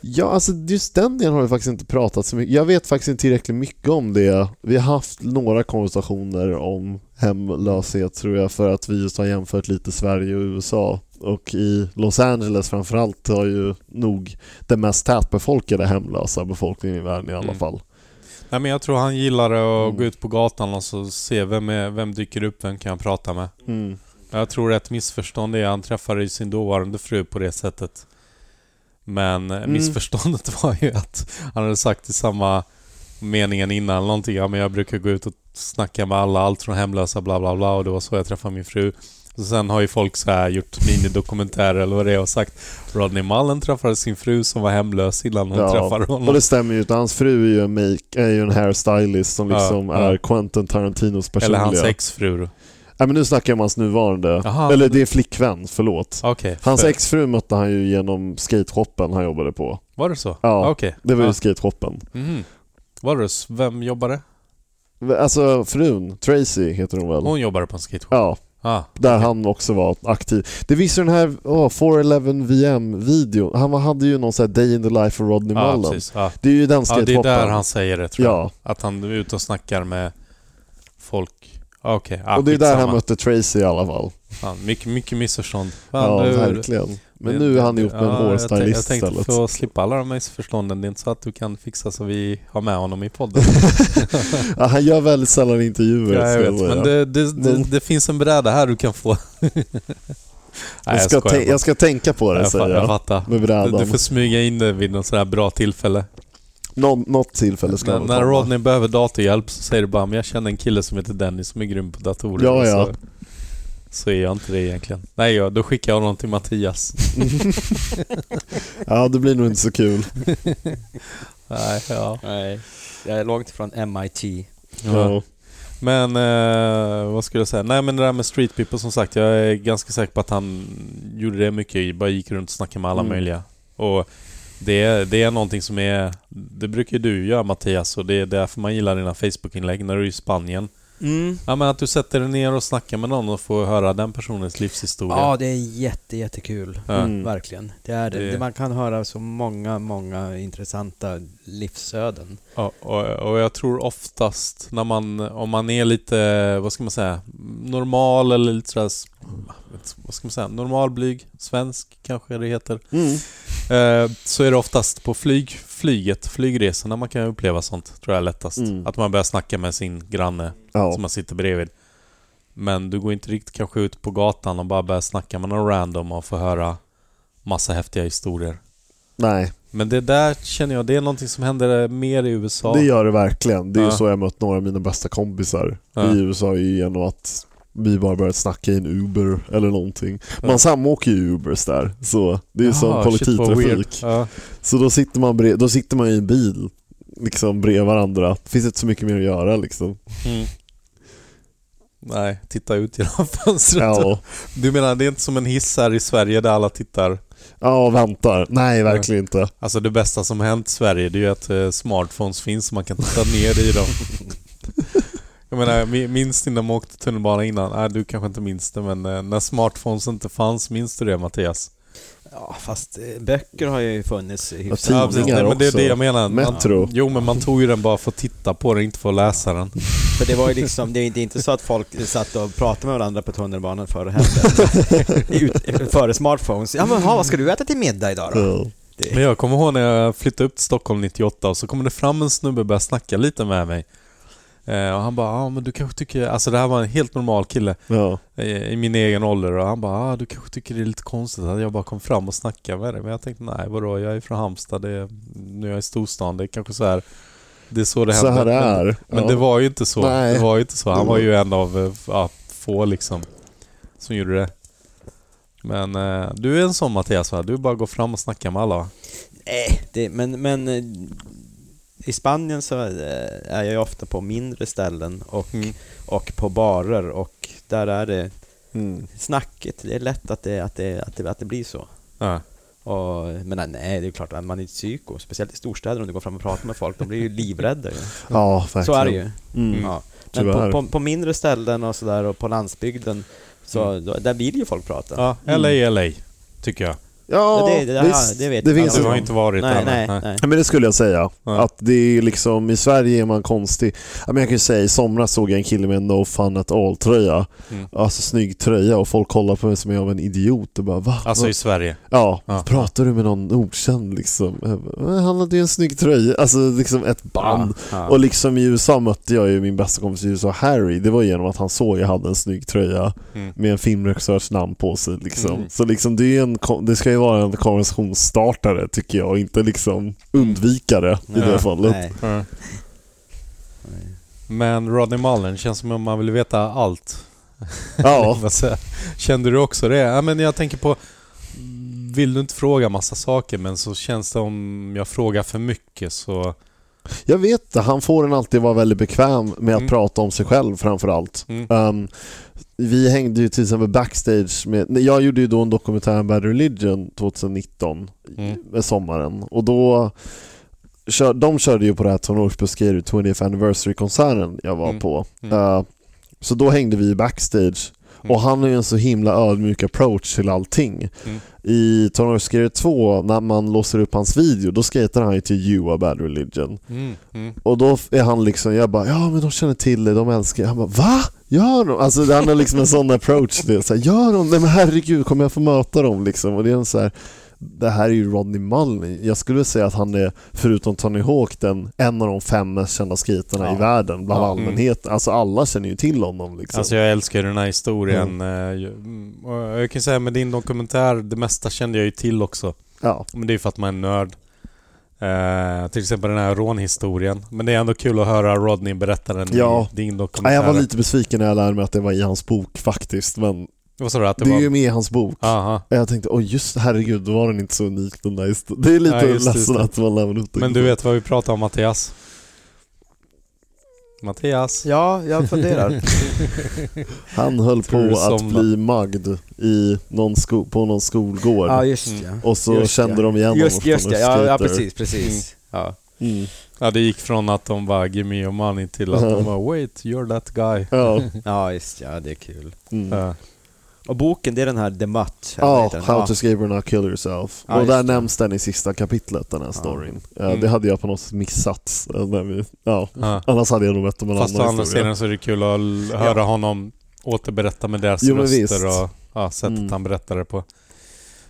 Speaker 5: Ja, alltså just den delen har vi faktiskt inte pratat så mycket. Jag vet faktiskt inte tillräckligt mycket om det. Vi har haft några konversationer om hemlöshet tror jag för att vi just har jämfört lite Sverige och USA. Och i Los Angeles framförallt har ju nog den mest tätbefolkade hemlösa befolkningen i världen i alla
Speaker 2: Mm.
Speaker 5: fall.
Speaker 2: Nej, men jag tror han gillar att
Speaker 5: Mm.
Speaker 2: gå ut på gatan och så se vem, är, vem dyker upp, vem kan jag prata med.
Speaker 5: Mm.
Speaker 2: Jag tror ett missförstånd är att han träffade ju sin dåvarande fru på det sättet. Men
Speaker 5: Mm.
Speaker 2: eh, missförståndet var ju att han hade sagt i samma meningen innan någonting. Ja, men jag brukar gå ut och snacka med alla, allt från hemlösa, bla bla bla. Och det var så jag träffade min fru. Och sen har ju folk så här gjort minidokumentärer eller vad det är och sagt Rodney Mullen träffade sin fru som var hemlös innan hon träffade
Speaker 5: Och
Speaker 2: honom.
Speaker 5: det stämmer ju inte. Hans fru är ju en, make, är ju en hairstylist som
Speaker 2: Ja,
Speaker 5: liksom
Speaker 2: ja.
Speaker 5: är Quentin Tarantinos personliga.
Speaker 2: Eller hans exfru. då.
Speaker 5: Nej, men nu snackar jag om hans nuvarande,
Speaker 2: Aha.
Speaker 5: eller det är flickvän, förlåt.
Speaker 2: Okej.
Speaker 5: Hans
Speaker 2: för-
Speaker 5: exfru mötte han ju genom skateshoppen han jobbade på.
Speaker 2: Var det så? Ah,
Speaker 5: Ja,
Speaker 2: Okej.
Speaker 5: Det var ju
Speaker 2: Ja.
Speaker 5: skateshoppen.
Speaker 2: Mhm. Var det så? Vem jobbade?
Speaker 5: Alltså frun, Tracy heter hon väl?
Speaker 2: Hon jobbade på en skateshop?
Speaker 5: Ja,
Speaker 2: Ah.
Speaker 5: där han också var aktiv. Det visste den här åh, 411 VM-videon, han var- hade ju någon sån här Day in the Life of Rodney
Speaker 2: Ja,
Speaker 5: Mullen.
Speaker 2: ah, precis. Ja.
Speaker 5: Det är ju den
Speaker 2: ja, det är
Speaker 5: skateshoppen.
Speaker 2: där han säger det tror jag.
Speaker 5: Ja,
Speaker 2: Att han är ute och snackar med folk. Ah, Okej, ah,
Speaker 5: och det är där han
Speaker 2: skitsamma.
Speaker 5: mötte Tracy i alla fall.
Speaker 2: Fan, mycket, mycket missförstånd. Fan,
Speaker 5: Ja,
Speaker 2: nu-
Speaker 5: verkligen. Men nu är han ihop med en
Speaker 2: Ja, jag tänk-
Speaker 5: hårstylist
Speaker 2: Jag tänkte
Speaker 5: istället.
Speaker 2: få slippa alla de här missförstånden. Det är inte så att du kan fixa så vi har med honom i podden.
Speaker 5: Ja, han gör väldigt sällan intervjuer.
Speaker 2: ja, jag
Speaker 5: ska
Speaker 2: vet.
Speaker 5: säga.
Speaker 2: Men det, det, det,
Speaker 5: Men-
Speaker 2: det finns en bräda här du kan få. Nej,
Speaker 5: jag, ska
Speaker 2: skojar
Speaker 5: tän- jag ska tänka på
Speaker 2: bara.
Speaker 5: det,
Speaker 2: jag,
Speaker 5: säger
Speaker 2: fa- jag
Speaker 5: jag.
Speaker 2: fattar.
Speaker 5: Med
Speaker 2: Du,
Speaker 5: brädan.
Speaker 2: du får smyga in det vid något sådär bra tillfälle.
Speaker 5: Någon, något tillfälle ska
Speaker 2: När,
Speaker 5: han
Speaker 2: när
Speaker 5: komma.
Speaker 2: Rodney behöver datorhjälp så säger du bara "Men jag känner en kille som heter Dennis som är grym på datorer.
Speaker 5: Ja,
Speaker 2: Och
Speaker 5: ja.
Speaker 2: Så, så är jag inte det egentligen. Nej, ja, då skickar jag honom till Mattias.
Speaker 5: Ja, det blir nog inte så kul.
Speaker 2: Nej, ja.
Speaker 6: Nej, jag är långt från MIT.
Speaker 5: Ja.
Speaker 2: Men eh, vad skulle jag säga? Nej men det där med street people som sagt. Jag är ganska säker på att han gjorde det mycket. i- Bara gick runt och snackade med alla
Speaker 5: Mm.
Speaker 2: möjliga. Och det, det är någonting som är... Det brukar ju du göra Mattias och det är därför man gillar dina Facebook-inlägg när du är i Spanien. Ja men att du sätter dig ner och snackar med någon och får höra den personens livshistoria.
Speaker 6: Ja, det är jätte, jättekul.
Speaker 2: Ja.
Speaker 5: Mm.
Speaker 6: Verkligen. Det är det.
Speaker 2: Det-
Speaker 6: Man kan höra så många, många intressanta livsöden.
Speaker 2: Ja, och, och jag tror oftast när man, om man är lite, vad ska man säga, normal eller lite sådär, s- vad ska man säga, normal, blyg, svensk kanske det heter.
Speaker 5: Mm.
Speaker 2: Eh, så är det oftast på flyg, flyget, flygresorna man kan uppleva sånt, tror jag är lättast.
Speaker 5: Mm.
Speaker 2: Att man börjar snacka med sin granne
Speaker 5: Ja.
Speaker 2: som man sitter bredvid. Men du går inte riktigt kanske ut på gatan och bara börjar snacka med någon random och får höra massa häftiga historier.
Speaker 5: Nej,
Speaker 2: Men det där känner jag, det är någonting som händer mer i USA.
Speaker 5: det gör det verkligen. Det är ju
Speaker 2: Ja.
Speaker 5: så jag mött några av mina bästa kompisar
Speaker 2: Ja.
Speaker 5: i USA är ju genom att vi bara börjat snacka i en Uber eller någonting. Man
Speaker 2: Ja.
Speaker 5: samåker ju i Ubers där, så det är ju som
Speaker 2: Jaha, shit, vad
Speaker 5: kollektivtrafik.
Speaker 2: weird. Ja.
Speaker 5: Så då sitter, man bre- då sitter man i en bil liksom bredvid varandra. Det finns inte så mycket mer att göra liksom.
Speaker 2: Mm. Nej, titta ut genom fönstret.
Speaker 5: Ja,
Speaker 2: Du menar, det är inte som en hiss här i Sverige där alla tittar.
Speaker 5: ja och väntar. Nej, verkligen inte.
Speaker 2: Alltså det bästa som hänt Sverige, det är ju att eh, smartphones finns så man kan titta ner i dem. Jag menar, mi- minns ni när man åkte tunnelbana innan? Nej, du kanske inte minns det, men eh, när smartphones inte fanns, minns du det Mattias?
Speaker 6: Ja, fast eh, böcker har ju funnits hyfsat.
Speaker 5: Ja,
Speaker 2: precis.
Speaker 5: Tidningar
Speaker 2: Nej, men det är
Speaker 5: också.
Speaker 2: det jag menar.
Speaker 5: Metro.
Speaker 2: Man, jo, men man tog ju den bara för att titta på den, inte för att läsa den.
Speaker 6: För det var ju liksom, det är inte- inte så att folk satt och pratade med varandra på tunnelbanan förr heller. Ut- Före smartphones. Ja men ha, vad ska du äta till middag idag då?
Speaker 5: Ja.
Speaker 2: Men jag kommer ihåg när jag flyttade upp till Stockholm 98 och så kommer det fram en snubbe och börjar snacka lite med mig. Eh, och han bara, ja ah, men du kanske tycker, alltså det här var en helt normal kille
Speaker 5: Ja.
Speaker 2: eh, i min egen ålder och han bara, ah, du kanske tycker det är lite konstigt att jag bara kom fram och snackade med dig. Men jag tänkte, nej vadå, jag är från Halmstad, det är, nu är jag i storstan, det är kanske så här, det är så det
Speaker 5: Så
Speaker 2: händer.
Speaker 5: här det
Speaker 2: Men-
Speaker 5: är.
Speaker 2: Men
Speaker 5: Ja.
Speaker 2: det var ju inte så.
Speaker 5: Nej.
Speaker 2: Det var ju inte så. Han var ju en av eh, ja, få liksom som gjorde det. Men eh, du är en sån Mattias va? Du bara går fram och snackar med alla va?
Speaker 6: Nej, det, men, men eh, i Spanien så eh, är jag ju ofta på mindre ställen och,
Speaker 2: Mm.
Speaker 6: och på barer och där är det
Speaker 5: Mm.
Speaker 6: snacket, det är lätt att det, att det, att det, att det blir så.
Speaker 2: Ja.
Speaker 6: Och, men nej, det är klart att man är psyko, speciellt i storstäder om du går fram och pratar med folk, de blir ju livrädda. ju.
Speaker 5: Ja, verkligen.
Speaker 6: Så är det ju.
Speaker 5: Mm.
Speaker 6: Ja. Men
Speaker 5: Tyvärr.
Speaker 6: på, på, på mindre ställen och sådär och på landsbygden, så, då, där vill ju folk prata.
Speaker 2: ja. LA, LA. Tycker jag.
Speaker 5: Ja,
Speaker 6: Ja, det- det-
Speaker 5: visst.
Speaker 6: det vet
Speaker 5: det
Speaker 6: jag.
Speaker 5: finns
Speaker 2: Du
Speaker 5: ju
Speaker 2: har inte varit
Speaker 6: nej,
Speaker 2: där
Speaker 6: nej,
Speaker 2: va?
Speaker 6: nej, nej.
Speaker 5: Ja, men det skulle jag säga.
Speaker 2: Ja.
Speaker 5: Att det är liksom, I Sverige är man konstig. Ja, men jag kan ju säga, i somras såg jag en kille med en No Fun At All-tröja.
Speaker 2: Mm.
Speaker 5: Alltså snygg tröja och folk kollar på mig som jag var en idiot och bara va?
Speaker 2: Alltså
Speaker 5: Va?"
Speaker 2: i Sverige.
Speaker 5: ja,
Speaker 2: Ja.
Speaker 5: pratar du med någon okänd liksom? Jag bara, "Men Han hade ju en snygg tröja, alltså liksom ett band.
Speaker 6: Ja.
Speaker 5: Och liksom i USA mötte jag ju min bästa kompis i USA, Harry. Det var genom att han såg att jag hade en snygg tröja
Speaker 2: Mm.
Speaker 5: med en filmregissörs namn på sig. Liksom.
Speaker 2: Mm.
Speaker 5: Så liksom det, är ju en, ko- det ska ju vara en konversationsstartare tycker jag, och inte liksom undvikare i
Speaker 2: Ja.
Speaker 5: det fallet.
Speaker 6: Nej.
Speaker 2: Ja. Men Rodney Mullen, känns som om man vill veta allt.
Speaker 5: Ja,
Speaker 2: Vad säger- Kände du också det? Ja, men jag tänker på... Vill du inte fråga massa saker men så känns det om jag frågar för mycket så
Speaker 5: Jag vet inte, han får en alltid vara väldigt bekväm med att
Speaker 2: Mm.
Speaker 5: prata om sig själv framförallt.
Speaker 2: Mm.
Speaker 5: Um, vi hängde ju till exempel backstage med, nej, jag gjorde ju då en dokumentär om Bad Religion 2019,
Speaker 2: Mm.
Speaker 5: med sommaren, och då kör, de körde ju på det här Tony Ortsbuskir 20th Anniversary-konserten jag var
Speaker 2: Mm.
Speaker 5: på.
Speaker 2: Mm.
Speaker 5: Uh, så då hängde vi backstage
Speaker 2: Mm.
Speaker 5: och han har ju en så himla ödmjuk approach till allting.
Speaker 2: Mm.
Speaker 5: I Tony Ortsbuskir 2, när man låser upp hans video, då skejtar han ju till You Are Bad Religion.
Speaker 2: Mm. Mm.
Speaker 5: Och då är han liksom, jag bara ja men de känner till dig, de älskar dig. Han bara va? Gör de? Alltså han har liksom en sån approach till det. Så här, Gör de? Nej men herregud, kommer jag få möta dem liksom? Och det är en så här, det här är ju Rodney Mullen. Jag skulle säga att han är, förutom Tony Hawk, den, en av de fem mest kända skaterna i världen bland
Speaker 2: Ja.
Speaker 5: allmänheten. Alltså alla känner ju till honom liksom.
Speaker 2: Alltså jag älskar ju den här historien. eh, ju- mm, och Jag kan ju säga med din dokumentär, det mesta kände jag ju till också.
Speaker 5: ja.
Speaker 2: Men det är ju för att man är nörd. Eh, till exempel den här rånhistorien. Men det är ändå kul att höra Rodney berätta den
Speaker 5: Ja.
Speaker 2: i din dokumentär.
Speaker 5: Nej, jag var lite besviken när jag lärde mig att det var i hans bok faktiskt, men
Speaker 2: Vad sa du? Att det,
Speaker 5: det
Speaker 2: var...
Speaker 5: är ju med i hans bok.
Speaker 2: Aha.
Speaker 5: Jag tänkte, oj just det, herregud, då var den inte så unik den där historien. Det är lite
Speaker 2: Nej, just det, just
Speaker 5: ledsen
Speaker 2: det.
Speaker 5: att man lämnar ut det.
Speaker 2: Men du vet vad vi pratar om Mattias? Mattias?
Speaker 6: Ja, jag
Speaker 5: Mm.
Speaker 6: funderar.
Speaker 5: Han höll
Speaker 2: Tror du
Speaker 5: på att
Speaker 2: somnar?
Speaker 5: bli magd i någon sko- på någon skolgård.
Speaker 6: ja, just
Speaker 2: Mm.
Speaker 6: ja.
Speaker 5: och så
Speaker 6: just
Speaker 5: kände
Speaker 6: ja.
Speaker 5: de igen honom
Speaker 6: Just,
Speaker 5: från
Speaker 6: just
Speaker 5: en
Speaker 6: det. Ja, ja,
Speaker 5: skater.
Speaker 6: precis, precis. Ja.
Speaker 5: Mm.
Speaker 2: Ja, det gick från att de bara 'Give me your money' till att de bara 'Wait, you're that guy'
Speaker 5: Ja,
Speaker 6: ja, just ja. Det är kul.
Speaker 5: mm.
Speaker 2: Eh,
Speaker 6: Och boken, det är den här The Mutt. eller vad
Speaker 5: ja
Speaker 6: heter den?
Speaker 5: How to escape and not kill yourself.
Speaker 6: Ja,
Speaker 5: och
Speaker 6: just
Speaker 5: där
Speaker 6: det.
Speaker 5: nämns den i sista kapitlet, den här storyn. Ja,
Speaker 2: Mm.
Speaker 5: Det hade jag på något sätt missat. eh, När vi, ja.
Speaker 2: ja.
Speaker 5: Annars hade jag nog mött om en
Speaker 2: Fast å
Speaker 5: annan
Speaker 2: andra
Speaker 5: historia.
Speaker 2: sidan så är det kul att l- höra honom återberätta med deras
Speaker 5: Jo, men
Speaker 2: röster
Speaker 5: visst.
Speaker 2: och ja, sättet
Speaker 5: Mm.
Speaker 2: han berättar det på.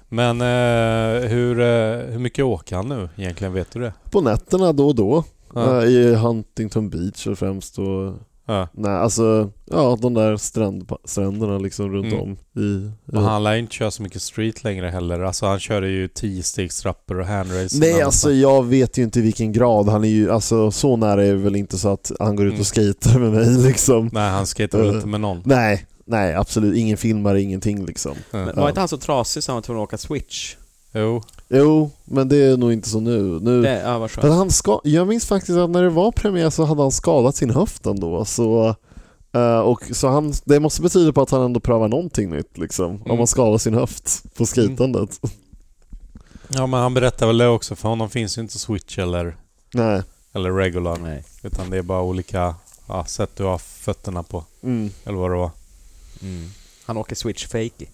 Speaker 2: Men eh, hur, eh, hur mycket åker han nu egentligen? Vet du det?
Speaker 5: På nätterna då och då.
Speaker 2: Ja.
Speaker 5: eh, I Huntington Beach och främst och
Speaker 2: Ja.
Speaker 5: Nej, alltså ja, de där stränd, stränderna liksom runt
Speaker 2: Mm.
Speaker 5: om i...
Speaker 2: Och
Speaker 5: i-
Speaker 2: han lär inte köra så mycket street längre heller. Alltså han körde ju 10-stegsrappor och handrails.
Speaker 5: Nej,
Speaker 2: innan.
Speaker 5: alltså jag vet ju inte i vilken grad. Han är ju, alltså så nära är det väl inte så att han går ut
Speaker 2: Mm.
Speaker 5: och skater med mig liksom.
Speaker 2: Nej, han skejtar väl
Speaker 5: Eh,
Speaker 2: inte med någon.
Speaker 5: Nej, nej absolut. Ingen filmare, ingenting liksom.
Speaker 6: Men Var inte han så trasig så han var tvungen att åka switch?
Speaker 2: Jo.
Speaker 5: Jo, men det är nog inte så nu. nu
Speaker 6: Det, ja, vad
Speaker 2: Typ.
Speaker 5: men
Speaker 6: skönt.
Speaker 5: han ska, jag minns faktiskt att när det var premiär så hade han skadat sin höft ändå. Så, eh, och, så han, det måste betyda på att han ändå prövar någonting nytt liksom.
Speaker 2: Mm.
Speaker 5: Om man skadar sin höft på skejtandet.
Speaker 2: Ja, men han berättar väl det också. För honom finns ju inte switch eller,
Speaker 5: Nej.
Speaker 2: eller regular.
Speaker 6: Nej.
Speaker 2: Utan det är bara olika ja, sätt du har fötterna på.
Speaker 5: Mm.
Speaker 2: Eller vad det var.
Speaker 6: Han åker switch fakey.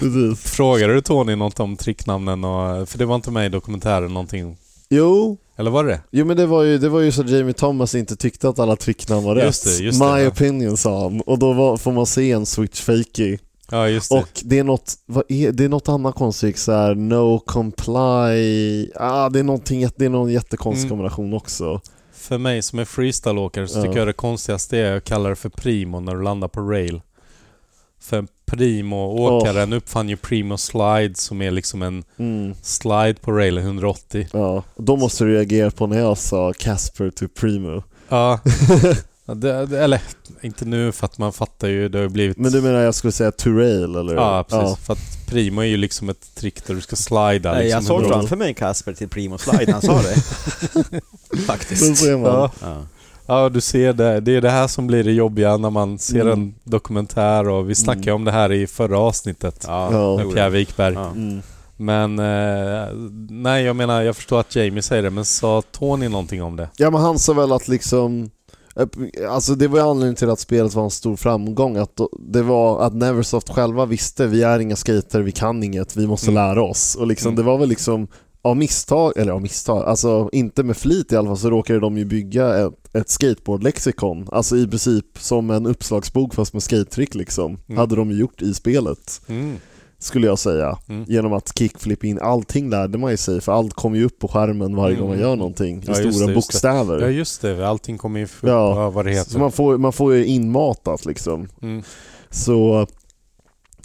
Speaker 5: Precis.
Speaker 2: Frågade du Tony något om tricknamnen? Och, för det var inte med i dokumentären någonting.
Speaker 5: Jo,
Speaker 2: Eller var det
Speaker 5: Jo men det var ju, det var ju så att Jamie Thomas inte tyckte att alla tricknamn var
Speaker 2: Just
Speaker 5: rätt.
Speaker 2: det, just
Speaker 5: My
Speaker 2: det, ja.
Speaker 5: opinion sa han. Och då var, får man se en switch fakey.
Speaker 2: Ja, just det.
Speaker 5: Och det är något, vad är, det är något annat konstigt så här, no comply, ah, det är någonting, jätte- det är någon jättekonstig
Speaker 2: Mm.
Speaker 5: kombination också.
Speaker 2: För mig som är freestyleåkare så
Speaker 5: Ja.
Speaker 2: tycker jag det konstigaste är att kalla det för primo när du landar på rail. För en primo-åkaren uppfann ju primo slide som är liksom en
Speaker 5: Mm.
Speaker 2: slide på rail 180.
Speaker 5: Ja, då måste du reagera på när jag sa Casper till Primo.
Speaker 2: Ja. Ja, det, det, eller inte nu för att man fattar ju, det har ju blivit...
Speaker 5: Men du menar jag skulle säga Turail eller?
Speaker 2: Ja, precis. För att primo är ju liksom ett trick där du ska slida
Speaker 6: Nej,
Speaker 2: liksom.
Speaker 6: jag såg
Speaker 5: bra.
Speaker 6: framför mig en Kasper till Primo Slide när han sa det.
Speaker 5: Så
Speaker 6: Faktiskt.
Speaker 5: ser man.
Speaker 2: Ja.
Speaker 6: Ja.
Speaker 2: Ja, du ser det. Det är det här som blir det jobbiga när man ser
Speaker 5: Mm.
Speaker 2: en dokumentär och vi snackade ju om det här i förra avsnittet
Speaker 5: Ja.
Speaker 2: med Pierre Wikberg.
Speaker 6: Ja.
Speaker 5: Mm.
Speaker 2: Men eh, nej, jag menar, jag förstår att Jamie säger det, men sa Tony någonting om det?
Speaker 5: Ja men han sa väl att liksom Alltså det var ju anledningen till att spelet var en stor framgång att då- Det var att Neversoft själva visste Vi är inga skater, vi kan inget, vi måste
Speaker 2: Mm.
Speaker 5: lära oss Och liksom
Speaker 2: Mm.
Speaker 5: det var väl liksom Av misstag, eller av misstag, alltså inte med flit i alla fall så råkade de ju bygga ett, ett skateboardlexikon Alltså i princip som en uppslagsbok fast med skatetrick liksom
Speaker 2: Mm.
Speaker 5: Hade de ju gjort i spelet
Speaker 2: Mm.
Speaker 5: Skulle jag säga
Speaker 2: Mm.
Speaker 5: Genom att kickflip in, allting lärde man ju sig För allt kom ju upp på skärmen varje gång man
Speaker 2: Mm.
Speaker 5: gör någonting I
Speaker 2: Ja, just det,
Speaker 5: stora
Speaker 2: just det.
Speaker 5: bokstäver
Speaker 2: Ja, just det. Allting kommer ju för
Speaker 5: Ja.
Speaker 2: ja. vad det heter.
Speaker 5: så man får, man får ju inmatat liksom.
Speaker 2: Mm.
Speaker 5: Så...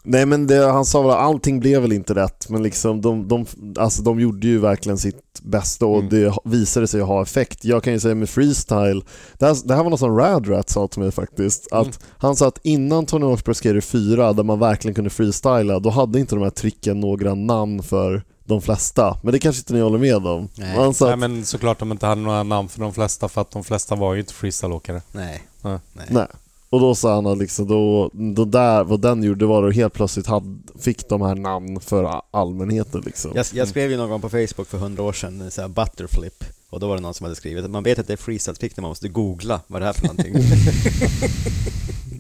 Speaker 5: Nej men det, han sa väl att allting blev väl inte rätt, men liksom de, de, alltså de gjorde ju verkligen sitt bästa och
Speaker 2: Mm.
Speaker 5: det visade sig ha effekt. Jag kan ju säga med freestyle, det här, det här var något som Radrat sa till mig faktiskt, att
Speaker 2: Mm.
Speaker 5: han sa att innan Tony Hawk's Pro Skater 4, där man verkligen kunde freestyla, då hade inte de här tricken några namn för de flesta. Men det kanske inte ni håller med om.
Speaker 10: Nej.
Speaker 5: Alltså
Speaker 2: Nej
Speaker 5: att,
Speaker 2: men såklart de inte hade några namn för de flesta för att de flesta var ju inte freestyleåkare.
Speaker 10: Nej.
Speaker 2: Ja.
Speaker 5: nej. Och då sa han att liksom, då, då där, vad den gjorde var att helt plötsligt hade, fick de här namn för a- allmänheten liksom.
Speaker 10: Jag,
Speaker 2: Mm.
Speaker 10: jag skrev ju någon gång på Facebook för hundra år sedan, så här butterflip, och då var det någon som hade skrivit att man vet att det är freestyle-trick när man måste googla vad det här är för någonting.
Speaker 2: Mm.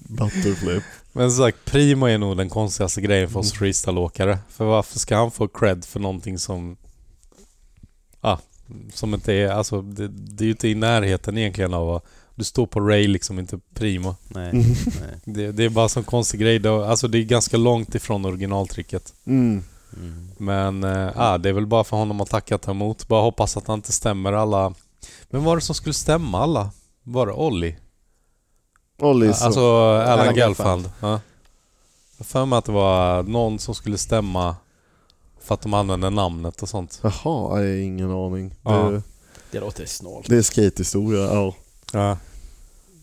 Speaker 5: Butterflip.
Speaker 2: Men som sagt, Primo är nog den konstigaste grejen för oss freestyleåkare. För varför ska han få cred för någonting som... Ah, som inte är... Alltså, det, det är ju inte i närheten egentligen av vad... Du står på Ray liksom, inte Primo.
Speaker 10: nej, nej.
Speaker 2: Det, det är bara en sån konstig grej. Då. Alltså det är ganska långt ifrån originaltricket.
Speaker 5: Mm.
Speaker 2: Men eh, ah, det är väl bara för honom att tacka och ta emot. Bara hoppas att han inte stämmer alla... Men vad var det som skulle stämma alla? Var det Olli?
Speaker 5: Olli, så-
Speaker 2: Alltså Alan,
Speaker 10: Alan Gelfand.
Speaker 2: Gelfand. Ja. Jag har för mig att det var någon som skulle stämma för att de använde namnet och sånt.
Speaker 5: Jaha, jag har ingen aning.
Speaker 2: Ja.
Speaker 5: Det,
Speaker 6: Det låter snålt.
Speaker 5: det är skatehistoria, ja.
Speaker 2: Ja.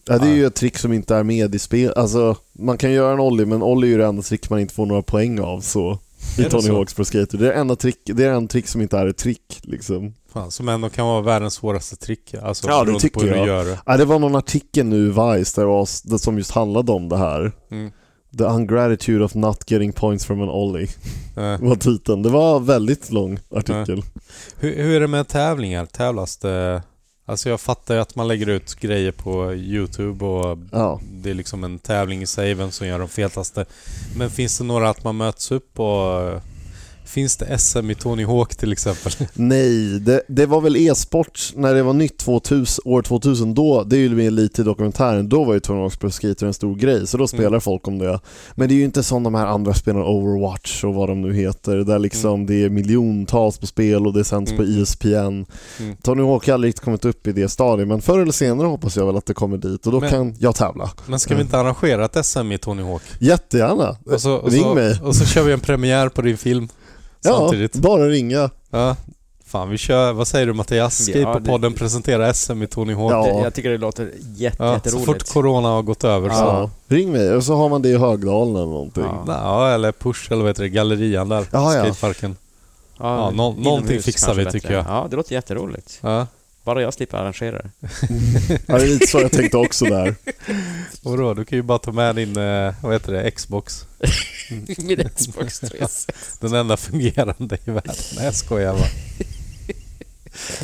Speaker 5: Ja, det är ju ett trick som inte är med i spel. Alltså, man kan göra en ollie, men ollie är ju det enda trick man inte får några poäng av så i
Speaker 2: det
Speaker 5: Tony
Speaker 2: så?
Speaker 5: Hawks Pro Skater. Det är en trick, det är en trick som inte är ett trick liksom.
Speaker 2: Fan, som ändå kan vara världens svåraste trick. Alltså
Speaker 5: Ja, det
Speaker 2: beroende på
Speaker 5: tycker
Speaker 2: hur
Speaker 5: jag.
Speaker 2: du gör det.
Speaker 5: Ja, det var någon artikel nu i Vice där var, där som just handlade om det här.
Speaker 2: Mm.
Speaker 5: The ungratitude of not getting points from an ollie
Speaker 2: Ja.
Speaker 5: var titeln. Det var en väldigt lång artikel.
Speaker 2: Hur, hur är det med tävlingar? Tävlas det? Alltså jag fattar ju att man lägger ut grejer på YouTube och
Speaker 5: Ja.
Speaker 2: det är liksom en tävling i sig vem som gör de fetaste. Men finns det några att man möts upp och... Finns det SM i Tony Hawk till exempel?
Speaker 5: Nej, det, det var väl e-sport när det var nytt 2000, år 2000 då, det är ju med lite i dokumentären, då var ju Tony Hawk's Pro Skater en stor grej så då spelar
Speaker 2: Mm.
Speaker 5: folk om det. Men det är ju inte som de här andra spelen Overwatch och vad de nu heter, där liksom
Speaker 2: Mm.
Speaker 5: det är miljontals på spel och det sänds på E ESPN.
Speaker 2: Mm.
Speaker 5: Tony Hawk har aldrig riktigt kommit upp i det stadiet men förr eller senare hoppas jag väl att det kommer dit och då
Speaker 2: Men-
Speaker 5: kan jag tävla.
Speaker 2: Men ska vi
Speaker 5: Mm.
Speaker 2: inte arrangera ett SM i Tony Hawk?
Speaker 5: Jättegärna!
Speaker 2: Och så, och
Speaker 5: Ring
Speaker 2: så,
Speaker 5: mig!
Speaker 2: Och så kör vi en premiär på din film
Speaker 5: Ja,
Speaker 2: samtidigt.
Speaker 5: bara ringa.
Speaker 2: Ja. Fan, vi kör... Vad säger du Mattias? Skriv
Speaker 6: Ja,
Speaker 2: på
Speaker 6: det-
Speaker 2: podden presentera SM i Tony Hawk.
Speaker 5: Ja.
Speaker 6: Det, jag tycker det låter jätte,
Speaker 2: Ja, så
Speaker 6: jätteroligt.
Speaker 2: fort Corona har gått över så...
Speaker 5: Ja. Ring mig och så har man det i Högdalen eller någonting.
Speaker 6: Ja.
Speaker 2: Ja, eller push eller vad heter det? Gallerian där.
Speaker 5: Ja, ja.
Speaker 2: Skateparken. Ja,
Speaker 6: men
Speaker 2: nå-
Speaker 6: inomhus
Speaker 2: någonting fixar
Speaker 6: kanske
Speaker 2: vi, tycker
Speaker 6: bättre.
Speaker 2: jag.
Speaker 6: Ja, det låter jätteroligt.
Speaker 2: Ja.
Speaker 6: Bara jag slipper arrangera det.
Speaker 5: Ja, det är lite så jag tänkte också där.
Speaker 2: Och då, du kan ju bara ta med din, eh, vad heter det, Xbox.
Speaker 6: Min Xbox 360.
Speaker 2: Den enda fungerande i världen. Nej, jag skojar bara.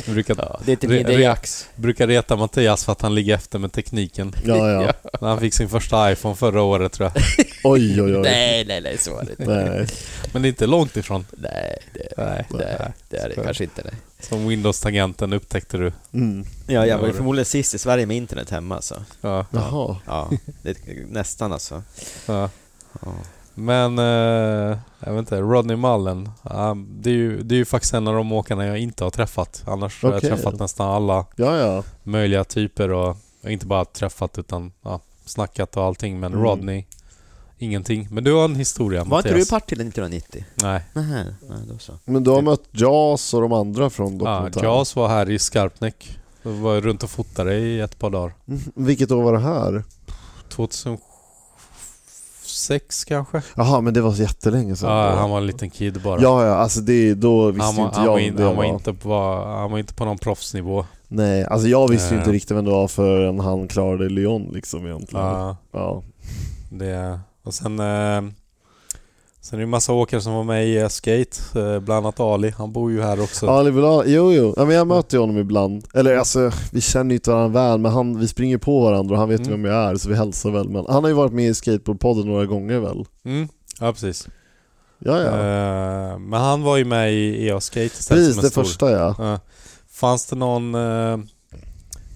Speaker 2: Jag brukar,
Speaker 6: Det är inte min,
Speaker 2: re-
Speaker 6: det är
Speaker 2: re-
Speaker 6: Jax.
Speaker 2: brukar reta Mattias för att han ligger efter med tekniken.
Speaker 5: Ja, ja.
Speaker 2: När han fick sin första iPhone förra året tror jag.
Speaker 5: Oj, oj, oj.
Speaker 6: Nej, nej, nej, så är det inte.
Speaker 5: Nej.
Speaker 2: Men det är inte långt ifrån.
Speaker 6: Nej, det,
Speaker 2: Nej.
Speaker 6: nej, det är det
Speaker 2: Så-
Speaker 6: kanske inte. Nej.
Speaker 2: Som Windows-tangenten upptäckte du.
Speaker 5: Mm.
Speaker 6: Ja, jag var
Speaker 2: var
Speaker 6: ju
Speaker 2: det.
Speaker 6: förmodligen sist i Sverige med internet hemma alltså.
Speaker 2: Ja.
Speaker 5: Jaha.
Speaker 6: Ja, det, nästan alltså.
Speaker 2: Ja. Men, eh, jag vet inte, Rodney Mullen. ja, det, är ju, det är ju faktiskt en av de åkarna jag inte har träffat. Annars har jag
Speaker 5: Okej.
Speaker 2: träffat nästan alla
Speaker 5: Ja, ja.
Speaker 2: möjliga typer och och inte bara träffat utan ja, snackat och allting. Men
Speaker 5: Mm.
Speaker 2: Rodney, ingenting. Men du har en historia
Speaker 6: Var inte du i
Speaker 2: Mattias.
Speaker 6: Partille 1990?
Speaker 2: Nej.
Speaker 6: Nej, nej, då så.
Speaker 5: Men du har mött Jaws och de andra från
Speaker 2: Ja,
Speaker 5: dokumentären?
Speaker 2: Jas var här i Skarpnäck. Jag var runt och fotade i ett par dagar.
Speaker 5: Mhm. Vilket år var det här?
Speaker 2: 2006 kanske?
Speaker 5: Jaha, men det var så jättelänge sedan.
Speaker 2: Ja,
Speaker 5: då.
Speaker 2: han var en liten kid bara.
Speaker 5: Ja, ja, alltså det, då visste
Speaker 2: han,
Speaker 5: ju
Speaker 2: var,
Speaker 5: inte
Speaker 2: han,
Speaker 5: jag
Speaker 2: var
Speaker 5: vem
Speaker 2: in,
Speaker 5: det
Speaker 2: han, var
Speaker 5: var.
Speaker 2: inte på, han var inte på någon proffsnivå.
Speaker 5: Nej, alltså jag visste ju inte
Speaker 2: Nej.
Speaker 5: riktigt vem det var förrän han klarade Lyon liksom egentligen.
Speaker 2: Ja,
Speaker 5: Ja.
Speaker 2: det, och sen, eh, sen är det en massa åkare som var med i eh, Skate, eh, bland annat Ali. Han bor ju här också.
Speaker 5: Ali Bilal, jo jo, ja, men jag möter ju honom ibland. Eller alltså, vi känner ju inte varandra väl, men han, vi springer på varandra och han vet ju
Speaker 2: Mm.
Speaker 5: vem jag är så vi hälsar väl. Men han har ju varit med i Skateboardpodden några gånger väl?
Speaker 2: Mm, ja, precis.
Speaker 5: Ja, ja.
Speaker 2: Eh, men han var ju med i E EA Skate istället
Speaker 5: Precis,
Speaker 2: som
Speaker 5: det
Speaker 2: en stor.
Speaker 5: första ja.
Speaker 2: Ja. fanns det någon eh,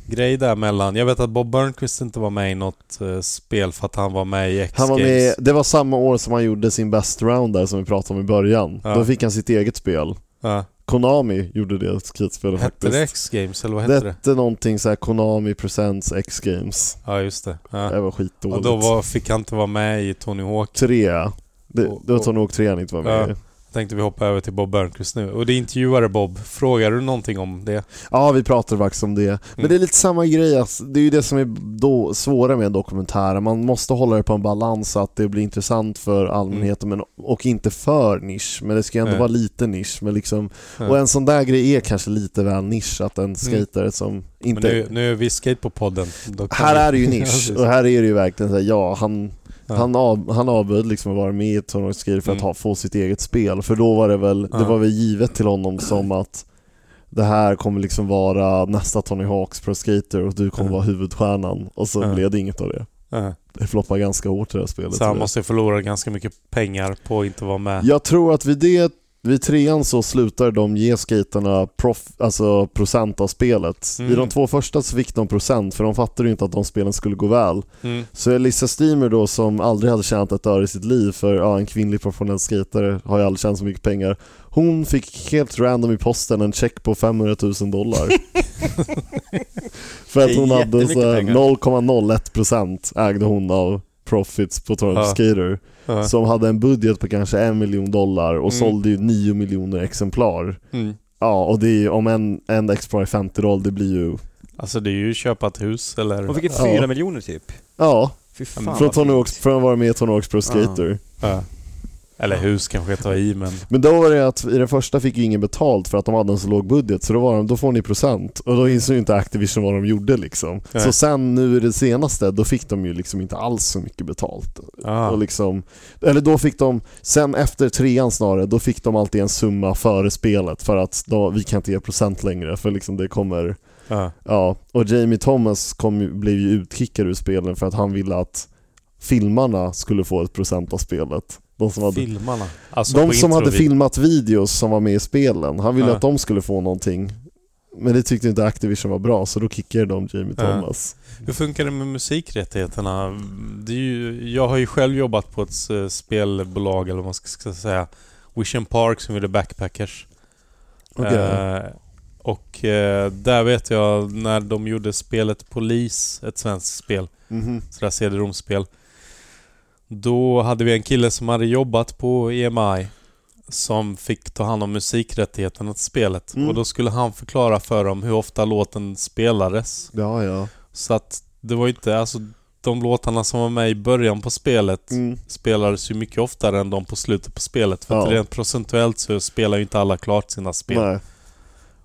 Speaker 2: grej däremellan? Jag vet att Bob Burnquist inte var med i något eh, spel för att han var med i X-Games.
Speaker 5: Han var med, det var samma år som han gjorde sin best round där som vi pratade om i början.
Speaker 2: Ja.
Speaker 5: Då fick han sitt eget spel.
Speaker 2: Ja.
Speaker 5: Konami gjorde det skitspelet
Speaker 2: Hette
Speaker 5: faktiskt.
Speaker 2: det X-Games eller vad
Speaker 5: det
Speaker 2: hette det?
Speaker 5: hette någonting såhär Konami Presents X Games.
Speaker 2: Ja, just det.
Speaker 5: Det
Speaker 2: Ja.
Speaker 5: var skitdåligt.
Speaker 2: Och då var, fick han inte vara med i Tony Hawk.
Speaker 5: Tre. Det,
Speaker 2: Och-
Speaker 5: det var
Speaker 2: och-
Speaker 5: Tony Hawk 3 han inte var med
Speaker 2: Ja.
Speaker 5: i.
Speaker 2: Jag tänkte vi hoppa över till Bob Burnquist nu. Och det intervjuade Bob. Frågar du någonting om det?
Speaker 5: Ja, vi pratade faktiskt om det. Men
Speaker 2: Mm.
Speaker 5: det är lite samma grej, alltså. det är ju det som är då svåra med dokumentärer. Man måste hålla det på en balans så att det blir intressant för allmänheten men, och inte för nisch. Men det ska ju ändå
Speaker 2: Mm. Nej.
Speaker 5: vara lite nisch. Men liksom,
Speaker 2: Nej.
Speaker 5: Och en sån där grej är kanske lite väl nisch, att en skater som
Speaker 2: Mm. Men
Speaker 5: inte...
Speaker 2: nu, nu är vi skateboardpodden. Då kan
Speaker 5: Här
Speaker 2: vi-
Speaker 5: är det ju
Speaker 2: Ja,
Speaker 5: nisch
Speaker 2: precis.
Speaker 5: och här är det ju verkligen så här, ja han
Speaker 2: Ja.
Speaker 5: Han, av, han avböjde liksom att vara med i ett tonårsskriv för att
Speaker 2: Mm.
Speaker 5: ha, få sitt eget spel, för då var det väl,
Speaker 2: Ja.
Speaker 5: det var väl givet till honom som att det här kommer liksom vara nästa Tony Hawks Pro Skater och du kommer
Speaker 2: Ja.
Speaker 5: vara huvudstjärnan och så
Speaker 2: Ja.
Speaker 5: blev det inget av det.
Speaker 2: Ja.
Speaker 5: Det floppade ganska hårt det här spelet.
Speaker 2: Så han
Speaker 5: det-
Speaker 2: måste förlora ganska mycket pengar på att inte vara med.
Speaker 5: Jag tror att vid det vid trean så slutar de ge skaterna prof, alltså procent av spelet.
Speaker 2: Mm.
Speaker 5: I de två första så fick de procent för de fattade ju inte att de spelen skulle gå väl.
Speaker 2: Mm.
Speaker 5: Så Elissa Steamer då som aldrig hade tjänat ett öre i sitt liv för ja, en kvinnlig professionell skatare har ju aldrig tjänat så mycket pengar. Hon fick helt random i posten en check på 500 000 dollar. för att hon
Speaker 10: Det är
Speaker 5: hade
Speaker 10: jättemycket
Speaker 5: så här
Speaker 10: pengar.
Speaker 5: 0,01% ägde hon av profits på Torrent
Speaker 2: Ja.
Speaker 5: Skater.
Speaker 2: Ja.
Speaker 5: Som hade en budget på kanske en miljon dollar och
Speaker 2: Mm.
Speaker 5: sålde ju 9 miljoner exemplar.
Speaker 2: Mm.
Speaker 5: Ja, och det är ju, om en, en exemplar är 50 dollar, det blir ju...
Speaker 2: Alltså det är ju köpa ett hus eller...
Speaker 6: Hon fick ju
Speaker 5: Ja.
Speaker 6: fyra miljoner typ.
Speaker 5: Ja,
Speaker 6: Fy fan
Speaker 5: från,
Speaker 6: vad
Speaker 5: Tony
Speaker 6: fint.
Speaker 5: Hawks, från att vara med i Tony Hawk's Pro Skater.
Speaker 2: Ja. Eller hus kanske jag tar i men...
Speaker 5: Men då var det att i den första fick ju ingen betalt för att de hade en så låg budget, så då, var de, då får ni procent. Och då insåg ju inte Activision vad de gjorde liksom.
Speaker 2: Nej.
Speaker 5: Så sen nu i det senaste, då fick de ju liksom inte alls så mycket betalt.
Speaker 2: Ah.
Speaker 5: Och liksom, eller då fick de, sen efter trean snarare, då fick de alltid en summa före spelet för att då, vi kan inte ge procent längre för liksom det kommer,
Speaker 2: Ja.
Speaker 5: ja. Och Jamie Thomas kom, ju- blev ju utkickad ur spelen för att han ville att filmarna skulle få ett procent av spelet. De som hade
Speaker 2: Filmarna. Alltså
Speaker 5: de
Speaker 2: på
Speaker 5: som hade
Speaker 2: introvid-
Speaker 5: filmat videos som var med i spelen, han ville
Speaker 2: Ja.
Speaker 5: att de skulle få någonting. Men det tyckte inte Activision var bra, så då kickade de Jamie
Speaker 2: Ja.
Speaker 5: Thomas.
Speaker 2: Hur funkar det med musikrättigheterna? Det är ju, jag har ju själv jobbat på ett eh, spelbolag, eller vad man ska- ska säga. Wish and Park som gjorde Backpackers.
Speaker 5: Okej.
Speaker 2: Eh, och eh, där vet jag när de gjorde spelet Polis, ett svenskt spel,
Speaker 5: Mhm.
Speaker 2: sådär CD-romspel. Då hade vi en kille som hade jobbat på EMI som fick ta hand om musikrättigheterna till spelet.
Speaker 5: Mm.
Speaker 2: Och då skulle han förklara för dem hur ofta låten spelades.
Speaker 5: Ja, ja.
Speaker 2: Så att det var ju inte, alltså de låtarna som var med i början på spelet
Speaker 5: Mm.
Speaker 2: spelades ju mycket oftare än de på slutet på spelet. För att
Speaker 5: Ja.
Speaker 2: rent procentuellt så spelar ju inte alla klart sina spel.
Speaker 5: Nej.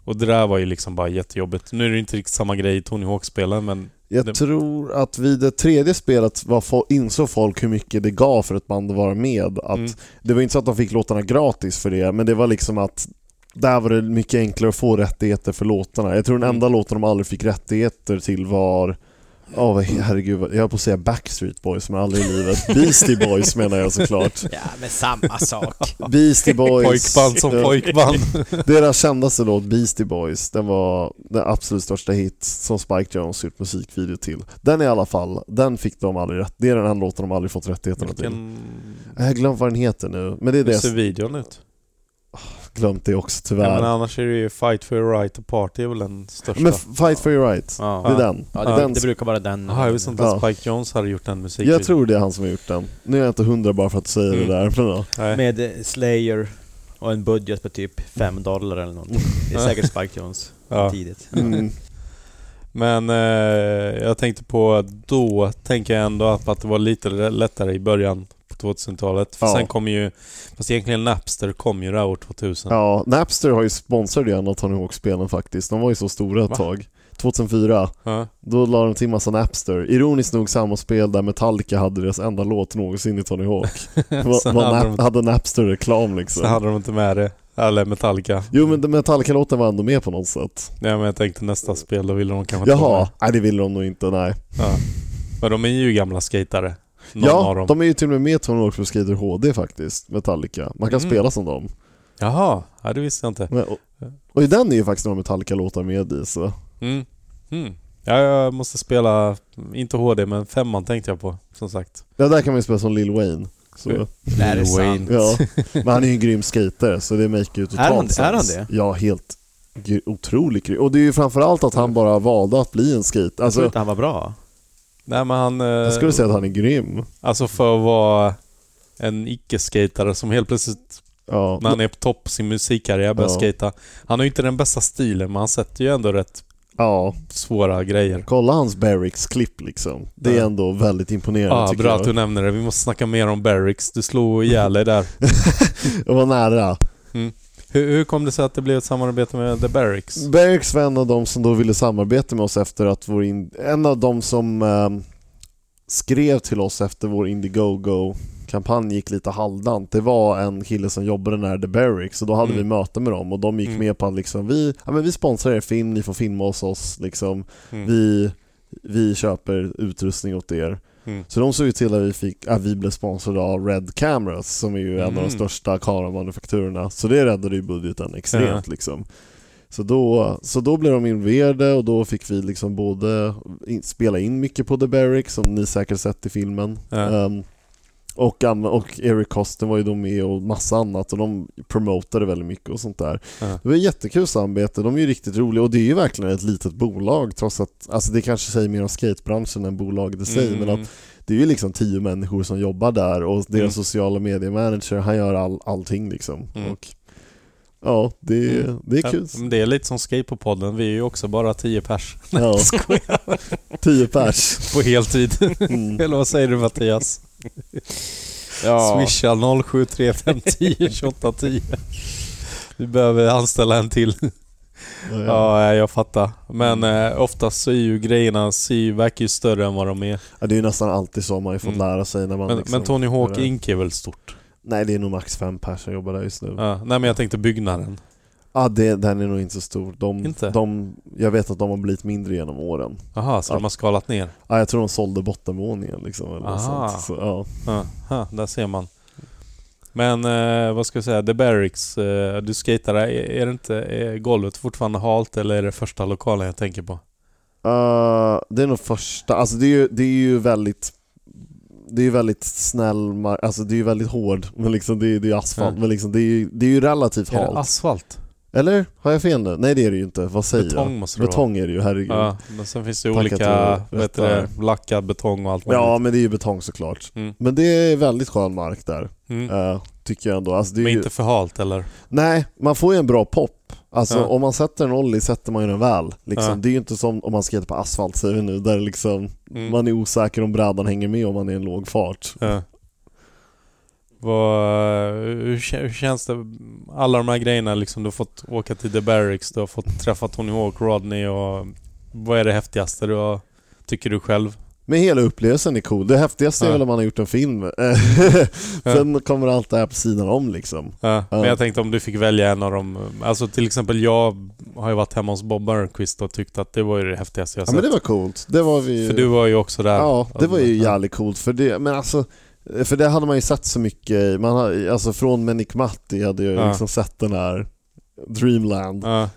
Speaker 2: Och det där var ju liksom bara jättejobbigt. Nu är det ju inte riktigt samma grej i Tony Hawk-spelen men...
Speaker 5: Jag
Speaker 2: Det-
Speaker 5: tror att vid det tredje spelet var fo- insåg folk hur mycket det gav för ett band att vara med. Att
Speaker 2: Mm.
Speaker 5: Det var inte så att de fick låtarna gratis för det, men det var liksom att där var det mycket enklare att få rättigheter för låtarna. Jag tror
Speaker 2: Mm.
Speaker 5: den enda låten de aldrig fick rättigheter till var Åh vad- herregud, vad- jag höll på att säga Backstreet Boys men aldrig i livet. Beastie Boys menar jag såklart.
Speaker 10: Ja, men samma sak.
Speaker 5: Beastie Boys.
Speaker 2: Pojkband som
Speaker 5: Ja,
Speaker 2: pojkband.
Speaker 5: Deras kändaste låt Beastie Boys, den var den absolut största hit som Spike Jones gjort musikvideo till. Den i alla fall, den fick de aldrig rätt. Det är den här låten de aldrig fått rättigheterna till.
Speaker 2: Vilken...
Speaker 5: Jag har glömt vad den heter nu, men det är det
Speaker 2: Hur
Speaker 5: jag
Speaker 2: ser videon ut?
Speaker 5: glömt det också
Speaker 2: Ja, men
Speaker 5: tyvärr.
Speaker 2: annars är det ju Fight for your right to party är väl den största.
Speaker 5: Men Fight for your right, det
Speaker 10: Ja.
Speaker 5: är den.
Speaker 10: Ja,
Speaker 2: Ja.
Speaker 10: det,
Speaker 5: den
Speaker 10: det brukar vara den.
Speaker 2: Jaha, jag visste inte att
Speaker 5: Ja.
Speaker 2: Spike Jones hade gjort den musiken.
Speaker 5: jag tror det är han som har gjort den. Nu är jag inte hundra bara för att säga
Speaker 2: Mm.
Speaker 5: det där. Men ja.
Speaker 2: Nej.
Speaker 10: Med eh, Slayer och en budget på typ 5 dollar eller någonting. Det är säkert Spike Jones.
Speaker 2: Ja.
Speaker 10: Tidigt.
Speaker 5: Mm.
Speaker 2: Men eh, jag tänkte på att då tänker jag ändå att, att det var lite l- lättare i början på 2000-talet. För
Speaker 5: Ja.
Speaker 2: sen kom ju, fast egentligen Napster kom ju där år 2000.
Speaker 5: ja, Napster har ju sponsrat en av Tony Hawk-spelen faktiskt. De var ju så stora ett
Speaker 2: Va?
Speaker 5: tag. 2004.
Speaker 2: Ja.
Speaker 5: Då la de till massa Napster. Ironiskt nog samma spel där Metallica hade deras enda låt någonsin i Tony Hawk. var,
Speaker 2: sen,
Speaker 5: var
Speaker 2: hade
Speaker 5: nap-
Speaker 2: de,
Speaker 5: hade Napster-reklam
Speaker 2: sen
Speaker 5: liksom.
Speaker 2: hade de inte med det. Mm. Eller Metallica.
Speaker 5: Jo men den Metallica-låten var ändå med på något sätt.
Speaker 2: Nej men jag tänkte nästa spel, då ville de kanske inte vara
Speaker 5: Jaha,
Speaker 2: med.
Speaker 5: nej det ville de nog inte, nej.
Speaker 2: Ja. Men de är ju gamla skatare. Någon av
Speaker 5: ja,
Speaker 2: dem.
Speaker 5: de är ju till och med med i Tony Hawk Pro Skater HD faktiskt, Metallica. Man kan
Speaker 2: Mm.
Speaker 5: spela som dem.
Speaker 2: Jaha, ja, det visste jag inte.
Speaker 5: Men, och, och i den är ju faktiskt några Metallica-låtar med i så.
Speaker 2: Mm. Mm. Ja, jag måste spela, inte HD, men femman tänkte jag på. Som sagt.
Speaker 5: Ja, där kan man ju spela som Lil Wayne. Så,
Speaker 2: Mm.
Speaker 10: Det här är sant.
Speaker 5: ja. Men han är ju en grym skater så det make ju totalt
Speaker 10: Är han-
Speaker 5: sense.
Speaker 10: är han det?
Speaker 5: Ja, helt gr- otroligt grym. Och det är ju framförallt att han bara valde att bli en skater.
Speaker 10: Jag trodde
Speaker 5: Alltså,
Speaker 10: inte han var bra.
Speaker 2: Nej men han... eh,
Speaker 5: jag skulle säga att han är grym.
Speaker 2: Alltså för att vara en icke-skatare som helt plötsligt
Speaker 5: Ja.
Speaker 2: När han är på topp på sin musikkarriär och börjar
Speaker 5: Ja.
Speaker 2: skata. Han har ju inte den bästa stilen, men han sätter ju ändå rätt
Speaker 5: ja.
Speaker 2: svåra grejer.
Speaker 5: Kolla hans Barracks-klipp liksom. Det är
Speaker 2: Ja.
Speaker 5: ändå väldigt imponerande
Speaker 2: Ah,
Speaker 5: tycker
Speaker 2: bra
Speaker 5: jag.
Speaker 2: att du nämner det. Vi måste snacka mer om Barracks. Du slog ihjäl dig där.
Speaker 5: Jag var nära.
Speaker 2: Hur, hur kom det sig att det blev ett samarbete med The Barracks?
Speaker 5: Mm. Barracks var en av de som då ville samarbeta med oss efter att vår... In... En av de som ehm, skrev till oss efter vår Indiegogo-kampanj gick lite halvdant. Det var en kille som jobbade nära The Barracks och då hade
Speaker 2: Mm.
Speaker 5: vi möte med dem och de gick
Speaker 2: Mm.
Speaker 5: med på att liksom, vi, ja, men vi sponsrar er film, ni får filma hos oss liksom.
Speaker 2: Mm.
Speaker 5: Vi, vi köper utrustning åt er.
Speaker 2: Mm.
Speaker 5: Så de såg ju till att vi, fick, att vi blev sponsrade av Red Cameras som är ju en av
Speaker 2: Mm.
Speaker 5: de största kameramanufakturerna. Så det räddade ju budgeten extremt liksom. Så då, så då blev de involverade och då fick vi liksom både in, spela in mycket på The Barrick som ni säkert sett i filmen.
Speaker 2: Ja.
Speaker 5: Ehm, och, an- och Eric Kosten var ju då med och massa annat och de promotade väldigt mycket och sånt där.
Speaker 2: Ja.
Speaker 5: Det var ett jättekul samarbete, de är ju riktigt roliga och det är ju verkligen ett litet bolag trots att, alltså det kanske säger mer om skatebranschen än bolaget i sig men att det är ju liksom tio människor som jobbar där och deras
Speaker 2: Mm.
Speaker 5: sociala mediemanager, han gör all, allting liksom.
Speaker 2: Mm.
Speaker 5: Och, ja, det,
Speaker 2: Mm.
Speaker 5: det är
Speaker 2: Ja,
Speaker 5: kul.
Speaker 2: men det är lite som skate på podden. Vi är ju också bara tio pers
Speaker 5: Ja. Tio pers.
Speaker 2: på heltid.
Speaker 5: Mm.
Speaker 2: Eller vad säger du Mattias?
Speaker 1: Ja,
Speaker 2: Swisha 073510 2810. Vi behöver anställa en till.
Speaker 5: Ja, Mm. ja.
Speaker 2: Ja, jag fattar. Men eh, oftast så är ju grejerna, ser ju- verkar ju större än vad de är.
Speaker 5: Ja, det är ju nästan alltid så man har ju fått
Speaker 2: Mm.
Speaker 5: lära sig när man
Speaker 2: Men,
Speaker 5: liksom,
Speaker 2: men Tony Hawk
Speaker 5: det där.
Speaker 2: Inc är väl stort?
Speaker 5: Nej det är nog max fem pers som jobbar där just nu. Ja.
Speaker 2: Ja. Nej men jag tänkte byggnaden.
Speaker 5: det, den är nog inte så stor. De,
Speaker 2: Inte?
Speaker 5: De, jag vet att de har blivit mindre genom åren.
Speaker 2: Jaha, så
Speaker 5: Ja.
Speaker 2: de har skalat ner?
Speaker 5: Ja, jag tror de sålde bottenvåningen liksom. Eller något
Speaker 2: Aha.
Speaker 5: sånt. Så, ja.
Speaker 2: Aha, där ser man. Men eh, vad ska jag säga, The Barracks, eh, du skejtar där. Är, är det inte är golvet fortfarande halt eller är det första lokalen jag tänker på?
Speaker 5: Eh, det är nog första, alltså det är ju, det är ju väldigt det är ju väldigt snäll mar- alltså det är ju väldigt hård, men liksom det är det är ju asfalt,
Speaker 2: Ja.
Speaker 5: men liksom det är ju, det är ju relativt
Speaker 2: Är det
Speaker 5: halt.
Speaker 2: asfalt?
Speaker 5: Eller? Har jag fel nu? Nej det är det ju inte, vad säger
Speaker 2: Betong
Speaker 5: jag?
Speaker 2: måste det vara.
Speaker 5: Betong är det ju, herregud.
Speaker 2: Ja, men sen finns det ju
Speaker 5: Tack att
Speaker 2: olika,
Speaker 5: du
Speaker 2: vad heter
Speaker 5: rättar.
Speaker 2: det, lackad betong och allt
Speaker 5: Ja
Speaker 2: möjligt.
Speaker 5: men det är ju betong såklart.
Speaker 2: Mm.
Speaker 5: Men det är väldigt skön mark där,
Speaker 2: Mm.
Speaker 5: eh, tycker jag ändå. Alltså, det är
Speaker 2: Men
Speaker 5: ju,
Speaker 2: inte för halt eller?
Speaker 5: Nej, man får ju en bra pop. Alltså
Speaker 2: Ja.
Speaker 5: om man sätter en ollie sätter man ju den väl. Liksom.
Speaker 2: Ja.
Speaker 5: Det är ju inte som om man skater på asfalt säger vi nu, där liksom
Speaker 2: Mm.
Speaker 5: man är osäker om brädan hänger med om man är i en låg fart.
Speaker 2: Ja. Vad, hur, kä- hur känns det? Alla de här grejerna liksom, du har fått åka till The Barracks, du har fått träffa Tony Hawk, Rodney och... Vad är det häftigaste du har, tycker du själv?
Speaker 5: Men hela upplevelsen är cool. Det häftigaste
Speaker 2: Ja.
Speaker 5: är väl om man har gjort en film. Sen kommer allt det här på sidan om liksom.
Speaker 2: Ja, men
Speaker 5: Ja.
Speaker 2: jag tänkte om du fick välja en av dem. Alltså till exempel jag har ju varit hemma hos Bob Burnquist och tyckt att det var ju det häftigaste jag
Speaker 5: Ja
Speaker 2: sett.
Speaker 5: men det var coolt. Det var vi
Speaker 2: För du var ju också där.
Speaker 5: Ja, det var ju
Speaker 2: Ja.
Speaker 5: jävligt coolt för det, men alltså för det hade man ju sett så mycket i- man har, alltså från Manic Matti hade jag ju
Speaker 2: Ja.
Speaker 5: liksom sett den här Dreamland.
Speaker 2: Ja.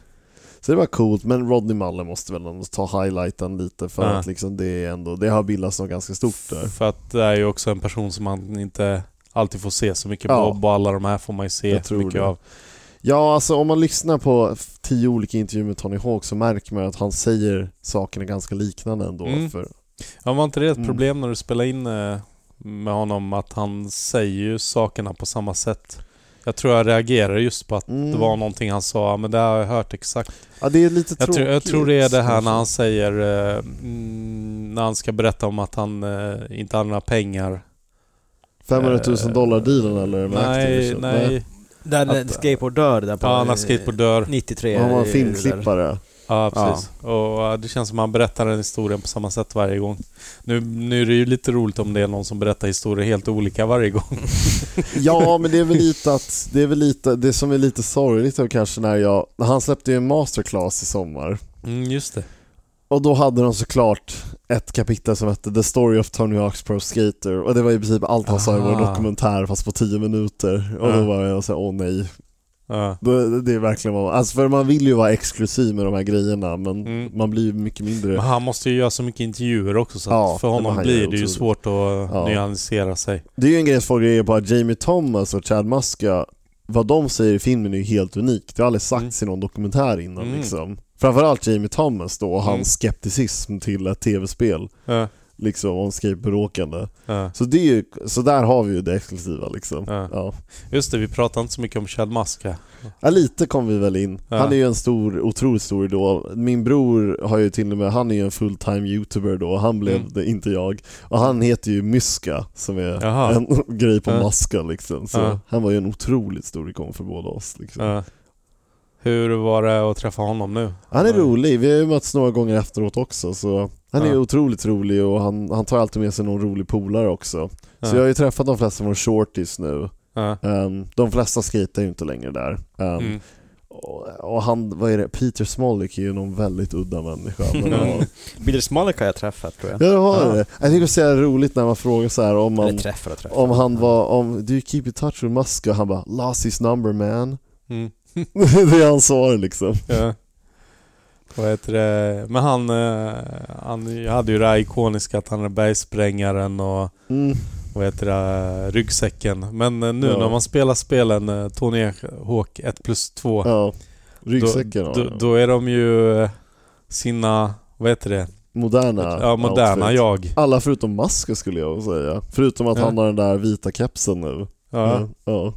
Speaker 5: Så det var coolt, men Rodney Mullen måste väl ändå ta highlighten lite för
Speaker 2: Ja.
Speaker 5: att liksom det är ändå, det har bildats något ganska stort där.
Speaker 2: För att det är ju också en person som man inte alltid får se så mycket.
Speaker 5: Ja.
Speaker 2: Bob och alla de här får man ju se
Speaker 5: Jag tror
Speaker 2: mycket
Speaker 5: det.
Speaker 2: av.
Speaker 5: Ja, alltså om man lyssnar på f- tio olika intervjuer med Tony Hawk så märker man att han säger sakerna ganska liknande ändå.
Speaker 2: Mm.
Speaker 5: För,
Speaker 2: Ja, var inte det ett
Speaker 5: Mm.
Speaker 2: problem när du spelade in eh, med honom att han säger ju sakerna på samma sätt? Jag tror jag reagerar just på att
Speaker 5: Mm.
Speaker 2: det var någonting han sa, men det har jag hört exakt.
Speaker 5: ja, det är lite
Speaker 2: Jag,
Speaker 5: tråkigt.
Speaker 2: tror, jag tror det är det här när han
Speaker 5: kanske.
Speaker 2: säger, eh, mm, när han ska berätta om att han eh, inte har några pengar.
Speaker 5: 500 000 dollar dealen eller? med
Speaker 2: Nej,
Speaker 5: Activision?
Speaker 2: nej.
Speaker 6: Där när
Speaker 2: Att-
Speaker 6: skateboard dör där på
Speaker 2: Ja, när skateboard
Speaker 10: eh,
Speaker 2: dör.
Speaker 6: 93.
Speaker 5: Han var en
Speaker 6: är det där.
Speaker 5: filmklippare.
Speaker 2: Ja, precis. Och eh, det känns som att han berättar den historien på samma sätt varje gång. Nu, nu är det ju lite roligt om det är någon som berättar historier helt olika varje gång.
Speaker 5: Ja, men det är väl lite att, det är väl lite, det som är lite sorgligt är kanske när jag, han släppte ju en masterclass i sommar
Speaker 2: Mm, just det.
Speaker 5: och då hade de såklart ett kapitel som hette The Story of Tony Hawk's Pro Skater och det var i princip allt han sa i vår
Speaker 2: Aha.
Speaker 5: dokumentär fast på 10 minuter och
Speaker 2: Ja.
Speaker 5: då var jag såhär, åh nej.
Speaker 2: Ja.
Speaker 5: Det, det är verkligen vad man, alltså för man vill ju vara exklusiv med de här grejerna men
Speaker 2: Mm.
Speaker 5: man blir ju mycket mindre.
Speaker 2: Men han måste ju göra så mycket intervjuer också så
Speaker 5: Ja,
Speaker 2: att för
Speaker 5: men
Speaker 2: honom
Speaker 5: han
Speaker 2: blir
Speaker 5: gör
Speaker 2: det ju
Speaker 5: otroligt.
Speaker 2: svårt att
Speaker 5: Ja.
Speaker 2: nyansera sig.
Speaker 5: Det är ju en grej som folk reagerar på att Jamie Thomas och Chad Muska, vad de säger i filmen är ju helt unikt. Det har aldrig sagts i någon dokumentär innan
Speaker 2: Mm.
Speaker 5: liksom. Framförallt Jamie Thomas då och
Speaker 2: Mm.
Speaker 5: hans skepticism till ett tv-spel.
Speaker 2: Ja.
Speaker 5: liksom, om skateboardåkande.
Speaker 2: Ja.
Speaker 5: Så, det är ju, så där har vi ju det exklusiva liksom.
Speaker 2: Ja.
Speaker 5: Ja.
Speaker 2: Just det, vi pratar inte så mycket om Chad Muska.
Speaker 5: Ja, lite kom vi väl in.
Speaker 2: Ja.
Speaker 5: Han är ju en stor, otroligt stor då. Min bror har ju till och med, han är ju en fulltime youtuber då, han blev
Speaker 2: Mm.
Speaker 5: det, inte jag. Och han heter ju Myska, som är
Speaker 2: Jaha.
Speaker 5: en grej på
Speaker 2: Ja.
Speaker 5: maska liksom. Så
Speaker 2: Ja.
Speaker 5: han var ju en otroligt stor ikon för båda oss liksom.
Speaker 2: Ja. Hur var det att träffa honom nu?
Speaker 5: Han är
Speaker 2: Ja.
Speaker 5: rolig, vi har ju mötts några gånger efteråt också så han är
Speaker 2: Ja.
Speaker 5: ju otroligt rolig och han, han tar alltid med sig någon rolig polare också.
Speaker 2: Ja.
Speaker 5: Så jag har ju träffat de flesta från Shorties nu.
Speaker 2: Ja.
Speaker 5: Ehm, de flesta skejtar ju inte längre där. Ehm,
Speaker 2: Mm.
Speaker 5: och, och han, vad är det, Peter Smolik är ju någon väldigt udda människa. Men, ja.
Speaker 6: Peter Smolik har jag träffat tror jag.
Speaker 5: Ja, det var det. Jag tycker att det är roligt när man frågar så här om
Speaker 6: Eller
Speaker 5: man,
Speaker 6: träffar och träffar.
Speaker 5: om han var, om, do you keep in touch with Musk? Och han bara, lost his number man.
Speaker 2: Mm.
Speaker 5: det är hans svar liksom.
Speaker 2: Ja. Vad heter det? Men han, eh, han hade ju det här ikoniska att han är bergsprängaren och
Speaker 5: Mm.
Speaker 2: vad heter det, ryggsäcken. Men eh, nu
Speaker 5: Ja.
Speaker 2: när man spelar spelen eh, Tony Hawk 1 plus 2
Speaker 5: Ja. Ryggsäcken
Speaker 2: då,
Speaker 5: har
Speaker 2: då,
Speaker 5: han.
Speaker 2: då är de ju eh, sina, vad heter det?
Speaker 5: Moderna
Speaker 2: Ja, moderna
Speaker 5: outfit.
Speaker 2: jag.
Speaker 5: Alla förutom Musk skulle jag säga. Förutom att
Speaker 2: Ja.
Speaker 5: han har den där vita kepsen nu.
Speaker 2: Ja.
Speaker 5: ja.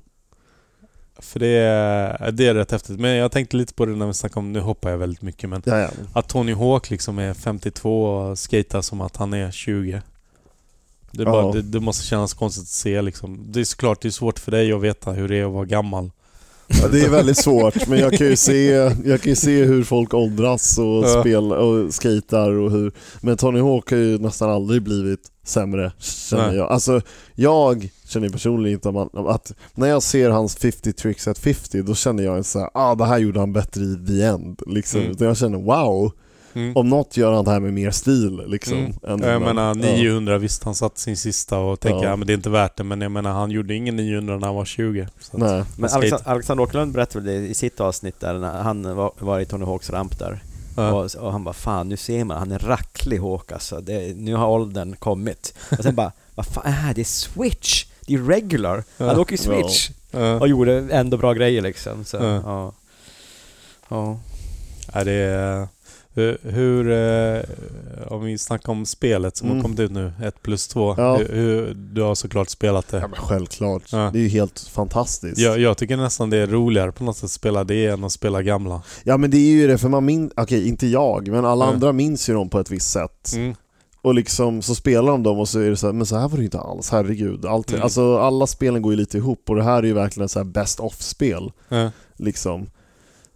Speaker 2: För det är, det är rätt häftigt. Men jag tänkte lite på det när vi snackade om, nu hoppar jag väldigt mycket men
Speaker 5: ja, ja.
Speaker 2: Att Tony Hawk liksom är 52 och skejtar som att han är 20. Det, är
Speaker 5: Ja.
Speaker 2: bara, det, det måste kännas konstigt att se liksom. Det är såklart det är svårt för dig att veta hur det är att vara gammal.
Speaker 5: Ja, det är väldigt svårt men jag kan ju se, jag kan ju se hur folk åldras och
Speaker 2: Ja.
Speaker 5: spelar och skatar och hur Men Tony Hawk har ju nästan aldrig blivit sämre känner
Speaker 2: Nej.
Speaker 5: jag. Alltså jag känner ju personligen inte att, man, att när jag ser hans 50 tricks at 50 då känner jag inte såhär ah det här gjorde han bättre i the end liksom.
Speaker 2: Mm.
Speaker 5: Utan jag känner wow,
Speaker 2: Mm.
Speaker 5: om något gör han det här med mer stil liksom.
Speaker 2: Mm.
Speaker 5: än-
Speaker 2: jag menar
Speaker 5: Ja.
Speaker 2: 900, visst han satt sin sista och tänkte
Speaker 5: Ja.
Speaker 2: ja. men det är inte värt det. Men jag menar han gjorde ingen 900 när han var 20. Så att-
Speaker 5: Nej.
Speaker 6: Men
Speaker 2: skate.
Speaker 6: Alexander, Alexander Åkerlund berättade väl det i sitt avsnitt där, när han var, var i Tony Hawks ramp där.
Speaker 2: Ja.
Speaker 6: Och, och han bara, fan nu ser man, han är racklig Hawk alltså, det, nu har åldern kommit. Och sen bara, vad fan, ah, det är switch, det är regular, han
Speaker 2: Ja.
Speaker 6: åker ju switch.
Speaker 2: Ja.
Speaker 6: Och gjorde ändå bra grejer liksom. Så,
Speaker 2: Ja.
Speaker 6: ja. Ja.
Speaker 2: Ja, det är, hur, hur, eh, om vi snackar om spelet som
Speaker 5: Mm.
Speaker 2: har kommit ut nu, 1 plus 2.
Speaker 5: Ja.
Speaker 2: Hur, hur, du har såklart spelat det.
Speaker 5: Ja, men självklart,
Speaker 2: Ja.
Speaker 5: det är ju helt fantastiskt.
Speaker 2: Jag, jag tycker nästan det är roligare på något sätt att spela det än att spela gamla.
Speaker 5: Ja men det är ju det, för man minns, okej inte jag, men alla
Speaker 2: Mm.
Speaker 5: andra minns ju dem på ett visst sätt.
Speaker 2: Mm.
Speaker 5: Och liksom så spelar de dem och så är det så här, men så här var det ju inte alls, herregud. Allting.
Speaker 2: Mm.
Speaker 5: Alltså alla spelen går ju lite ihop och det här är ju verkligen ett så här best off-spel.
Speaker 2: Ja.
Speaker 5: Liksom.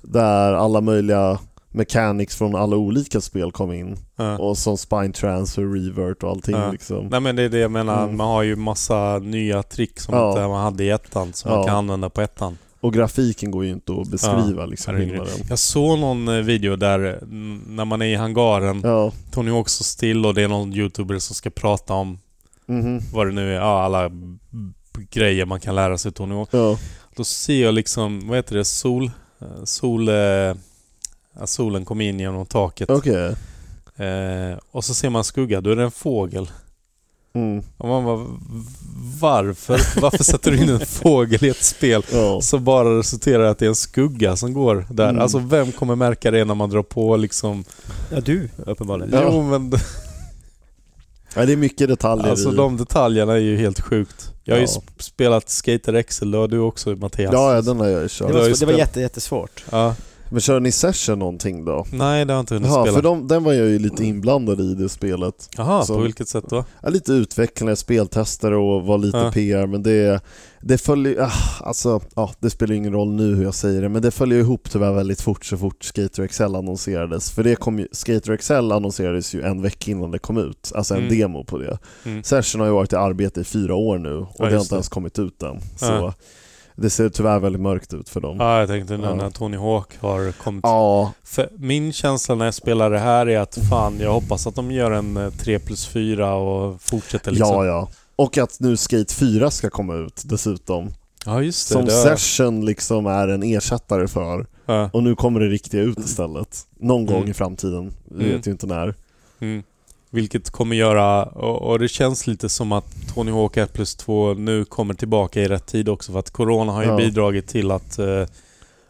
Speaker 5: Där alla möjliga mechanics från alla olika spel kom in.
Speaker 2: Ja.
Speaker 5: Och som spine transfer, revert och allting
Speaker 2: Ja.
Speaker 5: liksom.
Speaker 2: Nej men det är det jag menar,
Speaker 5: Mm.
Speaker 2: man har ju massa nya trick som
Speaker 5: Ja.
Speaker 2: inte man hade i ettan som man
Speaker 5: Ja.
Speaker 2: kan använda på ettan.
Speaker 5: Och grafiken går ju inte att beskriva liksom
Speaker 2: herregud.
Speaker 5: skillnaden.
Speaker 2: Jag såg någon eh, video där eh, n- när man är i hangaren,
Speaker 5: Ja.
Speaker 2: Tony Hawk står still och det är någon youtuber som ska prata om
Speaker 5: Mhm.
Speaker 2: vad det nu är, ja, alla b- grejer man kan lära sig Tony Hawk.
Speaker 5: Ja.
Speaker 2: Då ser jag liksom, vad heter det, sol... eh, Sol... Eh, att solen kommer in genom taket.
Speaker 5: Okej.
Speaker 2: Eh, och så ser man skugga, då är det en fågel.
Speaker 5: Mm.
Speaker 2: Och man bara, varför? Varför sätter du in en fågel i ett spel?
Speaker 5: Ja.
Speaker 2: Så bara resulterar det att det är en skugga som går där.
Speaker 5: Mm.
Speaker 2: Alltså vem kommer märka det när man drar på liksom...
Speaker 6: ja, du uppenbarligen.
Speaker 5: Ja.
Speaker 2: Jo men
Speaker 5: ja, det är mycket detaljer
Speaker 2: alltså
Speaker 5: i.
Speaker 2: de detaljerna är ju helt sjukt. Jag har ju
Speaker 5: Ja.
Speaker 2: sp- spelat Skater XL, det har du också Mattias.
Speaker 5: Ja, ja, den har jag ju kört.
Speaker 6: Det
Speaker 2: Du har ju
Speaker 6: var, det var
Speaker 2: spelat-
Speaker 6: jätte, jättesvårt.
Speaker 2: Ja.
Speaker 5: Men kör ni session någonting då?
Speaker 2: Nej det har jag inte hunnit
Speaker 5: Ja,
Speaker 2: spela.
Speaker 5: för de, den var jag ju lite inblandad i det spelet.
Speaker 2: Jaha,
Speaker 5: Så- Mm.
Speaker 2: på vilket sätt då?
Speaker 5: Ja, lite utvecklare, speltester och var lite
Speaker 2: Ja.
Speaker 5: PR men det, det följer ah, alltså, ja, det spelar ju ingen roll nu hur jag säger det men det följer ihop tyvärr väldigt fort så fort Skater XL annonserades. För det kom ju, Skater XL annonserades ju en vecka innan det kom ut, alltså en
Speaker 2: Mm.
Speaker 5: demo på det.
Speaker 2: Mm.
Speaker 5: Session har ju varit i arbete i fyra år nu och det har
Speaker 2: just
Speaker 5: inte
Speaker 2: det.
Speaker 5: ens kommit ut än. Så
Speaker 2: Ja.
Speaker 5: det ser tyvärr väldigt mörkt ut för dem.
Speaker 2: Ja, jag tänkte nu
Speaker 5: Ja.
Speaker 2: när Tony Hawk har kommit.
Speaker 5: Ja,
Speaker 2: För min känsla när jag spelar det här är att fan, jag hoppas att de gör en eh, 3 plus 4 och fortsätter liksom.
Speaker 5: ja, ja. Och att nu Skate 4 ska komma ut dessutom.
Speaker 2: Ja, just det.
Speaker 5: Som
Speaker 2: det har jag-
Speaker 5: Session liksom är en ersättare för.
Speaker 2: Ja.
Speaker 5: Och nu kommer det riktiga ut istället. Någon gång
Speaker 2: Mm.
Speaker 5: i framtiden. Vi
Speaker 2: Mm.
Speaker 5: vet ju inte när.
Speaker 2: Mm. Vilket kommer göra, och, och det känns lite som att Tony Hawk 1 plus 2 nu kommer tillbaka i rätt tid också för att Corona har ju
Speaker 5: Ja.
Speaker 2: bidragit till att eh,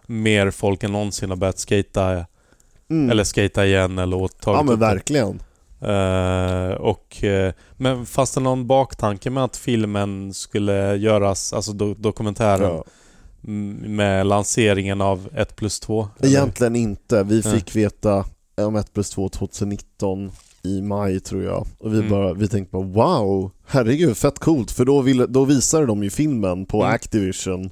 Speaker 2: mer folk än någonsin har börjat skata
Speaker 5: Mm.
Speaker 2: eller skata igen eller åt- tagit
Speaker 5: ja men
Speaker 2: upp det.
Speaker 5: verkligen.
Speaker 2: Eh, och, eh, men fanns det någon baktanke med att filmen skulle göras, alltså do dokumentären,
Speaker 5: Ja.
Speaker 2: m- med lanseringen av 1 plus 2?
Speaker 5: Egentligen inte. Vi
Speaker 2: Nej.
Speaker 5: fick veta eh, om 1 plus 2 2019 i maj tror jag. Och vi,
Speaker 2: Mm.
Speaker 5: bara, vi tänkte bara wow, herregud fett coolt. För då, ville, då visade de ju filmen på
Speaker 2: Mm.
Speaker 5: Activision,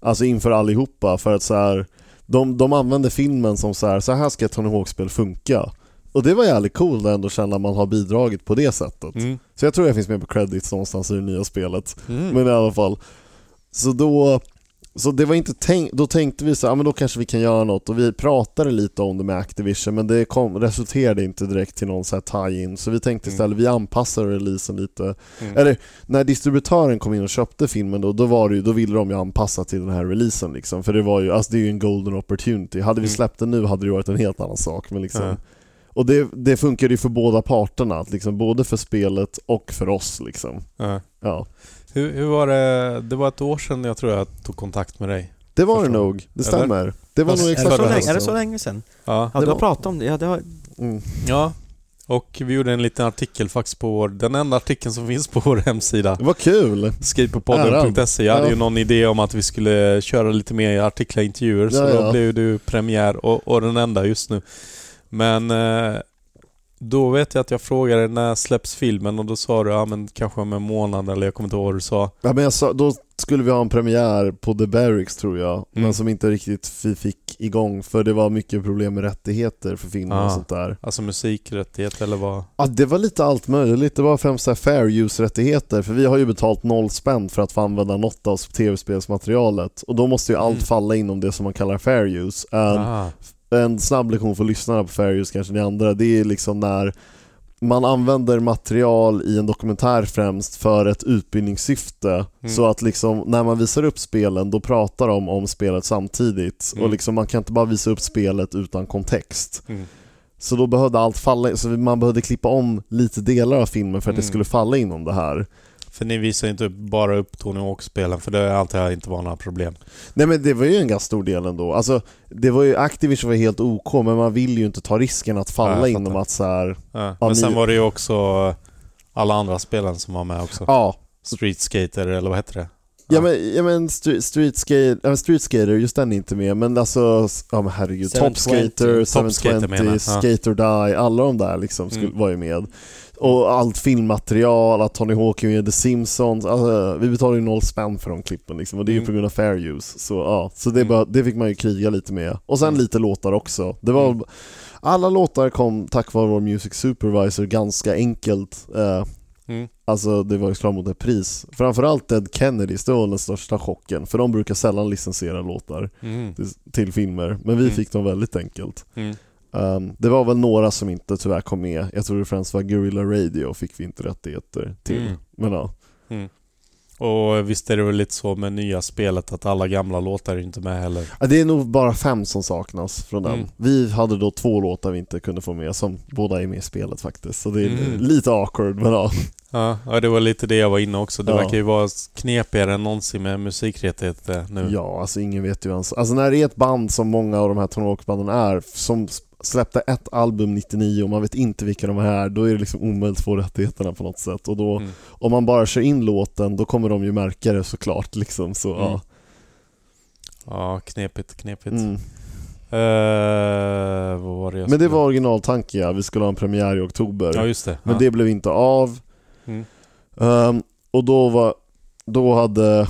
Speaker 5: alltså inför allihopa. För att så här, de, de använde filmen som så här, så här ska ett Tony Hawk-spel funka. Och det var jävligt coolt att ändå känna att man har bidragit på det sättet.
Speaker 2: Mm.
Speaker 5: Så jag tror jag finns med på credits någonstans i det nya spelet. Men i alla fall. Så då, så det var inte tänk, då tänkte vi så här, ah, men då kanske vi kan göra något och vi pratade lite om det med Activision men det kom, resulterade inte direkt till någon så här tie-in så vi
Speaker 2: Mm.
Speaker 5: tänkte istället vi anpassar releasen lite. Eller när distributören kom in och köpte filmen då, då, var det ju, då ville de ju anpassa till den här releasen liksom för det var ju, alltså det är ju en golden opportunity. Hade vi släppt den nu hade det varit en helt annan sak men liksom
Speaker 2: Mm. Ja.
Speaker 5: Och det, det funkade ju för båda parterna, att liksom, både för spelet och för oss. Liksom.
Speaker 2: Ja.
Speaker 5: Ja.
Speaker 2: Hur, hur var det? Det var ett år sedan jag tror jag tog kontakt med dig.
Speaker 5: Det var det
Speaker 2: Förstår.
Speaker 5: nog, det
Speaker 2: Eller?
Speaker 5: stämmer. Det var
Speaker 2: Fast-
Speaker 5: nog
Speaker 2: är Alltså, det
Speaker 5: exakt
Speaker 2: så länge-
Speaker 5: hösten.
Speaker 10: Är det så länge sedan?
Speaker 2: Ja.
Speaker 6: Ja,
Speaker 5: Det
Speaker 6: du har
Speaker 5: var-
Speaker 6: pratat om det. Ja, det har...
Speaker 5: Mm.
Speaker 2: ja. Och vi gjorde en liten artikel faktiskt på vår, den enda artikeln som finns på vår hemsida.
Speaker 5: Det var kul!
Speaker 2: Skateboardpodden.se. E. Jag hade
Speaker 5: Ja.
Speaker 2: ju någon idé om att vi skulle köra lite mer artiklar och intervjuer, så
Speaker 5: Ja,
Speaker 2: då
Speaker 5: ja.
Speaker 2: blev du premiär och, och den enda just nu. Men eh, då vet jag att jag frågade när släpps filmen och då sa du ja men kanske om en månad eller jag kommer inte ihåg vad du sa.
Speaker 5: Ja, men jag sa, då skulle vi ha en premiär på The Barracks tror jag, men som inte riktigt vi fick igång för det var mycket problem med rättigheter för filmer
Speaker 2: Ah.
Speaker 5: och sånt där.
Speaker 2: Alltså musikrättighet eller vad?
Speaker 5: Ja, det var lite allt möjligt, det var främst så här fair use-rättigheter för vi har ju betalt noll spänn för att få använda något av tv-spelsmaterialet och då måste ju allt falla inom det som man kallar fair use. Um,
Speaker 2: Ah.
Speaker 5: en snabb lektion för lyssnarna på Fair Use kanske ni andra, det är liksom när man använder material i en dokumentär främst för ett utbildningssyfte
Speaker 2: Mm.
Speaker 5: så att liksom när man visar upp spelen då pratar de om spelet samtidigt
Speaker 2: Mm.
Speaker 5: och liksom man kan inte bara visa upp spelet utan kontext. Så då behövde allt falla, så man behövde klippa om lite delar av filmen för att det
Speaker 2: Mm.
Speaker 5: skulle falla inom det här.
Speaker 2: För ni visar ju inte bara upp Tony Hawk-spelen för det antar jag inte var några problem.
Speaker 5: Nej men det var ju en ganska stor del ändå. Alltså, det var ju, Activision var helt OK men man vill ju inte ta risken att falla
Speaker 2: Nej, jag
Speaker 5: inom
Speaker 2: fattar.
Speaker 5: att så här,
Speaker 2: Ja.
Speaker 5: Ja,
Speaker 2: Eh, Men sen
Speaker 5: ni-
Speaker 2: var det ju också eh, alla andra spelen som var med också.
Speaker 5: ja
Speaker 2: Street Skater eller vad heter det?
Speaker 5: Ja
Speaker 2: Ja.
Speaker 5: men, ja, men street, street, skater, ja, men street Skater, just den är inte med, men alltså, s- ja men herregud, Top
Speaker 10: 720,
Speaker 5: Skater,
Speaker 2: Eh, Top Skater
Speaker 5: 720,
Speaker 2: menar jag, ja.
Speaker 5: Skater Die, alla de där liksom skulle,
Speaker 2: Mm.
Speaker 5: var ju med. Och allt filmmaterial, att Tony Hawk är med i The Simpsons, alltså, vi betalar ju noll spänn för de klippen liksom, och det är ju
Speaker 2: Mm.
Speaker 5: på grund av fair use. Så, ja, så det, bara, det fick man ju kriga lite med. Och
Speaker 2: Mm.
Speaker 5: sen lite låtar också. Det var, Alla låtar kom tack vare vår music supervisor ganska enkelt. Eh,
Speaker 2: Mm.
Speaker 5: Alltså det var ju slag mot ett pris. Framförallt Dead Kennedys, det var den största chocken. För de brukar sällan licensiera låtar
Speaker 2: Mm.
Speaker 5: till, till filmer, men vi
Speaker 2: Mm.
Speaker 5: fick dem väldigt enkelt.
Speaker 2: Mm.
Speaker 5: Ehm, det var väl några som inte tyvärr kom med. Jag tror det främst var Guerrilla Radio fick vi inte rättigheter till.
Speaker 2: Mm.
Speaker 5: Men ja.
Speaker 2: Och visst är det väl lite så med nya spelet att alla gamla låtar är ju inte med heller.
Speaker 5: Ja, Det är nog bara fem som saknas från den.
Speaker 2: Mm.
Speaker 5: Vi hade då två låtar vi inte kunde få med, som båda är med i spelet faktiskt. Så det är
Speaker 2: Mm.
Speaker 5: lite awkward, men ja.
Speaker 2: Ja, ja, det var lite det jag var inne också. Det
Speaker 5: Ja.
Speaker 2: verkar ju vara knepigare än någonsin med musikrättigheter nu.
Speaker 5: Ja, alltså ingen vet ju ens. Alltså när det är ett band som många av de här tonårsbanden är, som s- släppte ett album 99 och man vet inte vilka de här är, då är det liksom omöjligt att få rättigheterna på något sätt. Och då,
Speaker 2: Mm.
Speaker 5: om man bara kör in låten, då kommer de ju märka det såklart. Liksom. Så,
Speaker 2: Mm,
Speaker 5: ja.
Speaker 2: Ja, knepigt, knepigt.
Speaker 5: mm.
Speaker 2: Eh, vad var det jag
Speaker 5: Men det
Speaker 2: skulle-
Speaker 5: var originaltanken ja, vi skulle ha en premiär i oktober.
Speaker 2: Ja, just det.
Speaker 5: Men
Speaker 2: ja.
Speaker 5: det blev inte av.
Speaker 2: Mm.
Speaker 5: Ehm, och då, var, då hade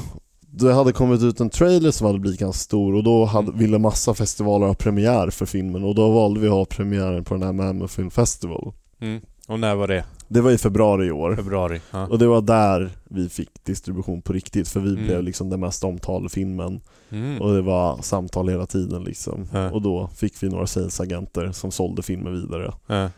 Speaker 5: det hade kommit ut en trailer som hade blivit ganska stor och då
Speaker 2: Mm.
Speaker 5: hade, ville massa festivaler ha premiär för filmen och då valde vi att ha premiären på den här Mammoth Film Festival.
Speaker 2: Mm. Och när var det?
Speaker 5: Det var i februari i år.
Speaker 2: Februari? Ja.
Speaker 5: Och det var där vi fick distribution på riktigt för vi
Speaker 2: Mm.
Speaker 5: blev liksom den mest omtalade filmen
Speaker 2: Mm.
Speaker 5: och det var samtal hela tiden liksom.
Speaker 2: Ja.
Speaker 5: Och då fick vi några salesagenter som sålde filmen vidare.
Speaker 2: Ja.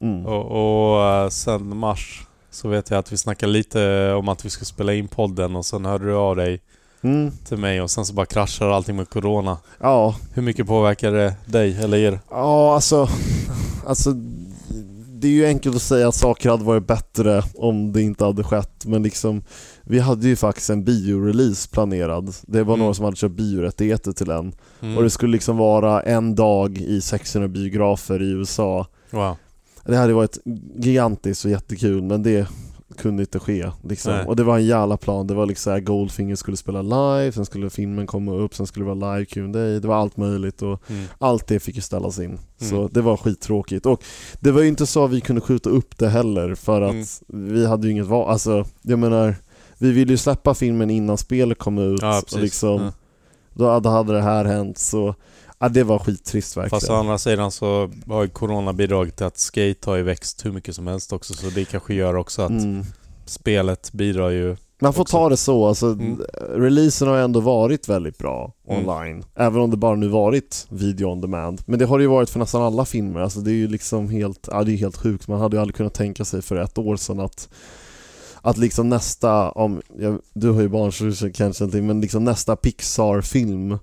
Speaker 5: Mm.
Speaker 2: Och, och eh, sen mars så vet jag att vi snackade lite om att vi skulle spela in podden och sen hörde du av dig
Speaker 5: Mm.
Speaker 2: till mig och sen så bara kraschar allting med Corona.
Speaker 5: Ja,
Speaker 2: Hur mycket påverkar det dig eller er?
Speaker 5: Ja, alltså, alltså... Det är ju enkelt att säga att saker hade varit bättre om det inte hade skett, men liksom vi hade ju faktiskt en biorelease planerad. Det var
Speaker 2: Mm.
Speaker 5: några som hade köpt biorättigheter till den.
Speaker 2: Mm.
Speaker 5: Och det skulle liksom vara en dag i 600 biografer i USA.
Speaker 2: Wow.
Speaker 5: Det hade varit gigantiskt och jättekul men det kunde inte ske. Liksom.
Speaker 2: Nej.
Speaker 5: Och det var en jävla plan. Det var liksom så här, Goldfinger skulle spela live, sen skulle filmen komma upp, sen skulle det vara live Q&A Det var allt möjligt och
Speaker 2: Mm.
Speaker 5: allt det fick ju ställas in. Så det var skittråkigt. Och det var ju inte så att vi kunde skjuta upp det heller för att
Speaker 2: Mm.
Speaker 5: vi hade ju inget val. Alltså, jag menar, vi ville ju släppa filmen innan spelet kom ut.
Speaker 2: Ja,
Speaker 5: och
Speaker 2: precis.
Speaker 5: liksom,
Speaker 2: Ja.
Speaker 5: Då hade- hade det här hänt. Så, ja, det var skittrist verkligen.
Speaker 2: Fast å andra sidan så har ju corona bidragit till att skate har ju växt hur mycket som helst också så det kanske gör också att
Speaker 5: Mm.
Speaker 2: spelet bidrar ju...
Speaker 5: Man får
Speaker 2: också.
Speaker 5: ta det så, alltså,
Speaker 2: Mm.
Speaker 5: releasen har ändå varit väldigt bra
Speaker 2: Mm.
Speaker 5: online. Även om det bara nu varit video on demand. Men det har det ju varit för nästan alla filmer, alltså, det är ju liksom helt, ja, det är ju helt sjukt. Man hade ju aldrig kunnat tänka sig för ett år sedan att att liksom nästa, om, jag, du har ju barn så du kanske inte någonting, men liksom nästa Pixar-film,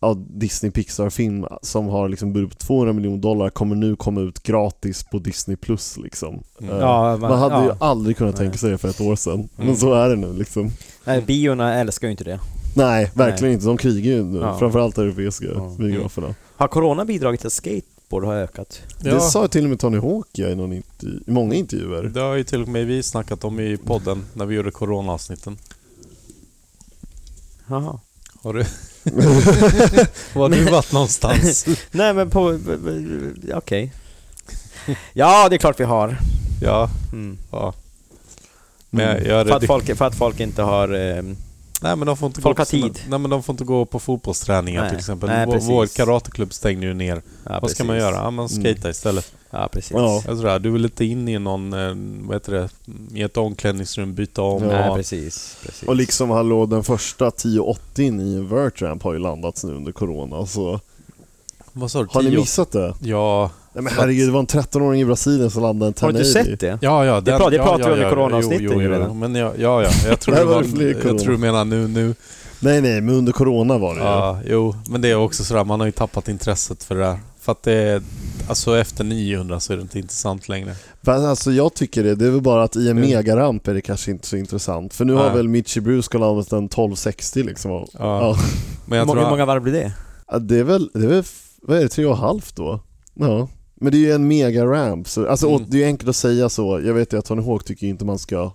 Speaker 5: ja, Disney Pixar-film som har liksom burit på 200 miljoner dollar kommer nu komma ut gratis på Disney plus liksom.
Speaker 2: Mm.
Speaker 5: Eh,
Speaker 10: Ja, man-
Speaker 5: man hade ju
Speaker 10: ja.
Speaker 5: aldrig kunnat
Speaker 10: Nej.
Speaker 5: tänka sig det för ett år sedan, men
Speaker 2: Mm.
Speaker 5: så är det nu liksom.
Speaker 10: Nej, biorna älskar ju inte det.
Speaker 5: Nej, verkligen inte. De krigar ju nu.
Speaker 10: Ja.
Speaker 5: Framförallt europeiska
Speaker 10: Ja.
Speaker 5: biograferna.
Speaker 6: Har corona bidragit till att skateboard har ökat?
Speaker 5: Det sa ju till och med Tony Hawk ja, i, någon intervju, i många intervjuer.
Speaker 2: Det har ju till och med vi snackat om i podden när vi gjorde corona-avsnitten.
Speaker 6: Jaha.
Speaker 2: Har du... Var har du varit någonstans?
Speaker 6: Nej men på... Okej. Ja, det är klart vi har.
Speaker 2: Ja,
Speaker 6: Mm.
Speaker 2: ja. Men jag, jag
Speaker 6: För,
Speaker 2: är
Speaker 6: att
Speaker 2: redig-
Speaker 6: Mm. folk, för att folk inte har... ehm,
Speaker 2: Nej men de får inte
Speaker 6: folk
Speaker 2: gå
Speaker 6: har
Speaker 2: på sina-
Speaker 6: tid.
Speaker 2: Nej men de får inte gå på fotbollsträningar
Speaker 6: Nej.
Speaker 2: till exempel.
Speaker 6: Nej,
Speaker 2: vår,
Speaker 6: precis.
Speaker 2: vår karateklubb stängde ju ner.
Speaker 6: ja,
Speaker 2: Vad ska
Speaker 6: precis.
Speaker 2: man
Speaker 6: Mm.
Speaker 2: göra? Ja men skata istället.
Speaker 6: Ja, precis.
Speaker 5: Ja.
Speaker 2: Jag tror det. Du vill inte in i någon, eh, vad heter det, i ett omklädningsrum, byta om
Speaker 6: Nej,
Speaker 2: och...
Speaker 6: precis. precis.
Speaker 5: Och liksom hallå, den första 1080 i en Vertramp har ju landats nu under corona. Så
Speaker 2: Vad sa du?
Speaker 5: har ni
Speaker 2: Tio?
Speaker 5: missat det?
Speaker 2: Ja,
Speaker 5: Nej, men herregud, det var en 13-åring i Brasilien som landade en 1080.
Speaker 6: har du inte sett det?
Speaker 2: Ja, ja.
Speaker 6: Det
Speaker 2: den-
Speaker 6: pra- det
Speaker 2: ja,
Speaker 6: pratar vi
Speaker 2: ja,
Speaker 6: om i
Speaker 2: ja,
Speaker 6: coronaavsnittet
Speaker 2: jo, jo,
Speaker 6: ju
Speaker 2: jo,
Speaker 6: redan.
Speaker 2: Men ja, ja, ja. Jag tror
Speaker 5: Det
Speaker 2: det
Speaker 5: här var
Speaker 2: var,
Speaker 5: det fler corona.
Speaker 2: jag tror du menar nu, nu.
Speaker 5: Nej, nej, men under corona var det ju.
Speaker 2: Ja, jo. Men det är också sådär, man har ju tappat intresset för det där. För att det är, alltså efter 900 så är det inte intressant längre.
Speaker 5: Fast alltså jag tycker det, det är väl bara att i en
Speaker 2: Mm.
Speaker 5: megaramp är det kanske inte så intressant. För nu har
Speaker 2: Nej.
Speaker 5: väl Mitchie Bruce landat en 1260 liksom. Och,
Speaker 2: Ja.
Speaker 5: Ja.
Speaker 2: Men jag
Speaker 6: Hur många, hur
Speaker 2: tror...
Speaker 6: många varv blir det?
Speaker 5: Ja, det är väl, det är väl f- vad är det, tre och halvt då? Ja. Men det är ju en mega ramp, så, alltså,
Speaker 2: Mm.
Speaker 5: och det är ju enkelt att säga så. Jag vet ju att Tony Hawk tycker ju inte man ska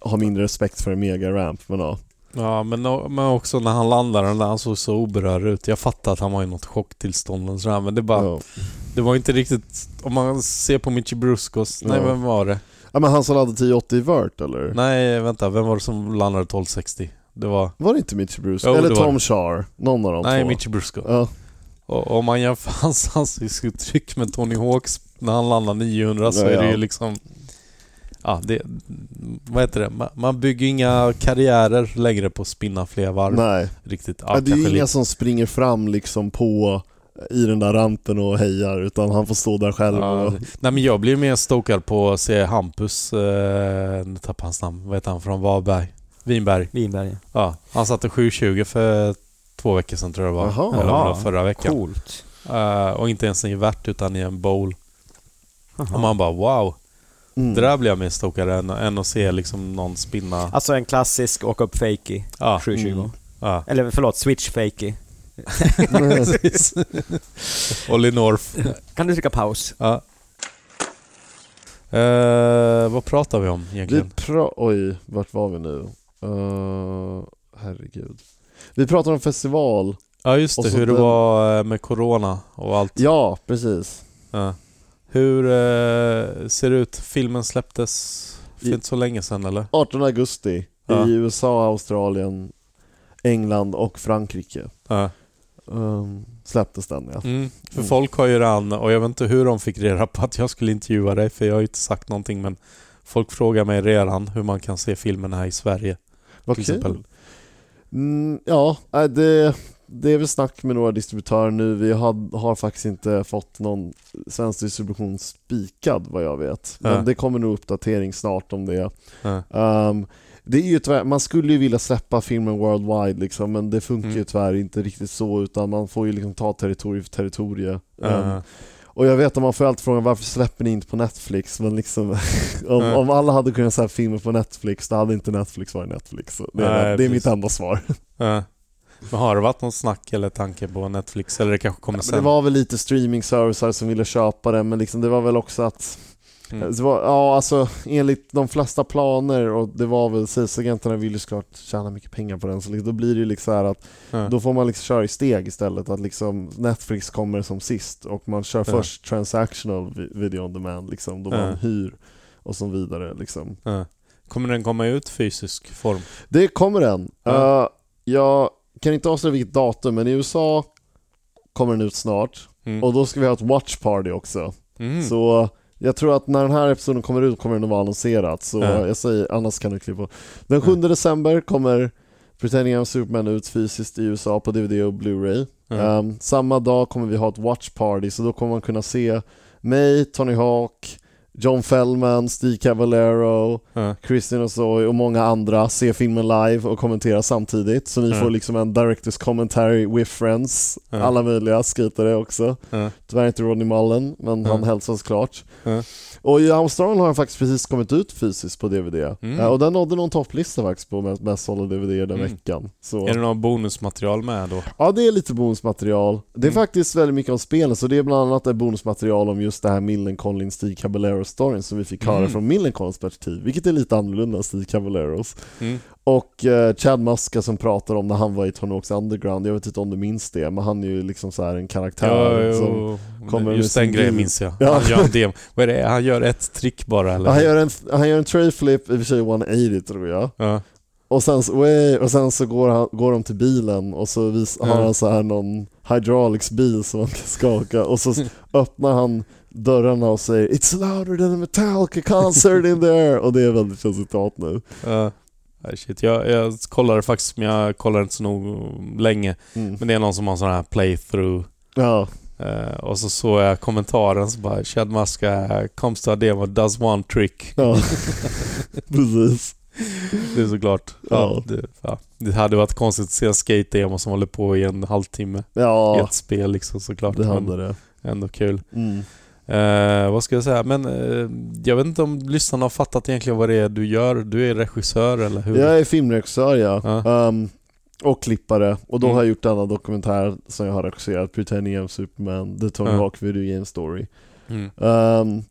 Speaker 5: ha mindre respekt för en mega ramp, men ja.
Speaker 2: Ja, men, o- men också när han landade, den där, han såg så oberörd ut. Jag fattar att han var i något chocktillstånd och sådär, men det bara...
Speaker 5: ja.
Speaker 2: Det var inte riktigt... Om man ser på Michi Bruskos... Nej,
Speaker 5: Ja.
Speaker 2: vem var det?
Speaker 5: ja men han som hade 1080 i vert eller?
Speaker 2: Nej, vänta. Vem var det som landade 1260? Det var...
Speaker 5: Var det inte Mitchie Bruce?
Speaker 2: Jo, det
Speaker 5: eller
Speaker 2: var
Speaker 5: Tom
Speaker 2: det.
Speaker 5: Shar? Någon av de
Speaker 2: Nej,
Speaker 5: två?
Speaker 2: Michi Brusko.
Speaker 5: Ja.
Speaker 2: Och om man jämför hans ansiktsuttryck med Tony Hawks när han landar 900 så
Speaker 5: Ja,
Speaker 2: är det
Speaker 5: ja.
Speaker 2: ju liksom... Ja, det... Vad heter det? Ma- Man bygger inga karriärer längre på att spinna fler varv.
Speaker 5: Nej.
Speaker 2: Riktigt. Ja,
Speaker 5: Ja, det är
Speaker 2: kanske
Speaker 5: ju inga
Speaker 2: lite.
Speaker 5: som springer fram liksom på i den där rampen och hejar utan han får stå där själv
Speaker 2: Ja,
Speaker 5: och...
Speaker 2: nej men jag blir mer stokad på att se Hampus, eh, nu tappar jag hans namn, vad heter han från Varberg? Vinberg.
Speaker 6: Vinberg.
Speaker 2: Ja, han satte 7.20 för två veckor sedan tror jag det var. Eller
Speaker 5: Jaha.
Speaker 2: om det var
Speaker 6: Jaha.
Speaker 2: förra veckan.
Speaker 6: Coolt.
Speaker 2: Eh, och inte ens i en vert utan i en bowl. Och man bara wow.
Speaker 5: Mm.
Speaker 2: Det där blir jag mer stokad än, än att se liksom någon spinna.
Speaker 6: Alltså en klassisk åka upp fakey
Speaker 2: Ja, Mm.
Speaker 6: 720.
Speaker 2: ja.
Speaker 6: Eller förlåt, switch fakey.
Speaker 5: Mm.
Speaker 2: precis. Olli North.
Speaker 6: Kan du trycka paus?
Speaker 2: Ja. Eh, vad pratar vi om
Speaker 5: Vi
Speaker 2: egentligen?
Speaker 5: pra- Oj, vart var vi nu? Eh, herregud. Vi pratar om festival.
Speaker 2: Ja just
Speaker 5: Och
Speaker 2: det,
Speaker 5: så
Speaker 2: hur det
Speaker 5: den-
Speaker 2: var eh, med Corona och allt.
Speaker 5: Ja, precis.
Speaker 2: Ja. Hur eh, ser det ut? Filmen släpptes för
Speaker 5: I-
Speaker 2: inte så länge sedan eller?
Speaker 5: 18 augusti
Speaker 2: Ja.
Speaker 5: i USA, Australien, England och Frankrike.
Speaker 2: Ja.
Speaker 5: Um, släpptes den ja.
Speaker 2: Mm. För
Speaker 5: Mm.
Speaker 2: folk har ju redan, och jag vet inte hur de fick reda på att jag skulle intervjua dig för jag har ju inte sagt någonting men folk frågar mig redan hur man kan se filmen här i Sverige.
Speaker 5: Vad
Speaker 2: till
Speaker 5: kul.
Speaker 2: exempel.
Speaker 5: Mm, ja, äh, det, det är väl snack med några distributörer nu. Vi har, har faktiskt inte fått någon svensk distribution spikad vad jag vet. Men
Speaker 2: Ja.
Speaker 5: det kommer nog uppdatering snart om det.
Speaker 2: Ja.
Speaker 5: Ehm, det är ju tyvärr, man skulle ju vilja släppa filmen worldwide liksom, men det funkar ju
Speaker 2: Mm.
Speaker 5: tyvärr inte riktigt så utan man får ju liksom ta territorie för territorie. Ehm,
Speaker 2: Eh,
Speaker 5: och jag vet att man får alltid frågan varför släpper ni inte på Netflix? Men liksom, om,
Speaker 2: Mm.
Speaker 5: om alla hade kunnat släppa filmer på Netflix, då hade inte Netflix varit Netflix. Så Det är,
Speaker 2: Nej,
Speaker 5: det är mitt
Speaker 2: precis.
Speaker 5: enda svar.
Speaker 2: eh. Men har det varit någon snack eller tanke på Netflix? Eller det kanske kommer
Speaker 5: Men det
Speaker 2: sen?
Speaker 5: var väl lite streaming-servicer som ville köpa det, men liksom det var väl också att
Speaker 2: Mm.
Speaker 5: det var, ja, alltså, enligt de flesta planer och det var väl CS-agenterna vill ju såklart tjäna mycket pengar på den så liksom, då blir det ju liksom så här att
Speaker 2: Ja.
Speaker 5: då får man liksom köra i steg istället att liksom Netflix kommer som sist och man kör
Speaker 2: Ja.
Speaker 5: först transactional vi- video on demand liksom, då
Speaker 2: Ja.
Speaker 5: man hyr och så vidare liksom.
Speaker 2: Ja. Kommer den komma ut fysisk form?
Speaker 5: Det kommer den.
Speaker 2: Ja.
Speaker 5: Eh, jag kan inte avslöja vilket datum, men i USA kommer den ut snart.
Speaker 2: Mm.
Speaker 5: Och då ska vi ha ett watch party också.
Speaker 2: Mm.
Speaker 5: Så jag tror att när den här episoden kommer ut kommer den att vara annonserad. Så
Speaker 2: Ja. Mm.
Speaker 5: jag säger, annars kan du klippa. Den 7 december kommer Pretending I'm Superman ut fysiskt i USA på DVD och Blu-ray.
Speaker 2: Ja.
Speaker 5: Ehm, samma dag kommer vi ha ett watch party, så då kommer man kunna se mig, Tony Hawk, John Fellman, Steve Cavallero,
Speaker 2: Ja.
Speaker 5: Kristin Osoy och många andra se filmen live och kommentera samtidigt. Så ni
Speaker 2: Ja.
Speaker 5: får liksom en director's commentary with friends,
Speaker 2: Ja.
Speaker 5: alla möjliga skejtare också.
Speaker 2: Ja.
Speaker 5: Tyvärr inte Rodney Mullen, men
Speaker 2: Ja.
Speaker 5: han hälsas klart.
Speaker 2: Ja.
Speaker 5: Och i Australien har den faktiskt precis kommit ut fysiskt på DVD.
Speaker 2: Mm.
Speaker 5: Eh, Och den nådde någon topplista faktiskt på mest- mest sålda DVD den
Speaker 2: Mm.
Speaker 5: veckan. Så.
Speaker 2: Är det något bonusmaterial med då?
Speaker 5: Ja, det är lite bonusmaterial. Det är
Speaker 2: Mm.
Speaker 5: faktiskt väldigt mycket om spelen, så det är bland annat ett bonusmaterial om just det här Millencolin Steve Caballero-storyn som vi fick höra
Speaker 2: Mm.
Speaker 5: från Millencolins perspektiv, vilket är lite annorlunda än Steve Caballeros.
Speaker 2: Mm.
Speaker 5: Och eh, Chad Muska som pratar om när han var i Tornox Underground, jag vet inte om du minns det, men han är ju liksom så här en karaktär
Speaker 2: jo,
Speaker 5: som... kommer
Speaker 2: Just
Speaker 5: med
Speaker 2: den
Speaker 5: sin
Speaker 2: grejen
Speaker 5: bild.
Speaker 2: minns jag.
Speaker 5: Ja.
Speaker 2: Han gör en demo. Vad är det? Han gör ett trick bara eller?
Speaker 5: Ja, Han gör, en, han gör en tray flip, i och för sig 180 tror jag,
Speaker 2: Ja.
Speaker 5: och sen, så- way, och sen så går, han, går de till bilen och så vis, har
Speaker 2: Ja.
Speaker 5: han så här någon hydraulics-bil som han kan skaka och så s- öppnar han dörrarna och säger It's louder than a Metallica concert in there och det är väldigt bra citat nu.
Speaker 2: Ja. Nej, Shit, jag, jag kollade faktiskt, men jag kollade inte så nog länge.
Speaker 5: Mm.
Speaker 2: Men det är någon som har en sån här playthrough.
Speaker 5: Ja,
Speaker 2: Eh, och så såg jag kommentaren så bara Chad Muska comes to a demo, does one trick.
Speaker 5: ja. precis.
Speaker 2: Det är såklart. Ja,
Speaker 5: Ja.
Speaker 2: det, ja. det hade varit konstigt att se en skate-demo som håller på i en halvtimme. I
Speaker 5: Ja,
Speaker 2: ett spel liksom såklart.
Speaker 5: det hände
Speaker 2: Men
Speaker 5: det.
Speaker 2: Ändå kul.
Speaker 5: Mm.
Speaker 2: Eh, vad ska jag säga? Men eh, jag vet inte om lyssnarna har fattat egentligen vad det är du gör. Du är regissör eller hur?
Speaker 5: Jag är filmregissör ja.
Speaker 2: Ja.
Speaker 5: Ehm, och klippare. Och då
Speaker 2: Mm.
Speaker 5: har jag gjort denna dokumentär som jag har regisserat, Pretending I'm Superman, The Tony
Speaker 2: Ja.
Speaker 5: Hawk Video Game Story.
Speaker 2: Mm.
Speaker 5: Ehm,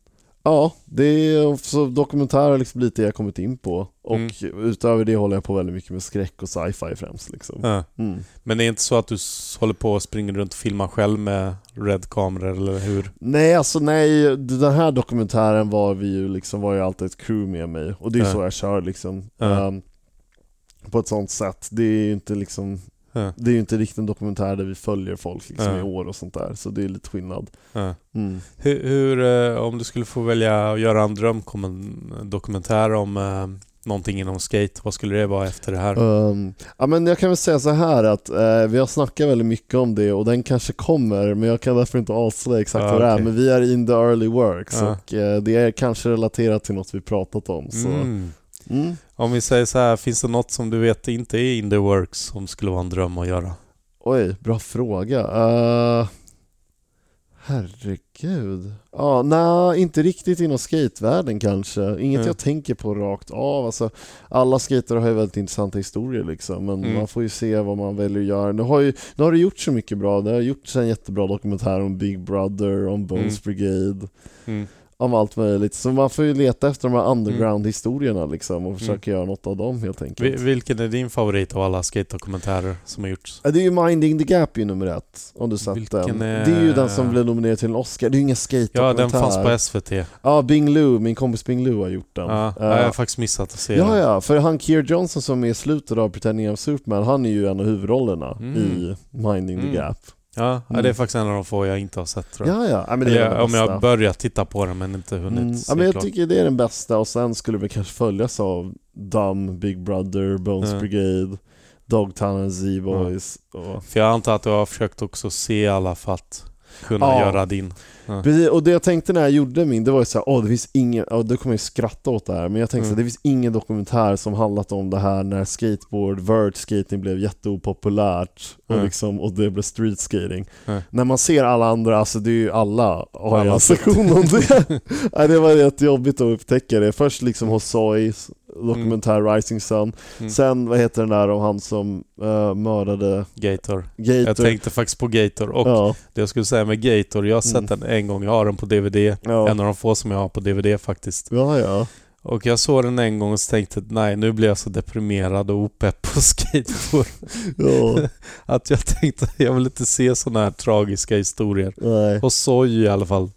Speaker 5: ja, det är så dokumentär är liksom lite jag kommit in på. Och
Speaker 2: Mm.
Speaker 5: utöver det håller jag på väldigt mycket med skräck och sci-fi främst. Liksom.
Speaker 2: Ja.
Speaker 5: Mm.
Speaker 2: Men det är inte så att du s- håller på och springer runt och filmar själv med red-kameror eller hur?
Speaker 5: Nej, alltså nej, den här dokumentären var vi ju liksom, var ju alltid ett crew med mig. Och det är
Speaker 2: Ja.
Speaker 5: så jag kör liksom.
Speaker 2: Ja.
Speaker 5: Ehm, på ett sånt sätt. Det är ju inte liksom
Speaker 2: Ja.
Speaker 5: Det är ju inte riktigt en dokumentär där vi följer folk liksom,
Speaker 2: Ja.
Speaker 5: i år och sånt där, så det är lite skillnad.
Speaker 2: Ja.
Speaker 5: Mm.
Speaker 2: Hur, hur eh, om du skulle få välja att göra en drömdokumentär om eh, någonting inom skate, vad skulle det vara efter det här?
Speaker 5: Ehm, ja, men jag kan väl säga så här att eh, vi har snackat väldigt mycket om det och den kanske kommer men jag kan därför inte avslöja exakt
Speaker 2: Ja,
Speaker 5: vad det är.
Speaker 2: okej.
Speaker 5: Men vi är in the early works
Speaker 2: Ja.
Speaker 5: och eh, det är kanske relaterat till något vi pratat om. Så. Mm.
Speaker 2: Mm. Om vi säger så här, finns det något som du vet inte är in the works som skulle vara en dröm att göra?
Speaker 5: Oj, bra fråga. Eh, herregud. Ja, nej, inte riktigt inom skatevärlden kanske. Inget
Speaker 2: Mm.
Speaker 5: jag tänker på rakt av. Alltså, alla skater har ju väldigt intressanta historier liksom, men
Speaker 2: Mm.
Speaker 5: man får ju se vad man väljer att göra. Nu har, ju, nu har det gjort så mycket bra. Det har gjorts en jättebra dokumentär om Big Brother, om Bones Brigade,
Speaker 2: Mm.
Speaker 5: om allt möjligt. Så man får ju leta efter de här underground-historierna liksom, och försöka göra något av dem helt
Speaker 2: Mm. Vi-
Speaker 5: enkelt.
Speaker 2: vilken är din favorit av alla skate-dokumentärer som har gjorts?
Speaker 5: Ja, Det är ju Minding the Gap ju nummer ett, om du sett
Speaker 2: Vilken
Speaker 5: den.
Speaker 2: är-
Speaker 5: Det är ju den som blev nominerad till en Oscar, det är ju ingen
Speaker 2: Ja,
Speaker 5: skate-dokumentär.
Speaker 2: den fanns på SVT. Ja,
Speaker 5: Ja, Bing Lu, min kompis Bing Lu har gjort den.
Speaker 2: ja,
Speaker 5: Eh,
Speaker 2: jag har faktiskt missat att se
Speaker 5: ja,
Speaker 2: den.
Speaker 5: ja, för han Keir Johnson som är i slutet av Pretending I'm Superman, han är ju en av huvudrollerna
Speaker 2: Mm.
Speaker 5: i Minding
Speaker 2: Mm.
Speaker 5: the Gap.
Speaker 2: Ja, ja, det är
Speaker 5: Mm.
Speaker 2: faktiskt en av de få jag inte har sett tror jag.
Speaker 5: Ja, ja, ja men det är
Speaker 2: Eller,
Speaker 5: den
Speaker 2: om
Speaker 5: bästa.
Speaker 2: jag börjat titta på den men inte hunnit
Speaker 5: Mm.
Speaker 2: se
Speaker 5: Ja, men jag
Speaker 2: klart.
Speaker 5: tycker det är den bästa och sen skulle vi kanske följas av Dumb, Big Brother, Bones
Speaker 2: Ja.
Speaker 5: Brigade, Dogtown and Z-Boys och
Speaker 2: För jag antar att du har försökt också se alla för att kunna
Speaker 5: Ja.
Speaker 2: göra din.
Speaker 5: Precis, och det jag tänkte när jag gjorde min, det var ju såhär, åh det finns ingen, ja, du kommer jag ju skratta åt det här, men jag tänkte
Speaker 2: Mm.
Speaker 5: mm. det finns ingen dokumentär som handlat om det här när skateboard, vert skating blev jätteopopulärt och,
Speaker 2: Mm.
Speaker 5: liksom, och det blev street skating.
Speaker 2: Mm.
Speaker 5: När man ser alla andra, alltså det är ju alla har ju
Speaker 2: Alla
Speaker 5: en sektion om det. Nej, det var rätt jobbigt att upptäcka det, först liksom Hosoi dokumentär Rising Sun.
Speaker 2: Mm.
Speaker 5: Sen, vad heter den där om han som eh, mördade
Speaker 2: Gator.
Speaker 5: Gator?
Speaker 2: Jag tänkte faktiskt på Gator och
Speaker 5: ja,
Speaker 2: det jag skulle säga med Gator, jag har sett
Speaker 5: Mm.
Speaker 2: den en gång, jag har den på DVD.
Speaker 5: ja,
Speaker 2: En av de få som jag har på DVD faktiskt.
Speaker 5: ja, ja.
Speaker 2: Och jag såg den en gång och så tänkte jag, nej nu blir jag så deprimerad och opepp på skateboard.
Speaker 5: ja
Speaker 2: Att jag tänkte, jag vill inte se sådana här tragiska historier.
Speaker 5: nej.
Speaker 2: Och sorg i alla fall.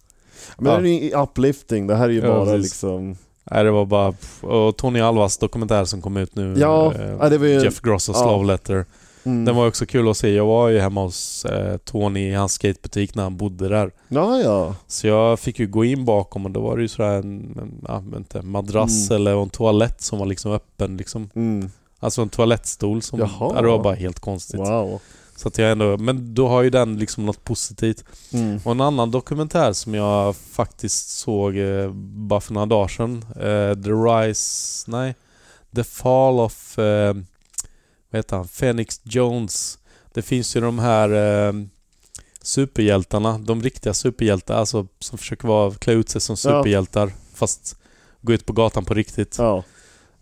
Speaker 5: Men det här är ju uplifting, det här är ju
Speaker 2: Ja,
Speaker 5: bara
Speaker 2: precis.
Speaker 5: liksom...
Speaker 2: Nej, det var bara... pff, Och Tony Alvas dokumentär som kom ut nu.
Speaker 5: Ja,
Speaker 2: eh,
Speaker 5: ja, det var ju...
Speaker 2: Jeff Gross och
Speaker 5: ja.
Speaker 2: Love Letter.
Speaker 5: Mm.
Speaker 2: Den var också kul att se. Jag var ju hemma hos eh, Tony i hans skatebutik när han bodde där.
Speaker 5: Ja, ja.
Speaker 2: Så jag fick ju gå in bakom och då var det ju sådär en, en, ja, men inte, en madrass
Speaker 5: Mm.
Speaker 2: eller en toalett som var liksom öppen. Liksom.
Speaker 5: Mm.
Speaker 2: Alltså en toalettstol som...
Speaker 5: Jaha.
Speaker 2: Ja, det var bara helt konstigt.
Speaker 5: Wow.
Speaker 2: Så att jag ändå... Men då har ju den liksom något positivt.
Speaker 5: Mm.
Speaker 2: Och en annan dokumentär som jag faktiskt såg eh, bara för några dagar sedan. Eh, The Rise... Nej. The Fall of... Eh, vad heter han? Phoenix Jones. Det finns ju de här eh, superhjältarna. De riktiga superhjältar. Alltså som försöker vara, klä ut sig som superhjältar. Fast gå ut på gatan på riktigt.
Speaker 5: Ja.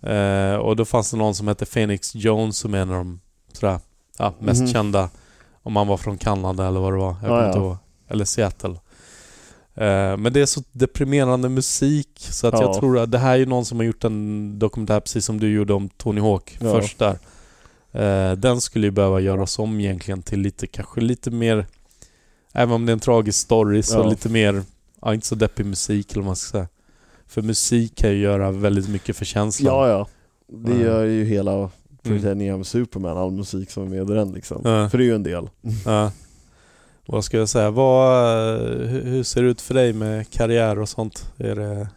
Speaker 2: Eh, och då fanns det någon som hette Phoenix Jones som är en av de sådär, ja, mest
Speaker 5: Mhm.
Speaker 2: kända. Om han var från Kanada eller vad det var. Jag kommer
Speaker 5: Ja,
Speaker 2: inte
Speaker 5: ja.
Speaker 2: ihåg. Eller Seattle. Eh, men det är så deprimerande musik så att jag
Speaker 5: Ja.
Speaker 2: tror att det här är ju någon som har gjort en dokumentär precis som du gjorde om Tony Hawk
Speaker 5: Ja.
Speaker 2: först där. Eh, den skulle ju behöva göras om egentligen till lite, kanske lite mer, även om det är en tragisk story, så
Speaker 5: Ja.
Speaker 2: lite mer, ja, inte så deppig musik eller vad man ska säga. För musik kan ju göra väldigt mycket för känslan.
Speaker 5: ja, ja. Det
Speaker 2: Mm.
Speaker 5: gör ju hela Britannia med Superman, all musik som är med i den liksom.
Speaker 2: Ja.
Speaker 5: För det är ju en del.
Speaker 2: Ja. Vad ska jag säga? Vad, eh, hu- hur ser det ut för dig med karriär och sånt? Är det...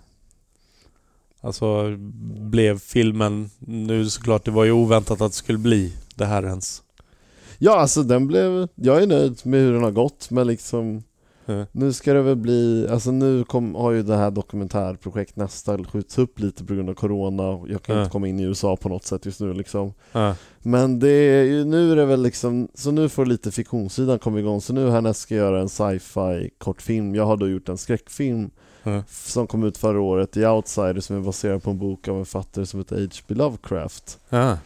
Speaker 2: Alltså, blev filmen... Nu såklart, det var ju oväntat att det skulle bli det här ens.
Speaker 5: Ja, alltså den blev... Jag är nöjd med hur den har gått, men liksom...
Speaker 2: Ja.
Speaker 5: Nu ska det väl bli... Alltså nu kom, har ju det här dokumentärprojekt nästa skjuts upp lite på grund av Corona. och Jag kan
Speaker 2: Ja.
Speaker 5: inte komma in i USA på något sätt just nu liksom.
Speaker 2: Ja.
Speaker 5: Men det är ju, nu är det väl liksom... Så nu får lite fiktionssidan komma igång. Så nu härnäst ska jag göra en sci-fi kortfilm. Jag har då gjort en skräckfilm
Speaker 2: Ja.
Speaker 5: som kom ut förra året, The Outsider, som är baserad på en bok av en författare som heter H.P. Lovecraft.
Speaker 2: Ja.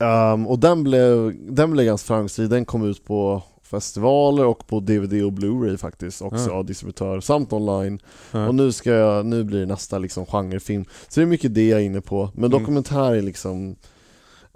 Speaker 5: Ehm, och den blev, den blev ganska framgångsrik, den kom ut på festivaler och på DVD och Blu-ray faktiskt också
Speaker 2: Ja.
Speaker 5: av distributör samt online.
Speaker 2: Ja.
Speaker 5: Och nu, ska jag, nu blir det nästa liksom genrefilm. Så det är mycket det jag är inne på. Men
Speaker 2: Mm.
Speaker 5: dokumentär är liksom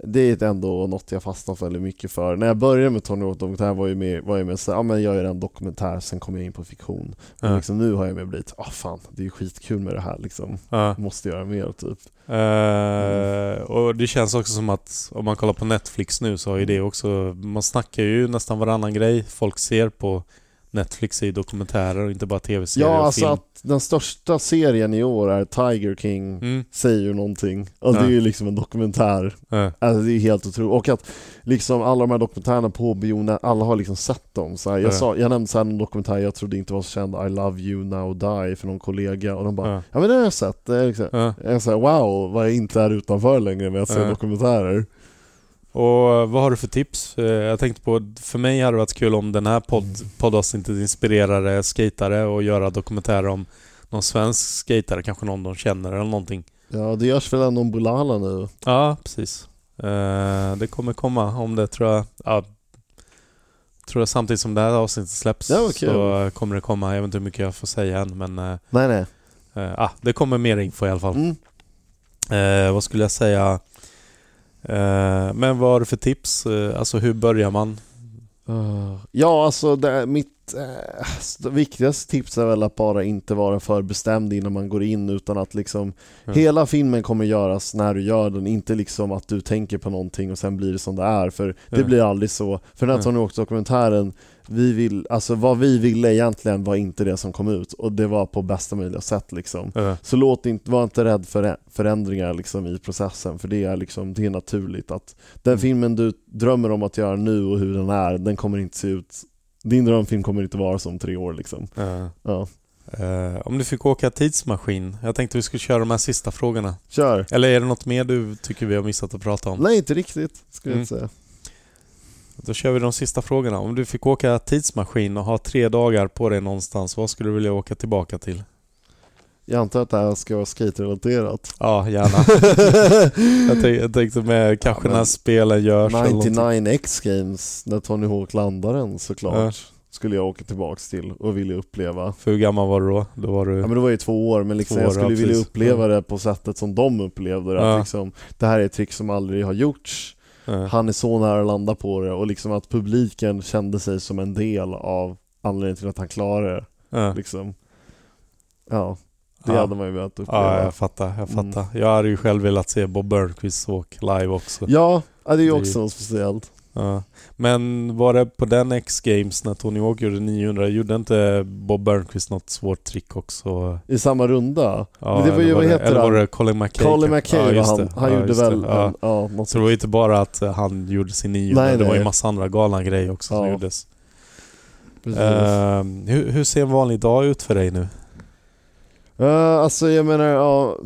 Speaker 5: det är ändå något jag fastnat väldigt mycket för. När jag började med Tony Hawk dokumentär var jag med, var jag med så här, ja men jag gör en dokumentär, sen kom jag in på fiktion. Men
Speaker 2: Ja.
Speaker 5: liksom, nu har jag med blivit, ah fan, det är ju skitkul med det här liksom.
Speaker 2: Ja.
Speaker 5: Måste göra mer typ.
Speaker 2: Eh, och det känns också som att om man kollar på Netflix nu så har ju det också... Man snackar ju nästan varannan grej folk ser på Netflix i dokumentärer och inte bara tv-serier
Speaker 5: Ja,
Speaker 2: och
Speaker 5: alltså
Speaker 2: film.
Speaker 5: att den största serien i år är Tiger King
Speaker 2: Mm.
Speaker 5: säger ju någonting. Och det
Speaker 2: Ja.
Speaker 5: är ju liksom en dokumentär.
Speaker 2: Ja.
Speaker 5: Alltså det är ju helt otroligt. Och att liksom alla de här dokumentärerna på bio, när alla har liksom sett dem. Så här, jag,
Speaker 2: Ja.
Speaker 5: sa, jag nämnde så här en dokumentär jag trodde inte var så känd, I Love You Now Die, för någon kollega. Och de bara,
Speaker 2: Ja.
Speaker 5: ja, men den har jag sett. Det är liksom,
Speaker 2: Ja.
Speaker 5: Jag är så här, wow, vad jag inte är utanför längre med att se
Speaker 2: Ja.
Speaker 5: dokumentärer.
Speaker 2: Och vad har du för tips? Eh, Jag tänkte på, för mig hade det varit kul om den här podd, poddavsnittet inspirerade skatare och göra dokumentärer om någon svensk skatare, kanske någon de känner eller någonting.
Speaker 5: Ja, det görs väl ändå om Bulala nu?
Speaker 2: Ja, precis. Eh, Det kommer komma om det tror jag. Ja, tror jag samtidigt som det här avsnittet släpps
Speaker 5: Ja, vad kul.
Speaker 2: så eh, kommer det komma. Jag vet inte hur mycket jag får säga än men eh,
Speaker 5: Nej, nej.
Speaker 2: eh, ah, det kommer mer info i alla fall.
Speaker 5: Mm.
Speaker 2: Eh, vad skulle jag säga? Eh, men vad har du för tips? Eh, alltså hur börjar man?
Speaker 5: Ah, Ja, alltså det, mitt eh, det viktigaste tips är väl att bara inte vara för bestämd innan man går in utan att liksom
Speaker 2: Ja.
Speaker 5: hela filmen kommer göras när du gör den, inte liksom att du tänker på någonting och sen blir det som det är för det
Speaker 2: Ja.
Speaker 5: blir aldrig så. För den här
Speaker 2: Ja.
Speaker 5: Tony Hawk-dokumentären, vi vill, alltså vad vi ville egentligen var inte det som kom ut och det var på bästa möjliga sätt liksom.
Speaker 2: Eh,
Speaker 5: Så låt inte, var inte rädd för förändringar liksom i processen för det är, liksom, det är naturligt att den
Speaker 2: Mm.
Speaker 5: filmen du drömmer om att göra nu och hur den är, den kommer inte se ut din drömfilm kommer inte vara som tre år liksom.
Speaker 2: eh.
Speaker 5: Ja.
Speaker 2: Eh, om du fick åka tidsmaskin. Jag tänkte vi skulle köra de här sista frågorna.
Speaker 5: Kör!
Speaker 2: Eller är det något mer du tycker vi har missat att prata om?
Speaker 5: Nej, inte riktigt skulle jag
Speaker 2: Mm.
Speaker 5: inte säga.
Speaker 2: Då kör vi de sista frågorna. Om du fick åka tidsmaskin och ha tre dagar på dig någonstans, vad skulle du vilja åka tillbaka till?
Speaker 5: Jag antar att det här ska vara skaterrelaterat.
Speaker 2: Ja, gärna. jag, tänkte, jag tänkte med kanske
Speaker 5: Ja, men-
Speaker 2: när spelen görs. eller någonting.
Speaker 5: 99X Games, när Tony Hawk landar den såklart, skulle jag åka tillbaks till och vilja uppleva.
Speaker 2: För hur gammal var du då? Då var du...
Speaker 5: Ja men det var ju två år, men liksom,
Speaker 2: Mm. Två år,
Speaker 5: jag skulle
Speaker 2: ja,
Speaker 5: vilja
Speaker 2: precis. Mm.
Speaker 5: uppleva det på sättet som de upplevde det.
Speaker 2: Ja.
Speaker 5: Att liksom, det här är ett trick som aldrig har gjorts.
Speaker 2: eh,
Speaker 5: Han är så nära att landa på det och liksom att publiken kände sig som en del av anledningen till att han klarade det.
Speaker 2: eh.
Speaker 5: Liksom. Ja, det
Speaker 2: Ja.
Speaker 5: hade man ju velat uppleva.
Speaker 2: Ja,
Speaker 5: Ja,
Speaker 2: jag fattar. Jag
Speaker 5: Mm.
Speaker 2: fattar. Jag hade ju själv velat se Bob Burnquist åk live också.
Speaker 5: ja, det är ju
Speaker 2: Det är
Speaker 5: också något speciellt.
Speaker 2: Ja. Men var det på den X-Games när Tony Hawk gjorde 900, gjorde inte Bob Burnquist något svårt trick också?
Speaker 5: I samma runda.
Speaker 2: Ja,
Speaker 5: Men det var ju,
Speaker 2: eller
Speaker 5: vad
Speaker 2: det-
Speaker 5: heter
Speaker 2: Eller var
Speaker 5: han?
Speaker 2: det Colin McKay?
Speaker 5: Colin
Speaker 2: kanske?
Speaker 5: McKay var
Speaker 2: just
Speaker 5: han.
Speaker 2: det.
Speaker 5: Han
Speaker 2: Ja,
Speaker 5: gjorde
Speaker 2: just det.
Speaker 5: väl
Speaker 2: Ja.
Speaker 5: en, ja, något
Speaker 2: Så det var ju inte bara att eh, han gjorde sin 900,
Speaker 5: Nej,
Speaker 2: det var ju
Speaker 5: nej.
Speaker 2: en massa andra galna grejer också som
Speaker 5: Ja,
Speaker 2: gjordes.
Speaker 5: precis.
Speaker 2: Eh, hur, hur ser en vanlig dag ut för dig nu?
Speaker 5: Eh, alltså jag menar, ja,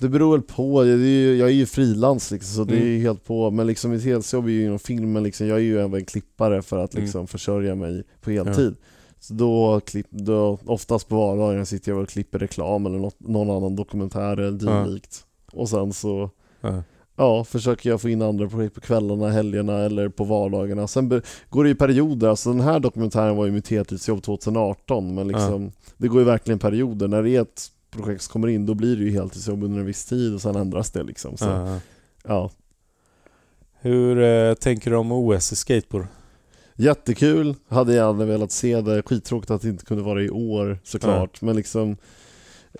Speaker 5: det beror väl på. Jag är ju, jag är ju frilans liksom, så det är ju helt på. Men liksom mitt heltidsjobb är ju inom filmen, liksom, jag är ju även klippare för att liksom, försörja mig på heltid. Så då, klipp, då, oftast på vardagen sitter jag väl och klipper reklam eller något, någon annan dokumentär eller
Speaker 2: Ja.
Speaker 5: dylikt. Och sen så
Speaker 2: Ja.
Speaker 5: Ja, försöker jag få in andra projekt på kvällarna, helgerna eller på vardagarna. Sen be- går det i perioder, alltså den här dokumentären var ju mitt heltidsjobb 2018 men liksom, det går ju verkligen perioder. När det är ett projekt som kommer in då blir det ju heltidsjobb under en viss tid och sen ändras det liksom. Så, ja.
Speaker 2: Eh, hur eh, tänker du om OS i skateboard?
Speaker 5: Jättekul, hade gärna velat se det. Skittråkigt att det inte kunde vara i år såklart. Men liksom,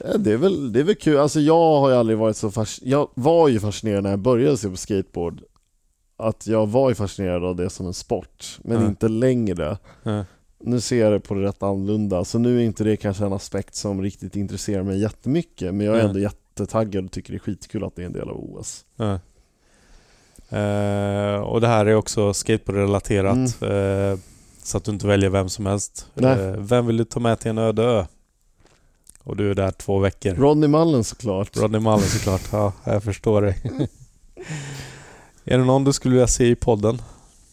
Speaker 5: eh, det är, väl, det är väl kul. Alltså jag har ju aldrig varit så fas- Jag var ju fascinerad när jag började se på skateboard. Att jag var ju fascinerad av det som en sport, men
Speaker 2: Ja.
Speaker 5: inte längre.
Speaker 2: Ja.
Speaker 5: Nu ser jag det på det rätt annorlunda, så nu är inte det kanske en aspekt som riktigt intresserar mig jättemycket. Men jag är
Speaker 2: Ja.
Speaker 5: ändå jättetaggad och tycker det är skitkul att det är en del av OS.
Speaker 2: Ja. Eh, och det här är också skateboardrelaterat. eh, så att du inte väljer vem som helst.
Speaker 5: Mm. Nej.
Speaker 2: Eh, vem vill du ta med till en öde ö? Och du är där två veckor.
Speaker 5: Rodney Mullen såklart.
Speaker 2: Rodney Mullen såklart. Ja, jag förstår dig. är det någon du skulle vilja se i podden?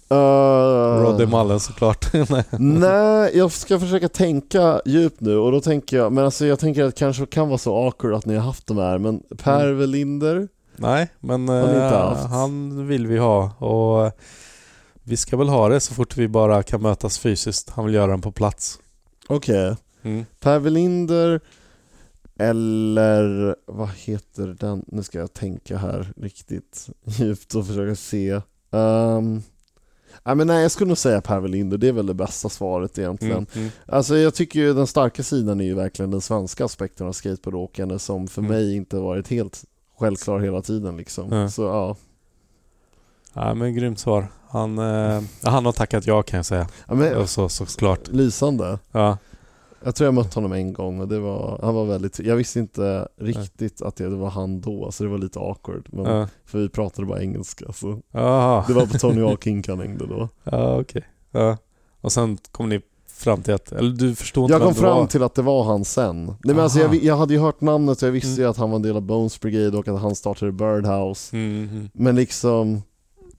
Speaker 5: Eh,
Speaker 2: Rodney Mullen såklart. Nej.
Speaker 5: Nej, jag ska försöka tänka djupt nu och då tänker jag, men alltså jag tänker att det kanske kan vara så awkward att ni har haft de här, men Per Welinder?
Speaker 2: Nej, men
Speaker 5: ni inte
Speaker 2: eh,
Speaker 5: haft?
Speaker 2: han vill vi ha. Och eh, vi ska väl ha det så fort vi bara kan mötas fysiskt. Han vill göra den på plats.
Speaker 5: Okej.
Speaker 2: Mm.
Speaker 5: Per Welinder eller vad heter den? Nu ska jag tänka här riktigt djupt och försöka se. Ehm, nej, men nej, jag skulle nog säga Per Welinder, det är väl det bästa svaret egentligen.
Speaker 2: Mm. Mm.
Speaker 5: Alltså jag tycker ju den starka sidan är ju verkligen den svenska aspekten av skateboardåkande som för
Speaker 2: Mm.
Speaker 5: mig inte varit helt självklar hela tiden liksom.
Speaker 2: Ja.
Speaker 5: Så ja.
Speaker 2: Ja, men grymt svar. Han, eh, han har tackat ja kan jag säga.
Speaker 5: ja men,
Speaker 2: Och så, såklart.
Speaker 5: lysande.
Speaker 2: Ja,
Speaker 5: Jag tror jag mött honom en gång och det var, han var väldigt, jag visste inte riktigt att det var han då, så det var lite awkward. Men,
Speaker 2: ja.
Speaker 5: För vi pratade bara engelska så
Speaker 2: Jaha.
Speaker 5: det var på Tony Hawk Inc han hängde då.
Speaker 2: Ja, okej. Ja. Och sen kom ni fram till att, eller du förstod
Speaker 5: Jag
Speaker 2: inte
Speaker 5: kom
Speaker 2: vem det var.
Speaker 5: fram till att det var han sen. Nej, men alltså jag,
Speaker 2: Aha.
Speaker 5: vi- jag hade ju hört namnet och jag visste ju att han var en del av Bones Brigade och att han startade Birdhouse.
Speaker 2: Mm, mm.
Speaker 5: Men liksom,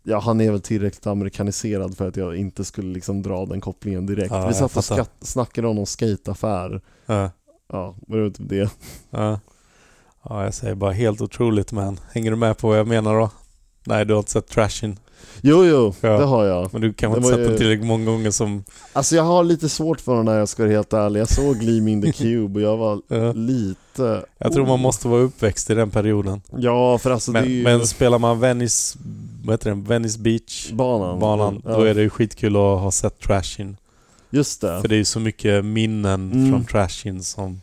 Speaker 5: ja han är väl tillräckligt amerikaniserad för att jag inte skulle liksom dra den kopplingen direkt.
Speaker 2: Ja,
Speaker 5: vi
Speaker 2: jag
Speaker 5: satt och
Speaker 2: fattar.
Speaker 5: skatt, snackade om någon skateaffär.
Speaker 2: Ja,
Speaker 5: Ja, men det var typ det.
Speaker 2: ja. ja, jag säger bara helt otroligt man. Hänger du med på vad jag menar då? Nej, du har inte sett Trashin.
Speaker 5: Jo, jo,
Speaker 2: Ja.
Speaker 5: det har jag.
Speaker 2: Men du kanske
Speaker 5: Det
Speaker 2: inte
Speaker 5: var
Speaker 2: sett den
Speaker 5: ju-
Speaker 2: tillräckligt många gånger som...
Speaker 5: Alltså jag har lite svårt för den när jag ska vara helt ärlig. Jag såg Gleaming the Cube och jag var
Speaker 2: Ja.
Speaker 5: lite...
Speaker 2: Jag tror man
Speaker 5: Oh.
Speaker 2: måste vara uppväxt i den perioden.
Speaker 5: Ja, för alltså det är
Speaker 2: Men,
Speaker 5: ju...
Speaker 2: men spelar man Venice, vad heter den? Venice Beach
Speaker 5: banan.
Speaker 2: banan,
Speaker 5: ja.
Speaker 2: då är det ju skitkul att ha sett Trashin.
Speaker 5: Just det.
Speaker 2: För det är ju så mycket minnen
Speaker 5: Mm.
Speaker 2: från Trashin som,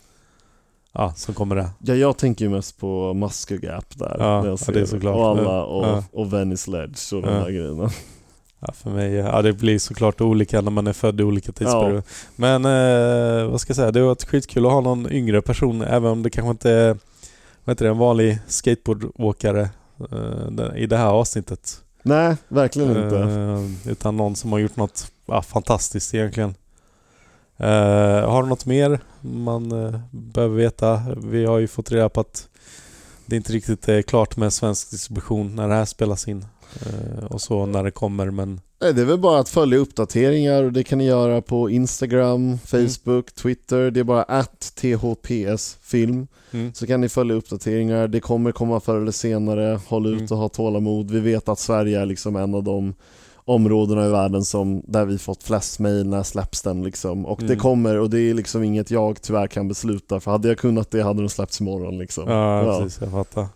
Speaker 2: ja, som kommer där.
Speaker 5: Ja, jag tänker ju mest på Musker Gap där.
Speaker 2: Ja,
Speaker 5: när
Speaker 2: ja,
Speaker 5: jag ser
Speaker 2: det är såklart.
Speaker 5: Och alla
Speaker 2: Ja,
Speaker 5: och,
Speaker 2: ja.
Speaker 5: och Venice Ledge och de
Speaker 2: Ja.
Speaker 5: där grejerna.
Speaker 2: Ja, för mig, ja, det blir såklart olika när man är född i olika tidsperioder. Men eh, vad ska jag säga, det har varit skitkul att ha någon yngre person, även om det kanske inte är vad heter det, en vanlig skateboardåkare eh, i det här avsnittet.
Speaker 5: Nej, verkligen inte.
Speaker 2: Eh, utan någon som har gjort något ja, fantastiskt egentligen. Eh, har du något mer man eh, behöver veta? Vi har ju fått reda på att det är inte riktigt eh, klart med svensk distribution när det här spelas in. eh, Och så när det kommer men
Speaker 5: Nej, det är väl bara att följa uppdateringar och det kan ni göra på
Speaker 2: Mm.
Speaker 5: Instagram, Facebook, Twitter. Det är bara att THPS-film.
Speaker 2: Mm.
Speaker 5: Så kan ni följa uppdateringar. Det kommer komma förr eller senare. Håll ut
Speaker 2: Mm.
Speaker 5: och ha tålamod. Vi vet att Sverige är liksom en av de områdena i världen som, där vi fått flest mejl när släpps den liksom. Och det
Speaker 2: Mm.
Speaker 5: kommer och det är liksom inget jag tyvärr kan besluta för hade jag kunnat det hade den släppts imorgon liksom.
Speaker 2: Ja,
Speaker 5: Ja.
Speaker 2: precis. Jag fattar.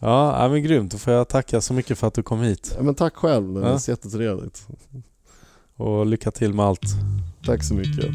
Speaker 2: Ja, ja, men grymt. Då får jag tacka så mycket för att du kom hit.
Speaker 5: Ja, Men tack själv, det
Speaker 2: Ja.
Speaker 5: känns jättetrevligt.
Speaker 2: Och lycka till med allt.
Speaker 5: Tack så mycket.